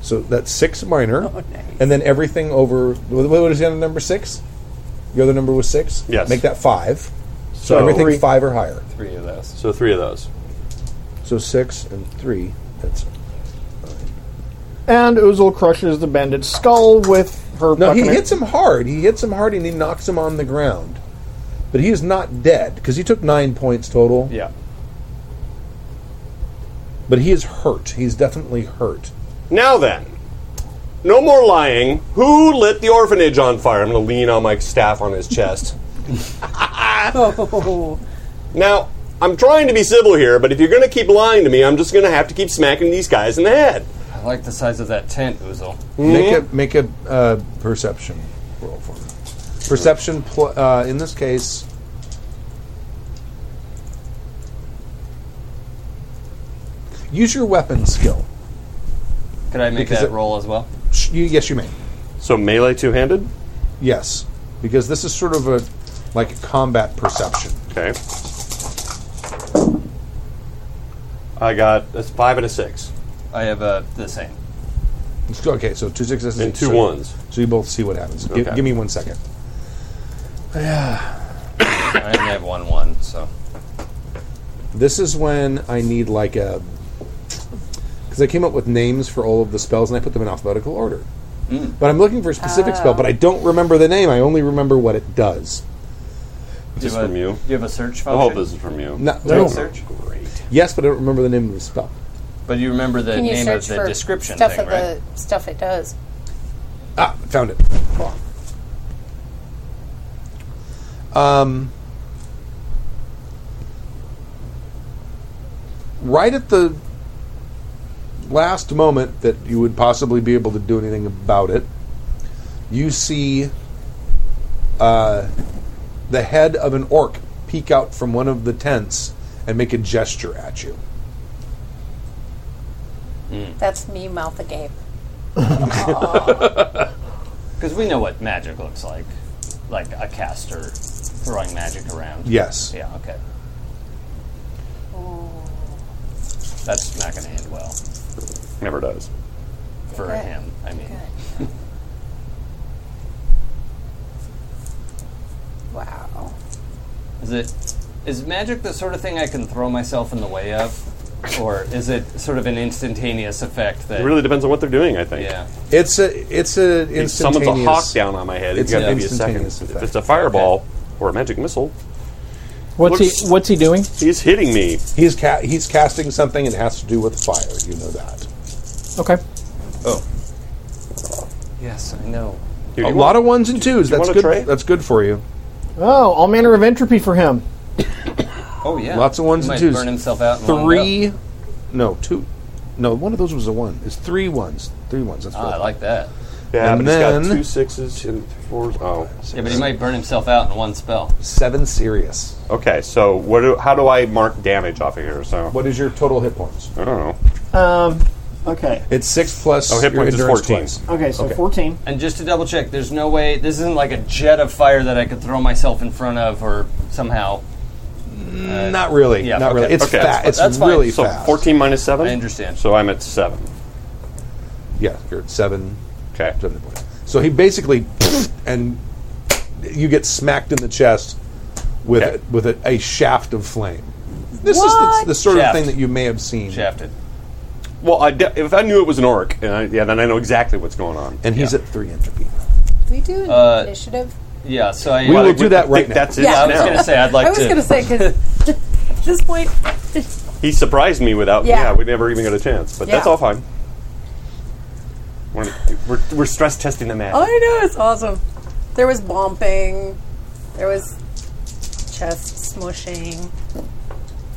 S3: So that's six minor, and then everything over. What what is the other number? Six. The other number was six.
S7: Yes.
S3: Make that five. So,
S7: So-
S3: everything
S7: Three.
S3: five or higher.
S10: Three of those.
S7: So three of those.
S3: So six and three. That's
S5: And Uzul crushes the bandit's skull with her.
S3: no. He
S5: buccaneer-
S3: hits him hard. He hits him hard, and he knocks him on the ground. But he is not dead because he took nine points total.
S7: Yeah.
S3: But he is hurt. He's definitely hurt.
S7: Now then, no more lying. Who lit the orphanage on fire? I'm going to lean on my staff on his chest. Now, I'm trying to be civil here, but if you're going to keep lying to me, I'm just going to have to keep smacking these guys in the head.
S10: I like the size of that tent, Uzel.
S3: Make a
S7: Mm-hmm.
S3: make a uh, perception roll for me. Perception pl- uh, in this case. Use your weapon skill.
S10: Could I make
S3: Because
S10: that
S3: it-
S10: roll as well?
S3: Sh- You, yes, you may.
S7: So melee two-handed.
S3: Yes, because this is sort of a like a combat perception.
S7: Okay. I got a five and a six.
S10: I have uh, the same.
S3: It's- Okay, so two sixes
S7: And two
S3: so,
S7: ones.
S3: So you both see what happens. Gi-
S7: Okay.
S3: give me one second.
S10: I only have one one, so
S3: This is when I need like a because I came up with names for all of the spells and I put them in alphabetical order. But I'm looking for a specific spell, but I don't remember the name. I only remember what it does.
S10: Do
S7: This
S10: you have
S7: from
S10: a-
S7: you.
S10: Do you have a search
S7: I
S10: function?
S7: hope this is from you.
S3: No,
S10: Do you have a
S3: no.
S10: search?
S3: Yes, but I don't remember the name of the spell.
S10: But you remember the
S2: Can you
S10: name of
S2: search
S10: the
S2: for
S10: description
S2: stuff
S10: thing,
S2: of
S10: right?
S2: the stuff it does?
S3: Ah, found it. Um, right at the last moment that you would possibly be able to do anything about it, you see uh, the head of an orc peek out from one of the tents and make a gesture at you.
S2: That's me mouth agape.
S10: Because we know what magic looks like, like a caster throwing magic around.
S3: Yes.
S10: Yeah. Okay. That's not going to end well
S7: Never does.
S10: for
S7: Okay.
S10: him. I mean,
S2: Wow.
S10: is it is magic the sort of thing I can throw myself in the way of, or is it sort of an instantaneous effect that
S7: It really depends on what they're doing. I think.
S10: Yeah.
S3: It's a it's a
S7: If someone's a hawk
S3: instantaneous-
S7: down on my head, it's
S3: It's an
S7: got to be a second.
S3: instantaneous
S7: If
S3: effect.
S7: it's a fireball or a magic missile,
S5: What's he? What's he doing?
S7: He's hitting me.
S3: He's ca- he's casting something and it has to do with fire. You know that.
S5: Okay.
S10: Oh. Yes, I know.
S3: a lot of ones and twos.
S5: you
S3: That's
S5: want a
S3: good.
S5: tray?
S3: That's good for you.
S5: Oh, all manner of entropy for him.
S10: Oh yeah.
S3: Lots of ones
S10: He
S3: and
S10: might
S3: twos.
S10: Burn himself out. and wind
S3: Three.
S10: up.
S3: No two. No, one of those was a one. It's three ones. Three ones. That's
S10: Ah,
S3: what-
S10: I like that.
S7: Yeah,
S3: and
S7: but it's
S3: then
S7: got two sixes and fours. Oh,
S10: Yeah, but he might burn himself out in one spell.
S3: seven serious.
S7: Okay, so what? Do, how do I mark damage off of here? So
S3: What is your total hit points?
S7: I don't know.
S5: Um. Okay.
S3: It's six plus.
S7: Oh, hit
S3: your
S7: points is
S3: endurance
S7: 14.
S3: twice.
S5: Okay. So fourteen.
S10: And just to double check, there's no way this isn't like a jet of fire that I could throw myself in front of or somehow. Uh,
S3: Not really.
S10: Yeah,
S3: not
S10: okay.
S3: really. It's
S10: Okay, that's
S3: fast.
S10: fine.
S3: It's
S10: That's fine.
S3: really
S10: So
S3: fast.
S7: Fourteen minus seven. I
S10: understand.
S7: So I'm at seven.
S3: Yeah, you're at seven.
S7: Okay.
S3: Seven points. So he basically and you get smacked in the chest with
S7: Okay.
S3: a, with a, a shaft of flame. This is
S7: What?
S3: the, the sort of
S7: Shaft.
S3: thing that you may have seen.
S10: Shafted.
S7: Well, I de- if I knew it was an orc, and I, yeah, then I know exactly what's going on.
S3: And he's at three entropy.
S2: Do we do an
S10: Uh,
S2: initiative?
S10: Yeah, so I.
S3: We will do that right
S7: think
S3: now.
S7: That's it.
S10: Yeah, I was
S7: now.
S10: gonna say I'd like
S2: I was
S10: to.
S2: going to say because at this point,
S7: He surprised me without. Yeah,
S2: Yeah.
S7: we never even got a chance. But that's
S2: Yeah.
S7: all fine. We're, we're, we're
S2: Oh.
S7: stress testing the man.
S2: I know it's awesome. There was bumping. There was chest smushing,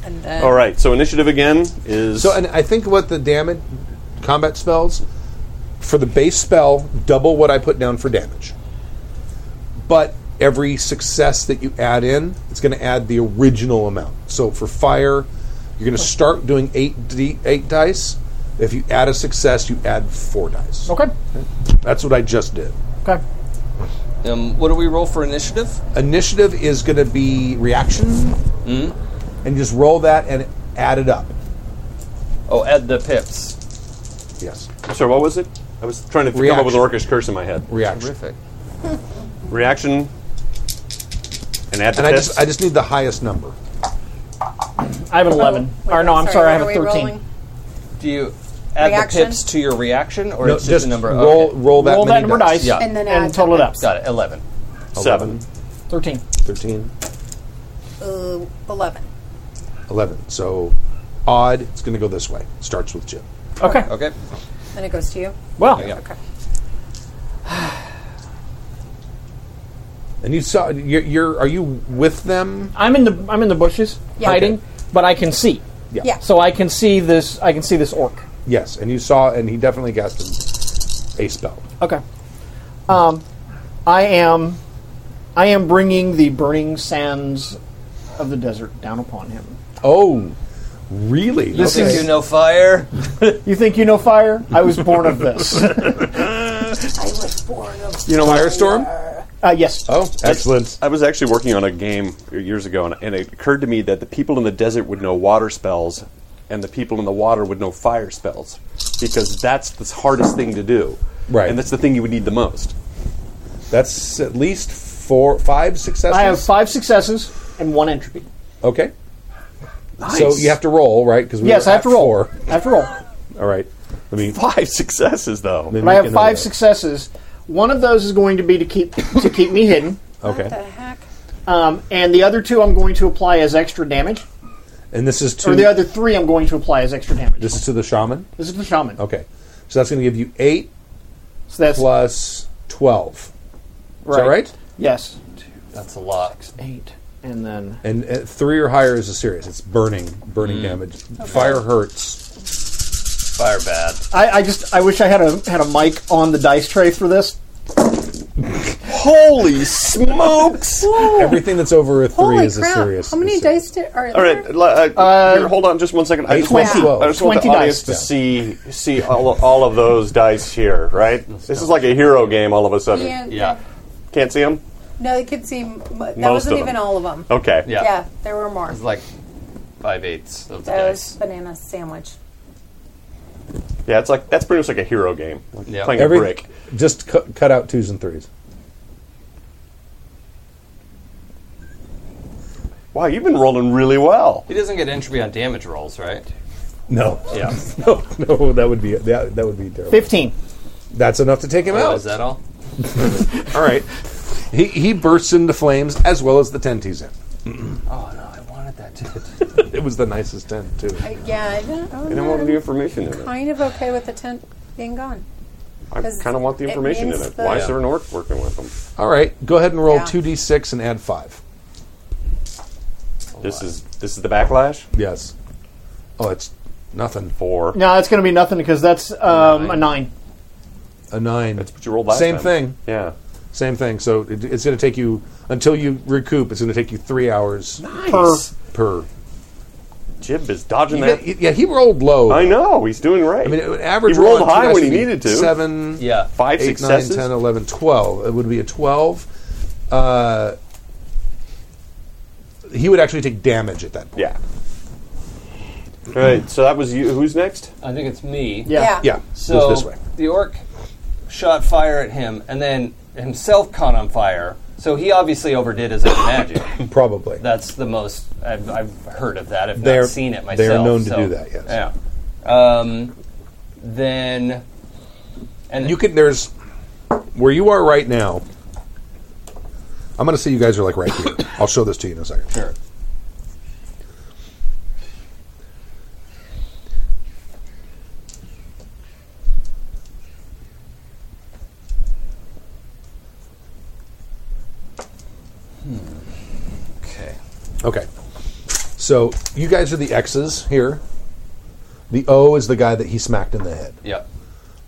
S2: and then um,
S7: All right. So initiative again is
S3: So, and I think what the damage combat spells for the base spell double what I put down for damage, but every success that you add in, it's going to add the original amount. So for fire, you're going to start doing eight d eight dice. If you add a success, you add four dice.
S5: Okay.
S3: That's what I just did.
S5: Okay.
S10: Um, what do we roll for initiative?
S3: Initiative is going to be reaction, and just roll that and add it up.
S10: Oh, add the pips.
S3: Yes.
S7: Sorry, what was it? I was trying to come up with Orcish curse in my head.
S3: Reaction.
S10: Terrific.
S7: Reaction. And add the
S3: And I
S7: pips.
S3: just I just need the highest number.
S5: I have
S2: Oh,
S5: an 11. or no, I'm sorry, I have a 13.
S10: Do you add
S5: Reaction?
S10: the pips to your reaction, or
S3: No,
S10: it's just
S3: just
S10: a number?
S3: roll-
S10: okay.
S3: roll that Roll that many number dice. dice
S10: yeah.
S2: and then add
S5: total it up.
S10: Got it. Eleven.
S7: Seven.
S5: 13.
S3: 13.
S2: uh, eleven.
S3: 11. So odd, it's going to go this way. Starts with Jim.
S5: Okay.
S10: Okay.
S2: Then it goes to you.
S5: Well,
S2: Okay.
S3: And you saw you're, you're are you with them?
S5: I'm in the I'm in the bushes
S2: Yeah.
S5: hiding,
S2: Okay.
S5: but I can see.
S3: Yeah. Yeah.
S5: So I can see this I can see this orc.
S3: Yes, and you saw and he definitely cast a a spell.
S5: Okay. Um, I am I am bringing the burning sands of the desert down upon him.
S3: Oh, really?
S10: You think you know fire?
S5: You think you know fire? I was born of this.
S15: I was born of
S3: You know Firestorm?
S5: Uh, yes.
S3: Oh, excellent.
S7: I was actually working on a game years ago, and, and it occurred to me that the people in the desert would know water spells, and the people in the water would know fire spells, because that's the hardest thing to do.
S3: Right.
S7: And that's the thing you would need the most.
S3: That's at least four five successes.
S5: I have five successes and one entropy.
S3: Okay. So you have to roll, right? Because
S5: yes, I have to roll.
S3: Four.
S5: I have to roll.
S3: All right. Let me.
S7: Five successes, though.
S3: let
S5: But
S3: me
S5: I
S3: make
S5: have
S3: another
S5: five
S3: note.
S5: successes. One of those is going to be to keep to keep me hidden,
S2: What the
S3: Okay.
S2: heck?
S5: um, and the other two I'm going to apply as extra damage,
S3: And this is
S5: or the
S3: to
S5: other three I'm going to apply as extra damage.
S3: this is to the shaman.
S5: This is the shaman.
S3: Okay. So that's going to give you eight
S5: So that's
S3: plus twelve. Is that right?
S5: Yes.
S10: That's a lot.
S5: Eight, and then
S3: And uh, three or higher is a serious. It's burning, burning damage. Fire hurts.
S10: Fire bad.
S5: I, I just I wish I had a had a mic on the dice tray for this.
S7: Holy smokes!
S3: Everything that's over a three
S2: Oh. Holy
S3: is a
S2: crap!
S3: serious.
S2: How many
S3: is serious.
S2: dice did, are
S7: All
S2: there?
S7: right, l- uh, here, hold on just one second. I just want,
S3: 20.
S7: I just want
S5: 20
S7: the audience to
S5: dice.
S7: see see all, all of those dice here, right? This is like a hero game all of a sudden.
S2: Yeah.
S10: Yeah.
S7: Can't see them?
S2: No, it could seem. That
S7: Most of
S2: wasn't
S7: them.
S2: even all of them.
S7: Okay.
S10: Yeah.
S2: Yeah, there were more.
S10: It's like five eighths of the
S2: That was
S10: dice.
S2: banana sandwich.
S7: Yeah, it's like that's pretty much like a hero game. Like
S10: Yeah.
S7: playing
S3: Every-
S7: a brick.
S3: Just cu- cut out twos and threes.
S7: Wow, you've been rolling really well.
S10: He doesn't get entropy on damage rolls, right?
S3: No,
S10: Yeah.
S3: no, no. That would be that, that would be terrible.
S5: Fifteen.
S3: That's enough to take him
S10: Oh,
S3: out.
S10: is that all?
S3: All right. He, he bursts into flames as well as the tent he's in.
S10: Oh no, I wanted that to.
S3: It was the nicest tent too.
S2: I, Uh, yeah, I don't, I
S7: I don't want the information in it.
S2: kind of okay with the tent being gone.
S7: I
S2: Because
S7: kind of want the
S2: it
S7: information in
S2: means
S7: it.
S2: the-
S7: Why is there an orc working with them?
S3: All right, go ahead and roll
S2: Yeah.
S3: two d six and add five.
S7: This is this is the backlash.
S3: Yes. Oh, it's nothing.
S7: Four.
S5: No, that's going to be nothing because that's um, a nine.
S3: A nine.
S7: That's what you rolled last
S3: Same
S7: time.
S3: thing.
S7: Yeah.
S3: Same thing. So it, it's going to take you until you recoup. It's going to take you three hours
S7: Nice.
S3: per.
S7: Jib is dodging
S3: Yeah,
S7: that.
S3: yeah, he rolled low.
S7: I know he's doing right.
S3: I mean, an average
S7: He rolled
S3: roll on two
S7: high
S3: dice
S7: when
S3: would
S7: he
S3: be
S7: needed to.
S3: Seven,
S10: Yeah.
S7: Five
S3: eight, nine,
S7: successes.
S3: 10, 11, 12. It would be a 12. Uh, he would actually take damage at that point.
S7: Yeah. All right. So that was you. Who's next?
S10: I think it's me.
S5: Yeah.
S3: Yeah.
S10: So
S3: goes this way.
S10: the orc shot fire at him, and then himself caught on fire. So he obviously overdid his own magic.
S3: Probably.
S10: That's the most I've, I've heard of that. I've
S3: They're-
S10: not seen it myself.
S3: they're known to
S10: so-
S3: do that, yes.
S10: Yeah. Um, then, and
S3: you can, there's, where you are right now, I'm going to say you guys are like right here. I'll show this to you in a second.
S10: Sure. Okay.
S3: Hmm. Okay. So you guys are the X's here. The O is the guy that he smacked in the head.
S10: Yeah.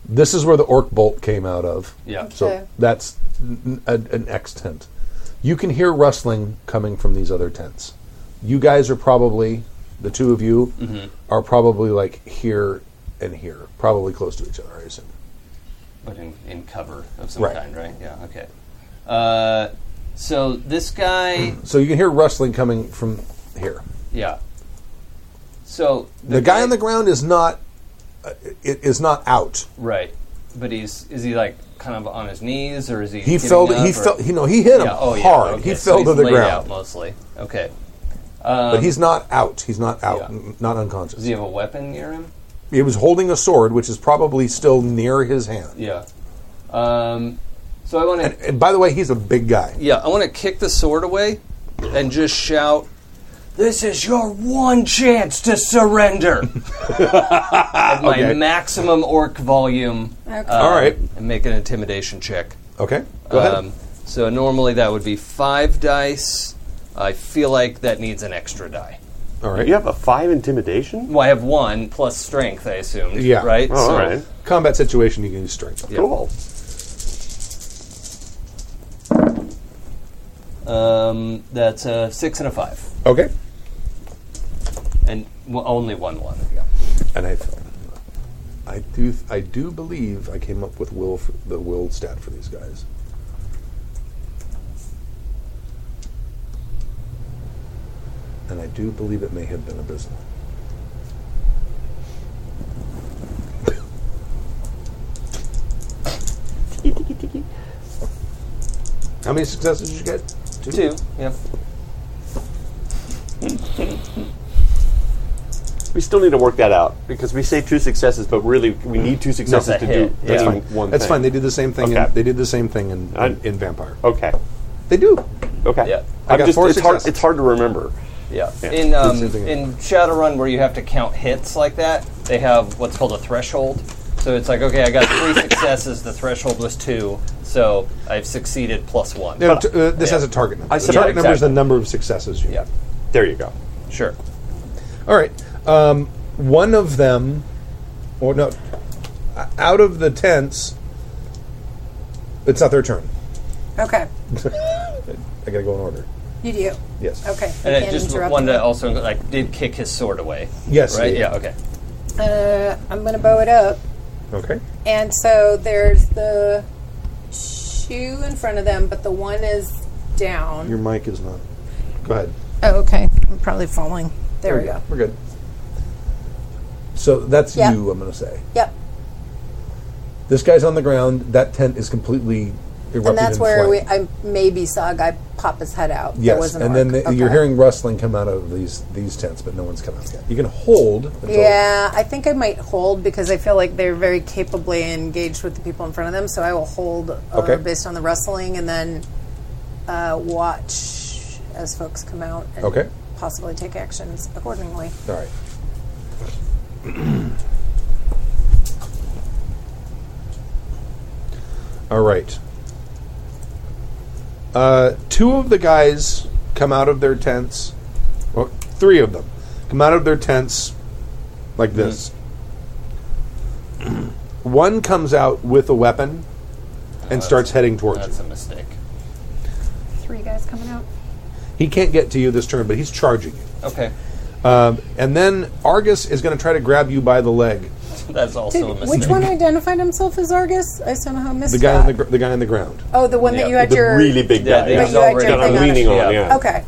S3: This is where the orc bolt came out of.
S10: Yeah.
S3: So
S10: Okay.
S3: that's n- n- a- an X tent. You can hear rustling coming from these other tents. You guys are probably, the two of you,
S10: Mhm.
S3: are probably like here and here, probably close to each other, I assume.
S10: but in, in cover of some
S3: Right.
S10: kind, right? Yeah. Okay. Uh, so this guy,
S3: So you can hear rustling coming from here.
S10: yeah. So
S3: The, guy, on the ground is not uh, it is not out.
S10: right, but he's is he like kind of on his knees or is he?
S3: He
S10: getting
S3: fell-
S10: Up
S3: he
S10: or-
S3: fell- he- no, he hit him
S10: yeah, oh, yeah,
S3: hard.
S10: okay,
S3: He
S10: so
S3: fell
S10: he's
S3: to the
S10: laid
S3: ground.
S10: out mostly. Okay.
S3: but
S10: Um,
S3: he's not out. He's not out. N- Not unconscious.
S10: Does he have a weapon near him?
S3: He was holding a sword, which is probably still near his hand.
S10: Yeah. Um, so I want to.
S3: And by the way, he's a big guy.
S10: Yeah, I want to kick the sword away and just shout, "This is your one chance to surrender!" At my
S3: Okay.
S10: maximum orc volume. um,
S3: Okay. All right.
S10: and make an intimidation check.
S3: Okay, go ahead.
S10: Um, So normally that would be five dice. I feel like that needs an extra die.
S3: All right.
S7: You have a five intimidation?
S10: Well, I have one plus strength. I assumed.
S3: Yeah. Oh,
S10: Right. So-
S3: Combat situation, you can use strength.
S10: Yeah. Um, that's a six and a five,
S3: Okay.
S10: and w- only one one. Yeah.
S3: And I, I do, I do believe I came up with will for, the will stat for these guys. And I do believe it may have been abysmal. How many successes did you get?
S10: Two. Yeah.
S7: We still need to work that out because we say two successes, but really we need two successes to do
S3: That's
S7: any
S3: fine.
S7: one.
S3: That's
S7: thing.
S3: fine. They did the same thing.
S7: Okay.
S3: In, they did the same thing in, in, in Vampire.
S7: Okay.
S3: They do.
S7: Okay.
S10: Yeah.
S3: I
S7: I'm
S3: got
S7: just,
S3: four
S7: it's hard.
S3: successes.
S7: It's hard to remember.
S10: Yeah.
S7: Yeah.
S10: In um,
S7: Same thing.
S10: in Shadowrun, where you have to count hits like that, they have what's called a threshold. So it's like, okay, I got three successes. The threshold was two, so I've succeeded plus one.
S3: No, t- uh, this
S10: Yeah.
S3: has a target number.
S10: I
S3: the
S10: said-
S3: target
S10: yeah,
S3: number is the
S10: exactly.
S3: number of successes. You
S10: Yeah.
S7: There you go.
S10: Sure.
S3: All right. Um, one of them, or no, uh, out of the tents, it's not their turn.
S2: Okay.
S3: I gotta go in order.
S2: You do.
S3: Yes.
S2: Okay.
S10: And
S2: You
S10: I
S2: can't
S10: just
S2: interrupt
S10: wanted
S2: me.
S10: to also like did kick his sword away.
S3: Yes.
S10: Right.
S3: Yeah.
S10: Yeah. okay.
S2: Uh, I'm going to bow it up.
S3: Okay.
S2: And so there's the two in front of them, but the one is down.
S3: Your mic is not. Go ahead.
S2: Oh, okay. I'm probably falling. There, we go.
S3: We're good. So that's
S2: Yeah.
S3: you. I'm gonna say.
S2: Yep.
S3: This guy's on the ground. That tent is completely erupted
S2: And that's
S3: in
S2: where
S3: flame.
S2: we, I maybe saw a guy pop his head out. That
S3: Yes,
S2: wasn't
S3: and
S2: a
S3: then
S2: orc.
S3: the, you're
S2: Okay.
S3: hearing rustling come out of these these tents, but no one's come out yet. You can hold. until-
S2: Yeah, I think I might hold because I feel like they're very capably engaged with the people in front of them. So I will hold uh,
S3: Okay.
S2: based on the rustling and then uh, watch as folks come out and
S3: Okay.
S2: possibly take actions accordingly.
S3: All right. All right. Uh, two of the guys come out of their tents, or three of them come out of their tents like this. One comes out with a weapon and starts heading towards you.
S10: That's a mistake.
S18: Three guys coming out.
S3: He can't get to you this turn, but he's charging you.
S10: Okay.
S3: Um, and then Argus is going to try to grab you by the leg.
S10: That's also a
S2: Did-
S10: mistake.
S2: which one identified himself as Argus? I somehow missed
S3: The guy on
S2: that.
S3: the gr- the guy on the ground.
S2: oh, the one that you had
S7: the
S2: your
S7: really big
S10: Yeah,
S7: guy.
S10: that
S7: yeah.
S10: he's already
S7: that I'm
S10: got
S7: leaning
S10: it.
S7: on.
S10: Yeah.
S7: Yeah.
S2: Okay.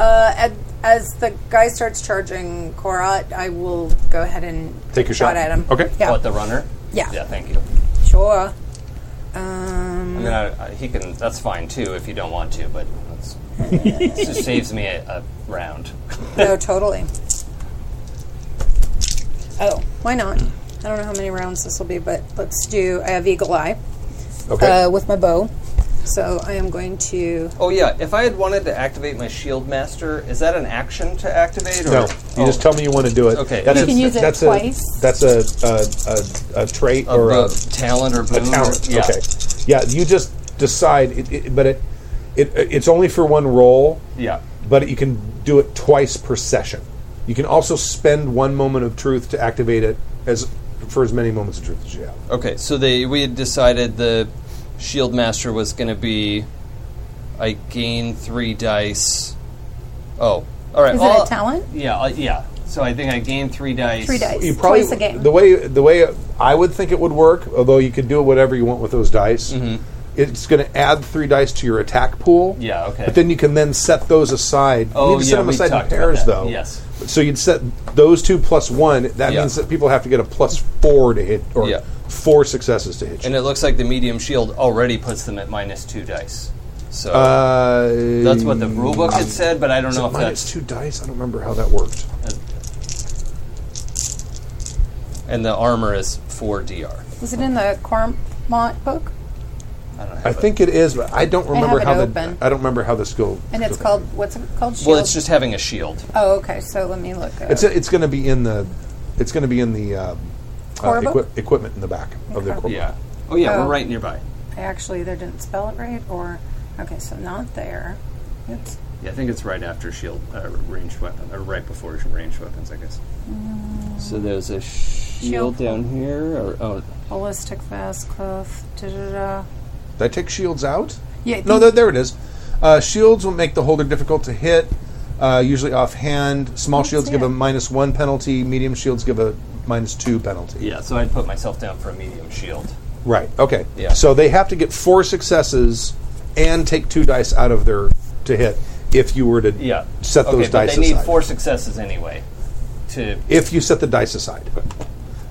S2: Uh, at, as the guy starts charging Korat, I will go ahead and
S3: Take your shot.
S2: at him.
S3: Okay.
S2: Yeah.
S10: What the runner?
S2: Yeah.
S10: Yeah. Thank you.
S2: Sure.
S10: I
S2: Um,
S10: mean, I, I, he can. That's fine too if you don't want to, but that's, this just saves me a, a round.
S2: no, totally. Oh, why not? I don't know how many rounds this will be, but let's do. I have Eagle Eye
S3: Okay.
S2: uh, with my bow. So I am going to.
S10: Oh yeah, if I had wanted to activate my Shield Master, is that an action to activate? Or?
S3: no, you
S10: Oh,
S3: just tell me you want to do it.
S10: Okay.
S3: That's
S10: You
S3: a,
S10: can use
S18: it
S3: that's
S18: twice.
S3: A, that's a, a, a, a trait
S10: Oh, a
S3: or a,
S10: bo- talent or
S3: a
S10: boon. or-
S3: talent.
S10: yeah.
S3: Okay. Yeah, you just decide, it, it, but it, it it's only for one roll.
S10: Yeah.
S3: but you can do it twice per session. You can also spend one moment of truth to activate it as for as many moments of truth as you have.
S10: Okay, so they we had decided the shield master was going to be I gain three dice. Oh, all right.
S2: Is
S10: all-
S2: it a talent?
S10: Yeah, uh, yeah. So I think I gain three dice.
S2: Three dice.
S3: You probably
S2: Twice a game.
S3: the way the way I would think it would work, although you could do whatever you want with those dice.
S10: Mm-hmm.
S3: It's going to add three dice to your attack pool.
S10: Yeah, okay.
S3: But then you can then set those aside.
S10: Oh,
S3: you need to set
S10: yeah,
S3: them
S10: we
S3: aside in
S10: talked about
S3: pairs,
S10: that.
S3: though.
S10: Yes.
S3: So you'd set those two plus one. That
S10: Yeah.
S3: means that people have to get a plus four to hit, or
S10: Yeah.
S3: four successes to hit.
S10: And it looks like the medium shield already puts them at minus two dice. So
S3: Uh,
S10: that's what the rule book had said, but I don't
S3: is
S10: know
S3: it
S10: if
S3: minus
S10: that's
S3: two dice. I don't remember how that worked.
S10: and the armor is four dr.
S2: Is it in the Cormont book?
S10: I don't know.
S3: I think it is, but I don't
S2: I have
S3: remember
S2: it
S3: how
S2: open.
S3: the I don't remember how the skill.
S2: And it's called what's it called? Shield.
S10: Well, it's just having a shield.
S2: Oh, okay. So let me look. Up.
S3: It's it's going to be in the it's going to be in the um, uh,
S2: Core book?
S3: equip equipment in the back of the
S2: Okay.
S3: core
S10: Yeah. Oh yeah,
S2: Oh.
S10: we're right nearby.
S2: I actually either didn't spell it right or okay, so not there. Oops.
S10: Yeah, I think it's right after shield uh, ranged weapon, or right before ranged weapons, I guess. So there's a shield,
S2: Mm. Shield.
S10: down here, or oh,
S2: Ballistic vest cloth. Da, da, da.
S3: Did I take shields out?
S2: Yeah,
S3: No,
S2: you-
S3: there, there it is. Uh, shields will make the holder difficult to hit. Uh, usually offhand. Small shields give a minus one penalty. Medium shields give a minus two penalty.
S10: yeah. So I'd put myself down for a medium shield.
S3: Right. Okay.
S10: Yeah.
S3: So they have to get four successes and take two dice out of their to hit if you were to
S10: Yeah.
S3: set
S10: okay,
S3: those
S10: but
S3: dice
S10: They need
S3: aside.
S10: four successes anyway. To
S3: if you set the dice aside.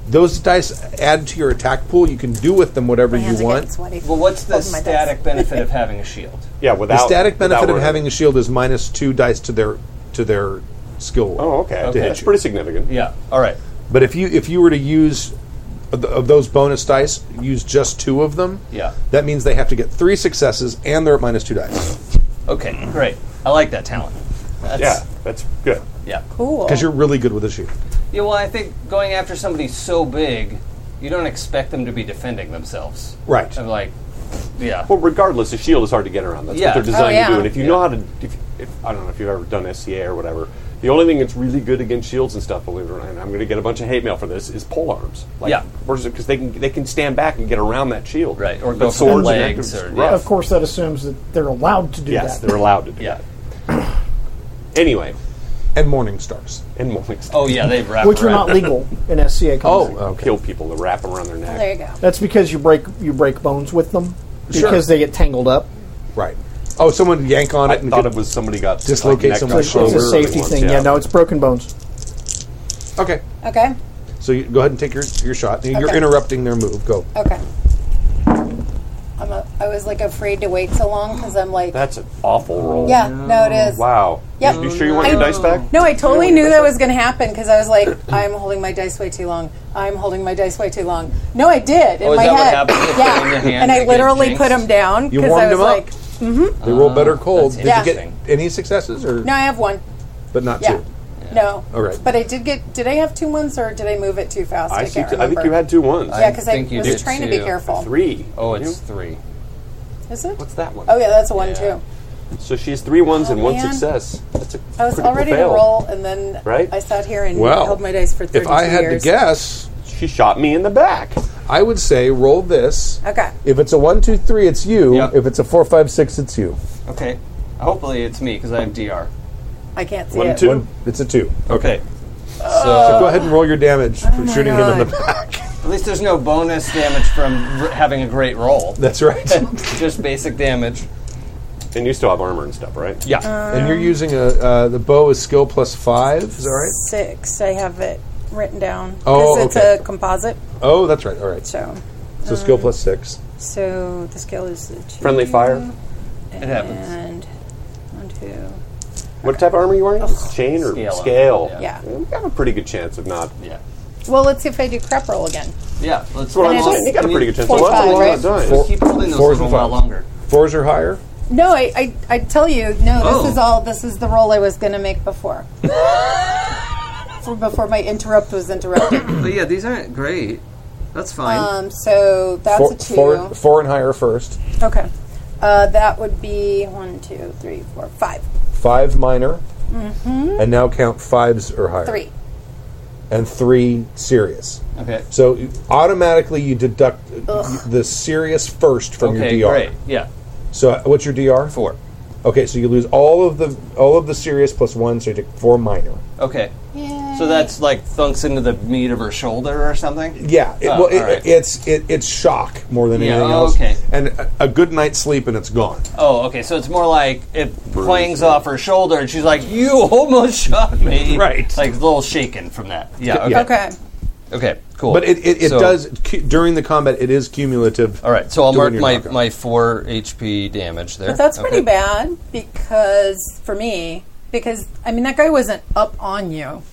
S3: Those dice add to your attack pool. You can do with them whatever you want.
S10: Well, what's the static benefit of having a shield?
S4: Yeah, without
S3: the static
S4: without
S3: benefit of
S4: worrying.
S3: having a shield is minus two dice to their to their skill.
S4: Oh, okay.
S3: to
S4: Okay.
S3: hit
S4: That's
S3: you.
S4: pretty significant.
S10: Yeah. All right.
S3: But if you if you were to use of th- of those bonus dice, use just two of them.
S10: Yeah.
S3: That means they have to get three successes and they're at minus two dice
S10: Okay. Great. I like that talent. That's,
S4: yeah, that's good.
S10: Yeah.
S2: Cool.
S3: because you're really good with a shield.
S10: Yeah. Well, I think going after somebody so big, you don't expect them to be defending themselves.
S3: Right.
S10: I'm like, yeah.
S4: Well, regardless, a shield is hard to get around. That's
S10: Yeah.
S4: what they're designed
S10: Oh, yeah.
S4: to do. And if you know how to, if, if, I don't know if you've ever done SCA or whatever. The only thing that's really good against shields and stuff, believe it or not, and I'm going to get a bunch of hate mail for this, is pole arms.
S10: Yeah.
S4: because they can they can stand back and get around that shield. Right,
S10: or go for
S4: swords
S10: the
S4: and
S10: legs
S4: active-
S10: or-
S4: rough.
S5: Of course, that assumes that they're allowed to do
S4: Yes,
S5: that.
S4: they're allowed to do
S10: Yeah.
S4: that. Anyway,
S3: And morning stars.
S4: and morning stars.
S10: Oh yeah, they wrap.
S5: which are
S10: around.
S5: not legal in
S3: Oh.
S5: SCA. Country.
S4: kill people. They wrap them around their neck.
S2: There you go.
S5: That's because you break you break bones with them
S3: Sure.
S5: because they get tangled up.
S3: Right. Oh, someone yank on
S4: I
S3: it and
S4: thought
S3: get-
S4: it was somebody got
S3: Dislocate
S4: like, neck
S3: someone's
S4: cut
S5: It's
S4: over
S5: a
S4: or
S5: safety
S4: something,
S5: thing. Yeah. no, it's broken bones.
S3: Okay.
S2: Okay.
S3: So you go ahead and take your your shot. You're
S2: Okay.
S3: interrupting their move. Go.
S2: Okay. I'm a, I was like afraid to wait so long because I'm like,
S4: That's an awful roll.
S2: yeah, no, it is.
S4: Wow.
S2: Yep.
S4: You sure you want your
S2: I-
S4: dice back?
S2: No, I totally knew that was going to happen because I was like, I'm holding my dice way too long. I'm holding my dice way too long. No, I did in
S10: Oh, is
S2: my
S10: that what
S2: head.
S10: happened? You put it in your
S2: yeah,
S10: hand
S2: and I
S10: and it
S2: literally
S10: jinxed?
S2: put them down
S3: You
S2: because I
S3: warmed
S2: was
S3: them up.
S2: like, mm-hmm.
S3: They roll better cold. Did you get
S10: interesting.
S3: any successes or
S2: No, I have one.
S3: but not
S2: Yeah.
S3: two?
S2: No.
S3: All right.
S2: But I did get. Did I have two ones or did I move it too fast? I,
S4: I,
S2: can't
S4: think, I think
S2: remember.
S4: you had two ones.
S2: Yeah, because I,
S10: think you
S2: was
S10: did
S2: trying to be
S10: too.
S2: careful.
S4: Three.
S10: Oh, it's three.
S2: Is it? What's
S4: that one?
S2: Oh yeah, that's a one too.
S4: So she has three ones
S2: Oh,
S4: and one
S2: man.
S4: success. That's a
S2: I was
S4: critical
S2: all ready
S4: fail.
S2: to roll, and then
S4: Right?
S2: I sat here and
S3: Well,
S2: held my dice for 32
S3: If I had
S2: years.
S3: to guess,
S4: she shot me in the back.
S3: I would say roll this.
S2: Okay.
S3: If it's a one, two, three, it's you.
S10: Yeah.
S3: If it's a four, five, six, it's you.
S10: Okay. Hopefully it's me because I have dr.
S2: I can't see
S4: One,
S2: it.
S4: two. Oh.
S3: It's a two.
S10: Okay.
S3: So
S10: So,
S3: go ahead and roll your damage for
S2: Oh my
S3: shooting him in the
S2: God.
S3: back.
S10: at least there's no bonus damage from r- having a great roll.
S3: That's right.
S10: Just basic damage.
S4: And you still have armor and stuff, right?
S10: Yeah.
S3: and
S2: Um,
S3: you're using a uh, the bow is skill plus five. Is that right?
S2: Six. I have it written down
S3: Oh,
S2: because it's
S3: okay.
S2: a composite.
S3: Oh, that's right. All right.
S2: So,
S3: So
S2: Um,
S3: skill plus six.
S2: so the scale is the two.
S4: Friendly fire.
S2: And
S10: It happens.
S2: one, two.
S4: What type of armor are you wearing? Chain or
S10: Scale.
S4: scale?
S2: Yeah.
S4: We have a pretty good chance of not.
S10: Yeah.
S2: Well, let's see if I do crep roll again.
S10: Yeah. Let's
S4: That's what
S2: And
S4: I'm
S2: it's-
S4: saying. You got a
S10: we
S4: pretty
S10: need
S4: good chance.
S2: four,
S4: Well, that's a
S2: five,
S4: lot
S2: right?
S4: of dice.
S3: Four-
S10: keep holding those
S3: fours
S10: for a
S3: and
S10: while
S3: fives.
S10: longer.
S3: Fours are higher.
S2: No, I, I, I tell you, no.
S10: Oh.
S2: This is all. This is the roll I was going to make before. For- before my interrupt was interrupted.
S10: But yeah, these aren't great. That's fine.
S2: um. So that's
S3: four,
S2: a two.
S3: four, four and higher first.
S2: Okay. Uh, that would be one, two, three, four, five.
S3: five minor,
S2: Mhm.
S3: and now count fives or higher.
S2: Three.
S3: And three serious.
S10: Okay.
S3: So you- automatically you deduct uh, the serious first from
S10: Okay,
S3: your DR.
S10: great, yeah.
S3: So what's your DR?
S10: Four.
S3: Okay, so you lose all of the all of the serious plus one, so you take four minor.
S10: Okay. So that's like thunks into the meat of her shoulder or something.
S3: Yeah, it,
S10: Oh,
S3: well, it,
S10: all right.
S3: it's it, it's shock more than
S10: Yeah,
S3: anything
S10: oh,
S3: else.
S10: okay.
S3: And a, a good night's sleep and it's gone.
S10: Oh, okay. So it's more like it clangs off her shoulder, and she's like, "You almost shot me!" Right. Like a little shaken from that. Yeah. Okay.
S2: Okay.
S10: Okay, Cool.
S3: But it, it, it
S10: So-
S3: does cu- during the combat. It is cumulative. All
S10: right, so I'll mark my, my four HP damage there.
S2: But that's
S10: Okay.
S2: pretty bad because for me, because I mean that guy wasn't up on you.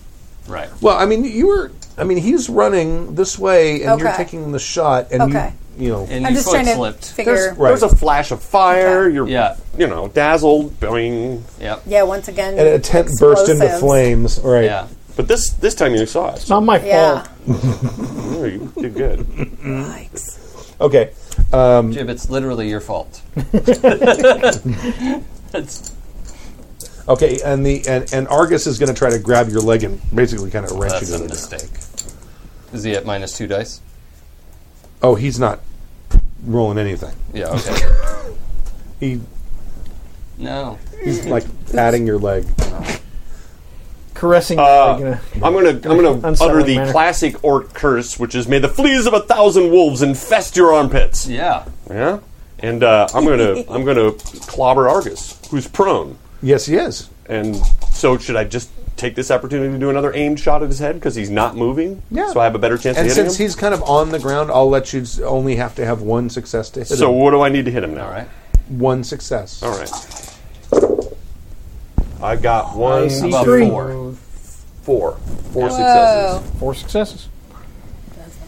S10: Right.
S3: Well, I mean, you were. I mean, he's running this way, and you're
S2: Okay.
S3: taking the shot, and
S2: Okay.
S3: you, you know,
S2: And I'm your just foot trying to slipped. figure-
S7: There's,
S3: Right.
S7: there's a flash of fire. You're, you know, dazzled. Boing.
S10: Yep.
S2: Yeah. Once again,
S3: and a tent burst into
S2: explosives.
S3: flames. Right.
S10: Yeah.
S7: But this this time you saw it. It's
S5: not my
S2: Yeah.
S7: No,
S4: Mm,
S7: you did good.
S3: Oh. Okay. Um,
S10: Jib, it's literally your fault. That's-
S3: Okay, and the and, and Argus is going to try to grab your leg and basically kind of wrench
S10: that's
S3: you.
S10: a
S3: to the
S10: mistake. Is he at minus two dice?
S3: Oh, he's not rolling anything.
S10: Yeah. Okay.
S3: he
S10: no.
S3: he's like patting your leg.
S5: Caressing.
S7: Uh,
S5: like, uh,
S7: I'm gonna I'm gonna utter
S5: unsettling
S7: the
S5: manner.
S7: classic orc curse, which is may the fleas of a thousand wolves infest your armpits.
S10: Yeah.
S7: Yeah. And uh, I'm gonna I'm gonna clobber Argus, who's prone.
S3: Yes, he is.
S7: And so should I just take this opportunity to do another aimed shot at his head because he's not moving?
S3: Yeah.
S7: So I have a better chance
S3: and
S7: of hitting
S3: since
S7: him.
S3: he's kind of on the ground, I'll let you s- only have to have one success to hit
S7: So
S3: him.
S7: what do I need to hit him now? All right.
S3: One success.
S7: All right. I got one,
S5: I see
S7: two,
S5: three.
S7: four. Four. Four
S5: Whoa.
S7: successes.
S5: Four successes.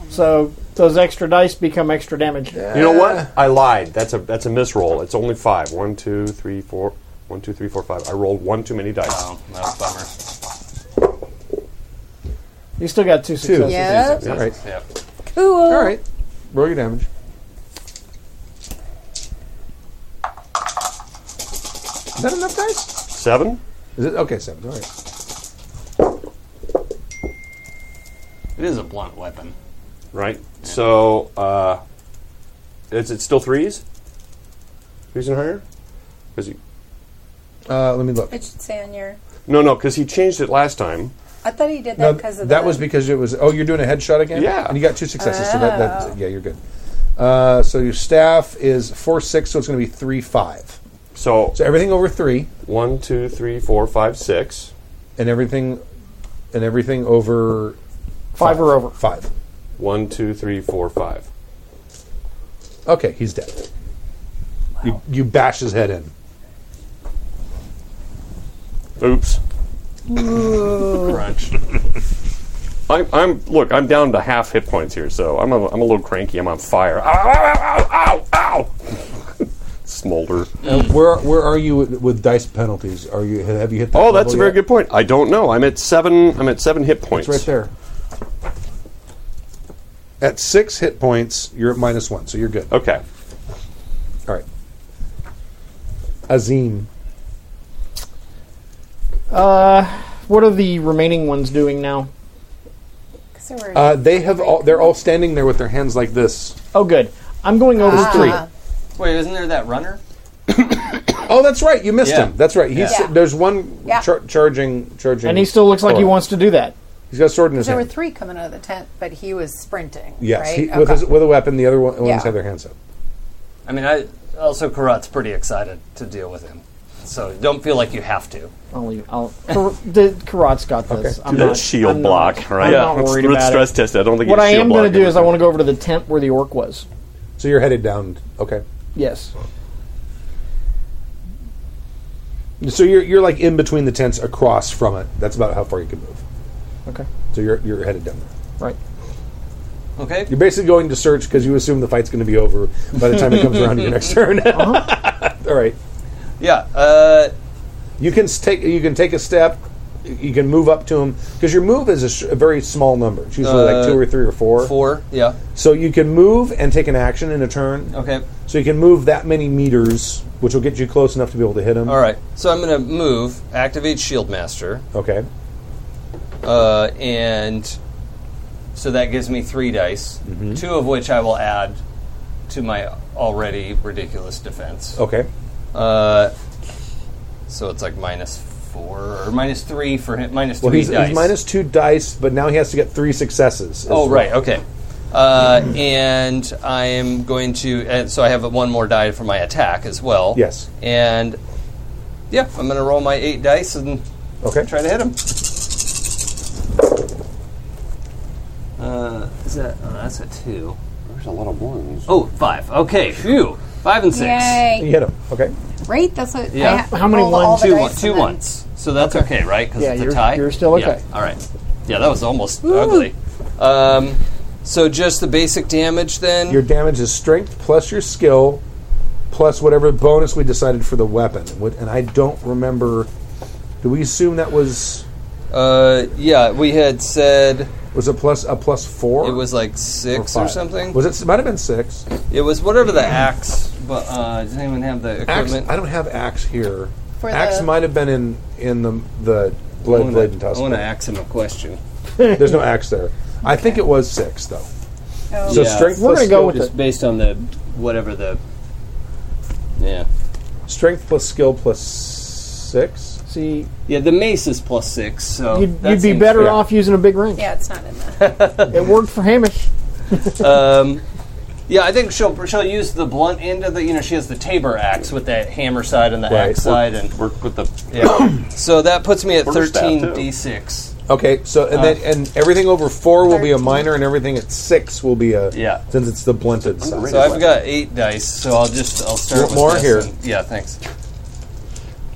S5: So those extra dice become extra damage.
S7: You know what? I lied. That's a that's a misroll. It's only five. One, two, three, four. One, two, three, four, five. I rolled one too many dice.
S10: Oh, that's a bummer.
S5: You still got two successes.
S2: Yeah.
S3: All right.
S2: Cool.
S3: All right. Roll your damage. Is that enough dice?
S7: Seven.
S3: Is it okay? Seven. All right.
S10: It is a blunt weapon.
S7: Right. So, uh, is it still threes? Threes and higher? Because he
S3: Uh, let me look.
S2: It should say on your.
S7: no, no, because he changed it last time.
S2: I thought he did
S3: No,
S2: that because of
S3: that
S2: the-
S3: was because it was. Oh, you're doing a headshot again.
S7: Yeah.
S3: and you got two successes. So that,
S2: Oh.
S3: that yeah, you're good. Uh, so your staff is four six, so it's going to be three five.
S7: So
S3: So everything over three,
S7: one, two, three, four, five, six.
S3: and everything, and everything over
S5: Five or over.
S3: five.
S7: One, two, three, four, five.
S3: Okay, he's dead. You you bash his head in.
S7: Oops.
S10: Crunch.
S7: I'm, I'm look. I'm down to half hit points here, so I'm a, I'm a little cranky. I'm on fire. Ow! Ow! Ow! Ow! ow. Smolder.
S3: And where where are you with, with dice penalties? Are you have you hit? That
S7: Oh, that's a
S3: level
S7: very
S3: yet?
S7: good point. I don't know. I'm at seven. I'm at seven hit points.
S3: It's right there. At six hit points, you're at minus one, so you're good.
S7: Okay.
S3: All right. Azim.
S5: Uh, what are the remaining ones doing now?
S3: Uh, they have all. They're all standing there with their hands like this.
S5: Oh, good. I'm going over
S2: Ah.
S3: There's
S5: to
S3: three.
S10: Wait, isn't there that runner?
S3: Oh, that's right. You missed
S10: Yeah.
S3: him. That's right. He's
S2: Yeah.
S3: there's one
S2: Yeah.
S3: char- charging charging,
S5: And he still looks like he
S3: sword.
S5: wants to do that.
S3: He's got a sword in his
S2: There were
S3: hand.
S2: three coming out of the tent, but he was sprinting.
S3: yes,
S2: right?
S3: he, with,
S2: Okay.
S3: his, with a weapon. The other one, ones
S2: Yeah.
S3: have their hands up.
S10: I mean, I also Karat's pretty excited to deal with him, so don't feel like you have to.
S5: I'll leave. I'll. Kar- the Karat's got this.
S7: Okay.
S5: I'm
S7: That
S5: not,
S7: shield
S5: I'm
S7: block,
S5: not,
S7: right?
S5: I'm
S7: Yeah.
S5: not
S7: Let's-
S5: worried
S7: let's
S5: about
S7: stress
S5: it.
S7: test it. I don't think
S5: What
S7: it's
S5: I
S7: shield
S5: am going
S7: block
S5: to do is I
S7: everything.
S5: want to go over to the tent where the orc was.
S3: So you're headed down. Okay.
S5: Yes.
S3: So you're you're like in between the tents, across from it. That's about how far you can move.
S5: Okay.
S3: So you're you're headed down there.
S5: Right.
S10: Okay.
S3: You're basically going to search because you assume the fight's going to be over by the time it comes around to your next turn.
S2: Uh-huh.
S3: All right.
S10: Yeah. Uh,
S3: You can s- take you can take a step, you can move up to him because your move is a, sh- a very small number. It's usually like
S10: Uh,
S3: two or three or four.
S10: Four, yeah.
S3: So you can move and take an action in a turn.
S10: Okay.
S3: So you can move that many meters, which will get you close enough to be able to hit him.
S10: All right, so I'm going to move, activate Shield Master.
S3: Okay.
S10: Uh, and so that gives me three dice, two of which I will add to my already ridiculous defense.
S3: Okay.
S10: Uh, so it's like minus four or minus three for him. Minus
S3: Well,
S10: three
S3: he's,
S10: dice.
S3: he's minus two dice, but now he has to get three successes. as
S10: oh,
S3: well.
S10: right. Okay. Uh, and I am going to. And so I have one more die for my attack as well.
S3: Yes.
S10: And yeah, I'm going to roll my eight dice and
S3: okay.
S10: try to hit him. Uh, is that? Oh, that's a two.
S7: There's a lot of ones.
S10: Oh, five. Okay. Phew. Five and six.
S19: Yay. You hit
S3: him. Okay.
S19: Right? That's what I
S10: Yeah.
S19: ha- rolled all the
S10: Two,
S19: dice
S10: one- two
S19: and then-
S10: ones. So that's okay, right? Because
S5: Yeah,
S10: it's
S5: you're-
S10: a tie.
S5: you're still
S10: Yeah.
S5: okay.
S10: All right. Yeah, that was almost ugly. Um, so just the basic damage then.
S3: Your damage is strength plus your skill plus whatever bonus we decided for the weapon. What- And I don't remember. Do we assume that was
S10: Uh, yeah, we had said
S3: was it plus a plus four?
S10: it was like six or,
S3: five?
S10: something.
S3: Was it? Might have been six.
S10: It was whatever the axe. But uh, does anyone have the
S3: Axe.
S10: equipment?
S3: I don't have axe here.
S10: For
S3: axe
S10: the-
S3: might have been in in the the blade,
S10: wanna-
S3: blade and tusk.
S10: I wanna axe him a question.
S3: There's no axe there. I think it was six though.
S2: oh,
S3: So strength. plus skill-
S20: just based on the whatever the yeah
S3: strength plus skill plus six.
S5: See,
S20: yeah, the mace is plus six, so
S10: Oh,
S5: You'd, you'd be better off using a big ring.
S19: Yeah, it's not in that.
S5: it worked for Hamish.
S10: um, yeah, I think she'll she'll use the blunt end of the you know she has the Tabor axe with that hammer side and the
S3: Right.
S10: axe side and
S7: work with the
S10: yeah. so that puts me at
S3: Quarterstaff, too.
S10: thirteen d six.
S3: Okay, so and
S10: Uh,
S3: then and everything over four will be a minor, and everything at six will be a
S10: Yeah.
S3: Since it's the blunted side.
S10: So I've got eight dice. So I'll just I'll start
S3: Want
S10: with
S3: more
S10: this
S3: here?
S10: and- yeah, thanks.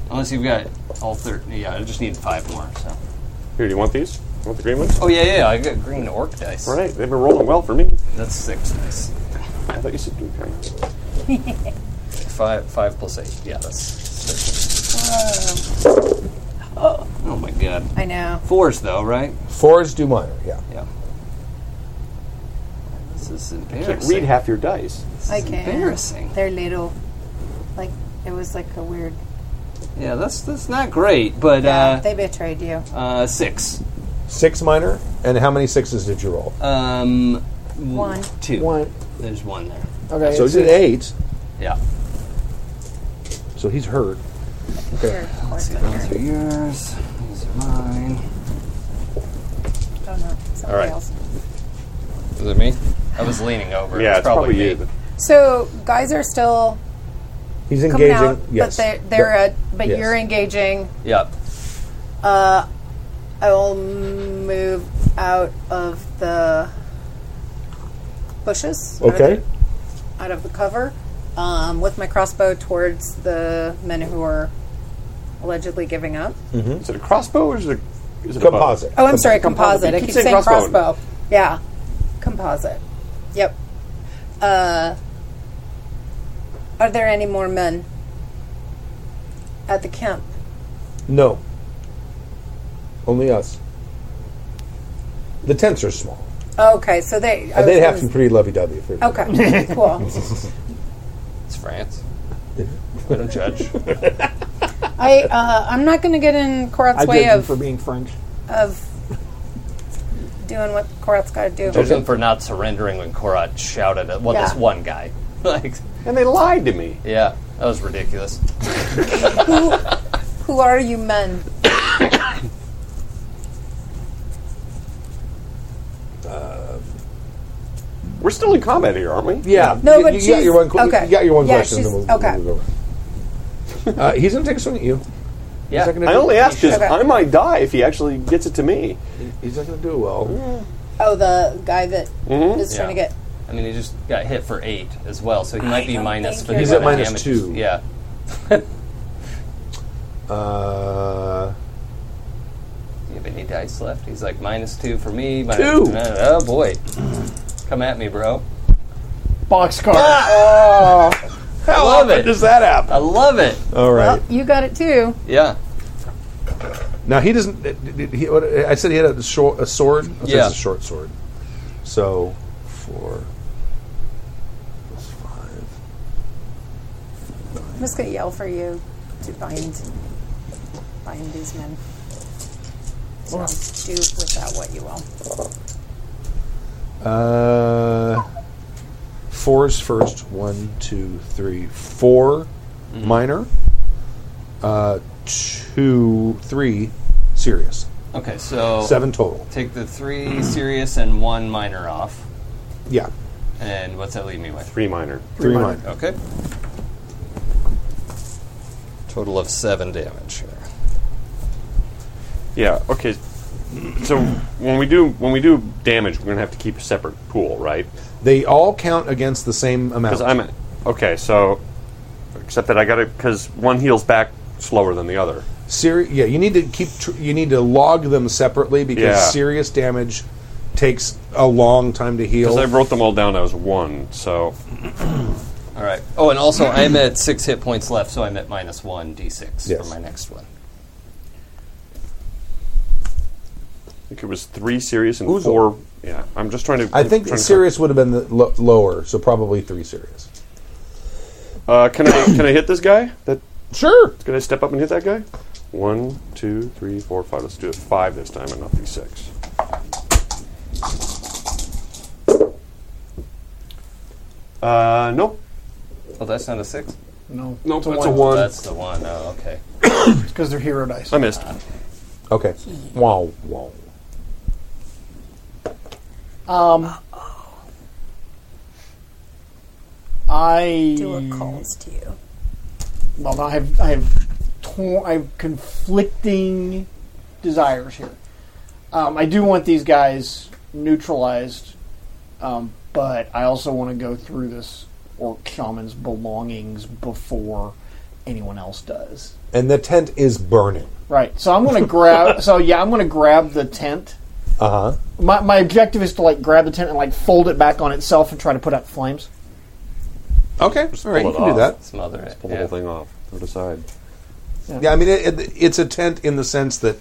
S10: Unless you've got all thirteen. Yeah, I just need five more. So.
S7: Here, do you want these? You want the green ones?
S10: Oh yeah, yeah, yeah, I got green orc dice.
S7: All right, they've been rolling well for me.
S10: That's six dice.
S7: I thought you said do kind.
S10: Five five plus eight. Yeah, that's.
S19: Oh.
S10: Oh my god.
S19: I know.
S10: Fours though, right?
S3: Fours do minor. Yeah.
S10: Yeah. This is
S7: I
S10: embarrassing.
S7: can't read half your dice.
S19: I can.
S10: embarrassing.
S19: They're little. Like, it was like a weird.
S10: Yeah, that's that's not great, but
S19: Yeah,
S10: uh,
S19: they betrayed you.
S10: uh, six.
S3: Six minor, and how many sixes did you roll?
S10: Um, w-
S19: One.
S10: two.
S5: One.
S10: There's one there.
S3: so you did eight.
S10: Yeah.
S3: So he's hurt. Okay.
S10: Let's see, those are yours. These are mine.
S19: Oh no. Somebody
S10: right.
S19: else.
S10: Is it me? I was leaning over.
S7: Yeah,
S10: It's
S7: it's probably,
S10: probably
S7: you.
S2: So guys are still
S3: He's
S2: coming
S3: engaging.
S2: out,
S3: yes.
S2: but they're, they're uh, but
S3: Yes.
S2: you're engaging.
S10: Yeah.
S2: Uh, I will move out of the bushes. out of
S3: Okay.
S2: the- Out of the cover, um, with my crossbow towards the men who are allegedly giving up.
S3: Mhm.
S7: Is it a crossbow or is it a, is it a bow?
S3: Composite.
S2: Oh, I'm sorry, composite.
S7: You
S2: I
S7: keep
S2: keep
S7: saying
S2: saying
S7: crossbone.
S2: crossbow. Yeah, composite. Yep. Uh, are there any more men at the camp?
S3: No. Only us. The tents are small.
S2: Okay, Oh, so they. I
S3: And Uh, they'd
S2: was
S3: have
S2: gonna
S3: some pretty lovey-dovey. For
S2: Okay, cool.
S10: It's France. I don't judge.
S2: I uh, I'm not going to get in Korat's
S5: I
S2: way
S5: judge him
S2: of
S5: for being French.
S2: of doing what Korat's got to do.
S10: Judge him for not surrendering when Korat shouted at well, this
S2: Yeah.
S10: one guy. like,
S7: And they lied to me.
S10: yeah, that was ridiculous.
S2: who, who are you men?
S7: We're still in combat here, aren't we?
S3: Yeah.
S2: No,
S3: you,
S2: but
S3: you got your
S2: she's-
S3: one. que-
S2: okay.
S3: You got your one
S2: Yeah,
S3: question.
S2: she's-
S3: then we'll,
S2: okay.
S3: we'll go around. uh, he's going to take a swing at you.
S10: Yeah.
S3: He's not gonna
S7: I
S3: do-
S7: only asked because
S2: Okay.
S7: I might die if he actually gets it to me.
S3: He's not going to do well.
S2: Oh, the guy that is
S7: Mhm.
S2: trying to
S10: Yeah.
S2: get.
S10: I mean, he just got hit for eight as well, so he might be
S2: don't
S10: minus.
S2: think
S10: for
S2: you're
S10: the
S2: He's at
S10: amount of
S3: minus
S10: damage.
S3: two.
S10: Yeah.
S3: Uh,
S10: Do you have any dice left? He's like minus two for me. Minus
S3: Two.
S10: Oh boy, come at me, bro.
S5: Boxcar.
S10: I love it.
S3: does that happen?
S2: oh,
S10: I love it.
S3: All right.
S2: You got it too.
S10: Yeah.
S3: Now he doesn't. He, I said he had a, short, a sword. That's
S10: Yeah.
S3: a short sword. So four plus five.
S2: I'm just gonna yell for you to bind bind these men. So do with that what you will.
S3: Uh, fours first. One, two, three, four minor. Uh, two, three serious.
S10: Okay, so
S3: seven total.
S10: Take the three serious and one minor off.
S3: Yeah.
S10: And what's that leave me with?
S7: Three minor.
S3: Three Three minor. minor.
S10: Okay. Total of seven damage here.
S7: Yeah. Okay. So when we do when we do damage, we're gonna have to keep a separate pool, right?
S3: They all count against the same amount.
S7: Because I'm at, okay. So except that I gotta because one heals back slower than the other.
S3: Seri- yeah, you need to keep. Tr- you need to log them separately because
S7: Yeah.
S3: serious damage takes a long time to
S7: Because
S3: heal.
S7: I wrote them all down as one. So
S10: All right. Oh, and also I'm at six hit points left, so I'm at minus one d6
S7: Yes.
S10: for my next one.
S7: I think it was three serious and
S3: Uzo.
S7: four. Yeah. I'm just trying to.
S3: I think
S7: trying to-
S3: serious would have been the lo- lower, so probably three serious.
S7: Uh, can I can I hit this guy? That
S3: sure.
S7: Can I step up and hit that guy? One, two, three, four, five. Let's do it five this time and not be six. Uh, nope.
S10: Well, Oh, that's not a six.
S5: No.
S7: Nope,
S5: It's a
S7: that's
S5: one.
S7: a one.
S10: That's the one. Oh, okay.
S5: because they're hero dice.
S7: I missed.
S3: Okay.
S5: Hmm.
S3: Wow. Wow.
S5: Um, I
S2: Do a calls to you.
S5: Well, I have I have tor- I have conflicting desires here. Um, I do want these guys neutralized, um, but I also want to go through this orc shaman's belongings before anyone else does.
S3: And the tent is burning.
S5: Right. So I'm going to grab. so yeah, I'm going to grab the tent.
S3: Uh
S7: Uh-huh.
S3: huh.
S5: My, my objective is to like grab the tent and like fold it back on itself and try to put out flames.
S3: Okay. All right.
S7: pull
S3: You
S7: it
S3: can do
S7: off.
S3: that.
S10: Smother it.
S7: Pull the whole thing off. Put it aside.
S5: Yeah.
S3: I mean, it, it, it's a tent in the sense that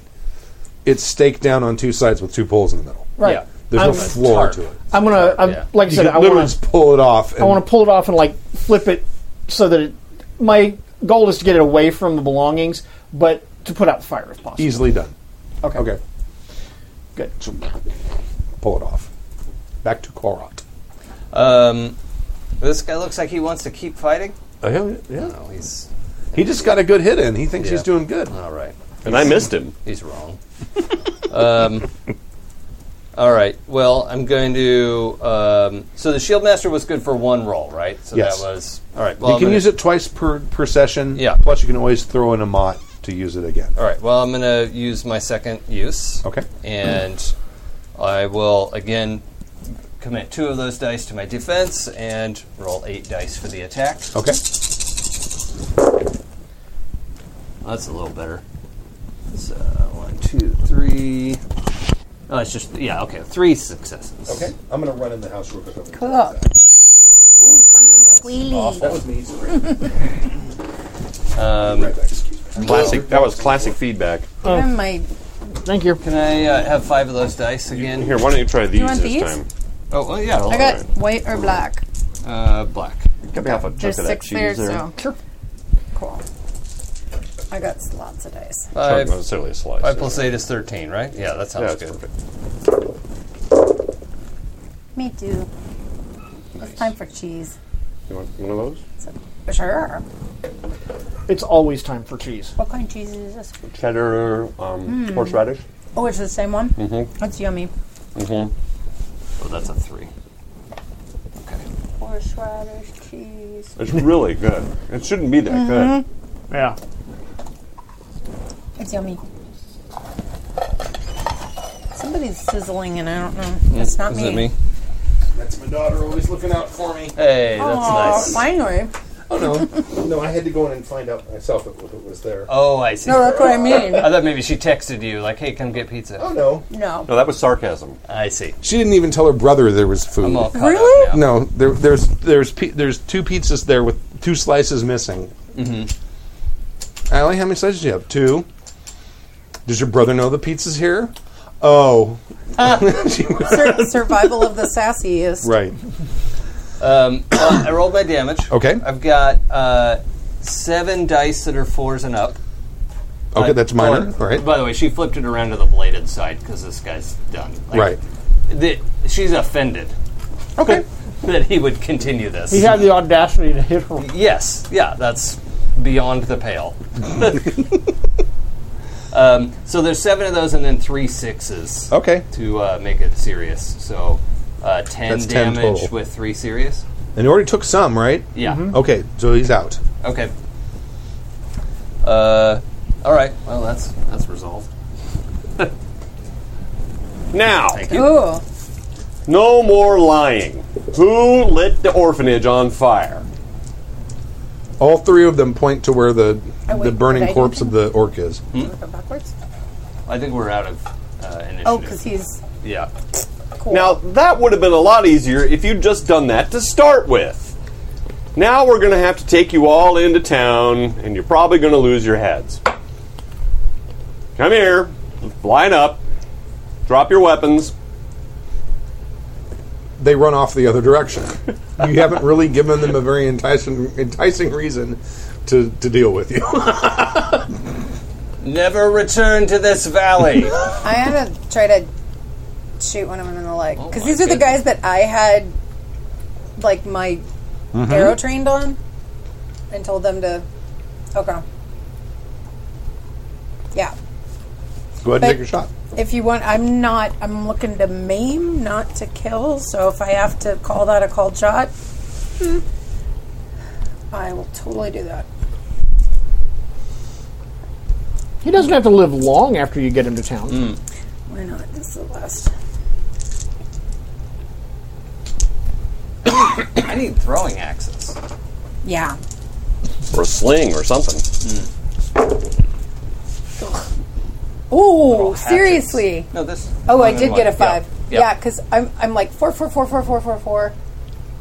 S3: it's staked down on two sides with two poles in the middle.
S5: Right. Yeah.
S3: There's
S5: I'm-
S3: no floor
S5: Tarp.
S3: to it.
S5: I'm gonna, I'm, like
S3: You
S5: I said,
S3: could
S5: I
S3: literally
S5: want
S3: just pull it off.
S5: I want to pull it off and like flip it so that it. My goal is to get it away from the belongings, but to put out fire if possible.
S3: Easily done.
S5: Okay.
S3: Okay.
S5: Good.
S3: Pull it off. Back to Korot.
S10: Um, this guy looks like he wants to keep fighting.
S3: Oh, yeah, yeah.
S10: No, he's
S3: He just got a good hit in. He thinks he's
S10: Yeah.
S3: doing good.
S10: all right.
S7: And I missed him.
S10: He's wrong. um, all right. Well, I'm going to. Um, so the shield master was good for one roll, right? So
S3: Yes.
S10: that was all right. Well,
S3: you
S10: I'm
S3: can
S10: gonna-
S3: use it twice per, per session.
S10: Yeah.
S3: Plus, you can always throw in a mot to use it again.
S10: All right. Well, I'm going to use my second use.
S3: Okay.
S10: And I will again commit two of those dice to my defense and roll eight dice for the attack.
S3: Okay.
S10: Oh, That's a little better. So one, two, three. Oh, it's just yeah. Okay, three successes.
S3: I'm going to run in the house real quick.
S4: Ooh, something squealy.
S3: That was me.
S10: Um,
S7: Classic. That was classic feedback.
S4: Give him my.
S5: Thank you.
S10: Can I uh, have five of those dice again?
S7: Here, why don't you try these
S4: want
S7: this
S4: these?
S7: time?
S10: Oh, well, yeah.
S4: I got white or black.
S10: uh, black.
S7: Cut me off a chunk
S4: There's
S7: of that
S4: six
S7: cheese
S4: there,
S7: there.
S4: so.
S2: Cool. I got lots of dice.
S10: Five.
S7: Not necessarily a slice.
S10: Five
S7: yeah.
S10: plus eight is thirteen, right? Yeah, that
S7: Yeah,
S10: sounds
S7: it's
S10: good.
S7: perfect.
S2: Me too. It's time for cheese.
S7: You want one of those?
S2: Sure.
S5: It's always time for cheese.
S2: What kind of cheese is this?
S7: Cheddar, um,
S2: Mm.
S7: horseradish.
S2: Oh, it's the same one?
S7: Mhm.
S2: That's yummy.
S7: Mm-hmm.
S10: Oh, that's a three.
S2: Horseradish cheese.
S7: It's really good. It shouldn't be that
S2: Mhm.
S7: good.
S5: Yeah.
S2: It's yummy. Somebody's sizzling and I don't know.
S10: Mm,
S2: It's not
S10: is
S2: me.
S10: it me?
S3: That's my daughter always looking out for me.
S10: Hey, that's
S2: Aw,
S10: nice.
S2: finally.
S3: Oh, no. no, I had to go in and find out myself if it was there.
S10: Oh, I see.
S2: No, that's what I mean.
S10: I thought maybe she texted you like, "Hey, come get pizza."
S3: Oh, no.
S2: No.
S7: No, that was sarcasm.
S10: I see.
S3: She didn't even tell her brother there was food.
S10: I'm all caught
S2: Really?
S10: up now.
S3: No, there, there's there's pi- there's two pizzas there with two slices missing.
S10: Mm-hmm.
S3: Allie, how many slices do you have? Two. Does your brother know the pizza's here? Oh.
S2: Sur- survival of the sassiest.
S3: Right.
S10: Um, well, I rolled my damage.
S3: Okay.
S10: I've got uh, seven dice that are fours and up.
S3: Okay,
S10: Like,
S3: that's minor.
S10: or-
S3: All right.
S10: By the way, she flipped it around to the bladed side because this guy's done. Like,
S3: Right.
S10: The, she's offended.
S3: Okay.
S10: that he would continue this.
S5: He had the audacity to hit her.
S10: Yes, yeah, that's beyond the pale. um, so there's seven of those, and then three sixes.
S3: Okay.
S10: To uh, make it serious, so uh, ten
S3: That's 10
S10: damage
S3: total.
S10: with three serious.
S3: And he already took some, right?
S10: Yeah.
S2: Mm-hmm.
S10: Mhm.
S3: Okay, so he's out.
S10: Okay. Uh, all right. Well, that's that's resolved.
S4: Now,
S2: Ooh.
S4: no more lying. Who lit the orphanage on fire?
S3: All three of them point to where the
S2: Oh, wait,
S3: the
S2: did I
S3: burning
S2: do
S3: corpse of the orc is.
S10: Hmm?
S2: Backwards.
S10: I think we're out of uh, initiative.
S2: Oh, because he's
S10: yeah.
S4: Now, that would have been a lot easier if you'd just done that to start with. Now we're going to have to take you all into town, and you're probably going to lose your heads. Come here, line up, drop your weapons.
S3: They run off the other direction. you haven't really given them a very enticing enticing reason to, to deal with you.
S10: Never return to this valley.
S2: I had to try to shoot one of them in the leg because
S10: Oh my
S2: these are the
S10: goodness.
S2: guys that I had like my
S10: Mhm.
S2: arrow trained on, and told them to. Okay. Yeah.
S3: Go ahead
S2: But-
S3: and take your shot.
S2: If you want, I'm not. I'm looking to maim, not to kill. So if I have to call that a called shot, hmm, I will totally do that.
S5: He doesn't have to live long after you get him to town.
S3: Mm.
S2: Why not? This is the last.
S10: I need throwing axes.
S2: Yeah.
S4: Or a sling or something.
S2: Oh, seriously?
S10: No, this.
S2: Oh, I
S10: one
S2: did
S10: and
S2: get a
S10: one. Yeah.
S2: five.
S10: Yeah.
S2: Yeah, because I'm I'm like four four four four four four four.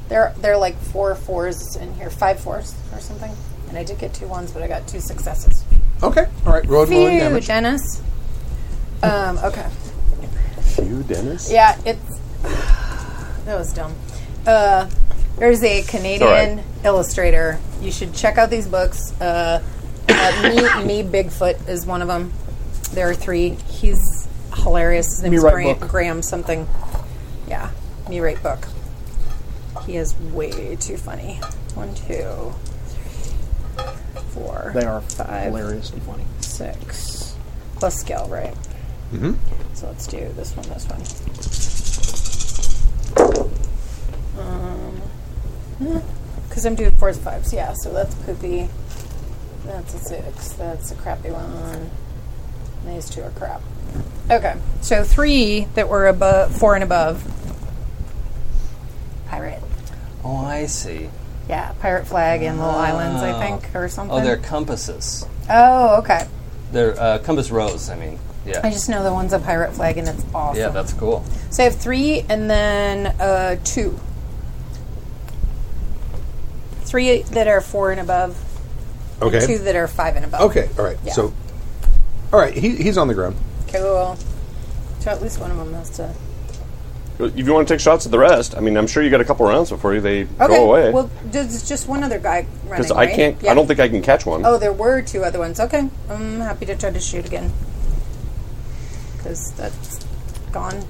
S2: There there are like four fours in here, five fours or something. And I did get two ones, but I got two successes.
S3: Okay. All right. Roll
S2: Phew,
S3: rolling damage.
S2: Dennis. Um. Okay.
S4: You, Dennis?
S2: Yeah. It's that was dumb. Uh, there's a Canadian
S4: It's
S2: illustrator. You should check out these books. Uh, uh, me, me Bigfoot is one of them. There are three. He's hilarious. His
S5: Me
S2: name's
S5: Right
S2: Graham,
S5: Book.
S2: Graham something. Yeah, me right book. He is way too funny. One, two, three, four.
S5: They are
S2: five,
S5: hilariously funny.
S2: Six plus skill, right?
S10: Mm-hmm.
S3: Mhm.
S2: So let's do this one. This one. Because Um, eh, I'm doing fours and fives, yeah. So that's poopy. That's a six. That's a crappy one. And these two are crap. Okay, so three that were above, four and above. Pirate,
S10: Oh, I see.
S2: yeah, pirate flag and little islands, I think, or something.
S10: Oh, they're compasses.
S2: Oh, okay.
S10: They're uh, compass rows. I mean, yeah.
S2: I just know the one's a pirate flag and it's awesome.
S10: Yeah, that's cool.
S2: So I have three and then uh, two. Three that are four and above. and
S3: Okay.
S2: Two that are five and above.
S3: Okay. All right.
S2: Yeah.
S3: So. All right. He, he's on the ground.
S2: Cool. So at least one of them has to. Mm-hmm.
S4: If you want to take shots at the rest, I mean, I'm sure you got a couple rounds before they
S2: Okay.
S4: go away.
S2: Well, there's just one other guy running.
S4: Because I
S2: right?
S4: can't,
S2: Yeah.
S4: I don't think I can catch one.
S2: Oh, there were two other ones. Okay. I'm happy to try to shoot again. Because that's gone.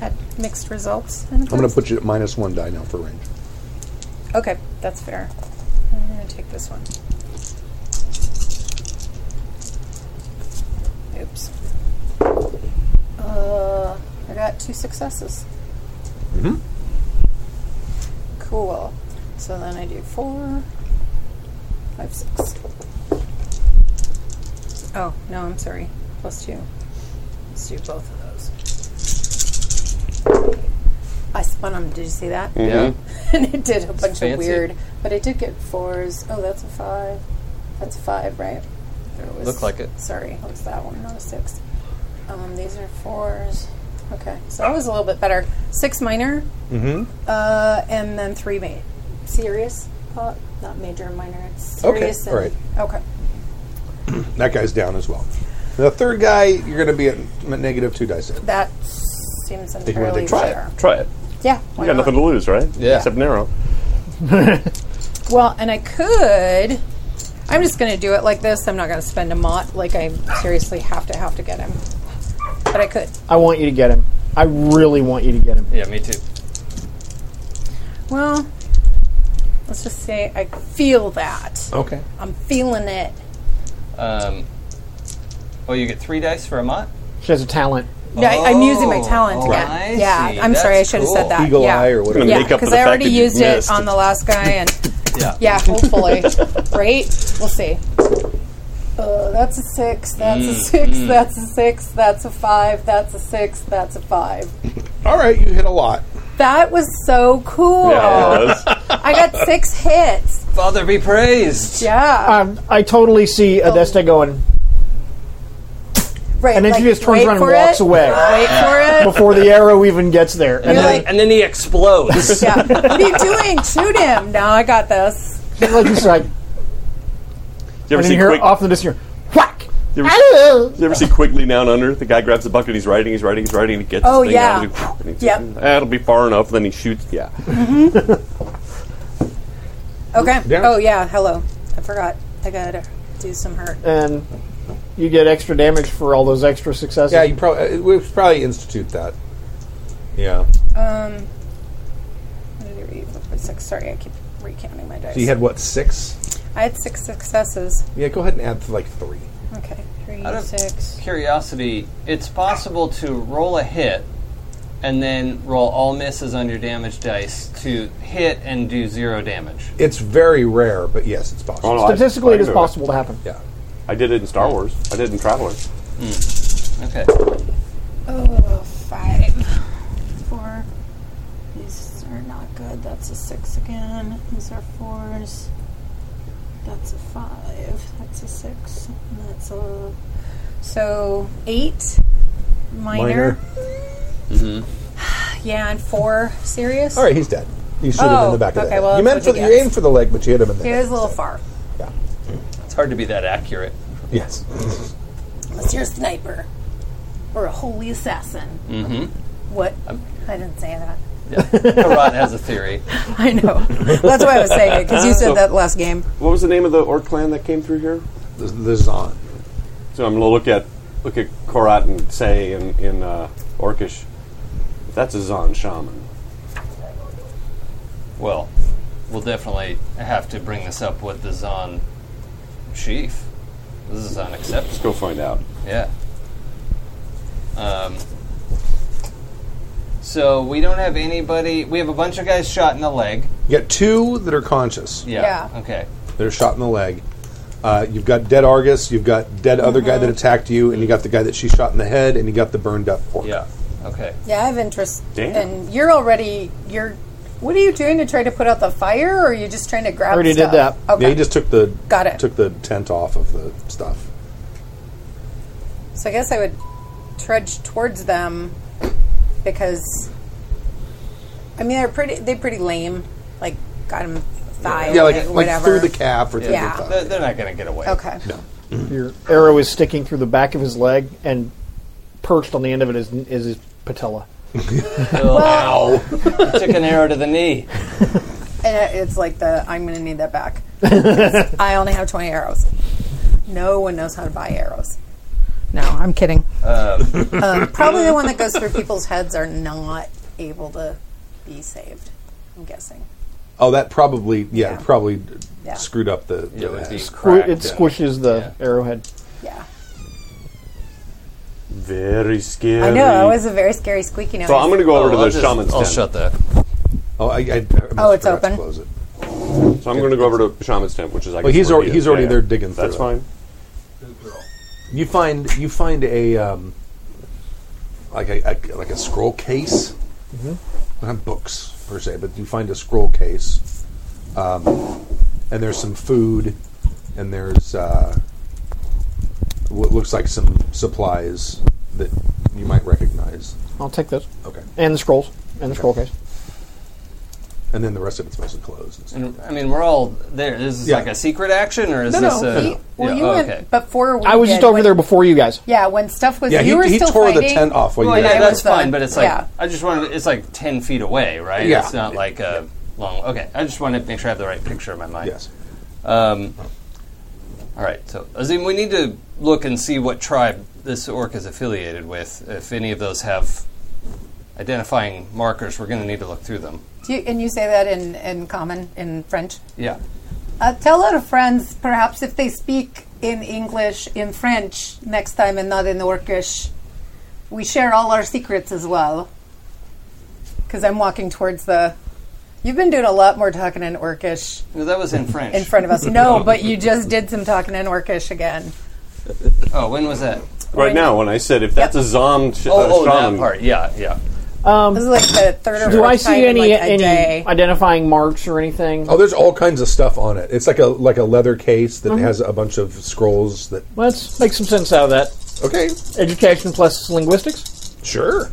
S2: Had mixed results. in the
S3: I'm going to
S2: past.
S3: put you at minus one die now for range.
S2: Okay, that's fair. I'm going to take this one. Oops. Uh, I got two successes.
S3: Mm-hmm.
S2: Cool. So then I do four, five, six. Oh, no, I'm sorry. Plus two. Let's do both of those. I spun them. Did you see that?
S10: Yeah.
S2: and it did a bunch
S10: fancy.
S2: of weird. But I did get fours. Oh, that's a five. That's a five, right? There it was-
S10: Looked like it.
S2: Sorry, it was that one, not a six. Um, these are fours. Okay, so that was a little bit better. Six minor,
S3: Mm-hmm.
S2: uh, and then three major. Serious, uh, not major and minor. It's
S3: Okay,
S2: serious.
S3: all right.
S2: And, okay.
S3: That guy's down as well. The third guy, you're going to be at m- negative two dice.
S2: That seems
S3: Think you wanna
S2: entirely
S3: take- try it.
S2: fair.
S4: Try it.
S2: Yeah,
S4: You
S2: why
S4: got
S2: not?
S4: nothing to lose, right?
S3: Yeah.
S4: Except an arrow.
S2: Well, and I could. I'm just going to do it like this. I'm not going to spend a mot. Like I seriously have to have to get him, but I could.
S5: I want you to get him. I really want you to get him.
S17: Yeah, me too.
S2: Well, let's just say I feel that.
S17: Oh.
S3: Okay.
S2: I'm feeling it.
S17: Um, oh, you get three dice for a mot?
S5: She has a talent.
S2: Yeah, I- I'm using my
S17: Oh,
S2: talent
S17: oh,
S2: again.
S17: I
S2: yeah,
S17: see.
S2: I'm sorry, I
S17: That's
S2: should have
S17: cool.
S2: said that.
S17: Eagle
S2: yeah.
S17: eye or whatever.
S2: Yeah,
S17: Make up for
S2: because
S17: the
S2: I
S17: fact
S2: already
S17: that you
S2: used it
S17: missed.
S2: on the last guy, and
S17: Yeah.
S2: yeah, hopefully, right? We'll see. Uh, that's a six. That's a
S3: Mm,
S2: six.
S3: mm.
S2: That's a six. That's a five. That's a six. That's a five.
S3: All right, you hit a lot.
S2: That was so cool. I got six hits.
S17: Father be praised. Uh,
S2: Yeah.
S5: Um, I totally see Adesta going.
S2: Right,
S5: and then
S2: like,
S5: she just turns
S2: wait
S5: around and
S2: for
S5: walks
S2: it,
S5: away.
S2: wait for it.
S5: Before the arrow even gets there.
S17: And, then, and then he explodes.
S2: yeah. What are you doing? Shoot him! No, I got this.
S5: She's like, she's like,
S4: You ever
S5: and
S4: see
S5: you hear
S4: quick?
S5: off in the distance, whack!
S4: You
S5: ever,
S4: you ever see Quigley down under? The guy grabs the bucket. He's riding. He's riding. He's riding. And he gets.
S2: Oh,
S4: his thing
S2: yeah.
S4: out, and he- and he-
S2: Yep.
S4: That'll be far enough. And then he shoots. Yeah.
S2: Okay.
S5: Yeah.
S2: Oh yeah. Hello. I forgot. I gotta do some hurt.
S5: And you get extra damage for all those extra successes.
S3: Yeah, you probably we should probably institute that. Yeah.
S2: Um. what did I read? What was six? Sorry, I keep recounting my dice.
S3: So you had what six?
S2: I had six successes.
S3: Yeah, go ahead and add like three.
S2: Okay, three,
S17: Out of
S2: six.
S17: curiosity, it's possible to roll a hit and then roll all misses on your damage dice to hit and do zero damage.
S3: It's very rare, but yes, it's possible.
S4: Oh, no, I- I agree with
S5: to happen.
S3: Yeah.
S4: I did it in Star Wars. I did it in Travelers.
S17: Okay.
S2: Oh, five, four. These are not good. That's a six again. These are fours. That's a five. That's a six. And that's a so eight. Minor.
S17: Mm-hmm.
S2: Yeah, and four serious.
S3: All right, he's dead. You shoot him in
S2: Oh,
S3: the back of the
S2: okay,
S3: head.
S2: well,
S3: you meant
S2: that's
S3: for
S2: what
S3: the,
S2: he
S3: you
S2: gets.
S3: aimed for the leg, but you hit him in the
S2: It
S3: head.
S2: was a little far.
S17: It's hard to be that accurate.
S3: Yes.
S2: Unless you're a sniper or a holy assassin.
S17: Mm-hmm.
S2: What? I didn't say that.
S17: Yeah. Karate has a theory.
S2: I know. That's why I was saying it because you said
S4: So-
S2: that last game.
S4: What was the name of the orc clan that came through here?
S3: The, the Zon.
S4: So I'm gonna look at look at Korat and say in in uh, Orcish, that's a Zon shaman.
S17: Well, we'll definitely have to bring this up with the Zon chief. This is unacceptable.
S4: Let's go find out.
S17: Yeah. Um, so we don't have anybody. We have a bunch of guys shot in the leg.
S3: You got two that are conscious.
S17: Yeah. Okay.
S3: That are shot in the leg. Uh, you've got dead Argus. You've got dead other guy that attacked you, and you got the guy that she shot in the head, and you got the burned up orc.
S17: Yeah. Okay.
S2: Yeah, I have interest.
S3: Damn.
S2: And you're already you're. What are you doing to try to put out the fire, or are you just trying to grab? stuff? Okay.
S3: Yeah, he just took the
S2: Got it.
S3: took the tent off of the stuff.
S2: so I guess I would trudge towards them because I mean they're pretty. They're pretty lame. Like got him thigh.
S3: Yeah, like-
S2: or
S3: like
S2: whatever.
S3: through the calf or through the
S2: yeah.
S3: thigh.
S17: They're, they're not going to get away.
S2: Okay.
S5: Your arrow is sticking through the back of his leg, and perched on the end of it is, is his patella.
S17: Wow. Took an arrow to the knee.
S2: And it- it's like the I'm going to need that back. 'Cause I only have 20 arrows. No one knows how to buy arrows. No, I'm kidding.
S17: Um,
S2: Um, probably the one that goes through people's heads are not able to be saved. I'm guessing.
S3: Oh, that probably yeah, it probably
S2: Yeah.
S3: screwed up the.
S17: Yeah, it would be
S3: Squi-
S17: cracked,
S5: it
S17: yeah.
S5: squishes the arrowhead.
S2: Yeah.
S4: Very scary.
S2: I know. It was a very scary squeaky noise.
S4: So I'm gonna go over to
S17: I'll
S4: the
S17: just-
S4: shaman's
S17: I'll
S4: tent.
S17: shut that.
S3: Oh, I, I, I
S2: Oh,
S3: must
S2: it's
S3: forgot to
S2: open.
S3: Close it.
S4: So I'm gonna go over to shaman's tent, which is like.
S3: Well, he's already he's already there digging.
S4: That's
S3: through it.
S4: fine.
S3: You find you find a um, like a, a like a scroll case,
S4: Mm-hmm.
S3: not books per se, but you find a scroll case, um, and there's some food, and there's uh, what looks like some supplies that you might recognize.
S5: I'll take this.
S3: Okay.
S5: And the scrolls. And the scroll case.
S3: and then the rest of it's mostly closed.
S10: And, I mean, we're all there. This is
S3: Yeah.
S10: like a secret action, or is
S3: No,
S10: this
S3: no,
S10: a?
S3: he-
S2: well,
S10: yeah,
S2: you
S10: oh,
S2: went
S10: okay.
S2: before we
S5: I was just
S2: did,
S5: over
S2: when-
S5: there before you guys.
S2: Yeah, when stuff was
S3: Yeah, he-
S2: you were
S3: he
S2: still
S3: tore the
S2: fighting.
S3: tent off while you
S10: Well,
S3: guys-
S10: yeah,
S2: It
S10: that's
S2: was the-
S10: fine, but it's like
S2: yeah.
S10: I just wanted. It's like ten feet away, right?
S3: Yeah.
S10: It's not like a long. Okay, I just wanted to make sure I have the right picture in my mind.
S3: Yes.
S10: Um, all right, so Azim, we need to look and see what tribe this orc is affiliated with. If any of those have identifying markers, we're going to need to look through them.
S2: Do you, and you say that in, in common in French.
S10: Yeah.
S2: Uh, tell our friends, perhaps if they speak in English, in French next time, and not in Orcish, we share all our secrets as well. Because I'm walking towards the. You've been doing a lot more talking in Orcish
S10: Well, that was in French.
S2: in front of us. No, but you just did some talking in Orcish again.
S10: Oh, when was that?
S4: Right now, when I said if that's a zom, sh- uh,
S10: Oh, oh, that
S4: Shom-
S10: part. Yeah, yeah.
S5: Um,
S2: This is like the third or
S5: do
S2: fourth
S5: I see
S2: time in
S5: any
S2: like a
S5: any
S2: day.
S5: identifying marks or anything?
S3: Oh, there's all kinds of stuff on it. It's like a like a leather case that has a bunch of scrolls that.
S5: Let's make some sense out of that.
S3: Okay.
S5: Education plus linguistics,
S3: Sure.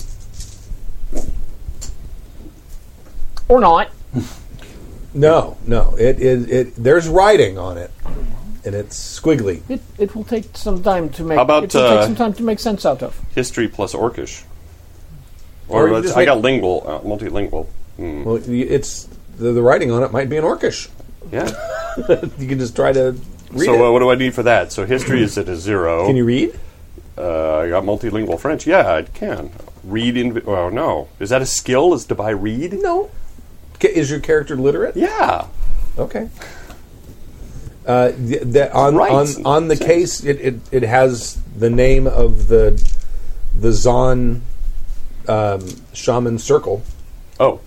S5: or not?
S3: No, no. It it, it there's writing on it, and it's squiggly.
S5: It, it will take some time to make.
S4: How about,
S5: it will
S4: uh,
S5: take some time to make sense out of?
S4: History plus Orcish.
S3: Or
S4: Or
S3: you
S4: let's,
S3: just
S4: I
S3: make-
S4: got lingual, uh, multilingual. Hmm.
S3: Well, y- it's the, the writing on it might be in Orcish.
S4: Yeah.
S3: you can just try to read
S4: so
S3: it.
S4: uh, what do I need for that? So history is at a zero.
S3: can you read?
S4: Uh, I got multilingual French. Yeah, I can read. In oh no, is that a skill? Is to buy read?
S3: No. Ca is your character literate?
S4: Yeah.
S3: Okay. Uh, th- that on,
S4: Right.
S3: on on the case, it, it, it has the name of the the Zon um, Shaman Circle.
S4: Oh.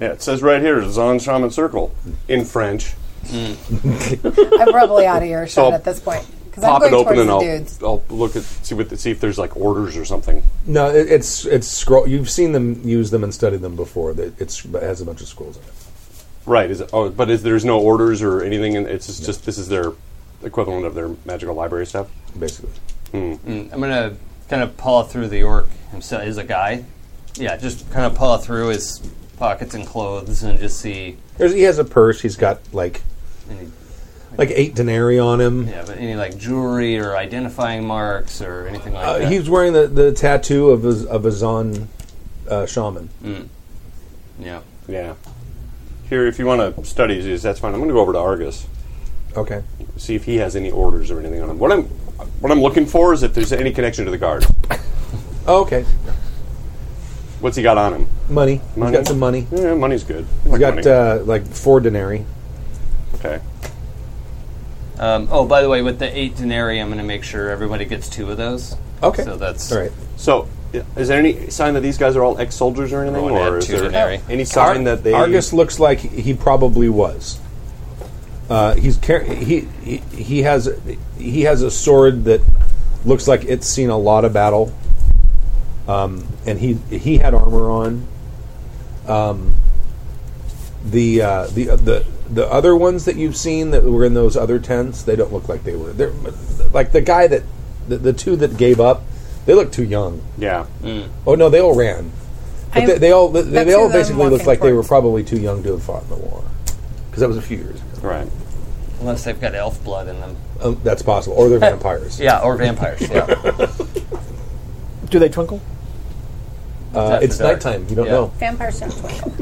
S4: Yeah, it says right here, Zon Shaman Circle in French.
S2: I'm probably out of earshot
S4: So I'll
S2: at this point because I'm
S4: Pop it
S2: going
S4: open
S2: towards
S4: and
S2: the
S4: I'll,
S2: dudes.
S4: I'll look at see what see if there's like orders or something.
S3: No, it, it's it's scroll. You've seen them use them and studied them before. That it's it has a bunch of scrolls in it.
S4: Right. Is it, oh, but is there's no orders or anything? And it's just, just this is their equivalent of their magical library stuff.
S3: Basically.
S10: Mm, I'm gonna kind of paw through the orc himself. He's a guy. Yeah, just kind of paw through his pockets and clothes and just see.
S3: There's, he has a purse. He's got like
S10: Any,
S3: like eight denarii on him.
S10: yeah, but any like jewelry or identifying marks or anything like
S3: Uh,
S10: that.
S3: he's wearing the, the tattoo of a, of a Zon uh, shaman.
S4: Mm.
S10: yeah.
S4: Yeah. Here, if you want to study these, that's fine. I'm going to go over to Argus
S3: Okay.
S4: see if he has any orders or anything on him. What I'm what I'm looking for is if there's any connection to the guard.
S3: Oh, okay.
S4: What's he got on him?
S3: Money.
S4: Money?
S3: He's got some money.
S4: Yeah, money's good. I
S3: He's
S4: like
S3: got
S4: money.
S3: uh, like four denarii.
S4: okay.
S10: Um, oh, by the way, with the eight denarii, I'm gonna make sure everybody gets two of those.
S3: Okay.
S10: So that's
S3: All right.
S4: So, i- is there any sign that these guys are all ex-soldiers or anything,
S10: Rowan had
S4: or is
S10: two
S4: there
S10: denarii.
S4: any sign that they?
S3: Argus looks like he probably was. Uh, he's car- he, he he has he has a sword that looks like it's seen a lot of battle, um, and he he had armor on. Um, the uh, the the the other ones that you've seen that were in those other tents, they don't look like they were. They're like the guy that the, the two that gave up, they look too young.
S4: Yeah.
S3: Oh no, they all ran. But
S2: I'm-
S3: they, they all they,
S2: that's
S3: they all
S2: who I'm
S3: basically looked
S2: walking
S3: like they were
S2: towards.
S3: probably too young to have fought in the war because that was a few years ago.
S4: Right.
S10: unless they've got elf blood in them.
S3: Um, that's possible, or they're vampires.
S10: Yeah, or vampires. Yeah.
S5: Do they twinkle?
S3: uh,
S10: After
S3: it's
S10: dark.
S3: nighttime. You don't
S10: Yeah.
S3: know.
S2: Vampires don't twinkle.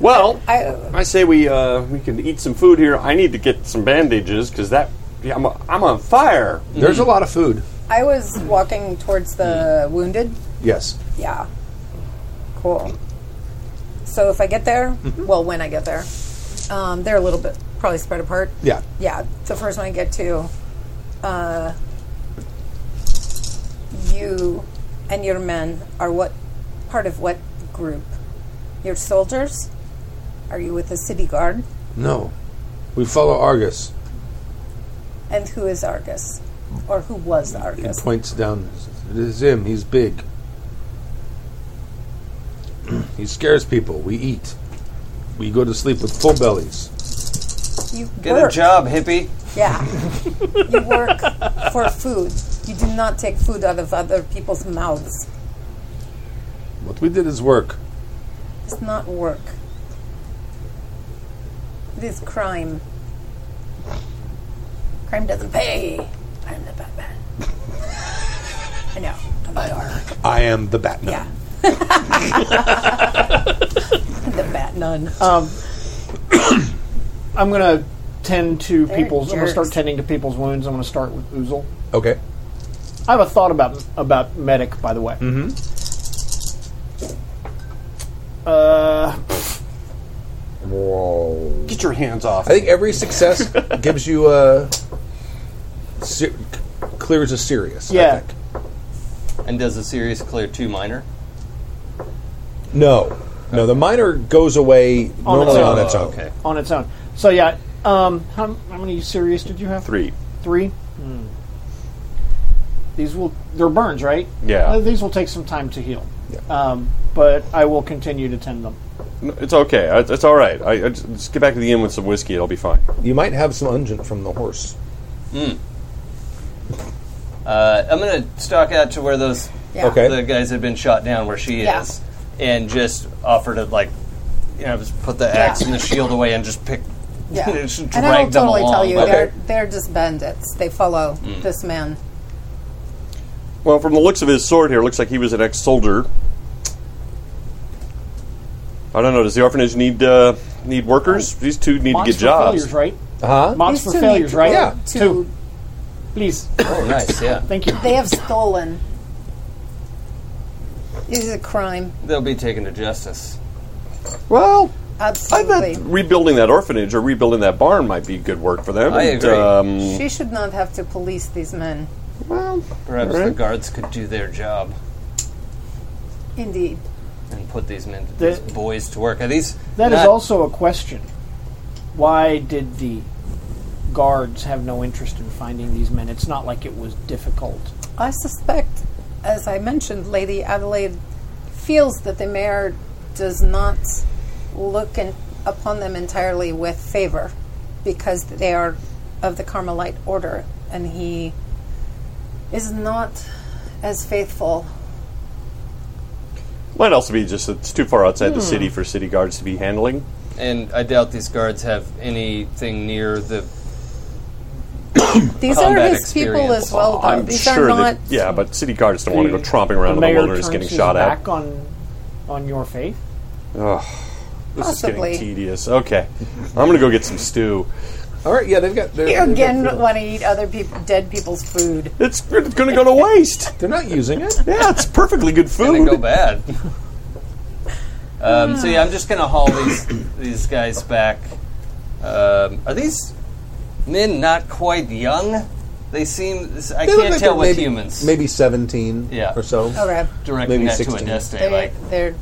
S4: Well,
S2: I-
S4: I say we uh, we can eat some food here. I need to get some bandages because that yeah, I'm, I'm on fire.
S3: There's a lot of food.
S2: I was walking towards
S10: Mm.
S2: the wounded.
S3: Yes.
S2: Yeah. Cool. So if I get there,
S10: Mm-hmm.
S2: well, when I get there, um, they're a little bit probably spread apart.
S3: Yeah.
S2: Yeah, the first one I get to, uh, you and your men are what part of what group? Your soldiers? Are you with the city guard?
S3: No. We follow Argus.
S2: And who is Argus? Or who was
S3: He
S2: Argus?
S3: points down. It is him. He's big. he scares people. We eat. We go to sleep with full bellies.
S2: You
S10: Get
S2: work.
S10: a job, hippie.
S2: Yeah. you work for food. You do not take food out of other people's mouths.
S3: What we did is work.
S2: It's not work. This crime. Crime doesn't pay. I'm the Batman. I know. I'm dark.
S3: I am the Batman.
S2: Yeah. the bat nun.
S5: Um, I'm gonna tend to
S2: They're
S5: people's. I'm gonna start
S2: jerks.
S5: tending to people's wounds. I'm gonna start with Oozle.
S3: Okay.
S5: I have a thought about about medic, by the way.
S3: Mm-hmm.
S5: Uh,
S3: Whoa.
S21: Get your hands off.
S3: I think every success gives you a se- clears a serious. I
S5: Yeah.
S3: think.
S10: And does the serious clear two minor?
S3: No. No, the minor goes away
S5: On its
S3: normally
S5: own.
S3: on its own.
S10: Oh, Okay.
S5: on its own. So yeah. Um, how, how many serious did you have?
S7: Three.
S5: Three. Hmm. These will. They're burns, right?
S7: Yeah.
S5: Uh, these will take some time to heal. Um, but I will continue to tend them.
S7: No, It's okay. I- It's all right. I, I just, just get back to the inn with some whiskey. It'll be fine.
S3: You might have some unguent from the horse.
S10: Mm. Uh, I'm gonna stalk out to where those
S2: Yeah. Okay.
S10: the guys have been shot down, where she
S2: Yeah.
S10: is, and just offer to like, you know, just put the axe
S2: Yeah.
S10: and the shield away and just pick,
S2: Yeah.
S10: just
S2: and
S10: drag
S2: I will
S10: them
S2: totally
S10: along.
S2: tell you,
S10: Okay.
S2: they're, they're just bandits. They follow
S7: Mm.
S2: this man.
S7: Well, from the looks of his sword here, it looks like he was an ex-soldier. I don't know. Does the orphanage need uh, need workers? These two need
S5: Mods
S7: to get
S5: for
S7: jobs.
S5: failures, right?
S3: Huh?
S5: Mods
S2: These
S5: for
S2: two
S5: failures,
S2: need
S5: right?
S2: to-
S5: Two.
S2: to-
S5: Please.
S10: Oh, nice. Yeah.
S5: Thank you.
S2: They have stolen. It is a crime.
S10: They'll be taken to justice.
S7: Well,
S2: Absolutely.
S7: rebuilding that orphanage or rebuilding that barn might be good work for them.
S10: I
S7: And,
S10: agree.
S7: Um,
S2: she should not have to police these men.
S10: Perhaps the
S7: Alright.
S10: guards could do their job
S2: Indeed.
S10: and put these men, these
S5: That-
S10: boys, to work. Are these?
S5: That is
S10: not-
S5: also a question. Why did the guards have no interest in finding these men? It's not like it was difficult.
S2: I suspect, as I mentioned, Lady Adelaide feels that the mayor does not look in, upon them entirely with favor because they are of the Carmelite order and he is not as faithful.
S7: might also be just it's too far outside
S2: Hmm.
S7: the city for city guards to be handling.
S10: And I doubt these guards have anything near the.
S2: These are
S10: combat
S2: his people
S10: experience.
S2: as well, though.
S7: I'm
S2: These
S7: sure
S2: are not.
S7: that yeah, but city guards don't want to
S5: The-
S7: go tromping around in the
S5: mayor
S7: wilderness
S5: turns
S7: getting
S5: his
S7: shot at.
S5: back on on your faith.
S7: Ugh, this
S2: Possibly.
S7: is getting tedious. Okay, I'm gonna go get some stew.
S3: All right, yeah, they've got. They're,
S2: You
S3: they've got
S2: again
S3: food.
S2: want to eat other peop dead people's food.
S7: It's, it's gonna go to waste.
S3: They're not using it.
S7: yeah, it's perfectly good food.
S10: Gonna go bad. um, so yeah,
S3: Ah.
S10: I'm just gonna haul these these guys back. Um, are these men not quite young? They seem. I
S3: They look
S10: can't
S3: like
S10: tell
S3: they're
S10: with
S3: maybe,
S10: humans.
S3: Maybe seventeen.
S10: Yeah.
S3: Or so.
S2: Okay.
S10: directing
S3: maybe
S10: that
S3: 16.
S10: to a destiny,
S2: They're,
S10: like
S2: they're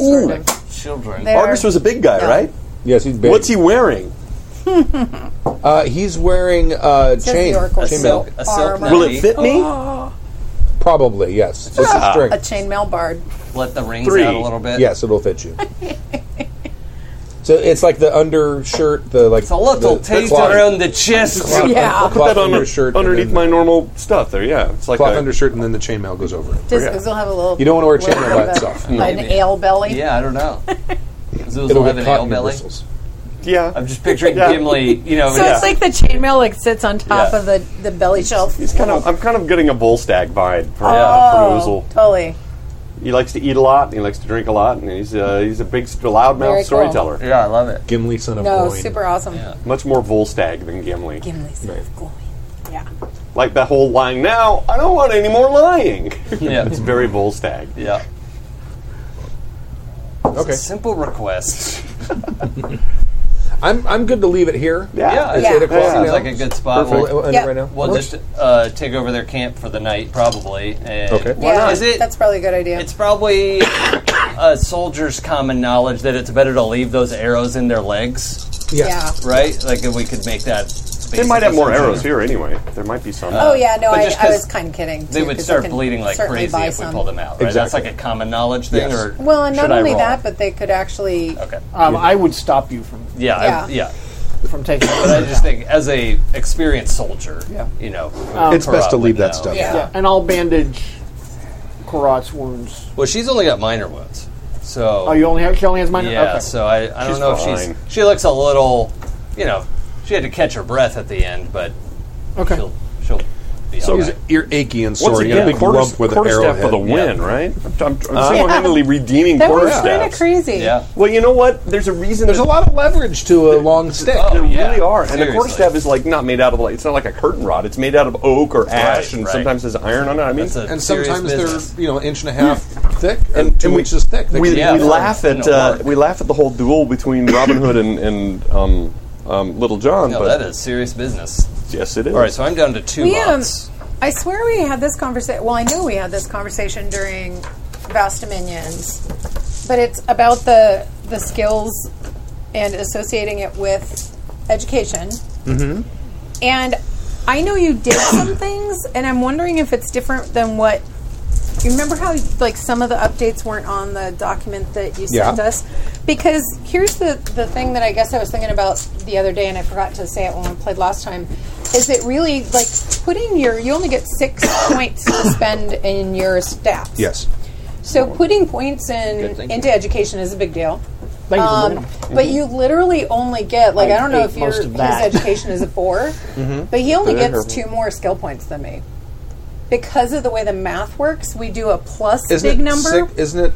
S7: Ooh,
S10: children.
S2: They're-
S7: Argus was a big guy,
S2: No.
S7: right?
S3: Yes, he's big.
S7: What's he wearing?
S3: Uh, he's wearing uh,
S2: says
S3: chain.
S2: the Oracle
S10: a
S3: chain
S10: silk,
S3: mail.
S10: a silk
S2: Armor.
S7: Will
S10: nunny.
S7: it fit me?
S3: Probably yes. It's a string.
S2: a chainmail bard.
S10: Let the rings
S7: Three.
S10: out a little bit.
S3: Yes, it'll fit you. so it's like the undershirt, the like
S10: It's a little
S3: the
S10: taste
S3: cloth-
S10: around the chest.
S3: cloth-
S2: Yeah.
S3: cloth
S7: Put that on
S3: undershirt and
S7: underneath
S3: then
S7: my
S3: the
S7: normal stuff there. Yeah, it's like
S3: cloth
S7: a-
S3: undershirt, and then the chainmail goes over it.
S2: Just
S7: Yeah.
S2: because will have a little.
S3: You don't wanna wear a
S2: little
S3: chainmail
S2: bit
S3: by
S2: of a-
S3: itself.
S2: An
S10: Maybe.
S2: ale belly.
S10: Yeah, I don't know. Zoozle
S3: It'll
S10: have
S3: get
S10: an
S3: caught
S10: ale
S3: in your
S10: belly.
S3: bristles.
S7: Yeah,
S10: I'm just picturing
S7: Yeah.
S10: Gimli, you know,
S2: So
S10: Oh, yeah.
S2: it's like the chainmail like sits on top
S10: Yeah.
S2: of the, the belly shelf.
S7: he's kind of. I'm kind of getting a bull stag vibe from,
S2: oh,
S7: uh, from Oozle.
S2: totally.
S7: He likes to eat a lot. and He likes to drink a lot, and he's uh, he's a big st-
S2: Very
S7: loudmouth
S2: cool.
S7: storyteller.
S10: yeah, I love it.
S3: Gimli, son of
S2: No,
S3: Boyne.
S2: super awesome.
S10: Yeah.
S7: Much more Volstag than Gimli.
S2: Gimli's cool. Yeah.
S7: Like that whole lying now. I don't want any more lying.
S10: Yeah.
S7: it's very Volstag.
S10: Yeah.
S3: Okay,
S10: Simple request.
S3: I'm I'm good to leave it here.
S10: Yeah,
S3: it's
S2: Yeah.
S3: eight o'clock.
S10: Seems
S3: now.
S10: like a good spot.
S3: Perfect.
S10: We'll,
S3: We'll end it
S2: Yeah.
S3: right now.
S10: we'll
S3: Works.
S10: just uh, take over their camp for the night, probably. And
S3: Okay.
S10: Why
S2: Yeah,
S10: not? Is it?
S2: that's probably a good idea.
S10: It's probably a soldier's common knowledge that it's better to leave those arrows in their legs,
S3: yeah.
S2: yeah.
S10: right? Like if we could make that.
S7: They might have more
S10: basically-
S7: arrows here anyway. There might be some.
S2: Oh yeah, no,
S10: but
S2: I,
S10: just
S2: I
S10: 'cause
S2: was kind of kidding.
S10: They
S2: too,
S10: would
S2: 'cause
S10: start
S2: can
S10: bleeding like
S2: certainly
S10: crazy
S2: buy
S10: if we
S2: some.
S10: pulled them out, right? That's like
S3: Exactly.
S10: a common knowledge thing,
S3: Yes.
S10: or
S2: Well, and not
S10: should I
S2: only
S10: roll?
S2: that, but they could actually.
S10: okay,
S5: Um, I would stop you from
S10: yeah, I-
S2: Yeah.
S10: yeah.
S5: from taking.
S10: But I just think, as a experienced soldier,
S5: Yeah.
S10: you know,
S3: It's best to
S10: Karat
S3: leave
S10: would
S3: that
S10: know.
S3: stuff.
S2: Yeah.
S5: Yeah, and I'll bandage Karat's wounds.
S10: Well, she's only got minor wounds. So
S5: Oh, you only have she only has minor.
S10: yeah,
S5: okay.
S10: so I, I
S5: She's
S10: don't know
S5: fine.
S10: if she's she looks a little, you know, she had to catch her breath at the end, but
S5: Okay.
S10: she'll she'll be
S3: So
S10: all
S3: is
S10: right.
S3: it- you're achy and
S10: Once
S3: sore. You got a
S10: again,
S3: big
S10: quarter-
S3: lump with an
S10: quarterstaff
S3: arrowhead.
S10: for the win,
S3: Yeah.
S7: right? I'm, I'm
S3: Uh,
S7: single-handedly redeeming
S2: That
S7: quarter
S2: was kind of
S7: staffs.
S2: crazy.
S7: Well, you know what? There's a reason.
S3: There's a lot of leverage to a long stick.
S10: Oh,
S7: there really are, and the quarterstaff is like not made out of like it's not like a curtain rod. It's made out of oak or ash, and
S3: right.
S7: sometimes there's iron on it. I mean,
S3: and sometimes they're you know inch and a half thick and,
S7: and
S3: two
S7: we-
S3: inches thick. They
S7: We,
S3: can-
S7: we laugh at uh, we laugh at the whole duel between Robin Hood and, and um, um, Little John.
S10: No,
S7: but
S10: that is serious business.
S7: Yes, it is.
S10: All right, so I'm down to two
S2: We, um,
S10: lots.
S2: I swear we had this conversation. Well, I know we had this conversation during Vast Dominions, but it's about the the skills and associating it with education.
S22: Mm-hmm.
S2: And I know you did some things, and I'm wondering if it's different than what. You remember how like some of the updates weren't on the document that you sent
S22: Yeah.
S2: us? Because here's the the thing that I guess I was thinking about the other day, and I forgot to say it when we played last time. Is it really like putting your? You only get six points to spend in your stats.
S3: Yes.
S2: So putting points in
S3: Good, thank you.
S2: into education is a big deal.
S3: Thank you for
S2: Um,
S3: winning.
S2: But you literally only get like I,
S3: I
S2: don't know
S3: ate
S2: if your
S3: most of
S2: his
S3: that.
S2: education is a four,
S3: Mhm.
S2: but he only
S3: But it
S2: gets
S3: hurt me.
S2: two more skill points than me. Because of the way the math works, we do a plus
S3: Isn't
S2: big
S3: it
S2: number.
S3: sick- isn't it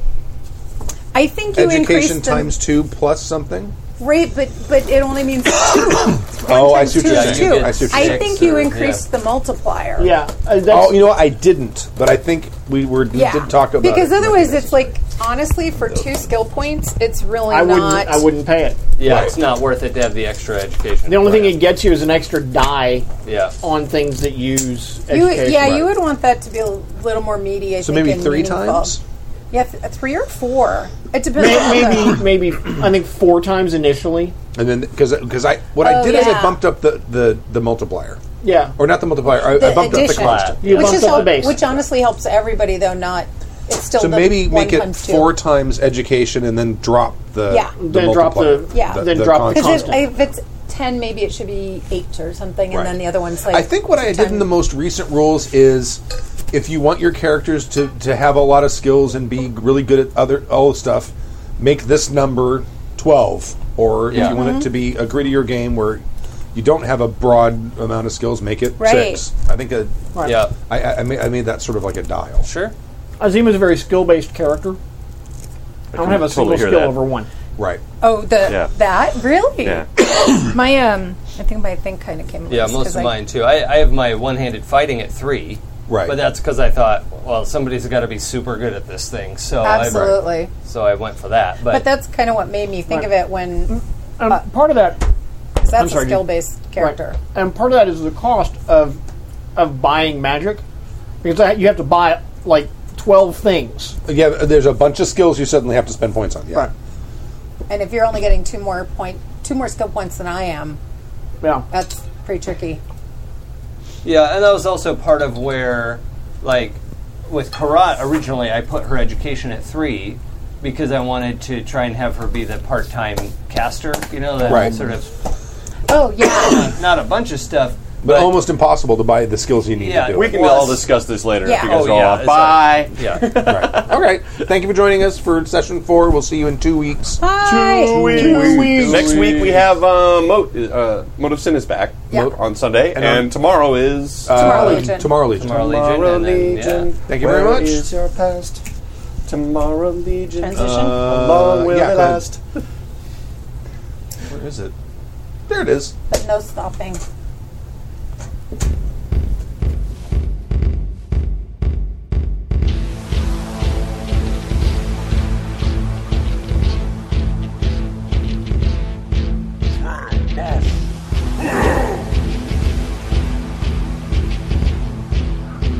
S2: I think you increase
S3: education
S2: the
S3: times two plus something?
S2: rate, but but it only means two.
S3: Oh, I see what
S2: two
S3: you're
S2: is
S3: saying.
S2: two.
S3: I see what you're
S2: I
S3: saying.
S2: think you increase the multiplier.
S5: Yeah. uh,
S3: oh, you know what? I didn't, but I think we were we
S2: Yeah.
S3: did talk about
S2: because
S3: it.
S2: otherwise it's like honestly for two skill points it's really
S5: I wouldn't.
S2: not
S5: I wouldn't pay it.
S10: Yeah, it's not worth it to have the extra education.
S5: The only thing Oh, it gets you is an extra die.
S10: Yeah.
S5: On things that use
S2: You,
S5: education.
S2: yeah, you would want that to be a little more meaty. I
S5: So
S2: think,
S5: maybe
S2: and
S5: three
S2: meaningful.
S5: times?
S2: Yeah, th- uh, three or four. It depends. on
S5: May-
S2: the-
S5: maybe maybe I think four times initially.
S3: and then because because I what I
S2: Oh,
S3: did is I
S2: yeah.
S3: bumped up the the the multiplier.
S5: Yeah.
S3: Or not the multiplier. I, I
S2: the
S3: bumped
S2: addition,
S3: up the constant.
S2: which is help- which honestly helps everybody though. Not it's still
S3: so
S2: the
S3: maybe
S2: one
S3: make it
S2: times two.
S3: four times education and then drop the
S2: Yeah.
S3: the
S5: Then drop the-
S3: multiplier,
S2: Yeah,
S3: constant.
S2: Because if, if it's ten, maybe it should be eight or something,
S3: Right.
S2: and then the other one's like.
S3: I think what I did in the most recent rules is if you want your characters to, to have a lot of skills and be really good at other all stuff, make this number 12. Or if
S10: Yeah.
S3: you want
S10: Mhm.
S3: it to be a grittier game where you don't have a broad amount of skills, make it
S5: Right.
S3: six. I think a,
S5: Right.
S10: Yeah.
S3: I, I, I, made, I made that sort of like a dial.
S10: Sure.
S5: Azima's a very skill based character. I don't
S3: can
S5: have a
S3: totally hear
S5: single skill
S3: that.
S5: over one.
S3: Right.
S2: Oh, the
S10: Yeah.
S2: that really?
S10: Yeah.
S2: my um, I think my thing kind of came.
S10: Yeah,
S2: loose
S10: most
S2: 'cause
S10: of
S2: I-
S10: mine too. I, I have my one-handed fighting at three,
S3: right?
S10: But that's because I thought, well, somebody's got to be super good at this thing. So I-
S2: Absolutely.
S10: so I went for that.
S2: But,
S10: But,
S2: that's kind of what made me think
S5: Right.
S2: of it when.
S5: Um, part of that.
S2: Because
S5: I'm
S2: that's
S5: sorry,
S2: a
S5: dude.
S2: skill based Uh, character.
S5: And part of that is the cost of of buying magic because I- you have to buy like twelve things.
S3: Yeah, there's a bunch of skills you suddenly have to spend points on. Yeah.
S5: Right.
S2: And if you're only getting two more point, two more skill points than I am,
S5: yeah,
S2: that's pretty tricky.
S10: yeah, and that was also part of where, like, with Karat originally, I put her education at three because I wanted to try and have her be the part-time caster. You know, that
S3: Right.
S10: sort of
S2: Oh yeah,
S10: not a bunch of stuff.
S3: But, almost impossible to buy the skills you need
S10: Yeah,
S3: to do.
S10: we
S3: it.
S10: can all
S7: discuss this later
S10: if Oh, Yeah. you guys are all off.
S3: Bye.
S10: Yeah.
S3: right. All right. Thank you for joining us for session four. We'll see you in two weeks.
S2: Bye.
S7: Two weeks. Next week we have uh, Moat. Uh, Moat of Sin is back
S2: Yeah.
S7: on Sunday,
S3: And
S7: and, um,
S3: on-
S7: tomorrow is
S10: Um,
S3: Tomorrow Legion. uh, Tomorrow Legion.
S7: Tomorrow Legion.
S3: Tomorrow Legion. Thank you very
S7: Where
S3: much.
S7: is your past? Tomorrow Legion.
S3: Transition?
S7: How long
S3: Uh, yeah,
S7: will it
S3: go ahead.
S7: last?
S3: Where is it? There it is.
S2: but no stopping.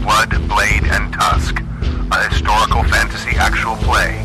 S1: Blood, Blade, and Tusk, a historical fantasy actual play